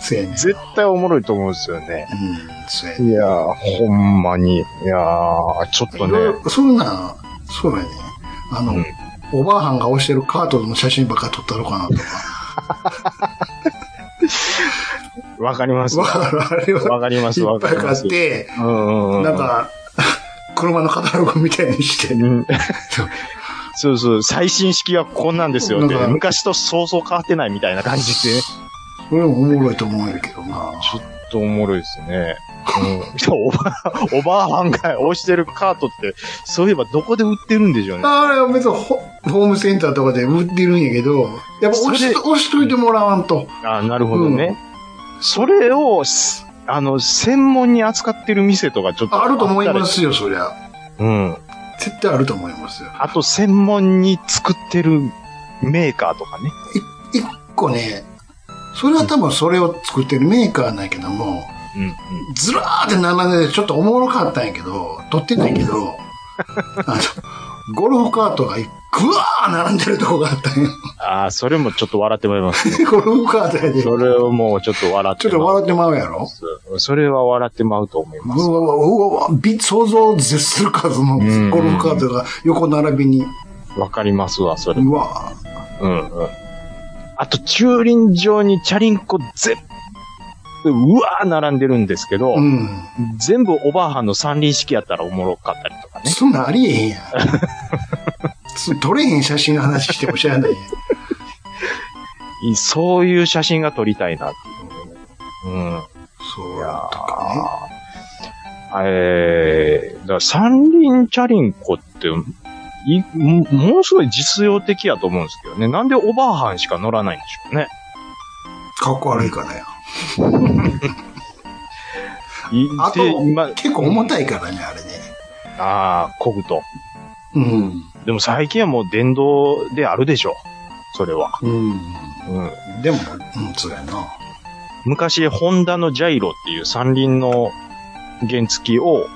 [SPEAKER 5] せやねん。
[SPEAKER 3] 絶対おもろいと思うんですよね。
[SPEAKER 5] うん、せやねん
[SPEAKER 3] いやー、ほんまに。いやー、ちょっ
[SPEAKER 5] い
[SPEAKER 3] とね
[SPEAKER 5] ろい。ろそんなん、そうやね。あの、
[SPEAKER 3] うん
[SPEAKER 5] おばあはんが押してるカートの写真ばっか撮ったろかなとか。
[SPEAKER 3] わかります。
[SPEAKER 5] わ
[SPEAKER 3] わ
[SPEAKER 5] かる、あれは。
[SPEAKER 3] かります、
[SPEAKER 5] いっ
[SPEAKER 3] わ
[SPEAKER 5] ぱ
[SPEAKER 3] か
[SPEAKER 5] い
[SPEAKER 3] りま
[SPEAKER 5] 買
[SPEAKER 3] す
[SPEAKER 5] っ。て、
[SPEAKER 3] うんうんうん。
[SPEAKER 5] なんか、 車のカタログみたいにして、
[SPEAKER 3] うん、そうそう、最新式はこんなんですよって、
[SPEAKER 5] なんか
[SPEAKER 3] 昔とそうそう変わってないみたいな感じで、
[SPEAKER 5] それもおもろいと思うんやけどな。
[SPEAKER 3] ちょっとおもろいですね。うん、でもおば あ、おばあはんが押してるカートって、そういえばどこで売ってるんでしょうね。
[SPEAKER 5] あれは別にホホームセンターとかで売ってるんやけど、やっぱ押
[SPEAKER 3] それ
[SPEAKER 5] し押しといてもらわんと。
[SPEAKER 3] あなるほどね。それを、すあの、専門に扱ってる店とかちょっと。
[SPEAKER 5] あると思いますすよ、そりゃ。
[SPEAKER 3] うん。
[SPEAKER 5] 絶対あると思いますよ。
[SPEAKER 3] あと、専門に作ってるメーカーとかね。
[SPEAKER 5] い一個ね、それは多分それを作ってるメーカーなんやけども、
[SPEAKER 3] うん、うん。
[SPEAKER 5] ずらーって並んでてちょっとおもろかったんやけど、撮ってたんやけど、あの、ゴルフカートがぐわー並んでるとこがあったんや。
[SPEAKER 3] ああ、それもちょっと笑ってもらいます。
[SPEAKER 5] ゴルフカートやで。ち
[SPEAKER 3] そ
[SPEAKER 5] ょ
[SPEAKER 3] れをもうちょっと笑っ
[SPEAKER 5] って
[SPEAKER 3] まう。
[SPEAKER 5] と笑ってまうやろ
[SPEAKER 3] それは笑ってまうと思いうま
[SPEAKER 5] わ
[SPEAKER 3] す。
[SPEAKER 5] うわうわうわ、び想像を絶する数の
[SPEAKER 3] ん
[SPEAKER 5] ゴルフカートが横並びに、
[SPEAKER 3] わかりますわ、それ。
[SPEAKER 5] うわ
[SPEAKER 3] うんうん。あと、駐輪場にチャリンコ全部、うわー並んでるんですけど、
[SPEAKER 5] うん。
[SPEAKER 3] 全部おばあはんの三輪式やったらおもろかったりとかね。
[SPEAKER 5] そんなんありえへんやん。そ撮れへん写真の話しても知らないやん。
[SPEAKER 3] そういう写真が撮りたいなっていうね。うん。
[SPEAKER 5] そう
[SPEAKER 3] いや
[SPEAKER 5] と
[SPEAKER 3] ー
[SPEAKER 5] か
[SPEAKER 3] えー、だから三輪チャリンコって、いもものすごい実用的やと思うんですけどね。なんでおばあはんしか乗らないんでしょうね。
[SPEAKER 5] ね。かっこ悪いからや。
[SPEAKER 3] い
[SPEAKER 5] あと
[SPEAKER 3] で今
[SPEAKER 5] 結構重たいからね、あれね。
[SPEAKER 3] ああ、こぐと。
[SPEAKER 2] うん。
[SPEAKER 3] でも最近はもう電動であるでしょ。それは。
[SPEAKER 2] うん。
[SPEAKER 3] うん。
[SPEAKER 2] でも、うん、そうやな。
[SPEAKER 3] 昔、ホンダのジャイロっていう三輪の原付きを、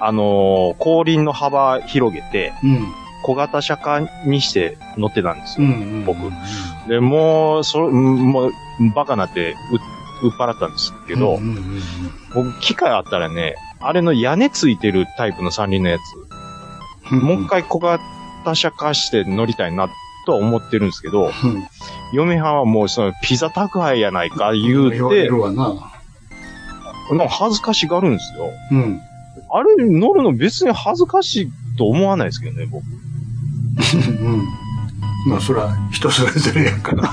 [SPEAKER 3] あのー後輪の幅広げて、
[SPEAKER 2] うん。
[SPEAKER 3] 小型車間にして乗ってたんです
[SPEAKER 2] う
[SPEAKER 3] よ。
[SPEAKER 2] ん。
[SPEAKER 3] 僕
[SPEAKER 2] うん
[SPEAKER 3] で、もう、そ、もう、バカなって、う、売っ払ったんですけど、
[SPEAKER 2] うんうんうん
[SPEAKER 3] 僕、機会あったらね、あれの屋根ついてるタイプの三輪のやつ、
[SPEAKER 2] うん
[SPEAKER 3] もう一回小型車化して乗りたいな、とは思ってるんですけど、
[SPEAKER 2] うん。
[SPEAKER 3] 嫁はんはもう、その、ピザ宅配やないか、言う
[SPEAKER 2] 言われ
[SPEAKER 3] て、
[SPEAKER 2] るわな。
[SPEAKER 3] なんか恥ずかしがるんですよ。
[SPEAKER 2] うん。
[SPEAKER 3] あれ乗るの別に恥ずかしいと思わないですけどね、僕。
[SPEAKER 2] うん。まあ、それは人それぞれやから。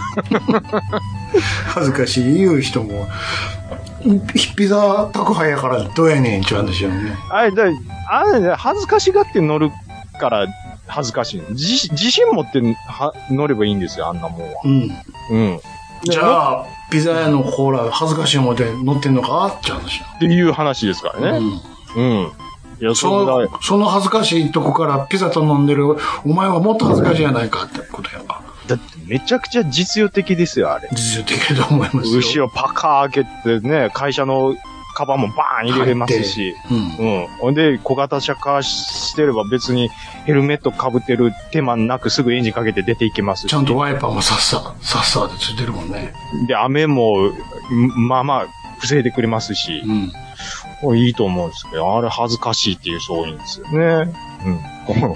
[SPEAKER 2] 恥ずかしい言う人も、ピザ宅配やからどうやねんっていう話やもんね。
[SPEAKER 3] あれ、だあれね、恥ずかしがって乗るから恥ずかしい。自自信持っては乗ればいいんですよ、あんなもんは。
[SPEAKER 2] うん。
[SPEAKER 3] うん。
[SPEAKER 2] じゃあ、ピザ屋のコーラ恥ずかしい思って乗ってんのかって話や。
[SPEAKER 3] っていう話ですからね。
[SPEAKER 2] うん。
[SPEAKER 3] うん。いや、
[SPEAKER 2] そ
[SPEAKER 3] そんな、
[SPEAKER 2] の、その恥ずかしいとこからピザ頼んでる、お前はもっと恥ずかしいやないかってことやんか。
[SPEAKER 3] だってめちゃくちゃ実用的ですよ、あれ。
[SPEAKER 2] 実用的だと思いますよ。
[SPEAKER 3] 牛をパカー開けてね、会社のカバンもバーン入れれますし。
[SPEAKER 2] うん。
[SPEAKER 3] うん。ほんで、小型車化してれば別にヘルメット被ってる手間なくすぐエンジンかけて出ていけますし
[SPEAKER 2] ちゃんとワイパーもさっさ、さっさでついてるもんね。
[SPEAKER 3] で、雨も、んまあまあ、防いでくれますし、
[SPEAKER 2] うん。
[SPEAKER 3] これいいと思うんですけど、あれ恥ずかしいっていう人多いんですよね。うん。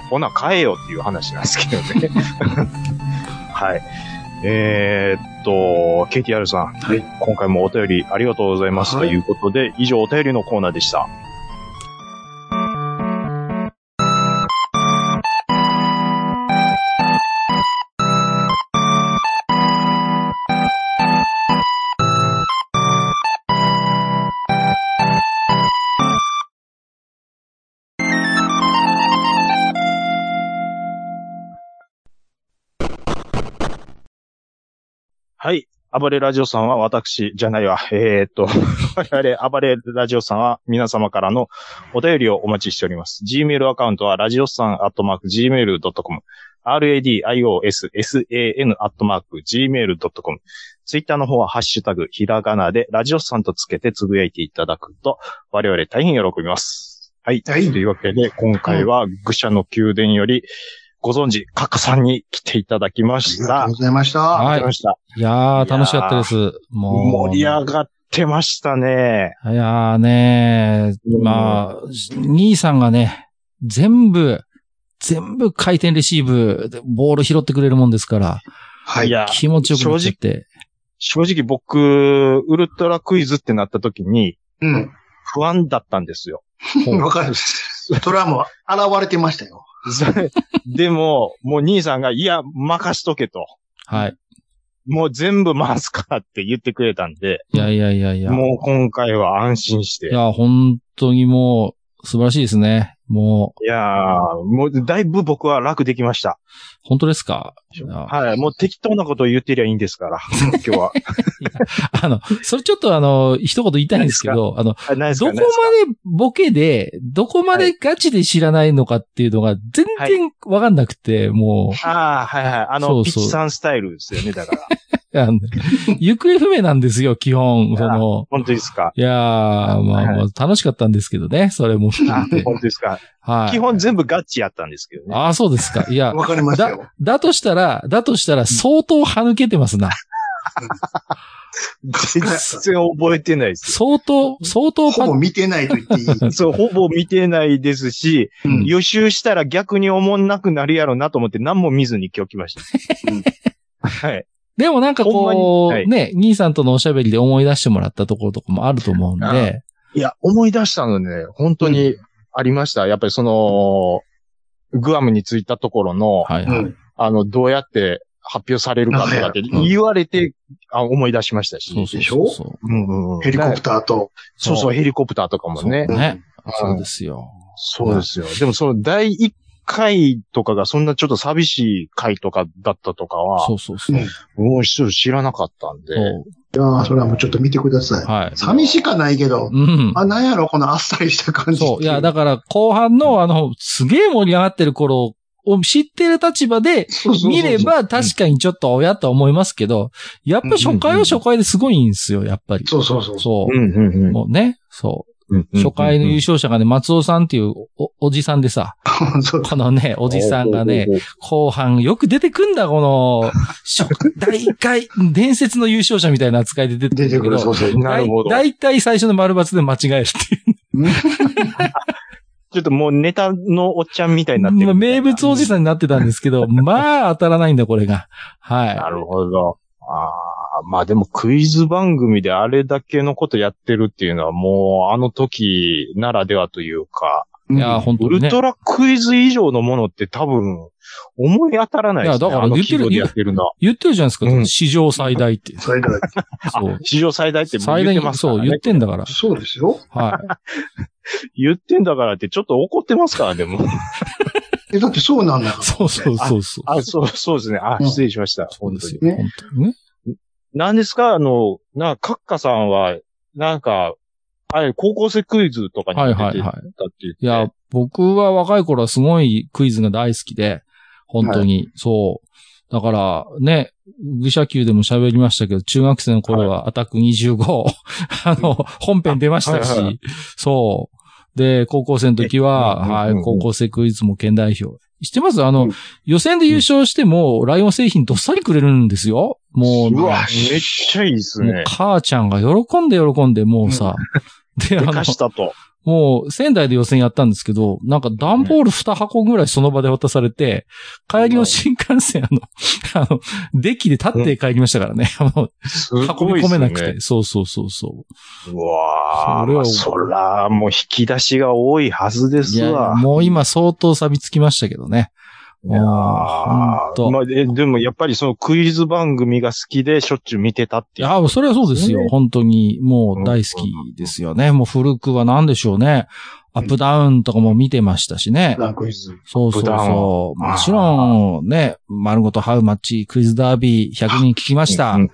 [SPEAKER 3] ほほな、買えよっていう話なんですけどね。 はい。えーっと、KTR さん。
[SPEAKER 2] はい。
[SPEAKER 3] 今回もお便りありがとうございます。
[SPEAKER 2] はい
[SPEAKER 3] ということで、以上お便りのコーナーでした。はい。暴れラジオさんは私じゃないわ。えー、っと、 我々暴れラジオさんは皆様からのお便りをお待ちしております。Gmail アカウントは、ラジオさんアットマーク Gmail.com、radiossan アットマーク Gmail.com、Twitter の方は、ハッシュタグ、ひらがなで、ラジオさんとつけてつぶやいていただくと、我々大変喜びます。はい。
[SPEAKER 2] はい
[SPEAKER 3] というわけで、今回は、愚者の宮殿より、ご存知、カカさんに来ていただきま
[SPEAKER 2] あり
[SPEAKER 3] し
[SPEAKER 2] がと
[SPEAKER 3] た
[SPEAKER 2] う。ございました。
[SPEAKER 3] あり
[SPEAKER 4] は
[SPEAKER 3] がとうございま
[SPEAKER 4] い。
[SPEAKER 3] した。
[SPEAKER 4] いやー、楽しかったです。もう。
[SPEAKER 3] 盛り上がってましたね。
[SPEAKER 4] いやーね
[SPEAKER 3] うん
[SPEAKER 4] まあ、兄さんがね、全部、全部回転レシーブで、ボール拾ってくれるもんですから、
[SPEAKER 2] はい。
[SPEAKER 3] いや、
[SPEAKER 4] 気持ちよくなっちゃって。
[SPEAKER 3] 正直僕、ウルトラクイズってなった時に
[SPEAKER 2] うん。
[SPEAKER 3] 不安だったんですよ。
[SPEAKER 2] わかる。それはもう、現れてましたよ。
[SPEAKER 3] それでも、もう兄さんが、いや、任しとけと。
[SPEAKER 4] はい。
[SPEAKER 3] もう全部回すからって言ってくれたんで、
[SPEAKER 4] いやいやいやいや。
[SPEAKER 3] もう今回は安心し
[SPEAKER 4] い
[SPEAKER 3] て。
[SPEAKER 4] や、本当にもう、素晴らしいですね。もう、
[SPEAKER 3] いやー、もうだいぶ僕は楽できました。
[SPEAKER 4] 本当ですかあ
[SPEAKER 3] はい。もう適当なことを言ってりゃいいんですから、今日 は。
[SPEAKER 4] あの、それちょっとあの、一言言いたいんですけど、あの、
[SPEAKER 3] あないです
[SPEAKER 4] ど
[SPEAKER 3] か
[SPEAKER 4] こまでボケで、どこま
[SPEAKER 3] は
[SPEAKER 4] でガチで知らないのかっていうのが全然わかんなくて、も
[SPEAKER 3] ああー、はいはい。あの、
[SPEAKER 4] そうそ
[SPEAKER 3] ピ
[SPEAKER 4] う
[SPEAKER 3] ッチさんスタイルですよね、だから。
[SPEAKER 4] う、あの行方不明なんですよ、基本。
[SPEAKER 3] や
[SPEAKER 4] その、
[SPEAKER 3] 本当ですか
[SPEAKER 4] いやー、まあま
[SPEAKER 3] は
[SPEAKER 4] あ、楽しかったんですけどね、それも含
[SPEAKER 3] あ
[SPEAKER 4] めて。
[SPEAKER 3] 本当ですか
[SPEAKER 4] はい。
[SPEAKER 3] 基本全部ガチやったんですけどね。
[SPEAKER 4] ああ、そうですか。いや、
[SPEAKER 2] わかりましたよ。
[SPEAKER 4] だとしたら、だとしたら相当歯抜けてますな。
[SPEAKER 3] 全然覚えてないです。
[SPEAKER 4] 相当、相当パ
[SPEAKER 2] ほぼ見てないと言っていい。
[SPEAKER 3] そう、ほぼ見てないですし、
[SPEAKER 2] うん
[SPEAKER 3] 予習したら逆に思んなくなるやろなと思って何も見ずに今日来ました。はい。
[SPEAKER 4] でもなんかこ
[SPEAKER 3] ほん
[SPEAKER 4] う、
[SPEAKER 3] まにはい
[SPEAKER 4] ね、兄さんとのおしゃべりで思い出してもらったところとかもあると思うん
[SPEAKER 3] あ
[SPEAKER 4] で、
[SPEAKER 3] いや、思い出したのね、本当にありました。やっぱりその、グアムに着いたところの、
[SPEAKER 4] はい、
[SPEAKER 2] う
[SPEAKER 4] はい。
[SPEAKER 2] ん。
[SPEAKER 3] あの、どうやって発表されるかとかって
[SPEAKER 2] うん
[SPEAKER 3] 言われて、あ思い出しましたし。
[SPEAKER 4] そうそう
[SPEAKER 2] でし
[SPEAKER 4] そ
[SPEAKER 2] ょ
[SPEAKER 4] うそう。
[SPEAKER 3] うんうんうん
[SPEAKER 2] ヘリコプターと。
[SPEAKER 3] そうそう、ヘリコプターとかもね。
[SPEAKER 4] そうね。
[SPEAKER 3] うん
[SPEAKER 4] そうですよ。
[SPEAKER 3] そうですよ。でもその第1回とかがそんなちょっと寂しい回とかだったとかは
[SPEAKER 4] そ、うそうそうう。
[SPEAKER 2] ん
[SPEAKER 3] もう一人知らなかったんで、
[SPEAKER 4] そう
[SPEAKER 2] いやーそれはもうちょっと見てください。
[SPEAKER 4] はい。
[SPEAKER 2] 寂しかないけど、
[SPEAKER 4] うん。
[SPEAKER 2] あ、なんやろ、このあっさりした感じってい。
[SPEAKER 4] そう。いや、だから後半のあの、すげえ盛り上がってる頃を知ってる立場で
[SPEAKER 2] そうそうそうそう
[SPEAKER 4] 見れば確かにちょっと親とは思いますけど、やっぱ初回は初回ですごいんですよ、やっぱり。
[SPEAKER 2] そうそうそうそ
[SPEAKER 4] そうう。
[SPEAKER 3] んうんうん
[SPEAKER 4] もうね、そ
[SPEAKER 3] うん
[SPEAKER 4] う。初回の優勝者がね、松尾さんっていうおおじさんでさ、
[SPEAKER 2] う。そう
[SPEAKER 4] このね、おじさんがね、、後半よく出てくんだ、この、 初第1回、伝説の優勝者みたいな扱いで出てくる
[SPEAKER 2] 出てく
[SPEAKER 4] んだけど
[SPEAKER 2] る、そうそう。
[SPEAKER 3] なるほど。
[SPEAKER 4] だいたい最初の丸抜で間違えるっていう。
[SPEAKER 3] ちょっともうネタのおっちゃんみたいになって
[SPEAKER 4] まあ
[SPEAKER 3] る。
[SPEAKER 4] 名物おじさんになってたんですけ ど、まあ当たらないんだ、これが。は
[SPEAKER 3] なるほど。ああ、まあでもクイズ番組であれだけのことやってるっていうのはもうあの時ならではというか、
[SPEAKER 4] い。いや、本当
[SPEAKER 3] ウ
[SPEAKER 4] に
[SPEAKER 3] ル
[SPEAKER 4] ね。
[SPEAKER 3] トラクイズ以上のものって多分思い当たらないですね。
[SPEAKER 4] いやだから
[SPEAKER 3] あの
[SPEAKER 4] 言ってる
[SPEAKER 3] 規模でやってるのは。
[SPEAKER 4] 言ってるじゃないですか、
[SPEAKER 3] うん
[SPEAKER 4] 史上最大って。
[SPEAKER 2] それから、
[SPEAKER 4] そう。
[SPEAKER 3] 史上最大ってもう
[SPEAKER 4] 最
[SPEAKER 3] 言っ
[SPEAKER 4] 大
[SPEAKER 3] てま
[SPEAKER 4] に、
[SPEAKER 3] すか
[SPEAKER 4] そ
[SPEAKER 3] ら
[SPEAKER 4] う、
[SPEAKER 3] ね。
[SPEAKER 4] 言ってんだから。
[SPEAKER 2] そうですよ。
[SPEAKER 4] は
[SPEAKER 3] 言ってんだからってちょっと怒ってます からね、もう。
[SPEAKER 2] え、だってそうなんだか
[SPEAKER 4] い。そうそうそうそう。
[SPEAKER 3] あ、そう、そうですね。あ、
[SPEAKER 2] うん
[SPEAKER 3] 失礼しました。
[SPEAKER 4] そう
[SPEAKER 3] 本
[SPEAKER 4] で
[SPEAKER 3] 当
[SPEAKER 4] す
[SPEAKER 3] に
[SPEAKER 4] よ。。本当にね。
[SPEAKER 3] 何ですかあの、な、カッカさんは、なんか、あれ、高校生クイズとかに
[SPEAKER 4] はい
[SPEAKER 3] 出てたっ
[SPEAKER 4] は
[SPEAKER 3] て
[SPEAKER 4] い
[SPEAKER 3] 言
[SPEAKER 4] は
[SPEAKER 3] って、
[SPEAKER 4] いや、僕は若い頃はすごいクイズが大好きで、本当に、そう。だから、ね、愚者級でも喋りましたけど、中学生の頃はアタック25、あ の、本編出ましたし、
[SPEAKER 3] はいはいはい
[SPEAKER 4] そう。で、高校生の時は、
[SPEAKER 3] え
[SPEAKER 4] は
[SPEAKER 3] う
[SPEAKER 4] い
[SPEAKER 3] んうんうん、
[SPEAKER 4] 高校生クイズも県代表。知ってますあの、
[SPEAKER 2] うん
[SPEAKER 4] 予選で優勝しても、ライオン製品どっさりくれるんですよ。もう、
[SPEAKER 3] うわ、めっちゃいいです
[SPEAKER 4] も
[SPEAKER 3] ね
[SPEAKER 4] う。母ちゃんが喜んで喜んで、もうさ、で、あ
[SPEAKER 3] で
[SPEAKER 4] の、
[SPEAKER 3] かしたと。
[SPEAKER 4] もう仙台で予選やったんですけど、なんか段ボール2箱ぐらいその場で渡されて、帰りの新幹線、あの、 あの、デッキで立って帰りましたからね。 あの、
[SPEAKER 3] す
[SPEAKER 4] 運
[SPEAKER 3] ごい
[SPEAKER 4] び
[SPEAKER 3] っ
[SPEAKER 4] 込
[SPEAKER 3] す
[SPEAKER 4] めな
[SPEAKER 3] ね
[SPEAKER 4] く。て。そうそうそうそう。
[SPEAKER 3] うわ
[SPEAKER 4] そ
[SPEAKER 3] ー、
[SPEAKER 4] れは
[SPEAKER 3] まあそら、もう引き出しが多いはずで
[SPEAKER 4] い
[SPEAKER 3] す
[SPEAKER 4] や、
[SPEAKER 3] わ。
[SPEAKER 4] もう今相当錆びつきましたけどね。もう、
[SPEAKER 3] あ
[SPEAKER 4] ほん
[SPEAKER 3] ー
[SPEAKER 4] と。
[SPEAKER 3] まあ、えでもやっぱりそのクイズ番組が好きでしょっちゅう見てたって
[SPEAKER 4] い
[SPEAKER 3] いう。
[SPEAKER 4] や、それはそうですよ。本当に、もう大好きですよね。もう古くは何でしょうね。アップダウンとかも見てましたしね。
[SPEAKER 2] ら、クイズ。
[SPEAKER 4] そうそう
[SPEAKER 3] 普段
[SPEAKER 4] そう。
[SPEAKER 3] は
[SPEAKER 4] もちろん、ね、丸ごとハウマッチ、クイズダービー、100人聞きました。
[SPEAKER 3] うん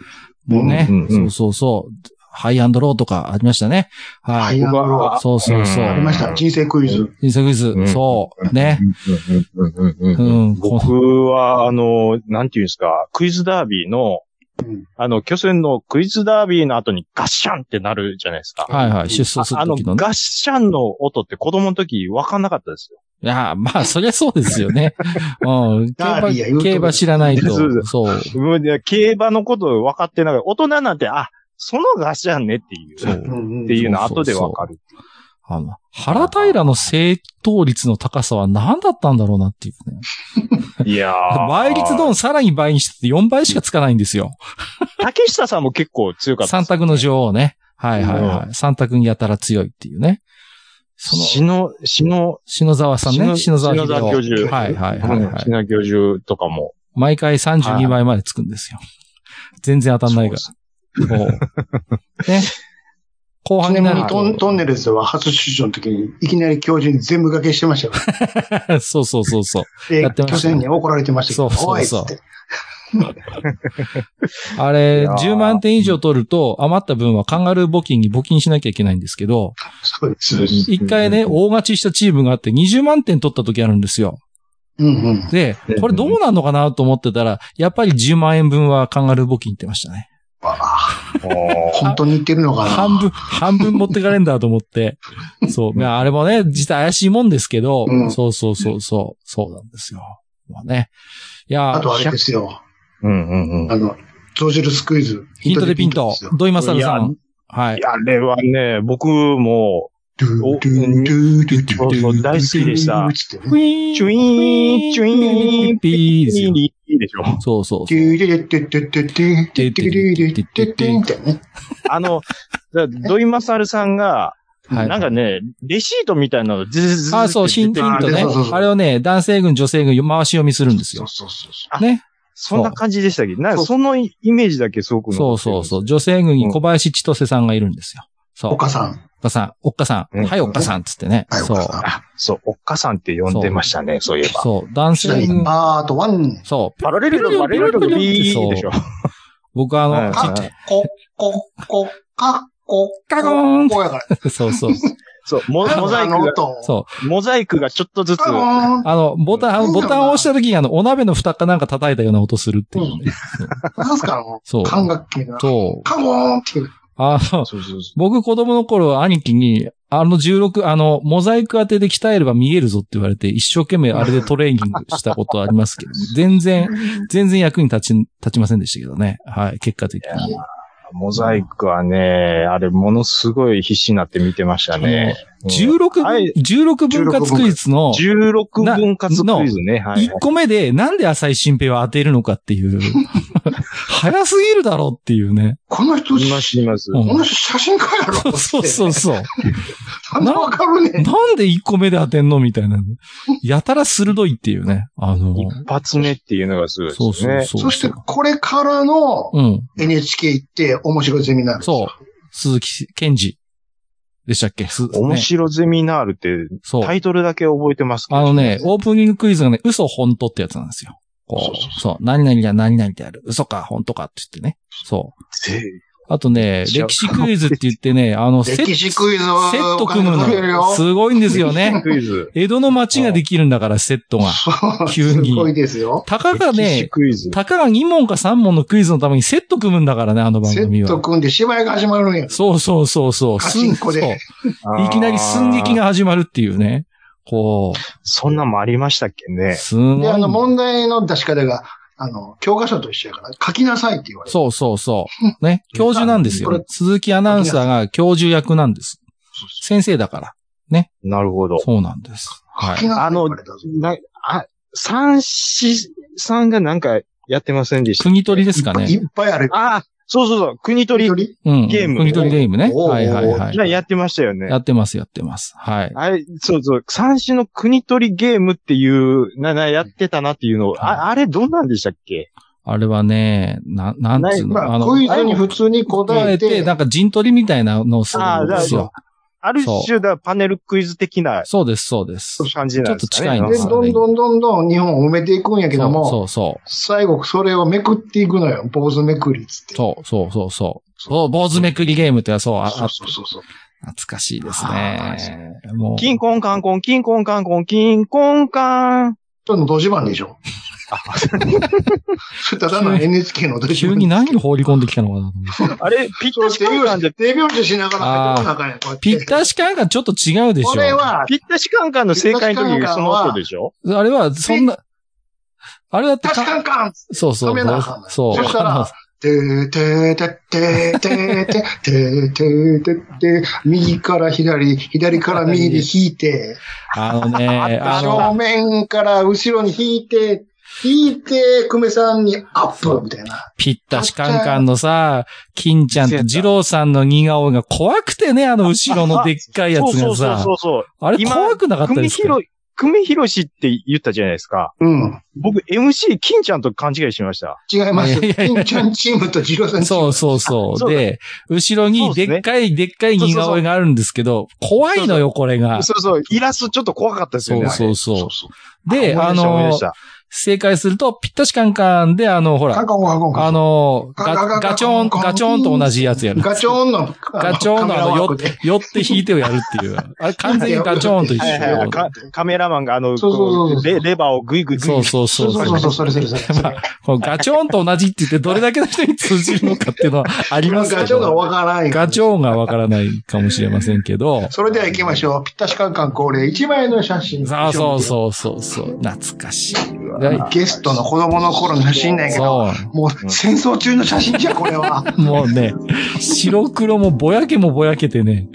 [SPEAKER 4] もうね、
[SPEAKER 3] うんうん
[SPEAKER 4] そうそうそう。ハイアンドローとかありましたね。は。
[SPEAKER 2] はいい、あ
[SPEAKER 3] 僕は
[SPEAKER 2] の
[SPEAKER 4] そうそうそう
[SPEAKER 2] あ
[SPEAKER 3] ん
[SPEAKER 2] りました。人生クイズ。
[SPEAKER 4] 人生クイズ、
[SPEAKER 3] うん
[SPEAKER 4] そう。ね。
[SPEAKER 3] うんうんうんうんうん
[SPEAKER 4] うん。
[SPEAKER 3] 僕
[SPEAKER 4] こ
[SPEAKER 3] は、あの、なんていうんですか、クイズダービーの、
[SPEAKER 2] うん
[SPEAKER 3] あの、巨船のクイズダービーの後にガッシャンってなるじゃないですか。
[SPEAKER 4] はいはい。出走す
[SPEAKER 3] あ
[SPEAKER 4] る
[SPEAKER 3] の、
[SPEAKER 4] 時のね。
[SPEAKER 3] ガッシャンの音って子供の時分かんなかったですよ。
[SPEAKER 4] いや、まあ、そりゃそうですよね。 うん。競
[SPEAKER 2] ダービーや言う
[SPEAKER 4] 馬、
[SPEAKER 2] と
[SPEAKER 4] 競馬知らない
[SPEAKER 3] そうそう
[SPEAKER 4] と。そう。
[SPEAKER 3] うんで競馬のこと分かってながら、大人なんて、あ、そのガッシャンねっていう、
[SPEAKER 4] そう
[SPEAKER 3] っ
[SPEAKER 2] ん
[SPEAKER 3] ていうの
[SPEAKER 4] そうそう
[SPEAKER 3] 後
[SPEAKER 4] そ
[SPEAKER 3] で
[SPEAKER 4] う
[SPEAKER 3] 分かる。
[SPEAKER 4] あの、原平の正答率の高さは何だったんだろうなっていうね。
[SPEAKER 3] いやー。
[SPEAKER 4] 倍率ドンさらに倍にしてて4倍しかつかないんですよ。
[SPEAKER 3] 竹下さんも結構強かった
[SPEAKER 4] 三
[SPEAKER 3] です。
[SPEAKER 4] 択の女王ね。はいはいはい。三択にやたら強いっていうね。その、
[SPEAKER 3] 篠、篠、
[SPEAKER 4] 篠沢さんね。
[SPEAKER 3] 篠
[SPEAKER 4] 篠沢秀
[SPEAKER 3] 篠沢教授
[SPEAKER 4] はいはいはい、
[SPEAKER 3] うん
[SPEAKER 4] はい。
[SPEAKER 3] 篠教授とかも。
[SPEAKER 4] 毎回32倍までつくんですよ。全然当たんないが。
[SPEAKER 3] そ
[SPEAKER 4] そうね。後
[SPEAKER 2] ち
[SPEAKER 4] 半
[SPEAKER 2] な
[SPEAKER 4] に
[SPEAKER 2] み
[SPEAKER 4] なる
[SPEAKER 2] にトントン
[SPEAKER 4] と。
[SPEAKER 2] ネルズは初出場の時に、いきなり教授に全部掛けしてましたから。
[SPEAKER 4] そうそうそうそう。
[SPEAKER 2] で
[SPEAKER 4] やって、ま
[SPEAKER 2] 巨
[SPEAKER 4] したね
[SPEAKER 2] 船に怒られてましたけど、
[SPEAKER 4] そうそうそ
[SPEAKER 2] お
[SPEAKER 4] う
[SPEAKER 2] いっつって。
[SPEAKER 4] あれ、
[SPEAKER 3] いやー
[SPEAKER 4] 10万点以上取ると余った分はカンガルー募金に募金しなきゃいけないんですけど、
[SPEAKER 2] そうです。そうです
[SPEAKER 4] 一回ね、大勝ちしたチームがあって20万点取った時あるんですよ。
[SPEAKER 2] うんうん。
[SPEAKER 4] で、これどうなんのかなと思ってたら、やっぱり10万円分はカンガルー募金行ってましたね。
[SPEAKER 2] あ
[SPEAKER 3] あー
[SPEAKER 2] 本当に言ってるのかな
[SPEAKER 4] 半分、半分持ってかれんだと思って。そう。まあ、あれもね、実は怪しいもんですけど、
[SPEAKER 2] うん
[SPEAKER 4] そうそうそうそう、そうなんですよ。まあね。いやー、
[SPEAKER 2] あとあれですよ。
[SPEAKER 3] うんうんうん。
[SPEAKER 2] あの、象印スクイズ。
[SPEAKER 4] ヒントでピント
[SPEAKER 2] ですよ、
[SPEAKER 4] 土井正ルさ
[SPEAKER 3] いや
[SPEAKER 4] ん。はい。
[SPEAKER 3] あれはね、僕も、
[SPEAKER 2] ドゥ
[SPEAKER 3] お
[SPEAKER 2] ドゥドゥドゥドゥ
[SPEAKER 3] そうそう大好きでした
[SPEAKER 2] ドゥドゥドゥ
[SPEAKER 3] チュイーン、チュイーン、
[SPEAKER 4] ピーですよ。
[SPEAKER 3] いいでしょ。
[SPEAKER 4] そうそうそう。
[SPEAKER 2] ドゥドゥドゥドゥドゥドゥドゥドゥみたいなね。
[SPEAKER 3] あの、だ土井正春さんが、
[SPEAKER 4] はい。
[SPEAKER 3] なんかね、レシートみたいなの、ずずずず
[SPEAKER 4] あー、そう、ヒンヒント
[SPEAKER 2] あ
[SPEAKER 4] ね
[SPEAKER 2] れそうそうそ。う
[SPEAKER 4] あれをね、男性軍、女性軍、回し読みするんで
[SPEAKER 2] そ
[SPEAKER 4] すよ
[SPEAKER 2] う。そうそうそ。
[SPEAKER 3] あ
[SPEAKER 4] ね。
[SPEAKER 3] そんな感じでしたっけなんかそのイメージだけすごく。
[SPEAKER 4] そうそうそうう。女性軍に小林千歳さんがいるんですよ。そうう。
[SPEAKER 2] お母さん。
[SPEAKER 4] おっかさん、おっかさ
[SPEAKER 3] うん
[SPEAKER 4] ん、はい、おっかさんっつってね。
[SPEAKER 2] はい、お
[SPEAKER 4] そう
[SPEAKER 2] 母。さん。
[SPEAKER 3] あ、そう、おっかさんって呼んでましたね、そういえば。
[SPEAKER 4] そう、男
[SPEAKER 2] ちな
[SPEAKER 4] 性
[SPEAKER 2] み
[SPEAKER 4] 軍
[SPEAKER 2] に、パート1。
[SPEAKER 4] そう。
[SPEAKER 3] パラレルのパラレルの B でしょ。
[SPEAKER 4] 僕はあの、
[SPEAKER 3] はい
[SPEAKER 4] ち
[SPEAKER 2] か
[SPEAKER 4] っちゃい、、
[SPEAKER 2] こ、こ、こ、か、こ、
[SPEAKER 4] カゴ ーン
[SPEAKER 2] こうやから。
[SPEAKER 4] そうそう。
[SPEAKER 3] そう、モモザイク
[SPEAKER 2] あの
[SPEAKER 3] が、
[SPEAKER 2] 音。
[SPEAKER 4] そう。
[SPEAKER 3] モザイクがちょっとずつ、
[SPEAKER 2] カゴーン。
[SPEAKER 4] あの、ボタン、あのボタンを押した時にあの、お鍋の蓋かなんか叩いたような音するっていうね。
[SPEAKER 2] なんすか、あの、
[SPEAKER 4] そう。
[SPEAKER 2] 管楽器みたいな。
[SPEAKER 4] そう。
[SPEAKER 2] カゴーンっていう。
[SPEAKER 4] あの、
[SPEAKER 3] そうそうそ
[SPEAKER 4] 僕子供の頃、兄貴に、あの16、あの、モザイク当てで鍛えれば見えるぞって言われて、一生懸命あれでトレーニングしたことあります けど、全然、全然役に立ち、立ちませんでしたけどね。はい、結果的に。
[SPEAKER 3] う。モザイクはね、あれ、ものすごい必死になって見てましたね。
[SPEAKER 4] 16
[SPEAKER 3] あれ
[SPEAKER 4] 分、16分割クイズの
[SPEAKER 3] 16分割クイズね。はい
[SPEAKER 4] 1。個目でなんで浅井新平は当てるのかっていう、早すぎるだろうっていうね。
[SPEAKER 2] この人、こ
[SPEAKER 3] います、います。
[SPEAKER 4] うん
[SPEAKER 2] の人写真家やろ。
[SPEAKER 4] そうそうそう。
[SPEAKER 2] あんなわかるね。
[SPEAKER 4] なんで1個目で当てんのみたいな。やたら鋭いっていうね。あの、
[SPEAKER 3] 一発目っていうのがすごいですね。
[SPEAKER 4] そうそうそう。
[SPEAKER 2] そして、これからの
[SPEAKER 4] うん。
[SPEAKER 2] NHK 行って面白いゼミナール。
[SPEAKER 4] そう。鈴木健二でしたっけす、
[SPEAKER 3] 面
[SPEAKER 4] ね、
[SPEAKER 3] 白ゼミナールって、
[SPEAKER 4] そう。
[SPEAKER 3] タイトルだけ覚えてますけど
[SPEAKER 4] あのね、オープニングクイズがね、嘘本当ってやつなんですよ。こ
[SPEAKER 3] そうそう
[SPEAKER 4] う、そう。何々が何々である。嘘か本当かって言ってね。そう。
[SPEAKER 3] ぜ
[SPEAKER 4] あとね、
[SPEAKER 3] 違う
[SPEAKER 4] 歴史クイズって言ってね、あの、セ
[SPEAKER 2] 歴史クイズを
[SPEAKER 4] セット組む
[SPEAKER 2] お金かけるよ
[SPEAKER 4] の。すごいんですよね。
[SPEAKER 3] クイズ。
[SPEAKER 4] 江戸の町ができるんだから、セットが。
[SPEAKER 2] そう
[SPEAKER 4] 急に
[SPEAKER 2] すごいですよ。
[SPEAKER 4] たかが
[SPEAKER 3] 歴史
[SPEAKER 4] ね、
[SPEAKER 3] クイズ。
[SPEAKER 4] たかが2問か3問のクイズのためにセット組むんだからね、あの番
[SPEAKER 2] セ
[SPEAKER 4] 組
[SPEAKER 2] ット
[SPEAKER 4] は。
[SPEAKER 2] 組んで芝居が始まるんや。
[SPEAKER 4] そうそうそうそう。
[SPEAKER 2] ガチンコで
[SPEAKER 4] そう
[SPEAKER 3] あー
[SPEAKER 4] いきなり寸劇。が始まるっていうね。こう、
[SPEAKER 3] そんなんもありましたっけね。
[SPEAKER 4] すごい。
[SPEAKER 2] で、あの、問題の出し方が、あの、教科書と一緒やから、書きなさいって言われる。
[SPEAKER 4] そうそうそう。ね。教授なんです
[SPEAKER 2] こ
[SPEAKER 4] よ
[SPEAKER 2] れ。
[SPEAKER 4] 鈴木アナウンサーが教授役なんです。先生だから。
[SPEAKER 3] なるほど。
[SPEAKER 4] そうなんです。は
[SPEAKER 2] 書き
[SPEAKER 4] い。
[SPEAKER 2] なさいって言われたぞ
[SPEAKER 3] な、あ、三四さんがなんかやってませんでした。
[SPEAKER 4] 国取りですか
[SPEAKER 2] い
[SPEAKER 4] ね。
[SPEAKER 2] っぱいある。
[SPEAKER 3] あ、そうそうそう、国取り。
[SPEAKER 2] り
[SPEAKER 4] うん。
[SPEAKER 3] ゲーム
[SPEAKER 4] 国取りゲームね。
[SPEAKER 2] おー
[SPEAKER 4] はいはいは
[SPEAKER 3] じゃあ
[SPEAKER 4] い。
[SPEAKER 3] やってましたよね
[SPEAKER 4] や。ってます、やってます。はい。
[SPEAKER 3] あれ、そうそう、三四の国取りゲームっていう、な、な、やってたなっていうのを、あ、あれどんなんでしたっけ
[SPEAKER 4] あれはね、な、なんつうの、
[SPEAKER 2] ま
[SPEAKER 4] あ
[SPEAKER 2] あ、
[SPEAKER 4] の、
[SPEAKER 2] クイズに普通に答えて、
[SPEAKER 4] なんか陣取りみたいなのをするんですよ。
[SPEAKER 3] ある種だ、パネルクイズ的な
[SPEAKER 4] そうです、そうです。
[SPEAKER 3] 感じなんですかね。
[SPEAKER 4] ちょっと近いの
[SPEAKER 2] で、どんどんどんどん日本を埋めていくんやけど
[SPEAKER 4] そ
[SPEAKER 2] も、
[SPEAKER 4] うそう。
[SPEAKER 2] 最後それをめくっていくのよ。坊主めくりっつって。
[SPEAKER 4] そう、そう、そう、そう。そう、坊主めくりゲームってのはそう、あ、
[SPEAKER 2] そ
[SPEAKER 4] あ
[SPEAKER 2] うそうそうそう。
[SPEAKER 4] 懐かしいです
[SPEAKER 2] は
[SPEAKER 4] ね。もう。
[SPEAKER 3] キンコンカンコン、キンコンカンコン、キンコンカン。
[SPEAKER 2] それの同時版でしょ。 それただの NHK の同時
[SPEAKER 4] 急
[SPEAKER 2] 版。
[SPEAKER 4] に何を放り込んできたのかなと思って。
[SPEAKER 3] あれ、ピッ
[SPEAKER 2] そう
[SPEAKER 3] タシ
[SPEAKER 2] 手
[SPEAKER 3] カンカン
[SPEAKER 2] 拍
[SPEAKER 3] で
[SPEAKER 2] 子、、手拍子しながら入ってこなあかんやんこうやって
[SPEAKER 4] ぴったし感がちょっと違うでしょ。
[SPEAKER 2] これは、
[SPEAKER 3] ピッタシカンカンの正解の
[SPEAKER 2] ピッ
[SPEAKER 3] 時、
[SPEAKER 2] タシカンカン
[SPEAKER 3] その
[SPEAKER 2] は
[SPEAKER 3] 音でしょ
[SPEAKER 4] あれは、そんな、あれだって
[SPEAKER 2] 確か
[SPEAKER 4] か、
[SPEAKER 2] んかん
[SPEAKER 4] そうそう
[SPEAKER 2] 止めなあかん、の
[SPEAKER 4] そう。
[SPEAKER 2] そしたらてーてーてってーてーてーてーてーてーてー右から左、左から右で引いて、
[SPEAKER 4] あのね、あ
[SPEAKER 2] 正
[SPEAKER 4] の、
[SPEAKER 2] 面から後ろに引いて、引いて、久米さんにアップみたいな。
[SPEAKER 4] ぴったしカンカンのさ、金ちゃんと二郎さんの似顔絵が怖くてね、あの後ろのでっかいや
[SPEAKER 3] そう
[SPEAKER 4] つ
[SPEAKER 3] そ
[SPEAKER 4] が
[SPEAKER 3] うそう
[SPEAKER 4] さ
[SPEAKER 3] そ、うそう。
[SPEAKER 4] あれ怖くなかった
[SPEAKER 3] 久
[SPEAKER 4] で
[SPEAKER 3] 米
[SPEAKER 4] すか
[SPEAKER 3] 広、久米広しって言ったじゃないですか。
[SPEAKER 2] うん。
[SPEAKER 3] 僕、MC 金ちゃんと勘違いしました。
[SPEAKER 2] 違います。
[SPEAKER 4] いやいやい
[SPEAKER 2] 金
[SPEAKER 4] や
[SPEAKER 2] ちゃんチームと二郎さんチーム。
[SPEAKER 4] そうそうそ
[SPEAKER 3] あ
[SPEAKER 4] う。
[SPEAKER 3] そうだ
[SPEAKER 4] で、後ろにでっかいでっかい似顔絵があるんですけど、怖いのよ、これが。
[SPEAKER 3] そうそう、イラストちょっと怖かったですよ
[SPEAKER 4] そう
[SPEAKER 3] ね。
[SPEAKER 4] そうそう。
[SPEAKER 3] あれ
[SPEAKER 4] で、あ
[SPEAKER 3] 思い出
[SPEAKER 4] の
[SPEAKER 3] し、た
[SPEAKER 4] 正解すると、ぴったしカンカンで、あの、ほ
[SPEAKER 2] カン
[SPEAKER 4] ら、
[SPEAKER 2] カンカンカンカン
[SPEAKER 4] あの、
[SPEAKER 2] カンカンカ
[SPEAKER 4] ガ
[SPEAKER 2] ンカン
[SPEAKER 4] ガチョン、ガチョンと同じやつやる。
[SPEAKER 2] ガチョーンの、
[SPEAKER 4] ガチョンのあの、
[SPEAKER 2] よ
[SPEAKER 4] よ寄って引いてをやるっていう。あれ、完全にガチョンと一
[SPEAKER 3] はいはいはい
[SPEAKER 4] 緒。
[SPEAKER 3] かカメラマンがあの、
[SPEAKER 2] そうそうそう
[SPEAKER 3] こうレレバーをグイグイグイ
[SPEAKER 4] そうそうそ
[SPEAKER 2] そう
[SPEAKER 4] う。
[SPEAKER 2] そうそうそう、それそれそれ。そ
[SPEAKER 4] ま
[SPEAKER 2] れ
[SPEAKER 4] あ、このガチョンと同じって言って、どれだけの人に通じるのかっていうのはありますけど。
[SPEAKER 2] ガチョーンがわからない。
[SPEAKER 4] ガチョンがわからないかもしれませんけど。
[SPEAKER 2] それでは行きましょう。ぴったしカンカン恒例、一枚の写真。
[SPEAKER 4] そうそうそうそうそう。懐かしい。だ
[SPEAKER 2] ゲストの子供の頃の写真なんやけど、
[SPEAKER 4] そ
[SPEAKER 2] もう戦争中の写真じゃん、これ は。
[SPEAKER 4] う。もうね、白黒もぼやけもぼやけてね。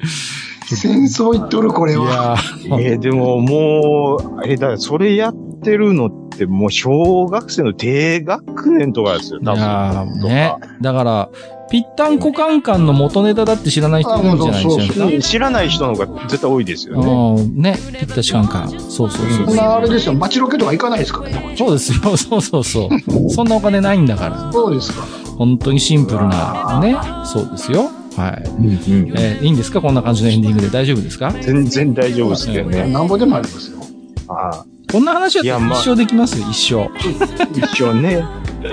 [SPEAKER 2] 戦争行っとる、こ
[SPEAKER 4] い
[SPEAKER 2] れは。
[SPEAKER 4] やー、
[SPEAKER 3] えーでももう、えーだからそれやってるのってもう小学生の低学年とかですよ、
[SPEAKER 4] い
[SPEAKER 3] 多分。
[SPEAKER 4] やー
[SPEAKER 3] とか
[SPEAKER 4] ね。だから、ぴったんこカンカンの元ネタだって知らない人いるんじゃないですか。
[SPEAKER 3] うん知らない人の方が絶対多いですよね。
[SPEAKER 4] うんね、ぴったしカンカン。そうそうそう
[SPEAKER 2] そん。なあれですよ、街ロケとか行かないですからね。
[SPEAKER 4] そうですよ、そうそうそう。そんなお金ないんだから。
[SPEAKER 2] そうですか。
[SPEAKER 4] 本当にシンプルな、ね。そうですよ。はい。えーいいんですかこんな感じのエンディングで大丈夫ですか
[SPEAKER 3] 全然大丈夫ですけどね。
[SPEAKER 2] なんぼでもありますよ。
[SPEAKER 3] ああ
[SPEAKER 4] こんな話は一生できますよ、一生。
[SPEAKER 3] 一応ね。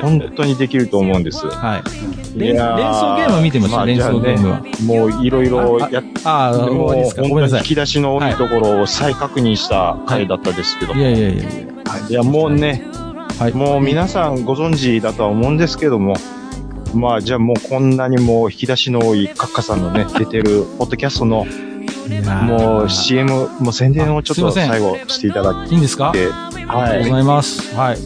[SPEAKER 8] 本当にできると思うんです。
[SPEAKER 4] はい。
[SPEAKER 8] い
[SPEAKER 4] 連連
[SPEAKER 8] や
[SPEAKER 4] 想ゲームは見てました、
[SPEAKER 8] まあ
[SPEAKER 4] 連想ゲームは。
[SPEAKER 8] もういろいろやって、
[SPEAKER 4] ああ、
[SPEAKER 8] もう
[SPEAKER 4] 終わりです
[SPEAKER 8] 本
[SPEAKER 4] かご
[SPEAKER 8] 当
[SPEAKER 4] めんな
[SPEAKER 8] に
[SPEAKER 4] さ
[SPEAKER 8] 引
[SPEAKER 4] い。
[SPEAKER 8] き出しの多いところを再確認した回だったですけど。
[SPEAKER 4] い
[SPEAKER 8] い
[SPEAKER 4] やいやいやいや。
[SPEAKER 8] や、もうね、
[SPEAKER 4] はい
[SPEAKER 8] もう皆さんご存知だとは思うんですけども、まあじゃあもうこんなにもう引き出しの多いカッカさんのね、出てるポッドキャストのもう CM、もう宣伝をちょっ
[SPEAKER 4] すいま
[SPEAKER 8] と
[SPEAKER 4] せん
[SPEAKER 8] 最後していただい
[SPEAKER 4] いいんですか
[SPEAKER 8] て、
[SPEAKER 4] ありがとう
[SPEAKER 8] は
[SPEAKER 4] ございます。はい。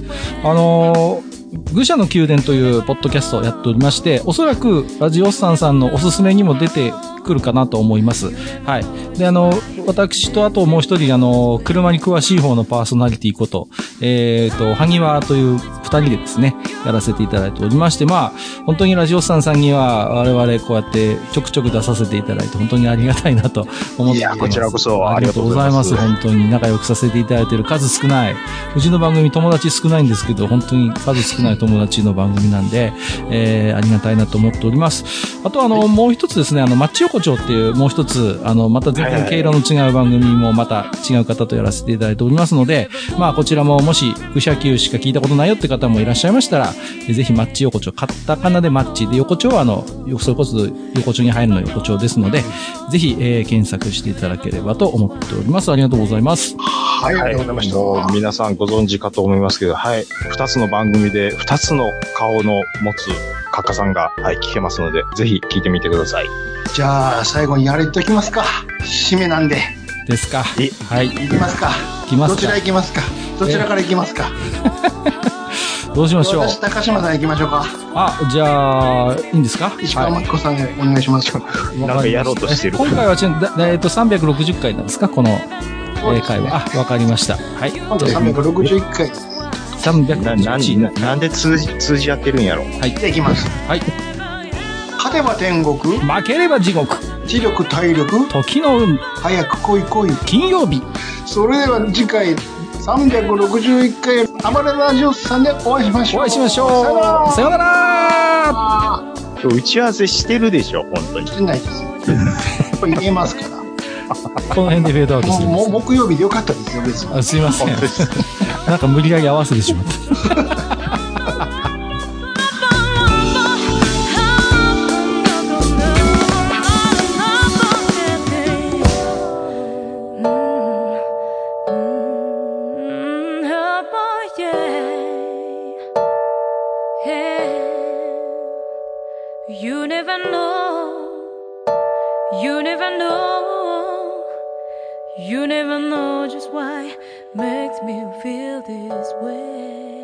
[SPEAKER 4] あのー愚者の宮殿というポッドキャストをやっておりまして、おそらくラジオスさんさんのおすすめにも出てくるかなと思います。はい。で、あの、私とあともう一人、あの、車に詳しい方のパーソナリティこと、えっ、と、萩和という二人でですね、やらせていただいておりまして、まあ、本当にラジオスさんさんには我々こうやってちょくちょく出させていただいて本当にありがたいなと思っています。
[SPEAKER 8] いやこちらこそ
[SPEAKER 4] あ
[SPEAKER 8] あ
[SPEAKER 4] りが
[SPEAKER 8] り
[SPEAKER 4] と
[SPEAKER 8] がと
[SPEAKER 4] う
[SPEAKER 8] う
[SPEAKER 4] ご
[SPEAKER 8] ご
[SPEAKER 4] ざ
[SPEAKER 8] ざ
[SPEAKER 4] い
[SPEAKER 8] い
[SPEAKER 4] ま。
[SPEAKER 8] ますす
[SPEAKER 4] 本当に仲良くさせていただいてる数少ない。うちの番組友達少ないんですけど、本当に数少ない友達の番組なんで、えー、ありがたいなと思っております。あとあの、もう一つですね、あの、マッチ横丁っていうもう一つ、あの、また全然毛色の違う番組もまた違う方とやらせていただいておりますので、まあこちらももし、愚者級しか聞いたことないよって方もいらっしゃいましたら、ぜひマッチ横丁、カタカナでマッチで横丁はあの、よそれこそ横丁に入るの横丁ですので、ぜひ、えー検索していただければと思っております。ありがとうございます。
[SPEAKER 5] はい、ありがとうございました。
[SPEAKER 8] もう皆さんご存知かと思いますけど、はい。二つの番組で二つの顔の持つカッカさんが、はい、聞けますので、ぜひ聞いてみてください。
[SPEAKER 5] じゃあ、最後にあれ言っときますか。締めなんで、
[SPEAKER 4] ですか。
[SPEAKER 8] え
[SPEAKER 4] はい。
[SPEAKER 5] 行きますか。
[SPEAKER 4] 来ま
[SPEAKER 5] ど
[SPEAKER 4] す
[SPEAKER 5] ちら
[SPEAKER 4] か
[SPEAKER 5] 行きますかどちらから行きますか
[SPEAKER 4] どうしましょう
[SPEAKER 5] 私、高島さん行きましょうか。
[SPEAKER 4] あ、じゃあ、いいんですか
[SPEAKER 5] 石川
[SPEAKER 4] はい
[SPEAKER 5] 真紀子さんお願いします。
[SPEAKER 8] なんかやろうとしてる
[SPEAKER 4] え今回はちょっと、だえっと、360回なんですかこの、え
[SPEAKER 5] そうで
[SPEAKER 4] ー
[SPEAKER 5] すね
[SPEAKER 4] 回は。あ、わかりました。はい。
[SPEAKER 5] 今度361回
[SPEAKER 8] な、な
[SPEAKER 4] 361
[SPEAKER 8] ん、ななんで通じ、通じ合ってるんやろ
[SPEAKER 5] でいきます。
[SPEAKER 4] はい。
[SPEAKER 5] 勝てば天国、
[SPEAKER 4] 負ければ地獄。
[SPEAKER 5] 知力、体力、
[SPEAKER 4] 時の運。
[SPEAKER 5] 早く来い来い。
[SPEAKER 4] 金曜日。
[SPEAKER 5] それでは次回361回暴れラジオスさんでお会いしましょ
[SPEAKER 4] お
[SPEAKER 5] う。
[SPEAKER 4] 会いしましょう
[SPEAKER 5] さよなら。。
[SPEAKER 4] さよなら
[SPEAKER 8] 打ち合わせしてるでしょ、本当に。
[SPEAKER 5] してないです。 やっぱり見えますから。も
[SPEAKER 4] この辺でフェードアウトす
[SPEAKER 5] う
[SPEAKER 4] るんで
[SPEAKER 5] も
[SPEAKER 4] す
[SPEAKER 5] う
[SPEAKER 4] ね。
[SPEAKER 5] 木曜日でよかったですよ、別に。
[SPEAKER 4] あすいません。 なんか無理やり合わせてしまった。
[SPEAKER 9] You never know, you never know, you never know just why makes me feel this way.